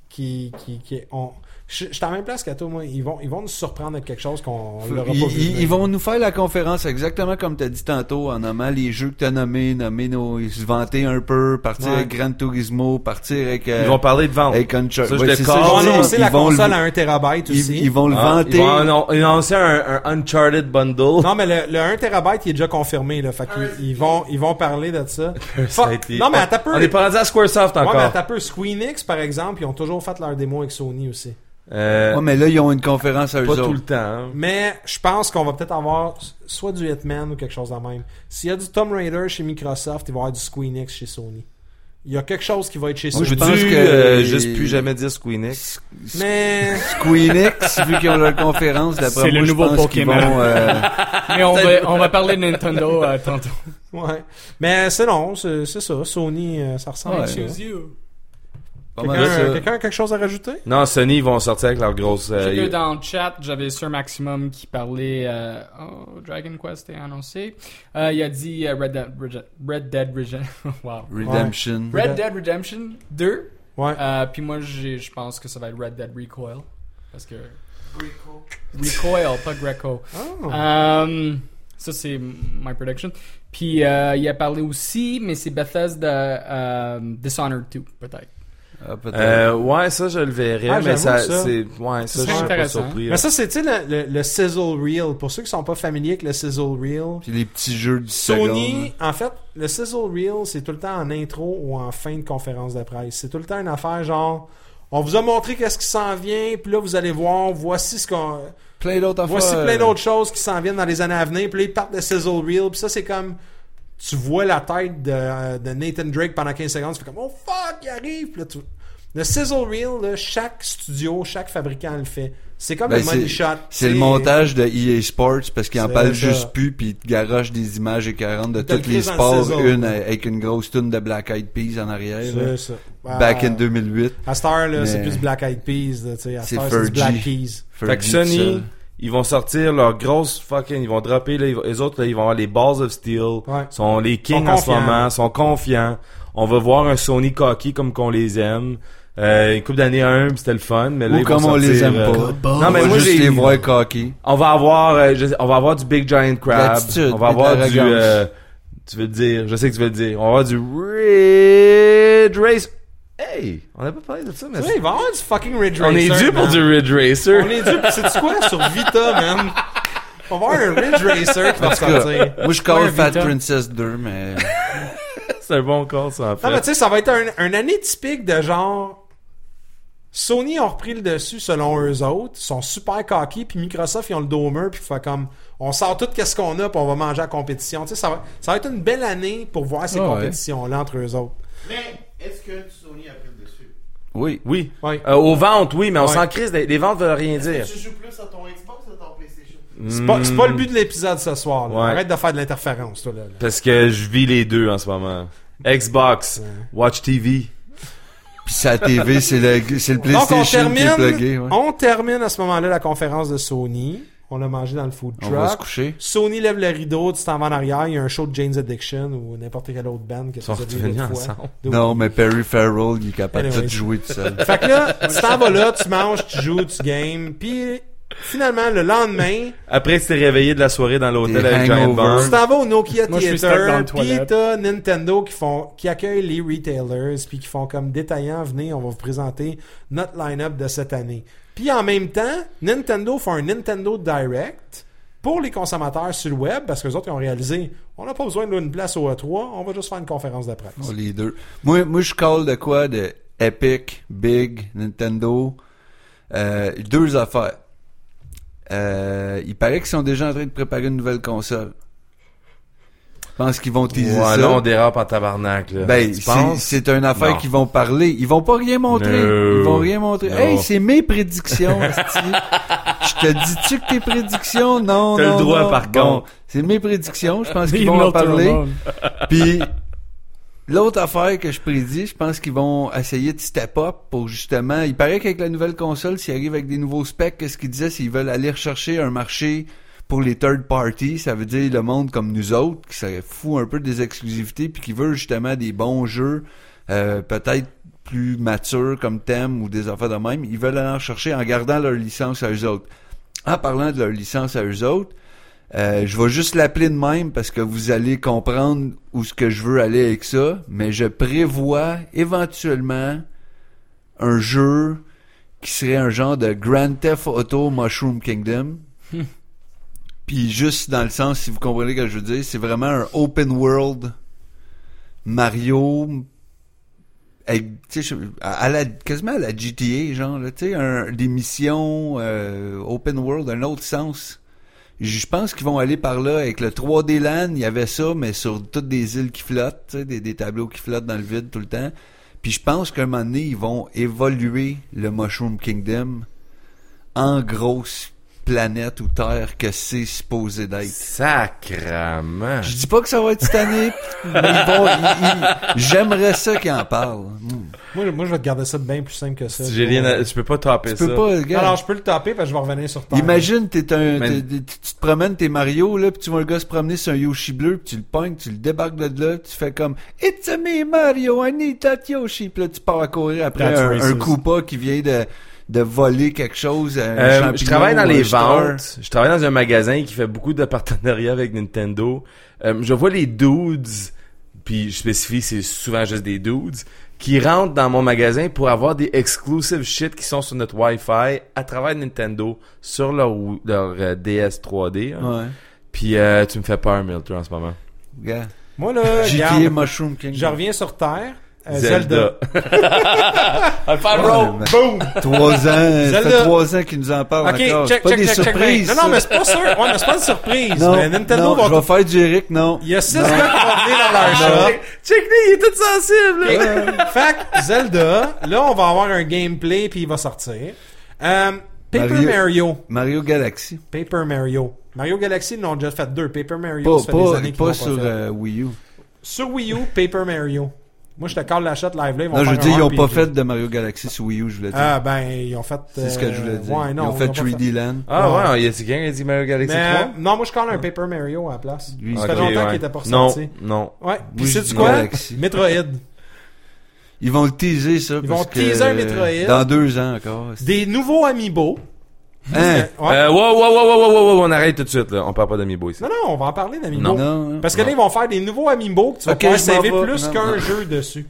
[SPEAKER 2] qui, qui, qui on... Je, je suis à la même place qu'à toi, moi. Ils vont, ils vont nous surprendre avec quelque chose qu'on l'aura pas
[SPEAKER 3] Ils,
[SPEAKER 2] vu.
[SPEAKER 3] ils-
[SPEAKER 2] venir.
[SPEAKER 3] ils vont nous faire la conférence exactement comme t'as dit tantôt en nommant les jeux que t'as nommés, nommer nos, ils se vanter un peu, partir
[SPEAKER 2] Ouais.
[SPEAKER 3] avec Gran Turismo, partir avec euh,
[SPEAKER 1] Ils vont parler de vente.
[SPEAKER 3] avec Unchar-
[SPEAKER 1] Ça, je
[SPEAKER 3] Ouais,
[SPEAKER 1] le
[SPEAKER 3] c'est
[SPEAKER 1] call.
[SPEAKER 2] Ils vont
[SPEAKER 3] je dis,
[SPEAKER 2] annoncer
[SPEAKER 3] ils
[SPEAKER 2] la
[SPEAKER 3] vont le-
[SPEAKER 2] console à 1 TB
[SPEAKER 3] ils,
[SPEAKER 2] aussi.
[SPEAKER 3] ils vont le
[SPEAKER 1] Ah, Ils
[SPEAKER 3] vanter.
[SPEAKER 1] vont annon- ils vont annoncer un, un Uncharted Bundle.
[SPEAKER 2] Non, mais le, le 1 TB, il est déjà confirmé, là. Fait qu'ils ils vont, ils vont parler de ça.
[SPEAKER 1] Ça a été-
[SPEAKER 2] Non, mais attends un peu.
[SPEAKER 1] On est pas rendu à Squaresoft
[SPEAKER 2] Ouais,
[SPEAKER 1] encore.
[SPEAKER 2] mais attends un peu. Squeenix, par exemple, ils ont toujours fait leur démo avec Sony aussi.
[SPEAKER 1] Euh,
[SPEAKER 3] Ouais, mais là ils ont une conférence à eux
[SPEAKER 1] pas tout
[SPEAKER 3] autres.
[SPEAKER 1] le temps. hein.
[SPEAKER 2] Mais je pense qu'on va peut-être avoir soit du Hitman ou quelque chose de même. S'il y a du Tomb Raider chez Microsoft, il va y avoir du Squeenix chez Sony. Il y a quelque chose qui va être chez
[SPEAKER 3] Moi,
[SPEAKER 2] Sony.
[SPEAKER 3] je
[SPEAKER 1] Veux-tu
[SPEAKER 3] pense que-
[SPEAKER 1] euh, juste plus jamais dire Squeenix?
[SPEAKER 2] Mais
[SPEAKER 3] Squeenix, vu qu'ils ont leur conférence,
[SPEAKER 4] C'est
[SPEAKER 3] d'après
[SPEAKER 4] le
[SPEAKER 3] moi, je
[SPEAKER 4] nouveau
[SPEAKER 3] pense qu'ils
[SPEAKER 4] Pokémon.
[SPEAKER 3] vont... euh,
[SPEAKER 4] Mais on va, on va parler de Nintendo euh, tantôt.
[SPEAKER 2] ouais. Mais c'est non, c'est c'est ça. Sony, euh, ça ressemble à ça.
[SPEAKER 3] Ouais.
[SPEAKER 2] Quelqu'un
[SPEAKER 3] pas mal ça.
[SPEAKER 2] quelqu'un a quelque chose à rajouter?
[SPEAKER 1] Non, Sony, ils vont sortir avec leur grosse... euh,
[SPEAKER 4] J'ai vu dans le chat, j'avais sur Maximum qui parlait euh, oh, Dragon Quest est annoncé. Euh, il a dit euh, Red, Dead Rege- Red Dead Rege- wow.
[SPEAKER 3] Redemption.
[SPEAKER 4] Red Dead Redemption 2.
[SPEAKER 2] Ouais.
[SPEAKER 4] Euh, puis moi, j'ai- je pense que ça va être Red Dead Recoil. Parce que. Recoil, pas Greco.
[SPEAKER 2] Oh.
[SPEAKER 4] Um, ça, c'est my prediction. Puis euh, il a parlé aussi, mais c'est Bethesda euh, Dishonored 2, peut-être.
[SPEAKER 3] Ah, peut-être.
[SPEAKER 1] euh, ouais, ça, je le verrai,
[SPEAKER 2] Ah,
[SPEAKER 1] mais
[SPEAKER 2] j'avoue
[SPEAKER 1] ça,
[SPEAKER 2] que ça-
[SPEAKER 1] c'est... Ouais, ça,
[SPEAKER 4] serait
[SPEAKER 1] je suis pas
[SPEAKER 4] intéressant.
[SPEAKER 1] surpris.
[SPEAKER 2] Mais ça, c'est tu sais, le, le, le sizzle reel. Pour ceux qui sont pas familiers avec le sizzle reel,
[SPEAKER 3] Puis les petits jeux du
[SPEAKER 2] Sony, en fait, le sizzle reel, c'est tout le temps en intro ou en fin de conférence de presse. C'est tout le temps une affaire genre, on vous a montré qu'est-ce qui s'en vient, puis là vous allez voir, voici ce qu'on,
[SPEAKER 3] Plein d'autres affaires.
[SPEAKER 2] voici
[SPEAKER 1] euh,
[SPEAKER 2] plein d'autres choses qui s'en viennent dans les années à venir. Puis là ils partent de sizzle reel, puis ça c'est comme, tu vois la tête de, de Nathan Drake pendant 15 secondes, tu fais comme oh fuck, il arrive, Puis là, tu- le sizzle reel, là, chaque studio, chaque fabricant le fait. C'est comme
[SPEAKER 3] Ben,
[SPEAKER 2] le money
[SPEAKER 3] c'est-
[SPEAKER 2] shot.
[SPEAKER 3] C'est le montage de EA Sports parce qu'ils en
[SPEAKER 2] C'est
[SPEAKER 3] parlent
[SPEAKER 2] ça.
[SPEAKER 3] juste plus puis ils te garochent des images écœurantes de
[SPEAKER 2] Ils te le
[SPEAKER 3] tous les
[SPEAKER 2] crissent dans le
[SPEAKER 3] sports,
[SPEAKER 2] saison.
[SPEAKER 3] une euh, avec une grosse tune de Black Eyed Peas en arrière. là.
[SPEAKER 2] C'est ça.
[SPEAKER 3] Back in
[SPEAKER 2] Ah.
[SPEAKER 3] 2008.
[SPEAKER 2] À cette heure, là,
[SPEAKER 3] Mais-
[SPEAKER 2] c'est plus Black Eyed Peas, là, tu sais. À
[SPEAKER 3] C'est
[SPEAKER 2] cette heure, c'est du
[SPEAKER 3] Fergie.
[SPEAKER 2] Black Keys.
[SPEAKER 1] Fait que
[SPEAKER 3] Fergie tout
[SPEAKER 1] Sony,
[SPEAKER 3] seul.
[SPEAKER 1] ils vont sortir leur grosse fucking, ils vont dropper là, ils vont- eux autres là, ils vont avoir les Balls of Steel,
[SPEAKER 2] Ouais.
[SPEAKER 1] sont les kings
[SPEAKER 2] Sont
[SPEAKER 1] en ce
[SPEAKER 2] confiants.
[SPEAKER 1] moment, sont confiants. On va voir un Sony cocky comme qu'on les aime. Euh, une coupe d'année 1, c'était le fun, mais là
[SPEAKER 3] Ou
[SPEAKER 1] ils
[SPEAKER 3] comme
[SPEAKER 1] vont
[SPEAKER 3] on les
[SPEAKER 1] sortir,
[SPEAKER 3] aime
[SPEAKER 1] euh,
[SPEAKER 3] pas.
[SPEAKER 1] Non mais
[SPEAKER 3] on va
[SPEAKER 1] moi
[SPEAKER 3] juste
[SPEAKER 1] j'ai
[SPEAKER 3] les voir coquer.
[SPEAKER 1] on va avoir euh, je sais- on va avoir du Big Giant Crab,
[SPEAKER 3] L'attitude,
[SPEAKER 1] on va
[SPEAKER 3] puis de
[SPEAKER 1] avoir du
[SPEAKER 3] l'arrogance.
[SPEAKER 1] euh, tu veux le dire, je sais que tu veux le dire. On va avoir du Ridge Race. Hey, on a pas parlé de ça mais
[SPEAKER 2] Tu sais, il va y avoir du fucking Ridge
[SPEAKER 1] on
[SPEAKER 2] Racer.
[SPEAKER 1] est dû pour
[SPEAKER 2] man.
[SPEAKER 1] du Ridge Racer.
[SPEAKER 2] On est dû, pis c'est quoi, sur Vita, man? On va avoir un Ridge Racer qui va sortir.
[SPEAKER 3] Moi je
[SPEAKER 4] Ouais,
[SPEAKER 3] call Fat
[SPEAKER 4] Vita.
[SPEAKER 3] Princess 2 mais euh,
[SPEAKER 1] C'est un bon corps ça en fait.
[SPEAKER 2] Non, Ah, mais tu sais, ça va être un, un année typique de genre. Sony ont repris le dessus selon eux autres, ils sont super cocky, puis Microsoft ils ont le dos au mur, puis fait comme on sort tout qu'est-ce qu'on a, puis on va manger à la compétition. Tu sais, ça va, ça va être une belle année pour voir ces
[SPEAKER 3] Ah ouais.
[SPEAKER 2] compétitions là entre eux autres.
[SPEAKER 5] Mais est-ce que Sony a pris le dessus
[SPEAKER 3] oui.
[SPEAKER 1] Oui.
[SPEAKER 2] Ouais.
[SPEAKER 1] Euh, aux ventes, oui, mais on
[SPEAKER 2] Ouais.
[SPEAKER 1] s'en crise. Les, les ventes veulent rien dire.
[SPEAKER 5] Tu joues plus à ton Xbox ou à ton PlayStation
[SPEAKER 2] C'est pas, c'est pas le but de l'épisode ce soir. là.
[SPEAKER 1] Ouais.
[SPEAKER 2] Arrête de faire de l'interférence, toi. Là, là.
[SPEAKER 1] Parce que je vis les deux en ce moment. Xbox, Watch TV.
[SPEAKER 3] Puis sa TV c'est le c'est le
[SPEAKER 2] Donc, on
[SPEAKER 3] PlayStation qui est
[SPEAKER 2] termine,
[SPEAKER 3] plugué. ouais.
[SPEAKER 2] on termine à ce moment-là la conférence de Sony. On l'a mangé dans le food
[SPEAKER 3] On va se
[SPEAKER 2] truck.
[SPEAKER 3] coucher.
[SPEAKER 2] Sony lève le rideau, tu t'en vas en arrière, il y a un show de Jane's Addiction ou n'importe quelle autre band que tu
[SPEAKER 1] sont
[SPEAKER 2] as vu
[SPEAKER 1] revenus
[SPEAKER 2] l'autre fois.
[SPEAKER 1] ensemble.
[SPEAKER 2] Donc,
[SPEAKER 3] Non, mais Perry Farrell, il est capable de
[SPEAKER 2] Anyway.
[SPEAKER 3] tout jouer tout seul.
[SPEAKER 2] Fait que là, tu t'en vas là, tu manges, tu joues, tu games, puis finalement, le lendemain,
[SPEAKER 1] Après, tu t'es réveillé de la soirée dans l'hôtel
[SPEAKER 3] Des
[SPEAKER 1] avec Giant
[SPEAKER 3] hangovers.
[SPEAKER 1] Bomb.
[SPEAKER 2] tu t'en vas au Nokia
[SPEAKER 4] Moi, je suis stuck dans
[SPEAKER 2] Theater,
[SPEAKER 4] le
[SPEAKER 2] puis
[SPEAKER 4] toilette.
[SPEAKER 2] t'as Nintendo qui font, qui accueille les retailers, puis qui font comme détaillant, venez, on va vous présenter notre line-up de cette année. Puis en même temps, Nintendo font un Nintendo Direct pour les consommateurs sur le web, parce que les autres ils ont réalisé, on n'a pas besoin d'une place au E3, on va juste faire une conférence de presse.
[SPEAKER 3] Oh, les deux. Moi, moi je colle de quoi de Epic, Big, Nintendo. Euh, deux affaires. Euh, il paraît qu'ils sont déjà en train de préparer une nouvelle console. Je pense qu'ils vont teaser
[SPEAKER 1] Ouais,
[SPEAKER 3] ça.
[SPEAKER 1] là, on dérape en tabarnak, là.
[SPEAKER 3] Ben,
[SPEAKER 1] tu
[SPEAKER 3] c'est-
[SPEAKER 1] penses?
[SPEAKER 3] c'est une affaire
[SPEAKER 1] Non.
[SPEAKER 3] qu'ils vont parler. Ils vont pas rien montrer.
[SPEAKER 1] No.
[SPEAKER 3] Ils vont rien montrer.
[SPEAKER 1] No.
[SPEAKER 3] Hey, c'est mes prédictions. esti. Je te dis-tu que tes prédictions? Non,
[SPEAKER 1] T'as
[SPEAKER 3] non,
[SPEAKER 1] le droit,
[SPEAKER 3] non.
[SPEAKER 1] par
[SPEAKER 3] Bon,
[SPEAKER 1] contre.
[SPEAKER 3] C'est mes prédictions. Je pense qu'ils
[SPEAKER 4] Leave
[SPEAKER 3] vont en
[SPEAKER 4] Milton
[SPEAKER 3] parler.
[SPEAKER 4] alone.
[SPEAKER 3] Puis l'autre affaire que je prédis, je pense qu'ils vont essayer de step up pour justement. Il paraît qu'avec la nouvelle console, s'ils arrivent avec des nouveaux specs, qu'est-ce qu'ils disaient, s'ils veulent aller rechercher un marché pour les third parties, ça veut dire le monde comme nous autres, qui serait fou un peu des exclusivités, puis qui veut justement des bons jeux, euh, peut-être plus matures comme thème ou des affaires de même, ils veulent aller en chercher en gardant leur licence à eux autres. En parlant de leur licence à eux autres, euh, je vais juste l'appeler de même parce que vous allez comprendre où ce que je veux aller avec ça, mais je prévois éventuellement un jeu qui serait un genre de Grand Theft Auto Mushroom Kingdom. Puis juste dans le sens, si vous comprenez ce que je veux dire, c'est vraiment un open world Mario avec, tu sais, je- à à la, quasiment à la GTA, genre, là, tu sais, un- des missions euh, open world, un autre sens. Je je pense qu'ils vont aller par là avec le 3D LAN, il y avait ça, mais sur toutes des îles qui flottent, tu sais, des, des tableaux qui flottent dans le vide tout le temps. Puis je pense qu'à un moment donné, ils vont évoluer le Mushroom Kingdom en grosse planète ou terre que c'est supposé d'être.
[SPEAKER 1] Sacrament.
[SPEAKER 3] Je dis pas que ça va être Titanic, mais ils vont- ils- ils- j'aimerais ça qu'ils en parlent. Hmm.
[SPEAKER 2] Moi, je- moi, je vais te garder ça bien plus simple que ça.
[SPEAKER 1] Si j'ai rien à- Tu peux pas taper
[SPEAKER 3] Tu
[SPEAKER 1] ça.
[SPEAKER 3] peux pas, regarde.
[SPEAKER 2] Alors, je peux le taper parce que je vais revenir sur Terre.
[SPEAKER 3] Imagine, t'es un,
[SPEAKER 1] Mais-
[SPEAKER 3] t'es- t'es- tu tu te promènes, t'es Mario, là, puis tu vois le gars se promener sur un Yoshi bleu, puis tu le pognes, tu le débarques de là, tu fais comme « It's a me, Mario, I need that Yoshi », puis là, tu pars à courir après
[SPEAKER 2] That's
[SPEAKER 3] un, un
[SPEAKER 2] racist.
[SPEAKER 3] Koopa qui vient de, de voler quelque chose, un
[SPEAKER 1] Euh,
[SPEAKER 3] champignon,
[SPEAKER 1] je travaille dans les
[SPEAKER 3] un star.
[SPEAKER 1] ventes. Je travaille dans un magasin qui fait beaucoup de partenariats avec Nintendo. Euh, je vois les dudes, puis je spécifie, c'est souvent juste des dudes, qui rentrent dans mon magasin pour avoir des exclusive shit qui sont sur notre Wi-Fi à travers Nintendo sur leur, Wii- leur euh, DS 3D. hein.
[SPEAKER 3] Ouais,
[SPEAKER 1] Puis euh, tu me fais peur, Milter, en ce moment.
[SPEAKER 3] regarde.
[SPEAKER 2] Moi, là,
[SPEAKER 3] GTA
[SPEAKER 2] Euh, regarde,
[SPEAKER 3] Mushroom King.
[SPEAKER 2] je reviens sur Terre. Euh,
[SPEAKER 1] Zelda.
[SPEAKER 3] Ah, mais- Trois ans, ça fait
[SPEAKER 2] Zelda.
[SPEAKER 3] trois ans qu'ils nous en parlent
[SPEAKER 2] Ok,
[SPEAKER 3] encore. C'est
[SPEAKER 2] check,
[SPEAKER 3] pas
[SPEAKER 2] check,
[SPEAKER 3] des
[SPEAKER 2] check, check.
[SPEAKER 3] surprises.
[SPEAKER 2] Non, non, mais
[SPEAKER 3] ça.
[SPEAKER 2] c'est pas sûr. Ouais, mais c'est pas une surprise. mais Nintendo
[SPEAKER 3] non,
[SPEAKER 2] va.
[SPEAKER 3] je vais faire du Eric, non.
[SPEAKER 2] Il y a 6 gars qui vont venir dans leur shop.
[SPEAKER 1] Check lui, il est tout sensible. là.
[SPEAKER 2] Ok. Fait que Zelda, là, on va avoir un gameplay puis il va sortir. Euh, Paper
[SPEAKER 3] Mario.
[SPEAKER 2] Mario.
[SPEAKER 3] Mario Galaxy.
[SPEAKER 2] Paper Mario. Mario Galaxy, ils en ont déjà fait deux. Paper Mario,
[SPEAKER 3] Pas,
[SPEAKER 2] ça fait des
[SPEAKER 3] pas,
[SPEAKER 2] années qu'ils
[SPEAKER 3] pas
[SPEAKER 2] l'ont
[SPEAKER 3] sur
[SPEAKER 2] pas fait.
[SPEAKER 3] euh, Wii U.
[SPEAKER 2] Sur Wii U, Paper Mario. Moi, je te cale la shot live là. Ils vont
[SPEAKER 3] Non, je
[SPEAKER 2] faire
[SPEAKER 3] veux dire,
[SPEAKER 2] un
[SPEAKER 3] ils
[SPEAKER 2] un
[SPEAKER 3] n'ont pas
[SPEAKER 2] puis-
[SPEAKER 3] fait de Mario Galaxy sur Wii U, je voulais dire.
[SPEAKER 2] Ah, ben, ils ont fait. euh,
[SPEAKER 3] C'est ce que je voulais dire.
[SPEAKER 2] Ouais, non,
[SPEAKER 3] ils ont fait
[SPEAKER 2] pas
[SPEAKER 3] 3D Land.
[SPEAKER 1] Ah ouais, il y a quelqu'un qui a dit Mario Galaxy
[SPEAKER 2] Mais, non, moi, je cale un Paper Mario à la place.
[SPEAKER 3] Lui,
[SPEAKER 2] ça fait
[SPEAKER 1] Ok,
[SPEAKER 2] longtemps
[SPEAKER 1] ouais.
[SPEAKER 2] qu'il était pas ressorti.
[SPEAKER 1] Non, non.
[SPEAKER 2] Ouais. Puis,
[SPEAKER 3] je
[SPEAKER 2] sais-tu
[SPEAKER 3] dis
[SPEAKER 2] quoi?
[SPEAKER 3] Galaxy.
[SPEAKER 2] Metroid.
[SPEAKER 3] Ils vont le teaser, ça.
[SPEAKER 2] Ils
[SPEAKER 3] parce
[SPEAKER 2] vont
[SPEAKER 3] que,
[SPEAKER 2] teaser un
[SPEAKER 3] euh,
[SPEAKER 2] Metroid.
[SPEAKER 3] Dans deux ans encore.
[SPEAKER 2] Des nouveaux Amiibo.
[SPEAKER 3] Hein?
[SPEAKER 2] Euh, ouais.
[SPEAKER 1] Euh, wow, wow, wow, wow, wow, wow, wow, on arrête tout de suite, là. On parle pas d'Amiibo ici.
[SPEAKER 2] Non, non, on va en parler d'Amiibo.
[SPEAKER 3] Non. non.
[SPEAKER 2] Parce que là, ils vont faire des nouveaux Amiibo que tu vas
[SPEAKER 3] Ok,
[SPEAKER 2] pouvoir
[SPEAKER 3] je m'en
[SPEAKER 2] saver
[SPEAKER 3] vais.
[SPEAKER 2] plus
[SPEAKER 3] Non,
[SPEAKER 2] qu'un
[SPEAKER 3] non.
[SPEAKER 2] jeu dessus.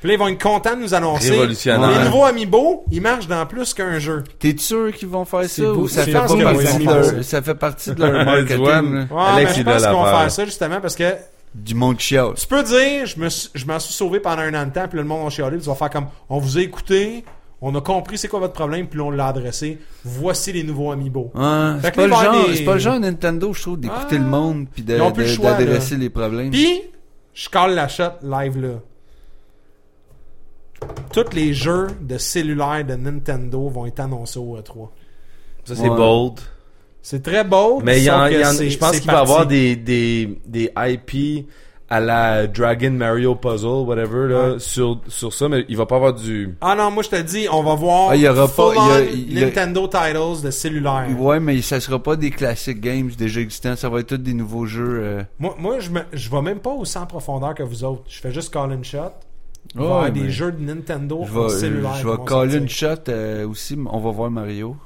[SPEAKER 2] Puis là, ils vont être contents de nous annoncer.
[SPEAKER 1] Révolutionnaire.
[SPEAKER 2] Les nouveaux Amiibo, ils marchent dans plus qu'un jeu.
[SPEAKER 3] T'es sûr qu'ils vont faire ça
[SPEAKER 2] C'est beau,
[SPEAKER 3] ou ça
[SPEAKER 2] c'est
[SPEAKER 3] fait,
[SPEAKER 2] je
[SPEAKER 3] pas
[SPEAKER 2] pense que oui,
[SPEAKER 3] partie
[SPEAKER 2] ils
[SPEAKER 3] de
[SPEAKER 2] vont
[SPEAKER 3] leur,
[SPEAKER 2] faire ça.
[SPEAKER 3] ça fait partie de
[SPEAKER 1] Tu
[SPEAKER 3] leur
[SPEAKER 1] vois,
[SPEAKER 3] marketing là,
[SPEAKER 2] Ouais,
[SPEAKER 1] Alex,
[SPEAKER 2] mais je
[SPEAKER 1] il doit
[SPEAKER 2] pense qu'ils vont
[SPEAKER 1] l'affaire.
[SPEAKER 2] faire ça justement parce que
[SPEAKER 3] du monde qui chiale.
[SPEAKER 2] tu peux dire, je me suis- je m'en suis sauvé pendant un an de temps, puis là, le monde a chialé, puis tu vas faire comme, on vous a écouté, on a compris c'est quoi votre problème, puis là, on l'a adressé. Voici les nouveaux Amiibo.
[SPEAKER 1] Mm.
[SPEAKER 3] Ouais,
[SPEAKER 2] Fait
[SPEAKER 3] c'est pas, le
[SPEAKER 2] que là, ils vont
[SPEAKER 3] genre,
[SPEAKER 2] aller-
[SPEAKER 3] c'est pas le genre Nintendo, je trouve, d'écouter
[SPEAKER 2] Ah.
[SPEAKER 3] le monde puis de-
[SPEAKER 2] Ils ont plus le
[SPEAKER 3] de-
[SPEAKER 2] choix, là.
[SPEAKER 3] d'adresser les problèmes.
[SPEAKER 2] Puis, je colle la shot live là. Tous les jeux de cellulaire de Nintendo vont être annoncés au E3.
[SPEAKER 1] Ça, c'est
[SPEAKER 3] Ouais.
[SPEAKER 1] bold.
[SPEAKER 2] C'est très beau.
[SPEAKER 1] Mais il y en,
[SPEAKER 2] sauf que
[SPEAKER 1] il y en-
[SPEAKER 2] c'est-
[SPEAKER 1] je pense
[SPEAKER 2] c'est
[SPEAKER 1] qu'il va y
[SPEAKER 2] parti.
[SPEAKER 1] avoir des, des, des IP à la Dragon Mario Puzzle, whatever, là,
[SPEAKER 2] Ouais.
[SPEAKER 1] sur, sur ça, mais il va pas avoir du...
[SPEAKER 2] Ah non, moi je te dis, on va voir
[SPEAKER 3] Ah, il y aura pas-
[SPEAKER 2] full
[SPEAKER 3] il y a-
[SPEAKER 2] on
[SPEAKER 3] il y a-
[SPEAKER 2] Nintendo titles de cellulaire.
[SPEAKER 3] Ouais, mais ça sera pas des classiques games déjà existants, ça va être tous des nouveaux jeux. euh.
[SPEAKER 2] Moi, moi je, me, je vais même pas aussi en profondeur que vous autres. Je fais juste call and shot. Il va y
[SPEAKER 3] Ouais,
[SPEAKER 2] avoir des
[SPEAKER 3] mais-
[SPEAKER 2] jeux de Nintendo
[SPEAKER 3] Je
[SPEAKER 2] en
[SPEAKER 3] vais, euh,
[SPEAKER 2] cellulaire.
[SPEAKER 3] je
[SPEAKER 2] qui
[SPEAKER 3] vais
[SPEAKER 2] vont
[SPEAKER 3] caller
[SPEAKER 2] sortir.
[SPEAKER 3] une shot euh, aussi. mais On va voir Mario.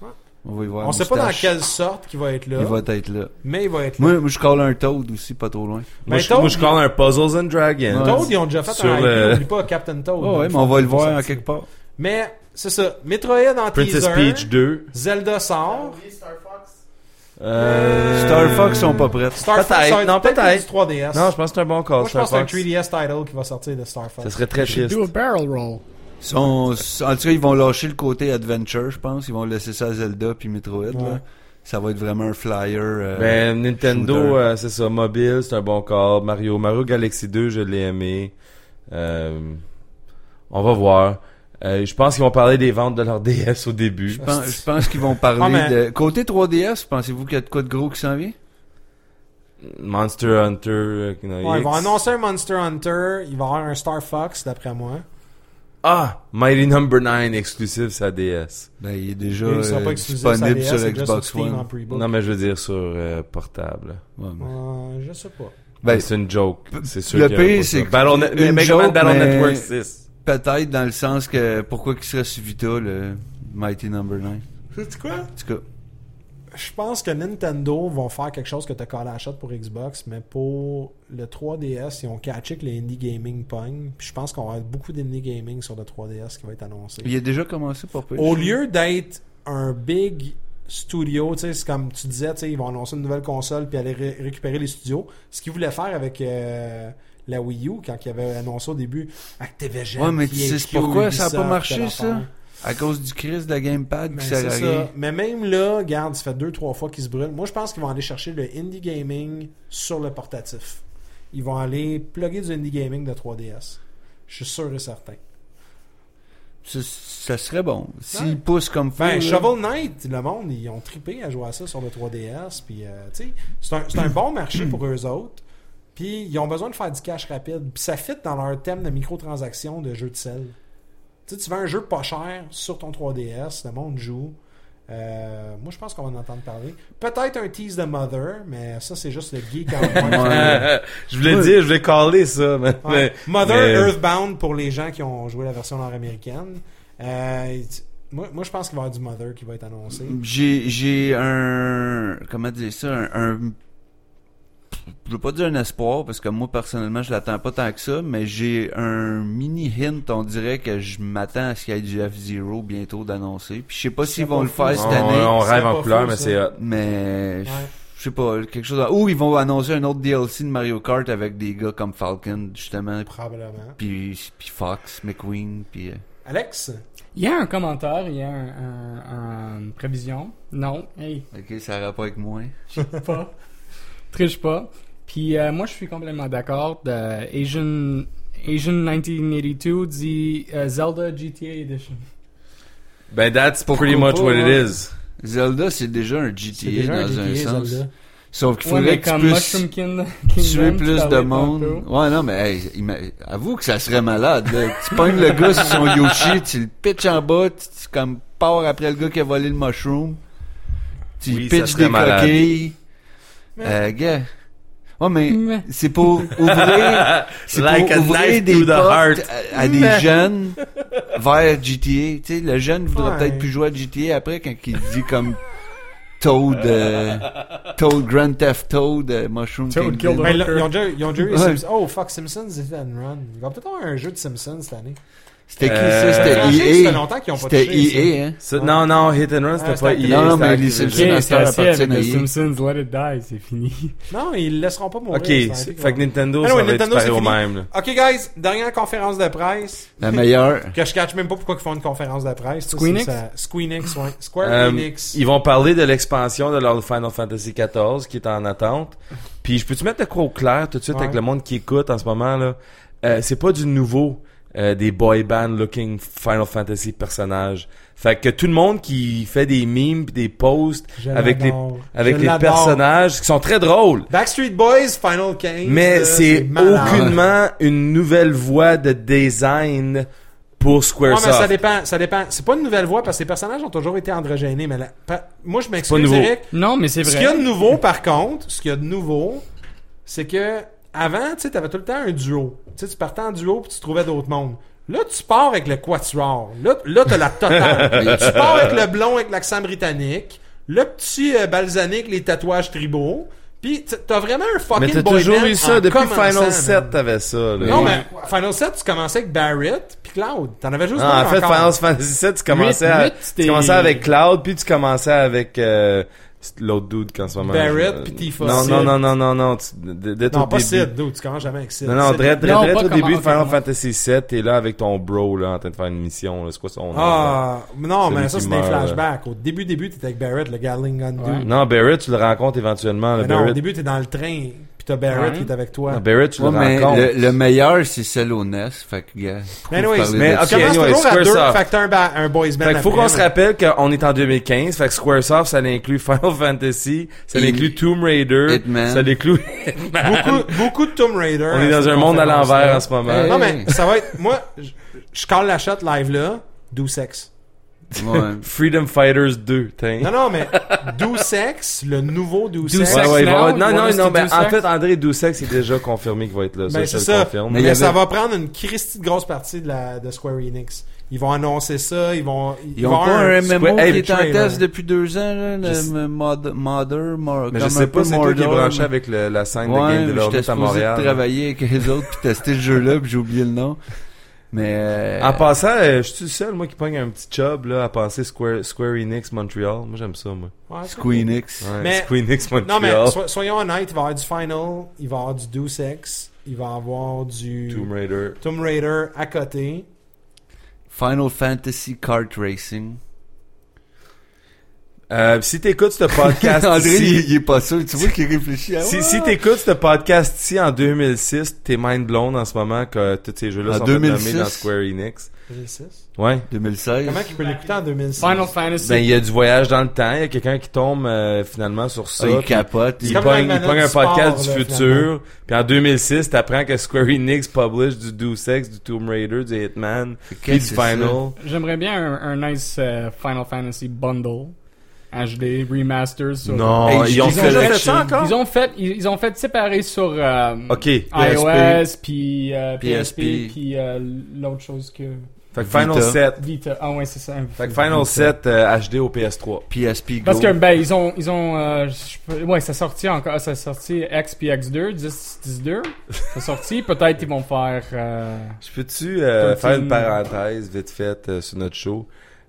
[SPEAKER 2] Ouais.
[SPEAKER 3] On va y voir.
[SPEAKER 2] On sait pas dans
[SPEAKER 3] Moustache.
[SPEAKER 2] quelle sorte qu'il va être là,
[SPEAKER 3] Il va être là.
[SPEAKER 2] mais il va être là.
[SPEAKER 3] Moi, moi, je colle un Toad aussi, pas trop loin.
[SPEAKER 1] Moi,
[SPEAKER 2] Ben,
[SPEAKER 1] je, moi, je
[SPEAKER 2] Toad,
[SPEAKER 1] colle un Puzzles and Dragons.
[SPEAKER 3] Ouais.
[SPEAKER 2] Toad, ils ont déjà fait
[SPEAKER 1] Sur
[SPEAKER 2] un IP,
[SPEAKER 1] le-
[SPEAKER 2] n'oublie pas Captain Toad.
[SPEAKER 3] ouais, mais on va le voir en quelque part.
[SPEAKER 2] Mais, c'est ça. Metroid en
[SPEAKER 1] Princess
[SPEAKER 2] teaser.
[SPEAKER 1] Peach 2.
[SPEAKER 2] Zelda sort.
[SPEAKER 5] Star Fox.
[SPEAKER 1] Euh,
[SPEAKER 3] Star Fox sont pas prêts.
[SPEAKER 2] Star Fox
[SPEAKER 1] Peut-être.
[SPEAKER 2] sort
[SPEAKER 1] Non,
[SPEAKER 2] peut-être.
[SPEAKER 1] peut-être.
[SPEAKER 2] du 3DS.
[SPEAKER 1] Non, je pense que c'est un bon call,
[SPEAKER 2] Moi, je
[SPEAKER 1] Star
[SPEAKER 2] pense que c'est un
[SPEAKER 1] Fox.
[SPEAKER 2] 3DS title qui va sortir de Star Fox.
[SPEAKER 1] Ça serait
[SPEAKER 3] Ah,
[SPEAKER 1] très triste.
[SPEAKER 6] Do a barrel roll.
[SPEAKER 3] Sont- en tout cas, ils vont lâcher le côté adventure, je pense. Ils vont laisser ça à Zelda puis Metroid.
[SPEAKER 2] Ouais.
[SPEAKER 3] Là. Ça va être vraiment un flyer. euh,
[SPEAKER 1] Ben, Nintendo,
[SPEAKER 3] shooter.
[SPEAKER 1] euh, c'est ça. Mobile, c'est un bon corps. Mario, Mario Galaxy 2, je l'ai aimé. Euh, on va voir. Euh, je pense qu'ils vont parler des ventes de leur DS au début.
[SPEAKER 3] Je pense, je pense qu'ils vont parler
[SPEAKER 2] Ah, mais-
[SPEAKER 3] de... Côté 3DS, pensez-vous qu'il y a de quoi de gros qui s'en vient?
[SPEAKER 1] Monster Hunter. euh, Kino
[SPEAKER 2] Ouais, ils
[SPEAKER 1] X.
[SPEAKER 2] vont annoncer un Monster Hunter. Il va y avoir un Star Fox, d'après moi.
[SPEAKER 1] Ah! Mighty Number 9 exclusif sa DS.
[SPEAKER 3] Ben, il est déjà
[SPEAKER 2] Ils sont
[SPEAKER 3] euh,
[SPEAKER 2] pas exclusifs sur
[SPEAKER 3] disponible
[SPEAKER 2] DS,
[SPEAKER 3] sur
[SPEAKER 2] c'est juste sur
[SPEAKER 3] Xbox
[SPEAKER 2] Steam hein. en
[SPEAKER 3] One.
[SPEAKER 2] pre-book.
[SPEAKER 1] Non, mais je veux dire sur euh, portable.
[SPEAKER 3] Ouais, mais-
[SPEAKER 2] Euh, je sais pas.
[SPEAKER 3] Ben,
[SPEAKER 1] c'est une joke. C'est sûr
[SPEAKER 3] le
[SPEAKER 1] qu'il y aura
[SPEAKER 3] pire,
[SPEAKER 1] pas
[SPEAKER 3] c'est
[SPEAKER 1] ça.
[SPEAKER 3] que
[SPEAKER 1] Battle
[SPEAKER 3] une
[SPEAKER 1] Net- Mega Man
[SPEAKER 3] joke,
[SPEAKER 1] Battle
[SPEAKER 3] mais-
[SPEAKER 1] Network 6.
[SPEAKER 3] Peut-être dans le sens que pourquoi qu'il serait Suvita, le Mighty Number 9.
[SPEAKER 2] C'est quoi?
[SPEAKER 3] En tout cas,
[SPEAKER 2] Je pense que Nintendo vont faire quelque chose que t'as collé à la shot pour Xbox, mais pour le 3DS, ils ont catché que le indie gaming pogne. Puis je pense qu'on va avoir beaucoup d'indie gaming sur le 3DS qui va être annoncé.
[SPEAKER 3] il a déjà commencé pour peu.
[SPEAKER 2] Au lieu d'être un big studio, tu sais, c'est comme tu disais, tu sais, ils vont annoncer une nouvelle console puis aller ré- récupérer les studios. Ce qu'ils voulaient faire avec euh, la Wii U, quand ils avaient annoncé au début Activision.
[SPEAKER 3] Ouais, mais tu
[SPEAKER 2] THQ,
[SPEAKER 3] sais pourquoi ça a pas
[SPEAKER 2] Ubisoft,
[SPEAKER 3] marché,
[SPEAKER 2] telle
[SPEAKER 3] ça?
[SPEAKER 2] affaire.
[SPEAKER 3] À cause du crise de la gamepad
[SPEAKER 2] Ben,
[SPEAKER 3] qui
[SPEAKER 2] c'est
[SPEAKER 3] sert à
[SPEAKER 2] ça.
[SPEAKER 3] rien.
[SPEAKER 2] Mais même là, regarde, ça fait deux, trois fois qu'ils se brûlent. Moi, je pense qu'ils vont aller chercher le indie gaming sur le portatif. Ils vont aller plugger du indie gaming de 3DS. Je suis sûr et certain.
[SPEAKER 3] Ça, ça serait bon.
[SPEAKER 2] Ouais.
[SPEAKER 3] S'il pousse comme fou, là.
[SPEAKER 2] Ben, Shovel Knight, le monde, ils ont trippé à jouer à ça sur le 3DS. Puis, euh, tu sais, c'est un, c'est un bon marché pour eux autres. Puis, ils ont besoin de faire du cash rapide. Puis, ça fit dans leur thème de microtransactions de jeux de sel. Tu sais, tu veux un jeu pas cher sur ton 3DS, le monde joue. Euh, moi, je pense qu'on va en entendre parler. Peut-être un tease de Mother, mais ça, c'est juste le geek en moi.
[SPEAKER 3] Ouais.
[SPEAKER 1] Euh, je voulais dire, je voulais caller ça, mais.
[SPEAKER 2] Ouais.
[SPEAKER 1] mais-
[SPEAKER 2] Mother
[SPEAKER 1] mais-
[SPEAKER 2] Earthbound pour les gens qui ont joué la version nord-américaine. Euh, tu- moi, moi, je pense qu'il va y avoir du Mother qui va être annoncé.
[SPEAKER 1] Mm.
[SPEAKER 3] J'ai, j'ai un. Comment dire ça? Un. un- je veux pas dire un espoir, parce que moi, personnellement, je l'attends pas tant que ça, mais j'ai un mini hint, on dirait, que je m'attends à ce qu'il y ait du F-Zero bientôt d'annoncer. Puis je sais pas
[SPEAKER 2] Ce
[SPEAKER 3] s'ils
[SPEAKER 2] serait
[SPEAKER 3] vont
[SPEAKER 2] pas
[SPEAKER 3] le faire
[SPEAKER 2] fou, ça.
[SPEAKER 3] cette
[SPEAKER 1] on,
[SPEAKER 3] année,
[SPEAKER 1] on
[SPEAKER 2] c'est
[SPEAKER 1] rêve
[SPEAKER 2] pas
[SPEAKER 1] en couleur,
[SPEAKER 2] fou,
[SPEAKER 1] mais
[SPEAKER 2] ça.
[SPEAKER 1] c'est hot.
[SPEAKER 3] mais.
[SPEAKER 2] Ouais.
[SPEAKER 3] Je sais pas, quelque chose. Ou ils vont annoncer un autre DLC de Mario Kart avec des gars comme Falcon, justement,
[SPEAKER 2] Probablement.
[SPEAKER 3] puis, puis Fox, McQueen, puis. euh,
[SPEAKER 2] Alex,
[SPEAKER 4] Il y a un commentaire, il y a un, un- un- une prévision. Non, hey,
[SPEAKER 3] Ok, ça aura pas avec moi.
[SPEAKER 4] pas. Triche pas. Puis euh, moi, je suis complètement d'accord. de Asian, Asian 1982 dit euh, Zelda GTA Edition.
[SPEAKER 1] Ben, that's pretty
[SPEAKER 3] Pourquoi
[SPEAKER 1] much
[SPEAKER 3] pas,
[SPEAKER 1] what it
[SPEAKER 3] ouais.
[SPEAKER 1] is.
[SPEAKER 3] Zelda, c'est déjà un GTA dans un sens. Sauf qu'il
[SPEAKER 4] Ouais,
[SPEAKER 3] faudrait
[SPEAKER 4] mais
[SPEAKER 3] que
[SPEAKER 4] comme
[SPEAKER 3] tu puisses
[SPEAKER 4] Mushroom Kin-
[SPEAKER 3] tuer
[SPEAKER 4] Kingdom, tu
[SPEAKER 3] plus de
[SPEAKER 4] parlais
[SPEAKER 3] monde.
[SPEAKER 4] tantôt.
[SPEAKER 3] Ouais, non, mais hey, ima- avoue que ça serait malade. là. tu pognes le gars sur son Yoshi, tu le pitches en bas, tu, tu comme pars après le gars qui a volé le mushroom. Tu
[SPEAKER 1] Oui, ça
[SPEAKER 3] pitches
[SPEAKER 1] serait
[SPEAKER 3] des
[SPEAKER 1] malade.
[SPEAKER 3] coquilles. Euh, gars. Ouais, mais
[SPEAKER 4] Mais-
[SPEAKER 3] c'est pour ouvrir, c'est
[SPEAKER 1] Like
[SPEAKER 3] pour
[SPEAKER 1] a
[SPEAKER 3] ouvrir
[SPEAKER 1] knife
[SPEAKER 3] des
[SPEAKER 1] to the
[SPEAKER 3] portes
[SPEAKER 1] heart.
[SPEAKER 3] à, à des jeunes vers GTA. Tu sais, le jeune voudra
[SPEAKER 2] Ouais.
[SPEAKER 3] peut-être plus jouer à GTA après quand il dit comme Toad, euh, Toad Grand Theft Toad, euh, Mushroom
[SPEAKER 4] Toad
[SPEAKER 3] Kingdom.
[SPEAKER 4] Killer.
[SPEAKER 2] Ben, là, ils ont déjà, ils ont déjà eu les
[SPEAKER 3] Ouais.
[SPEAKER 2] Simpsons. Oh fuck, Simpsons is hit and run. Il va peut-être avoir un jeu de Simpsons cette année.
[SPEAKER 3] C'était qui
[SPEAKER 1] Euh,
[SPEAKER 3] ça?
[SPEAKER 1] C'était
[SPEAKER 2] franchise,
[SPEAKER 3] C'était
[SPEAKER 2] ça fait
[SPEAKER 3] EA.
[SPEAKER 2] longtemps qu'ils ont pas
[SPEAKER 3] C'était
[SPEAKER 2] touché, ça.
[SPEAKER 1] E
[SPEAKER 3] EA, hein?
[SPEAKER 1] Ça- Non, non, Hit and Run,
[SPEAKER 2] Ah,
[SPEAKER 1] c'était
[SPEAKER 2] c'était
[SPEAKER 1] pas
[SPEAKER 2] Activision.
[SPEAKER 1] EA.
[SPEAKER 3] Non, non, mais
[SPEAKER 1] c'était
[SPEAKER 3] les
[SPEAKER 1] Activision.
[SPEAKER 3] Simpsons.
[SPEAKER 4] Ok, c'est assis avec
[SPEAKER 3] appartiennent à
[SPEAKER 4] les
[SPEAKER 3] EA.
[SPEAKER 4] Simpsons, Let It Die, c'est fini.
[SPEAKER 2] Non, ils le laisseront pas mourir.
[SPEAKER 1] Ok,
[SPEAKER 2] c'est un
[SPEAKER 1] c'est-
[SPEAKER 2] truc
[SPEAKER 1] fait que
[SPEAKER 2] comme-
[SPEAKER 1] Nintendo,
[SPEAKER 2] Ah
[SPEAKER 1] ça
[SPEAKER 2] non,
[SPEAKER 1] va être
[SPEAKER 2] Nintendo,
[SPEAKER 1] pareil
[SPEAKER 2] c'est
[SPEAKER 1] au
[SPEAKER 2] fini.
[SPEAKER 1] même. là.
[SPEAKER 2] Ok, guys, dernière conférence de presse.
[SPEAKER 3] La meilleure.
[SPEAKER 2] Que je catch même pas pourquoi ils font une conférence de presse. Ça,
[SPEAKER 4] Squeenix?
[SPEAKER 2] c'est ça- Squeenix, ouais. Square
[SPEAKER 1] Euh,
[SPEAKER 2] Enix.
[SPEAKER 1] ils vont parler de l'expansion de leur Final Fantasy XIV qui est en attente. Puis je peux-tu mettre de quoi au clair tout de suite
[SPEAKER 2] Ouais.
[SPEAKER 1] avec le monde qui écoute en ce moment là? Euh, c'est pas du nouveau euh, des boy band looking Final Fantasy personnages. Fait que tout le monde qui fait des memes pis des posts
[SPEAKER 2] Je
[SPEAKER 1] avec les
[SPEAKER 2] l'adore.
[SPEAKER 1] avec
[SPEAKER 2] Je
[SPEAKER 1] les
[SPEAKER 2] l'adore.
[SPEAKER 1] personnages qui sont très drôles.
[SPEAKER 2] Backstreet Boys, Final 15.
[SPEAKER 1] Mais
[SPEAKER 2] là,
[SPEAKER 1] c'est
[SPEAKER 2] malade.
[SPEAKER 1] aucunement une nouvelle voie de design pour
[SPEAKER 2] Ouais, mais ça
[SPEAKER 1] Squaresoft.
[SPEAKER 2] dépend, ça dépend. C'est pas une nouvelle voix parce que les personnages ont toujours été androgénés, mais la- pa- moi je m'excuse,
[SPEAKER 1] nouveau.
[SPEAKER 2] Eric.
[SPEAKER 4] Non, mais c'est
[SPEAKER 2] Ce qu'il y a de
[SPEAKER 4] vrai.
[SPEAKER 2] nouveau, par contre, ce qu'il y a de nouveau, c'est que avant, tu sais, t'avais tout le temps un duo. Tu sais, tu partais en duo puis tu trouvais d'autres mondes. Là, tu pars avec le quatuor. Là, là t'as la totale. tu pars avec le blond avec l'accent britannique, le petit euh, balsanique, les tatouages tribaux. Puis t- t'as vraiment un
[SPEAKER 1] Mais t'as
[SPEAKER 2] fucking boy
[SPEAKER 1] toujours
[SPEAKER 2] band
[SPEAKER 1] eu
[SPEAKER 2] en
[SPEAKER 1] ça depuis
[SPEAKER 2] commençant, man.
[SPEAKER 1] Final 7, t'avais ça. là.
[SPEAKER 2] Non,
[SPEAKER 4] Ouais.
[SPEAKER 2] mais Final 7, tu commençais avec Barrett puis Cloud. T'en avais juste
[SPEAKER 1] Ah,
[SPEAKER 2] deux
[SPEAKER 1] en fait,
[SPEAKER 2] encore.
[SPEAKER 1] Final Fantasy VII, tu commençais,
[SPEAKER 4] Huit-
[SPEAKER 1] à-
[SPEAKER 4] huit,
[SPEAKER 1] tu
[SPEAKER 4] c'était-
[SPEAKER 1] commençais avec Cloud, puis tu commençais avec euh, c'est l'autre dude qu'en ce moment.
[SPEAKER 2] Barrett,
[SPEAKER 1] je-
[SPEAKER 2] puis Tifa.
[SPEAKER 1] Non,
[SPEAKER 2] Sid.
[SPEAKER 1] non, non, non, non, non. tu- d- dès au
[SPEAKER 2] Non, pas
[SPEAKER 1] début.
[SPEAKER 2] Sid, dude, tu commences jamais avec Sid.
[SPEAKER 1] Non, non,
[SPEAKER 2] Sid-
[SPEAKER 1] Dredd, Dredd,
[SPEAKER 4] Non,
[SPEAKER 1] Dredd,
[SPEAKER 4] pas
[SPEAKER 1] au début de
[SPEAKER 4] comment-
[SPEAKER 1] Final
[SPEAKER 4] ok,
[SPEAKER 1] Fantasy VII, t'es là avec ton bro, là, en train de faire une mission, là. C'est quoi son nom? là?
[SPEAKER 2] Ah, non,
[SPEAKER 1] Celui
[SPEAKER 2] mais ça,
[SPEAKER 1] qui
[SPEAKER 2] c'est des
[SPEAKER 1] meurt, là.
[SPEAKER 2] flashbacks. Au début, début, t'étais avec Barrett, le Gatling Gun dude.
[SPEAKER 4] Ouais.
[SPEAKER 1] Non, Barrett, tu le rencontres éventuellement,
[SPEAKER 2] Mais
[SPEAKER 1] là,
[SPEAKER 2] non, au
[SPEAKER 1] Barrett.
[SPEAKER 2] début, t'es dans le train, pis t'as Barrett qui
[SPEAKER 4] Ouais.
[SPEAKER 2] est avec toi.
[SPEAKER 1] Non, Barrett, tu
[SPEAKER 3] Ouais,
[SPEAKER 1] le
[SPEAKER 3] mais
[SPEAKER 1] rencontres.
[SPEAKER 3] le, le meilleur, c'est celle au NES. Fait que, gars, pourquoi
[SPEAKER 2] Mais
[SPEAKER 3] vous
[SPEAKER 2] oui,
[SPEAKER 3] parlez
[SPEAKER 1] mais
[SPEAKER 3] de
[SPEAKER 1] ok,
[SPEAKER 2] Tu
[SPEAKER 3] ça?
[SPEAKER 2] commences
[SPEAKER 1] anyway,
[SPEAKER 2] toujours à deux,
[SPEAKER 1] Squaresoft.
[SPEAKER 2] fait que t'as un, ba- un boys
[SPEAKER 1] Fait qu'il
[SPEAKER 2] band
[SPEAKER 1] faut
[SPEAKER 2] après, hein.
[SPEAKER 1] qu'on se
[SPEAKER 2] mais-
[SPEAKER 1] rappelle qu'on est en 2015, fait que Squaresoft, ça l'inclut Final Fantasy, ça
[SPEAKER 3] Et-
[SPEAKER 1] l'inclut Tomb Raider,
[SPEAKER 3] Hitman.
[SPEAKER 1] ça l'inclut...
[SPEAKER 2] Beaucoup, beaucoup de Tomb Raider. hein,
[SPEAKER 1] On est dans
[SPEAKER 2] cette
[SPEAKER 1] un monde à
[SPEAKER 2] conférence-là.
[SPEAKER 1] l'envers en ce moment.
[SPEAKER 3] Hey.
[SPEAKER 2] Non, mais ça va être... Moi, je- je cale la shot live là, do sex.
[SPEAKER 3] Ouais.
[SPEAKER 1] Freedom Fighters 2, tiens.
[SPEAKER 2] Non, non, mais Doucex, le nouveau Doucex.
[SPEAKER 1] Ouais,
[SPEAKER 4] Sex
[SPEAKER 1] ouais, il va
[SPEAKER 4] Now,
[SPEAKER 1] avoir- non,
[SPEAKER 4] ouais,
[SPEAKER 1] non,
[SPEAKER 4] c'est
[SPEAKER 1] non,
[SPEAKER 4] du
[SPEAKER 1] ben, en
[SPEAKER 4] sexe.
[SPEAKER 1] fait, André Doucex est déjà confirmé qu'il va être là.
[SPEAKER 2] Ben,
[SPEAKER 1] ça,
[SPEAKER 2] c'est
[SPEAKER 1] je
[SPEAKER 2] ça.
[SPEAKER 1] le confirme.
[SPEAKER 2] Mais,
[SPEAKER 3] il y
[SPEAKER 2] ça
[SPEAKER 3] avait-
[SPEAKER 2] va prendre une christie de grosse partie de, la, de Square Enix. Ils vont annoncer ça, ils vont.
[SPEAKER 3] Ils ont
[SPEAKER 2] vont
[SPEAKER 3] pas un
[SPEAKER 2] Square-
[SPEAKER 3] MMO qui
[SPEAKER 1] Hey,
[SPEAKER 3] est en
[SPEAKER 2] trailer.
[SPEAKER 3] test depuis deux ans, là,
[SPEAKER 1] Je
[SPEAKER 3] le
[SPEAKER 1] sais-
[SPEAKER 3] m- mod, Mother, Mor-
[SPEAKER 1] Mais je
[SPEAKER 3] comme un
[SPEAKER 1] sais
[SPEAKER 3] peu
[SPEAKER 1] pas, c'est toi qui est
[SPEAKER 3] Mordor,
[SPEAKER 1] branché
[SPEAKER 3] mais-
[SPEAKER 1] avec le- la scène de
[SPEAKER 3] Ouais,
[SPEAKER 1] Game
[SPEAKER 3] mais j'étais
[SPEAKER 1] Development à
[SPEAKER 3] supposé de
[SPEAKER 1] Montréal.
[SPEAKER 3] travailler avec les autres puis tester le jeu-là, puis j'ai oublié le nom. Mais... euh,
[SPEAKER 1] En passant, euh, je suis le seul, moi, qui pogne un petit job là, à penser Square, Square Enix Montreal. Moi, j'aime ça, moi.
[SPEAKER 2] Ouais, c'est
[SPEAKER 3] Squeenix.
[SPEAKER 1] Ouais,
[SPEAKER 2] Mais-
[SPEAKER 1] Square Enix
[SPEAKER 2] cool. Non,
[SPEAKER 1] Montreal.
[SPEAKER 2] mais so- soyons honnêtes, il va y avoir du Final, il va y avoir du Doucex, il va y avoir du
[SPEAKER 1] Tomb Raider.
[SPEAKER 2] Tomb Raider à côté.
[SPEAKER 3] Final Fantasy Kart Racing.
[SPEAKER 1] Euh, si t'écoutes ce podcast
[SPEAKER 3] André,
[SPEAKER 1] ici,
[SPEAKER 3] il, il est pas sûr. Tu vois qu'il réfléchit à...
[SPEAKER 1] si, si t'écoutes ce podcast ici en 2006, t'es mind blown en ce moment que tous ces jeux-là
[SPEAKER 3] En
[SPEAKER 1] sont nommés
[SPEAKER 3] 2006?
[SPEAKER 1] dans Square Enix.
[SPEAKER 2] 2006.
[SPEAKER 1] Ouais.
[SPEAKER 3] 2016.
[SPEAKER 2] Comment qu'il peut l'écouter en 2006
[SPEAKER 4] Final Fantasy.
[SPEAKER 1] Ben, il y a du voyage dans le temps, il y a quelqu'un qui tombe euh, finalement sur ça.
[SPEAKER 3] Ah, il
[SPEAKER 1] puis
[SPEAKER 3] capote.
[SPEAKER 1] il
[SPEAKER 2] C'est
[SPEAKER 3] il-
[SPEAKER 2] comme
[SPEAKER 1] pogne,
[SPEAKER 2] la
[SPEAKER 1] il
[SPEAKER 2] manette
[SPEAKER 1] pogne un
[SPEAKER 2] du sport,
[SPEAKER 1] podcast
[SPEAKER 2] là,
[SPEAKER 1] du
[SPEAKER 2] finalement.
[SPEAKER 1] futur. Puis en 2006, t'apprends que Square Enix publish du Deus Ex, du Tomb Raider, du Hitman, puis du
[SPEAKER 3] Qu'est-ce que c'est ça?
[SPEAKER 1] Final.
[SPEAKER 4] J'aimerais bien un, un nice euh, Final Fantasy bundle. HD remasters sur
[SPEAKER 1] Non,
[SPEAKER 3] Hey,
[SPEAKER 1] ils ont
[SPEAKER 3] ils ont
[SPEAKER 1] fait
[SPEAKER 3] déjà
[SPEAKER 1] le-
[SPEAKER 3] fait ça encore?
[SPEAKER 4] Ils ont fait ils, ils ont fait séparer sur euh,
[SPEAKER 1] Ok,
[SPEAKER 4] iOS puis euh, PSP
[SPEAKER 3] PSP.
[SPEAKER 4] puis euh, l'autre chose que
[SPEAKER 1] Fait que Final
[SPEAKER 3] Vita.
[SPEAKER 1] 7.
[SPEAKER 4] Vita. Ah ouais, c'est ça.
[SPEAKER 1] Fait que Final 7 euh, HD au PS3.
[SPEAKER 3] PSP Go.
[SPEAKER 4] Parce que ben ils ont ils ont euh, je peux- ouais, ça sorti encore ça sorti X puis X2 10 10 2. Ça sorti, peut-être ils vont faire euh,
[SPEAKER 1] Je peux-tu euh,
[SPEAKER 4] Continue.
[SPEAKER 1] faire une parenthèse vite faite euh, sur notre show?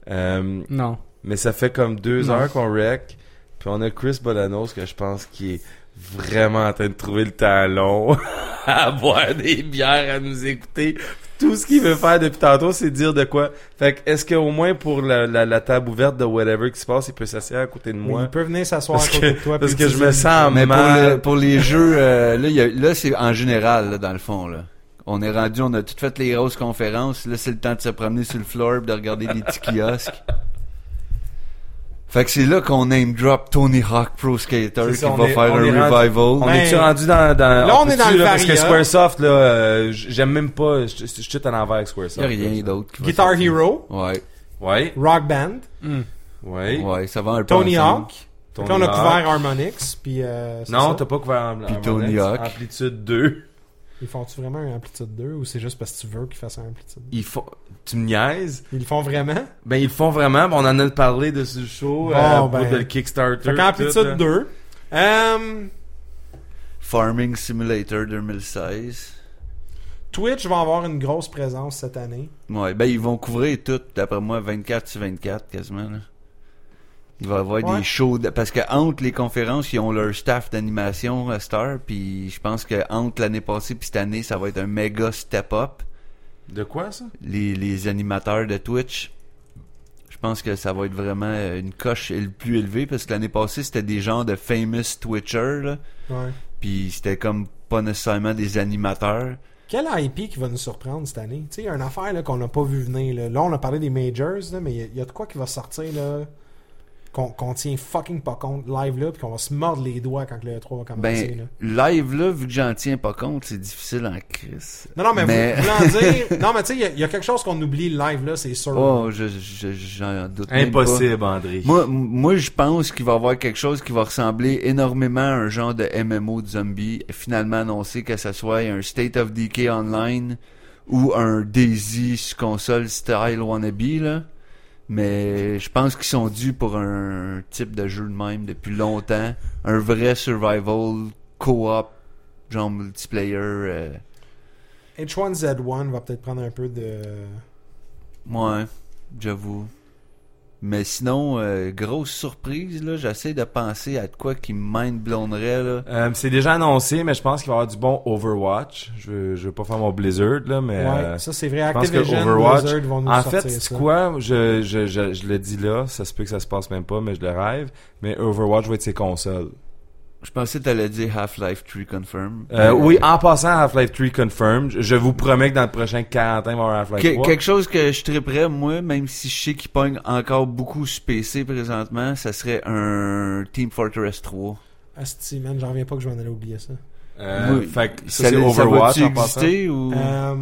[SPEAKER 1] Euh,
[SPEAKER 4] non.
[SPEAKER 1] mais ça fait comme deux
[SPEAKER 4] Non.
[SPEAKER 1] heures qu'on rec. Puis on a Chris Bolanos que je pense qui est vraiment en train de trouver le temps long à boire des bières, à nous écouter. Tout ce qu'il veut faire depuis tantôt, c'est dire de quoi. Fait que est-ce qu'au moins pour la, la, la table ouverte de whatever qui se passe, il peut s'asseoir à côté de
[SPEAKER 2] Mais Il
[SPEAKER 1] moi?
[SPEAKER 2] peut venir s'asseoir à
[SPEAKER 1] Parce
[SPEAKER 2] côté
[SPEAKER 1] que,
[SPEAKER 2] de toi.
[SPEAKER 1] parce
[SPEAKER 2] puis
[SPEAKER 1] que je me sens
[SPEAKER 3] Mais pour, le-
[SPEAKER 1] mal.
[SPEAKER 3] pour les jeux, euh, là, il y a- là c'est en général, là, dans le fond. Là. On est rendu, on a toutes fait les grosses conférences. Là, c'est le temps de se promener sur le floor pis de regarder des petits kiosques. Fait que c'est là qu'on name drop Tony Hawk Pro Skater
[SPEAKER 1] C'est
[SPEAKER 3] qui
[SPEAKER 1] ça, on
[SPEAKER 3] va
[SPEAKER 1] est-
[SPEAKER 3] faire
[SPEAKER 1] on
[SPEAKER 3] un
[SPEAKER 1] est rendu- On
[SPEAKER 3] revival.
[SPEAKER 2] Ben,
[SPEAKER 1] est-tu rendu dans, dans
[SPEAKER 2] là, on est
[SPEAKER 1] peut-tu,
[SPEAKER 2] dans le
[SPEAKER 1] là, parce que
[SPEAKER 2] Varia.
[SPEAKER 1] Squaresoft là, euh, j- j'aime même pas, je je- je suis tout en envers avec
[SPEAKER 3] Il y a
[SPEAKER 1] Squaresoft.
[SPEAKER 3] rien d'autre. qui va
[SPEAKER 2] Guitar
[SPEAKER 3] sortir.
[SPEAKER 2] Hero,
[SPEAKER 3] Ouais,
[SPEAKER 1] Ouais,
[SPEAKER 2] Rock Band,
[SPEAKER 1] ouais.
[SPEAKER 3] ouais, ça va un peu.
[SPEAKER 2] Tony
[SPEAKER 3] ensemble.
[SPEAKER 2] Hawk.
[SPEAKER 1] Tony
[SPEAKER 2] Puis on a
[SPEAKER 1] Hawk.
[SPEAKER 2] couvert Harmonix, puis euh, c'est
[SPEAKER 1] Non,
[SPEAKER 2] ça.
[SPEAKER 1] t'as pas couvert en,
[SPEAKER 3] Puis
[SPEAKER 1] en
[SPEAKER 3] Tony
[SPEAKER 1] Monex.
[SPEAKER 3] Hawk.
[SPEAKER 1] Amplitude 2.
[SPEAKER 2] Ils font-tu vraiment un amplitude 2 ou c'est juste parce que tu veux qu'ils fassent un amplitude
[SPEAKER 1] Ils font... Tu me niaises?
[SPEAKER 2] Ils le font vraiment?
[SPEAKER 1] Ben, ils le font vraiment. Ben, on en a parlé de ce show.
[SPEAKER 2] Bon,
[SPEAKER 1] euh, à propos
[SPEAKER 2] ben.
[SPEAKER 1] de le Kickstarter.
[SPEAKER 2] Fait
[SPEAKER 1] tout, là.
[SPEAKER 2] qu'amplitude 2.
[SPEAKER 1] hein.
[SPEAKER 2] Euh,
[SPEAKER 3] Farming Simulator 2016.
[SPEAKER 2] Twitch va avoir une grosse présence cette année.
[SPEAKER 3] Ouais, ben ils vont couvrir tout, d'après moi, 24 sur 24 quasiment. Là. Il va y avoir
[SPEAKER 2] Ouais.
[SPEAKER 3] des shows. de- Parce que entre les conférences, ils ont leur staff d'animation à Star. Puis je pense que entre l'année passée puis cette année, ça va être un méga step-up.
[SPEAKER 1] De quoi, ça?
[SPEAKER 3] Les, les animateurs de Twitch. Je pense que ça va être vraiment euh, une coche éle- plus élevée parce que l'année passée, c'était des genres de famous Twitchers. là,
[SPEAKER 2] Ouais.
[SPEAKER 3] Puis c'était comme pas nécessairement des animateurs.
[SPEAKER 2] Quel IP qui va nous surprendre cette année? Tu sais, il y a une affaire là, qu'on n'a pas vu venir. Là. Là, on a parlé des majors, là, mais il y a- il y, a de quoi qui va sortir là qu'on qu'on tient fucking pas compte live là, puis qu'on va se mordre les doigts quand le 3 va commencer. là.
[SPEAKER 3] Ben, live là, vu que j'en tiens pas compte, c'est difficile en crise.
[SPEAKER 2] Non, non, mais,
[SPEAKER 3] mais-
[SPEAKER 2] Vous, voulant dire. Non, mais tu sais, il y a- il y, a quelque chose qu'on oublie live là, c'est sûr.
[SPEAKER 3] Oh, je, je- j'en doute même
[SPEAKER 1] Impossible, André.
[SPEAKER 3] pas. Moi, m- moi, je pense qu'il va y avoir quelque chose qui va ressembler énormément à un genre de MMO de zombies, finalement annoncé que ce soit un State of Decay Online ou un Daisy sur console style wannabe, là. Mais je pense qu'ils sont dus pour un type de jeu de même depuis longtemps. Un vrai survival, co-op, genre multiplayer. euh,
[SPEAKER 2] H1Z1 va peut-être prendre un peu de.
[SPEAKER 3] Ouais, hein, j'avoue. Mais sinon, euh, grosse surprise, là, j'essaie de penser à de quoi qui me mind-blonderait, là.
[SPEAKER 1] Euh, c'est déjà annoncé, mais je pense qu'il va y avoir du bon Overwatch. Je veux, je veux pas faire mon Blizzard, là, mais...
[SPEAKER 2] Ouais,
[SPEAKER 1] euh,
[SPEAKER 2] ça c'est vrai.
[SPEAKER 1] je pense que
[SPEAKER 2] Activision,
[SPEAKER 1] Overwatch-
[SPEAKER 2] Blizzard vont nous
[SPEAKER 1] En
[SPEAKER 2] sortir
[SPEAKER 1] fait, c'est
[SPEAKER 2] ça.
[SPEAKER 1] quoi? Je, je, je, je le dis là, ça se peut que ça se passe même pas, mais je le rêve. Mais Overwatch va être ses consoles.
[SPEAKER 3] Je pensais que t'allais dire Half-Life 3 Confirm.
[SPEAKER 1] Euh, oui, en passant, Half-Life 3 confirmed. Je- Je vous promets que dans le prochain 40 ans, il va y avoir Half-Life
[SPEAKER 3] Que-
[SPEAKER 1] 3.
[SPEAKER 3] quelque chose que je triperais, moi, même si je sais qu'il pogne encore beaucoup sur PC présentement, ça serait un Team Fortress 3.
[SPEAKER 2] Asti, man, j'en reviens pas que je m'en allais oublier ça.
[SPEAKER 1] Euh,
[SPEAKER 3] Oui.
[SPEAKER 1] Fait que ça,
[SPEAKER 3] Ça-
[SPEAKER 1] c'est
[SPEAKER 3] ça va-tu
[SPEAKER 1] Overwatch en passant.
[SPEAKER 3] exister ou...
[SPEAKER 2] Euh,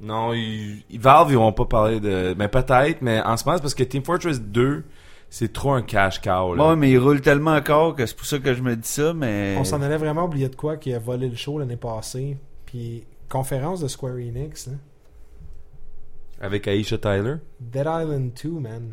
[SPEAKER 1] Non, ils, ils- Valve, ils vont pas parler de. Mais peut-être, mais en ce moment, c'est parce que Team Fortress 2, c'est trop un cash cow. Là.
[SPEAKER 3] Ouais, mais il roule tellement encore que c'est pour ça que je me dis ça, mais.
[SPEAKER 2] On s'en allait vraiment oublier de quoi qui a volé le show l'année passée. Puis, conférence de Square Enix. hein.
[SPEAKER 1] Avec Aisha Tyler.
[SPEAKER 2] Dead Island 2, man.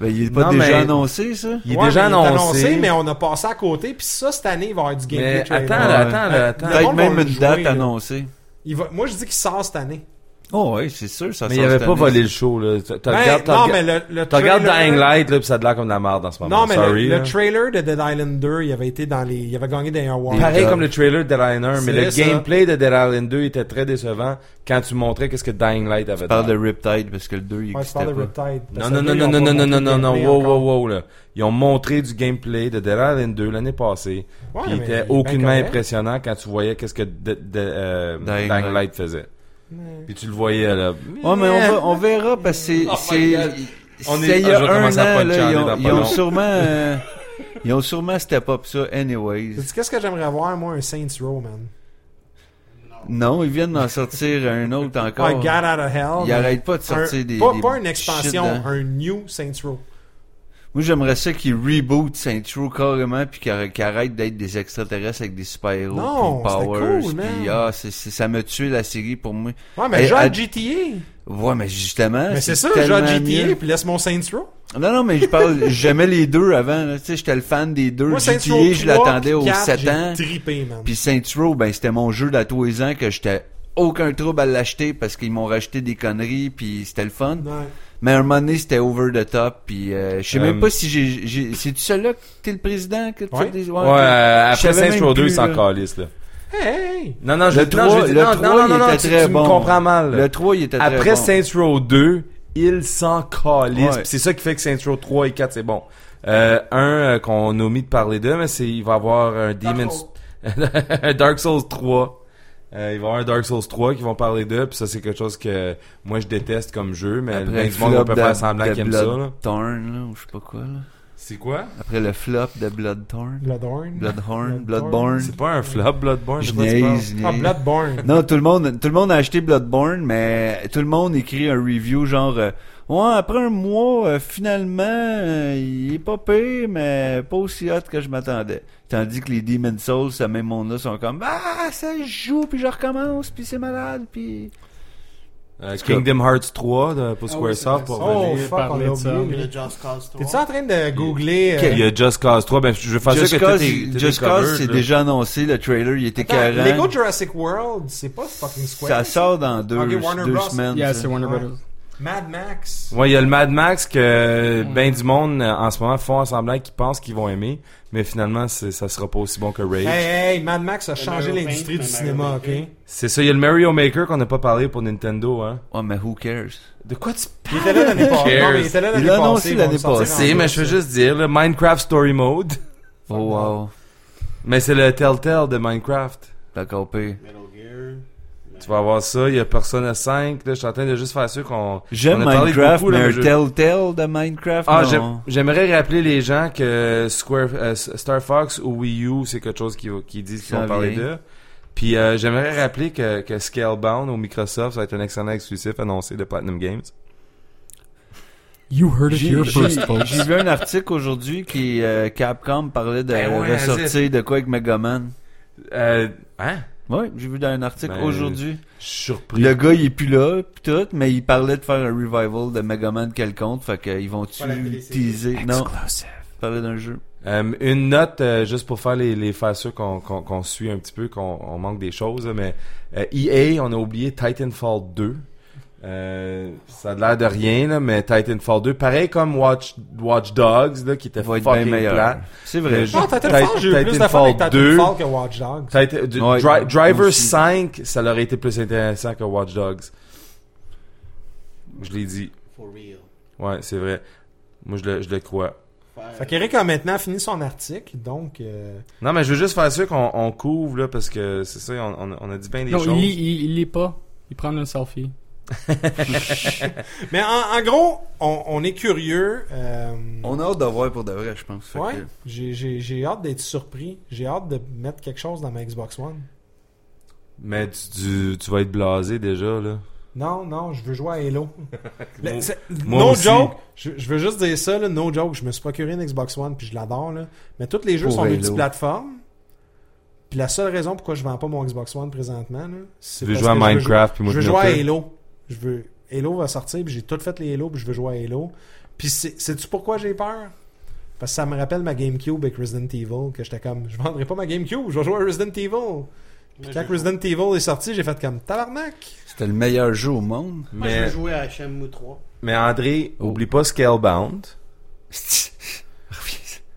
[SPEAKER 3] Ben, il est pas
[SPEAKER 1] Non,
[SPEAKER 3] déjà
[SPEAKER 1] mais-
[SPEAKER 3] annoncé, ça?
[SPEAKER 1] Il est
[SPEAKER 2] Ouais,
[SPEAKER 1] déjà
[SPEAKER 2] mais
[SPEAKER 1] annoncé.
[SPEAKER 2] mais on a passé à côté. Puis ça, cette année, il va y avoir du gameplay
[SPEAKER 1] Mais
[SPEAKER 2] trailer.
[SPEAKER 1] attends, là, attends, là, attends.
[SPEAKER 2] Le monde
[SPEAKER 3] Peut-être
[SPEAKER 2] va
[SPEAKER 3] même
[SPEAKER 2] le
[SPEAKER 3] une
[SPEAKER 2] jouer,
[SPEAKER 3] date
[SPEAKER 2] là.
[SPEAKER 3] annoncée.
[SPEAKER 2] Il va- Moi, je dis qu'il sort cette année.
[SPEAKER 3] Oh, ouais, c'est sûr, ça
[SPEAKER 1] Mais il
[SPEAKER 3] sort
[SPEAKER 1] avait
[SPEAKER 3] cette
[SPEAKER 1] pas
[SPEAKER 3] année,
[SPEAKER 1] volé
[SPEAKER 3] ça.
[SPEAKER 1] le show, là. Tu
[SPEAKER 2] Ben,
[SPEAKER 1] regardes
[SPEAKER 2] non, mais le, le trailer...
[SPEAKER 1] regardes Dying Light, là, pis ça a de l'air comme de la merde en ce moment.
[SPEAKER 2] Non, mais le-
[SPEAKER 1] Sorry,
[SPEAKER 2] le,
[SPEAKER 1] là.
[SPEAKER 2] trailer de Dead Island 2, il avait été dans les... Il avait gagné des awards.
[SPEAKER 1] Pareil
[SPEAKER 3] Jobs.
[SPEAKER 1] comme le trailer de Dead Island 1, mais
[SPEAKER 2] C'est
[SPEAKER 1] le
[SPEAKER 2] ça.
[SPEAKER 1] gameplay de Dead Island 2 était très décevant quand tu montrais qu'est-ce que Dying Light avait
[SPEAKER 3] Je parle
[SPEAKER 1] l'air.
[SPEAKER 3] de Riptide parce que le 2, il
[SPEAKER 2] Ouais, tu
[SPEAKER 3] existait
[SPEAKER 2] parles de
[SPEAKER 3] pas.
[SPEAKER 2] Riptide. parce
[SPEAKER 1] Non,
[SPEAKER 2] que
[SPEAKER 1] non, non,
[SPEAKER 2] là, ils
[SPEAKER 1] non,
[SPEAKER 2] ont
[SPEAKER 1] non,
[SPEAKER 2] pas
[SPEAKER 1] non,
[SPEAKER 2] montré
[SPEAKER 1] non,
[SPEAKER 2] de
[SPEAKER 1] non, non,
[SPEAKER 2] gameplay
[SPEAKER 1] wow,
[SPEAKER 2] encore.
[SPEAKER 1] wow, wow, là. Ils ont montré du gameplay de Dead Island 2 l'année passée,
[SPEAKER 2] Ouais,
[SPEAKER 1] qui
[SPEAKER 2] mais il est
[SPEAKER 1] était
[SPEAKER 2] bien
[SPEAKER 1] aucunement
[SPEAKER 2] correct.
[SPEAKER 1] impressionnant quand tu voyais qu'est-ce que de- de- euh,
[SPEAKER 3] Dying
[SPEAKER 1] Dying,
[SPEAKER 3] Light.
[SPEAKER 1] Light faisait.
[SPEAKER 2] Ouais.
[SPEAKER 1] Puis tu le voyais, là.
[SPEAKER 3] Ouais, mais on, va- on verra parce que c'est.
[SPEAKER 1] Oh my
[SPEAKER 3] c'est-
[SPEAKER 1] God. On
[SPEAKER 3] c'est
[SPEAKER 1] est-
[SPEAKER 3] il y a
[SPEAKER 1] je vais
[SPEAKER 3] un an,
[SPEAKER 1] commencer à pas te
[SPEAKER 3] là, ils
[SPEAKER 1] chialer
[SPEAKER 3] ont,
[SPEAKER 1] dans
[SPEAKER 3] ils
[SPEAKER 1] pas
[SPEAKER 3] ont
[SPEAKER 1] long.
[SPEAKER 3] sûrement. euh, ils ont sûrement step up ça, anyways.
[SPEAKER 2] Sais-tu Qu'est-ce que j'aimerais voir, moi, un Saints Row, man?
[SPEAKER 3] Non, ils viennent d'en sortir un autre
[SPEAKER 1] Oh.
[SPEAKER 3] encore.
[SPEAKER 2] Ouais, Get Out of Hell.
[SPEAKER 3] Ils
[SPEAKER 2] mais
[SPEAKER 3] arrêtent pas de
[SPEAKER 2] un-
[SPEAKER 3] sortir des.
[SPEAKER 2] pas,
[SPEAKER 3] des
[SPEAKER 2] pas une
[SPEAKER 3] shit
[SPEAKER 2] expansion,
[SPEAKER 1] hein.
[SPEAKER 3] dedans.
[SPEAKER 2] un new Saints Row.
[SPEAKER 3] Moi, j'aimerais ça qu'ils rebootent Saint True carrément, puis qu'ils arrêtent- qu'ils arrêtent d'être des extraterrestres avec des super-héros,
[SPEAKER 2] Non,
[SPEAKER 3] puis Powers,
[SPEAKER 2] c'était cool, man.
[SPEAKER 3] puis ah, c'est- c'est- ça m'a tué la série pour moi.
[SPEAKER 2] Ouais, mais
[SPEAKER 3] Et
[SPEAKER 2] joue à
[SPEAKER 3] à-
[SPEAKER 2] GTA.
[SPEAKER 3] Ouais, mais justement.
[SPEAKER 2] Mais c'est ça, joue à
[SPEAKER 3] Ah, tellement
[SPEAKER 2] GTA,
[SPEAKER 3] mieux.
[SPEAKER 2] puis laisse mon Saints Row.
[SPEAKER 3] Non, non, mais je parle, j'aimais les deux avant, là. tu sais, j'étais le fan des deux.
[SPEAKER 2] Moi, Saints
[SPEAKER 3] GTA,
[SPEAKER 2] Row 3,
[SPEAKER 3] je l'attendais aux
[SPEAKER 2] 4,
[SPEAKER 3] 7
[SPEAKER 2] j'ai
[SPEAKER 3] ans.
[SPEAKER 2] trippé, man.
[SPEAKER 3] Puis Saints Row, ben c'était mon jeu d'à tous les ans que j'étais aucun trouble à l'acheter parce qu'ils m'ont racheté des conneries puis c'était le fun.
[SPEAKER 2] Ouais.
[SPEAKER 3] Mais à un moment donné, c'était over the top puis euh, je sais même
[SPEAKER 1] Euh,
[SPEAKER 3] pas si j'ai- j'ai c'est tu celui-là que t'es le président que tu
[SPEAKER 2] Ouais.
[SPEAKER 3] fais des
[SPEAKER 1] Ouais,
[SPEAKER 3] ok.
[SPEAKER 1] euh,
[SPEAKER 3] Je
[SPEAKER 1] après
[SPEAKER 3] savais
[SPEAKER 1] Saints
[SPEAKER 3] même
[SPEAKER 1] Row 2,
[SPEAKER 3] plus,
[SPEAKER 1] ils s'en
[SPEAKER 3] là.
[SPEAKER 1] calissent, là.
[SPEAKER 2] Hey!
[SPEAKER 1] Non, non, je,
[SPEAKER 3] Le
[SPEAKER 1] non,
[SPEAKER 3] 3,
[SPEAKER 1] je-
[SPEAKER 3] le
[SPEAKER 1] non,
[SPEAKER 3] 3,
[SPEAKER 1] non, non,
[SPEAKER 3] il
[SPEAKER 1] non, non,
[SPEAKER 3] était
[SPEAKER 1] tu,
[SPEAKER 3] très
[SPEAKER 1] tu
[SPEAKER 3] bon.
[SPEAKER 1] me comprends mal. là.
[SPEAKER 3] Le 3 il était très
[SPEAKER 1] Après
[SPEAKER 3] bon.
[SPEAKER 1] Saints Row 2, ils s'en calissent.
[SPEAKER 3] Ouais.
[SPEAKER 1] Puis C'est ça qui fait que Saints Row 3 et 4, c'est bon. Euh, un euh, qu'on a omis de parler de, mais c'est il va y avoir un Demon's... un Dark Souls 3. Euh, il va y avoir un Dark Souls 3 qui vont parler d'eux, puis ça c'est quelque chose que moi je déteste comme jeu, mais le
[SPEAKER 3] Après
[SPEAKER 1] bien du monde on peut faire semblant qu'il aime ça. là.
[SPEAKER 3] Bloodthorn là, ou je sais pas quoi là.
[SPEAKER 1] C'est quoi?
[SPEAKER 3] Après le flop de Bloodthorn,
[SPEAKER 2] Bloodhorn.
[SPEAKER 3] Bloodhorn,
[SPEAKER 2] Bloodthorn.
[SPEAKER 3] Bloodborne.
[SPEAKER 1] Ah, C'est pas un flop Bloodborne?
[SPEAKER 3] Je
[SPEAKER 1] sais pas de quoi tu parles.
[SPEAKER 3] niaise, je
[SPEAKER 2] Ah,
[SPEAKER 3] niaise.
[SPEAKER 2] Bloodborne.
[SPEAKER 3] Non, tout le monde, tout le monde a acheté Bloodborne, mais tout le monde écrit un review genre, euh, ouais, après un mois, euh, finalement, euh, il est pas pire, mais pas aussi hot que je m'attendais. Tandis que les Demon Souls, ce même monde-là, sont comme, ah, ça se joue, puis je recommence, puis c'est malade, puis.
[SPEAKER 1] Euh, Kingdom Hearts 3 de, pour
[SPEAKER 4] Ah oui,
[SPEAKER 1] Squaresoft.
[SPEAKER 4] c'est
[SPEAKER 1] pour
[SPEAKER 4] vrai,
[SPEAKER 1] revenir.
[SPEAKER 2] Oh,
[SPEAKER 4] Venez
[SPEAKER 2] fuck, on
[SPEAKER 4] parler
[SPEAKER 2] l'a
[SPEAKER 4] de ça.
[SPEAKER 5] Puis
[SPEAKER 2] oublié.
[SPEAKER 5] le Just Cause 3.
[SPEAKER 2] T'es-tu en train de googler... euh,
[SPEAKER 1] Il y a Just Cause 3. Ben, je je vais faire
[SPEAKER 3] Just
[SPEAKER 1] sûr que
[SPEAKER 3] Cause,
[SPEAKER 1] tout est- tout est
[SPEAKER 3] Just
[SPEAKER 1] covered,
[SPEAKER 3] Cause, c'est
[SPEAKER 1] là.
[SPEAKER 3] déjà annoncé, le trailer, il était
[SPEAKER 2] Attends,
[SPEAKER 3] carré.
[SPEAKER 2] Lego Jurassic World, c'est pas fucking
[SPEAKER 3] Ça
[SPEAKER 2] Square.
[SPEAKER 3] sort dans deux,
[SPEAKER 2] Ok, Warner
[SPEAKER 3] deux
[SPEAKER 2] Bros.
[SPEAKER 3] semaines.
[SPEAKER 4] Yeah,
[SPEAKER 3] ça.
[SPEAKER 4] c'est Warner
[SPEAKER 2] Ouais.
[SPEAKER 4] Brothers.
[SPEAKER 2] Mad Max.
[SPEAKER 1] Ouais, il y a le Mad Max que ben du monde euh, en ce moment font semblant qu'ils pensent qu'ils vont aimer, mais finalement c'est- ça sera pas aussi bon que Rage.
[SPEAKER 2] Hey, hey, Mad Max a changé
[SPEAKER 5] Mario
[SPEAKER 2] l'industrie du
[SPEAKER 5] Paint,
[SPEAKER 2] cinéma,
[SPEAKER 5] Mario
[SPEAKER 2] ok?
[SPEAKER 5] Paint.
[SPEAKER 1] C'est ça, il y a le Mario Maker qu'on n'a pas parlé pour Nintendo, hein.
[SPEAKER 3] Ouais, Oh, mais who cares?
[SPEAKER 1] De quoi tu
[SPEAKER 2] Il était là l'année passée.
[SPEAKER 1] cares?
[SPEAKER 2] Non, mais il était là
[SPEAKER 3] Il
[SPEAKER 2] l'année
[SPEAKER 3] l'a
[SPEAKER 2] passée.
[SPEAKER 3] annoncé
[SPEAKER 2] ils vont
[SPEAKER 3] l'année
[SPEAKER 2] le sortir
[SPEAKER 3] passée,
[SPEAKER 2] en
[SPEAKER 1] sais, Ah, mais
[SPEAKER 2] mars,
[SPEAKER 1] je veux
[SPEAKER 2] ça.
[SPEAKER 1] juste dire, le Minecraft Story Mode,
[SPEAKER 3] Oh wow.
[SPEAKER 1] mais c'est le Telltale de Minecraft.
[SPEAKER 3] T'as copé.
[SPEAKER 5] Metal Gear.
[SPEAKER 1] Tu vas avoir ça, il y a Persona 5, là, je suis en train de juste faire sûr qu'on
[SPEAKER 3] J'aime
[SPEAKER 1] on a parlé
[SPEAKER 3] Minecraft,
[SPEAKER 1] beaucoup, là,
[SPEAKER 3] mais un
[SPEAKER 1] mais je-
[SPEAKER 3] Telltale de Minecraft,
[SPEAKER 1] Ah,
[SPEAKER 3] non.
[SPEAKER 1] j'aim- j'aimerais rappeler les gens que Square, euh, S- Star Fox ou Wii U, c'est quelque chose qui, qui disent qu'ils
[SPEAKER 3] Ça
[SPEAKER 1] vont parler
[SPEAKER 3] vient.
[SPEAKER 1] d'eux. Puis euh, j'aimerais rappeler que, que Scalebound au Microsoft, ça va être un excellent exclusif annoncé de Platinum Games.
[SPEAKER 4] You heard
[SPEAKER 3] J'ai j'ai- j'ai vu un article aujourd'hui qui euh, Capcom parlait de
[SPEAKER 1] Ben ouais,
[SPEAKER 3] ressortir de quoi avec Megaman.
[SPEAKER 1] Euh, hein?
[SPEAKER 3] Oui, j'ai vu dans un article
[SPEAKER 1] Ben,
[SPEAKER 3] aujourd'hui.
[SPEAKER 1] Je suis surpris.
[SPEAKER 3] Le gars, il est plus là, pis tout, mais il parlait de faire un revival de Megaman quelconque, fait qu'ils vont-tu
[SPEAKER 5] Pas la télésérie.
[SPEAKER 3] utiliser... Non, il parlait d'un jeu.
[SPEAKER 1] Euh, une note, euh, juste pour faire les, les faire sûr qu'on qu'on- qu'on suit un petit peu, qu'on on manque des choses, là, mais euh, EA, on a oublié Titanfall 2. Euh, ça a l'air de rien, là, mais Titanfall 2, pareil comme Watch, Watch Dogs, là, qui était
[SPEAKER 3] Ça va être bien
[SPEAKER 1] fucking
[SPEAKER 3] meilleur.
[SPEAKER 1] plat.
[SPEAKER 3] C'est vrai.
[SPEAKER 1] je-
[SPEAKER 2] Non, Titanfall, j'ai eu plus de fun avec
[SPEAKER 1] Titanfall 2.
[SPEAKER 2] Titanfall que Watch Dogs.
[SPEAKER 1] Ça a été- du-
[SPEAKER 3] Ouais,
[SPEAKER 1] Dri- Driver
[SPEAKER 3] aussi.
[SPEAKER 1] 5, ça aurait été plus intéressant que Watch Dogs. Je l'ai dit.
[SPEAKER 5] For real.
[SPEAKER 1] Ouais, c'est vrai. Moi, je le, je le crois.
[SPEAKER 5] Faire-
[SPEAKER 2] Euh, Fait qu'Eric a maintenant fini son article, donc... euh,
[SPEAKER 1] Non, mais je veux juste faire sûr qu'on on couvre, là, parce que c'est ça, on, on- on a dit bien des
[SPEAKER 4] Non,
[SPEAKER 1] choses.
[SPEAKER 4] il lit, il, il lit pas. Il prend une selfie.
[SPEAKER 2] Mais en, en gros, on, on est curieux. euh,
[SPEAKER 3] On a hâte de voir pour de vrai, je pense. Fait
[SPEAKER 2] Ouais,
[SPEAKER 3] que-
[SPEAKER 2] j'ai- j'ai j'ai hâte d'être surpris. J'ai hâte de mettre quelque chose dans ma Xbox One.
[SPEAKER 1] Mais tu, tu- tu vas être blasé déjà, là.
[SPEAKER 2] Non, non, je veux jouer à Halo. Le-
[SPEAKER 1] Moi-
[SPEAKER 2] c'est-
[SPEAKER 1] moi
[SPEAKER 2] no
[SPEAKER 1] aussi.
[SPEAKER 2] joke, je, je veux juste dire ça, là, no joke, je me suis procuré une Xbox One puis je l'adore, là. mais tous les jeux
[SPEAKER 3] Pour
[SPEAKER 2] sont
[SPEAKER 3] Halo.
[SPEAKER 2] multiplateformes. Puis la seule raison pourquoi je vends pas mon Xbox One présentement, là, c'est
[SPEAKER 1] Tu veux
[SPEAKER 2] parce
[SPEAKER 1] jouer à
[SPEAKER 2] que je veux
[SPEAKER 1] Minecraft puis
[SPEAKER 2] je veux
[SPEAKER 1] Mountain
[SPEAKER 2] jouer à
[SPEAKER 1] Hotel?
[SPEAKER 2] Halo. Je veux... Halo va sortir, puis j'ai tout fait les Halo, puis je veux jouer à Halo. Puis c'est- sais-tu pourquoi j'ai peur? Parce que ça me rappelle ma GameCube avec Resident Evil, que j'étais comme, je vendrai pas ma GameCube, je vais jouer à Resident Evil. Puis quand Resident Evil est sorti, j'ai fait comme, tabarnak!
[SPEAKER 3] C'était le meilleur jeu au monde.
[SPEAKER 5] Moi, je
[SPEAKER 1] Mais,
[SPEAKER 5] vais jouer à HMU 3.
[SPEAKER 1] mais André,
[SPEAKER 3] Oh.
[SPEAKER 1] oublie pas Scalebound.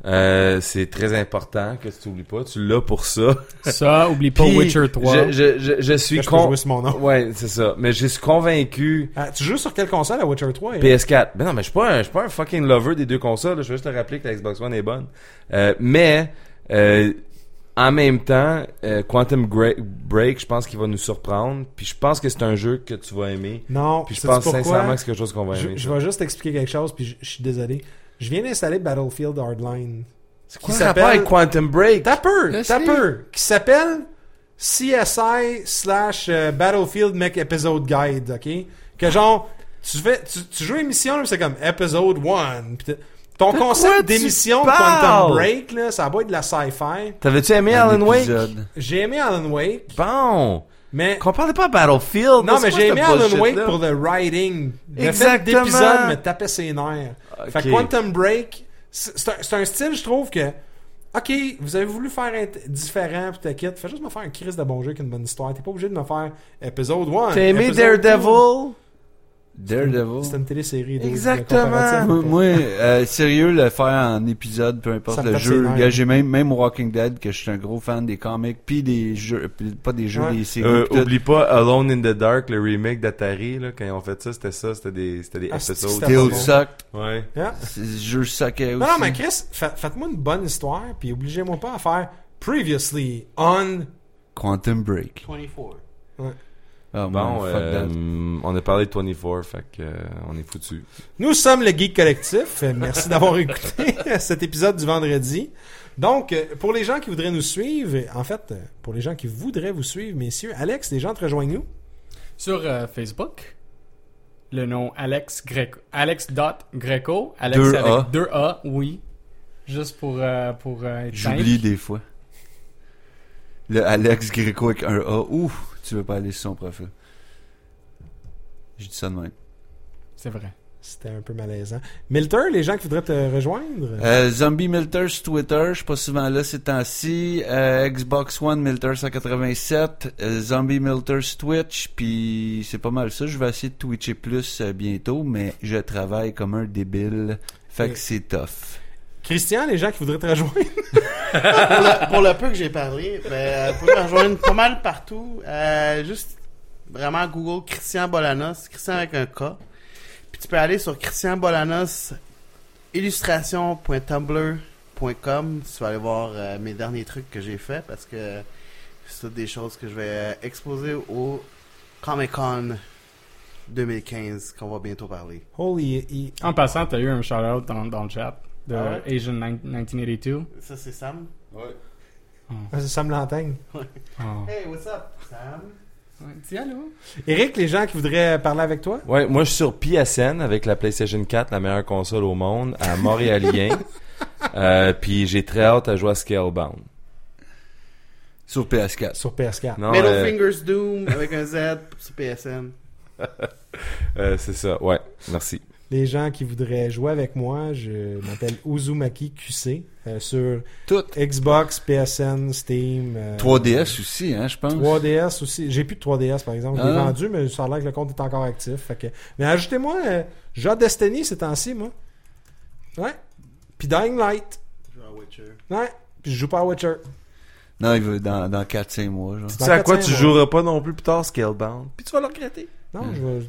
[SPEAKER 1] Euh, c'est très important que tu oublies pas. Tu l'as pour ça.
[SPEAKER 4] Ça, oublie pas
[SPEAKER 1] Puis,
[SPEAKER 4] Witcher 3.
[SPEAKER 1] Je, je, je, je suis
[SPEAKER 2] Là, je peux
[SPEAKER 1] con...
[SPEAKER 2] jouer sur mon nom.
[SPEAKER 1] Ouais, c'est ça. Mais je suis convaincu.
[SPEAKER 2] Ah, tu joues sur quelle console à Witcher hein? 3? Eric?
[SPEAKER 1] PS4. Ben non, mais je suis pas un, je suis pas un fucking lover des deux consoles. là. Je veux juste te rappeler que la Xbox One est bonne. Euh, mais euh, en même temps, euh, Quantum Gra- Break, je pense qu'il va nous surprendre. Puis je pense que c'est un jeu que tu vas aimer.
[SPEAKER 2] Non,
[SPEAKER 1] Puis je
[SPEAKER 2] sais-tu
[SPEAKER 1] pense
[SPEAKER 2] pourquoi?
[SPEAKER 1] sincèrement que c'est quelque chose qu'on va
[SPEAKER 2] Je,
[SPEAKER 1] aimer.
[SPEAKER 2] je
[SPEAKER 1] ça.
[SPEAKER 2] vais juste t'expliquer quelque chose, puis je, je suis désolé. Je viens d'installer Battlefield Hardline.
[SPEAKER 1] C'est
[SPEAKER 2] qui
[SPEAKER 1] quoi le rapport
[SPEAKER 2] s'appelle-
[SPEAKER 1] avec Quantum Break
[SPEAKER 2] T'as peur,
[SPEAKER 3] Laisse-les.
[SPEAKER 2] t'as peur. Qui s'appelle CSI slash euh, Battlefield Mech Episode Guide, ok? Que genre, tu, fais, tu, tu joues émission, là, c'est comme Episode 1. Puis t'as- ton
[SPEAKER 1] quoi
[SPEAKER 2] concept
[SPEAKER 1] tu
[SPEAKER 2] d'émission
[SPEAKER 1] parles?
[SPEAKER 2] Quantum Break, là, ça va être de la sci-fi.
[SPEAKER 1] T'avais-tu aimé
[SPEAKER 3] Un
[SPEAKER 1] Alan Wake
[SPEAKER 3] épisode.
[SPEAKER 2] J'ai aimé Alan Wake,
[SPEAKER 1] Bon.
[SPEAKER 2] mais...
[SPEAKER 1] Qu'on parlait pas à Battlefield.
[SPEAKER 2] Non,
[SPEAKER 1] c'est quoi
[SPEAKER 2] mais j'ai
[SPEAKER 1] cette
[SPEAKER 2] aimé Alan
[SPEAKER 1] bullshit-là?
[SPEAKER 2] Wake pour le writing. Le fait
[SPEAKER 1] Exactement.
[SPEAKER 2] d'épisode me tapait ses nerfs. Fait que
[SPEAKER 1] Ok.
[SPEAKER 2] Quantum Break, c'est c'est un, c'est un style, je trouve, que. Ok, vous avez voulu faire être différent, pis t'inquiète, fais juste me faire un crise de bon jeu avec une bonne histoire. T'es pas obligé de me faire épisode 1.
[SPEAKER 1] T'as aimé Daredevil?
[SPEAKER 2] C'était
[SPEAKER 3] Daredevil.
[SPEAKER 2] une télésérie. de- de
[SPEAKER 1] Exactement.
[SPEAKER 2] comparatif.
[SPEAKER 3] Moi, moi, euh, sérieux, le faire en épisode, peu importe
[SPEAKER 2] Ça me
[SPEAKER 3] le
[SPEAKER 2] tape
[SPEAKER 3] jeu.
[SPEAKER 2] ses nerfs.
[SPEAKER 3] Gars, J'ai même, même Walking Dead, que je suis un gros fan des comics, puis des jeux, puis pas des jeux,
[SPEAKER 2] Ouais.
[SPEAKER 3] des séries.
[SPEAKER 1] Euh,
[SPEAKER 3] puis tout.
[SPEAKER 1] oublie pas Alone in the Dark, le remake d'Atari, là, quand ils ont fait ça, c'était ça, c'était des, c'était des
[SPEAKER 2] Ah, c'est-
[SPEAKER 1] episodes.
[SPEAKER 2] c'était
[SPEAKER 3] Tales
[SPEAKER 2] pas bon.
[SPEAKER 3] suck.
[SPEAKER 1] Ouais.
[SPEAKER 2] Yeah.
[SPEAKER 3] Ce jeu suckait aussi.
[SPEAKER 2] Non, non, mais Chris, fa- faites-moi une bonne histoire, puis obligez-moi pas à faire Previously on.
[SPEAKER 3] Quantum Break.
[SPEAKER 5] 24.
[SPEAKER 3] Ah,
[SPEAKER 1] Bon,
[SPEAKER 3] man, fuck
[SPEAKER 1] euh,
[SPEAKER 3] that.
[SPEAKER 1] on a parlé de 24, fait que, euh, on est foutu.
[SPEAKER 2] Nous sommes le Geek Collectif. Euh, Merci d'avoir écouté cet épisode du vendredi. Donc, euh, pour les gens qui voudraient nous suivre, euh, en fait, euh, pour les gens qui voudraient vous suivre, messieurs, Alex, les gens te rejoignent nous.
[SPEAKER 4] Sur euh, Facebook, le nom Alex Greco. Alex dot Greco. Alex
[SPEAKER 3] Deux
[SPEAKER 4] avec
[SPEAKER 3] A.
[SPEAKER 4] deux A, oui. Juste pour, euh, pour euh, être simple.
[SPEAKER 3] J'oublie des fois. Le Alex Greco avec un A. Ouh, tu veux pas aller sur son profil. J'ai dit ça de même.
[SPEAKER 4] C'est vrai.
[SPEAKER 2] C'était un peu malaisant. Milter, les gens qui voudraient te rejoindre.
[SPEAKER 3] Euh, Zombie Milter sur Twitter, je suis pas souvent là ces temps-ci. Euh, Xbox One Milter 187, euh, Zombie Milter sur Twitch, puis c'est pas mal ça. Je vais essayer de twitcher plus euh, bientôt, mais je travaille comme un débile. Fait
[SPEAKER 2] Et-
[SPEAKER 3] que c'est tough.
[SPEAKER 2] Christian, les gens qui voudraient te rejoindre.
[SPEAKER 5] pour, le, pour le peu que j'ai parlé, ben, vous pouvez me rejoindre pas mal partout. Euh, juste vraiment Google Christian Bolanos, Christian avec un K. Puis tu peux aller sur Christian Bolanos illustration.tumblr.com si tu vas aller voir euh, mes derniers trucs que j'ai fait parce que c'est toutes des choses que je vais euh, exposer au Comic Con 2015 qu'on va bientôt parler.
[SPEAKER 2] Holy. i- i-
[SPEAKER 4] En passant, t'as eu un shout-out dans, dans le chat de
[SPEAKER 5] Ah
[SPEAKER 4] Asian nin- 1982.
[SPEAKER 5] Ça c'est Sam.
[SPEAKER 2] Ah, c'est Sam Lantagne.
[SPEAKER 3] Ah.
[SPEAKER 4] Oh.
[SPEAKER 5] Hey, what's up, Sam?
[SPEAKER 4] Dis allô.
[SPEAKER 2] Eric, les gens qui voudraient parler avec toi.
[SPEAKER 1] Ouais, moi, je suis sur PSN avec la PlayStation 4, la meilleure console au monde, à Montréalien. euh, puis j'ai très hâte à jouer à Scalebound.
[SPEAKER 3] Sur PS4.
[SPEAKER 2] Sur PS4.
[SPEAKER 1] Non,
[SPEAKER 5] Middle
[SPEAKER 1] euh,
[SPEAKER 5] Fingers Doom avec un Z sur PSN.
[SPEAKER 1] euh, c'est ça, ouais. Merci.
[SPEAKER 2] Les gens qui voudraient jouer avec moi, je m'appelle Uzumaki QC euh, sur
[SPEAKER 3] Tout.
[SPEAKER 2] Xbox, PSN, Steam. euh,
[SPEAKER 3] 3DS aussi, hein, je pense.
[SPEAKER 2] 3DS aussi. J'ai plus de 3DS par exemple. Je l'ai
[SPEAKER 3] Ah.
[SPEAKER 2] vendu, mais ça a l'air que le compte est encore actif. Fait que... Mais ajoutez-moi, euh, je joue à Destiny ces temps-ci, moi. Ouais. Puis Dying Light.
[SPEAKER 5] Je joue à Witcher.
[SPEAKER 2] Ouais. Puis je joue pas à Witcher.
[SPEAKER 3] Non, il veut dans, dans 4-5 mois, genre.
[SPEAKER 1] Tu sais à quoi
[SPEAKER 2] quatre,
[SPEAKER 1] tu
[SPEAKER 2] cinq,
[SPEAKER 1] joueras pas non plus plus tard, Scalebound? Puis tu vas le regretter.
[SPEAKER 2] Non, je vais.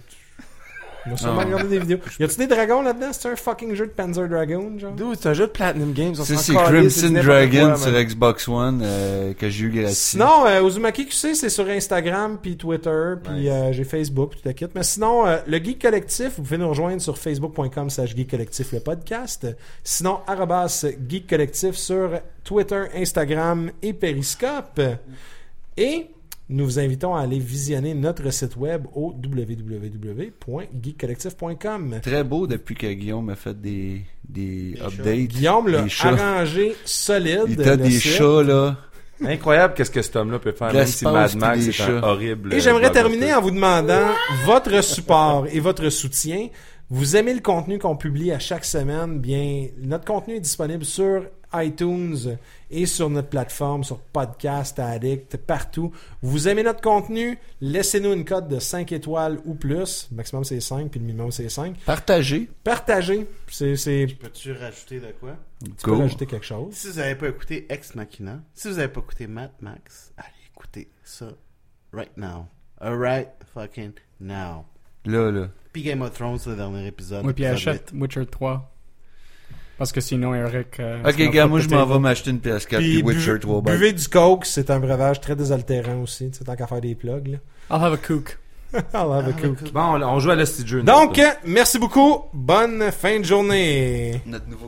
[SPEAKER 2] Je vais sûrement
[SPEAKER 3] Non.
[SPEAKER 2] regarder des vidéos. Y a-tu des dragons là-dedans? C'est un fucking jeu de Panzer Dragoon, genre?
[SPEAKER 1] Dude, c'est un jeu de Platinum Games.
[SPEAKER 3] Ça, c'est Crimson Dragon sur Xbox One euh, que j'ai eu gratuit.
[SPEAKER 2] Sinon, euh, Uzumaki QC, c'est sur Instagram, puis Twitter, puis
[SPEAKER 1] Nice.
[SPEAKER 2] euh, j'ai Facebook, puis tout le kit. Mais sinon, euh, le Geek Collectif, vous pouvez nous rejoindre sur facebook.com slash Geek Collectif le podcast. Sinon, arrobas Geek Collectif sur Twitter, Instagram et Periscope. Et nous vous invitons à aller visionner notre site web au www.geekcollectif.com.
[SPEAKER 3] Très beau depuis que Guillaume a fait des, des updates.
[SPEAKER 2] Guillaume l'a
[SPEAKER 3] des chats.
[SPEAKER 2] arrangé solide.
[SPEAKER 3] Il t'a
[SPEAKER 2] le
[SPEAKER 3] des
[SPEAKER 2] site.
[SPEAKER 3] chats, là.
[SPEAKER 1] Incroyable qu'est-ce que cet homme-là peut faire,
[SPEAKER 3] La
[SPEAKER 1] même si
[SPEAKER 3] space
[SPEAKER 1] Mad
[SPEAKER 3] puis
[SPEAKER 1] Max
[SPEAKER 3] des
[SPEAKER 1] est un
[SPEAKER 3] chats.
[SPEAKER 1] horrible.
[SPEAKER 2] Et j'aimerais terminer en vous demandant votre support et votre soutien. Vous aimez le contenu qu'on publie à chaque semaine? Bien, notre contenu est disponible sur iTunes et sur notre plateforme, sur Podcast Addict, partout. Vous aimez notre contenu? Laissez-nous une cote de 5 étoiles ou plus. Le maximum, c'est 5, puis le minimum, c'est 5.
[SPEAKER 3] Partagez.
[SPEAKER 2] Partagez. C'est, c'est, tu
[SPEAKER 5] Peux-tu rajouter de quoi?
[SPEAKER 2] peux
[SPEAKER 3] Go.
[SPEAKER 2] rajouter quelque chose.
[SPEAKER 5] Si vous n'avez pas écouté Ex Machina, si vous n'avez pas écouté Mad Max, allez écouter ça right now. Alright fucking now.
[SPEAKER 3] Là, là.
[SPEAKER 5] Puis Game of Thrones, le dernier épisode.
[SPEAKER 4] Oui, puis
[SPEAKER 5] épisode
[SPEAKER 4] achète Witcher 3. Parce que sinon, Eric. euh,
[SPEAKER 3] Ok,
[SPEAKER 4] sinon,
[SPEAKER 3] gars, moi, je m'en
[SPEAKER 4] peut-être-
[SPEAKER 3] vais m'acheter une PS4 puis
[SPEAKER 2] Puis
[SPEAKER 3] Witcher
[SPEAKER 2] bu-
[SPEAKER 3] 3 back.
[SPEAKER 2] buvez du coke, c'est un breuvage très désaltérant aussi. Tu sais, tant qu'à faire des plugs, là. Ah,
[SPEAKER 4] I'll have a cook.
[SPEAKER 2] I'll
[SPEAKER 5] Ah,
[SPEAKER 2] have a coke.
[SPEAKER 1] Bon, on, on joue à l'esti de jeu. nous
[SPEAKER 2] Donc,
[SPEAKER 1] autres.
[SPEAKER 2] merci beaucoup. Bonne fin de journée.
[SPEAKER 3] Notre nouveau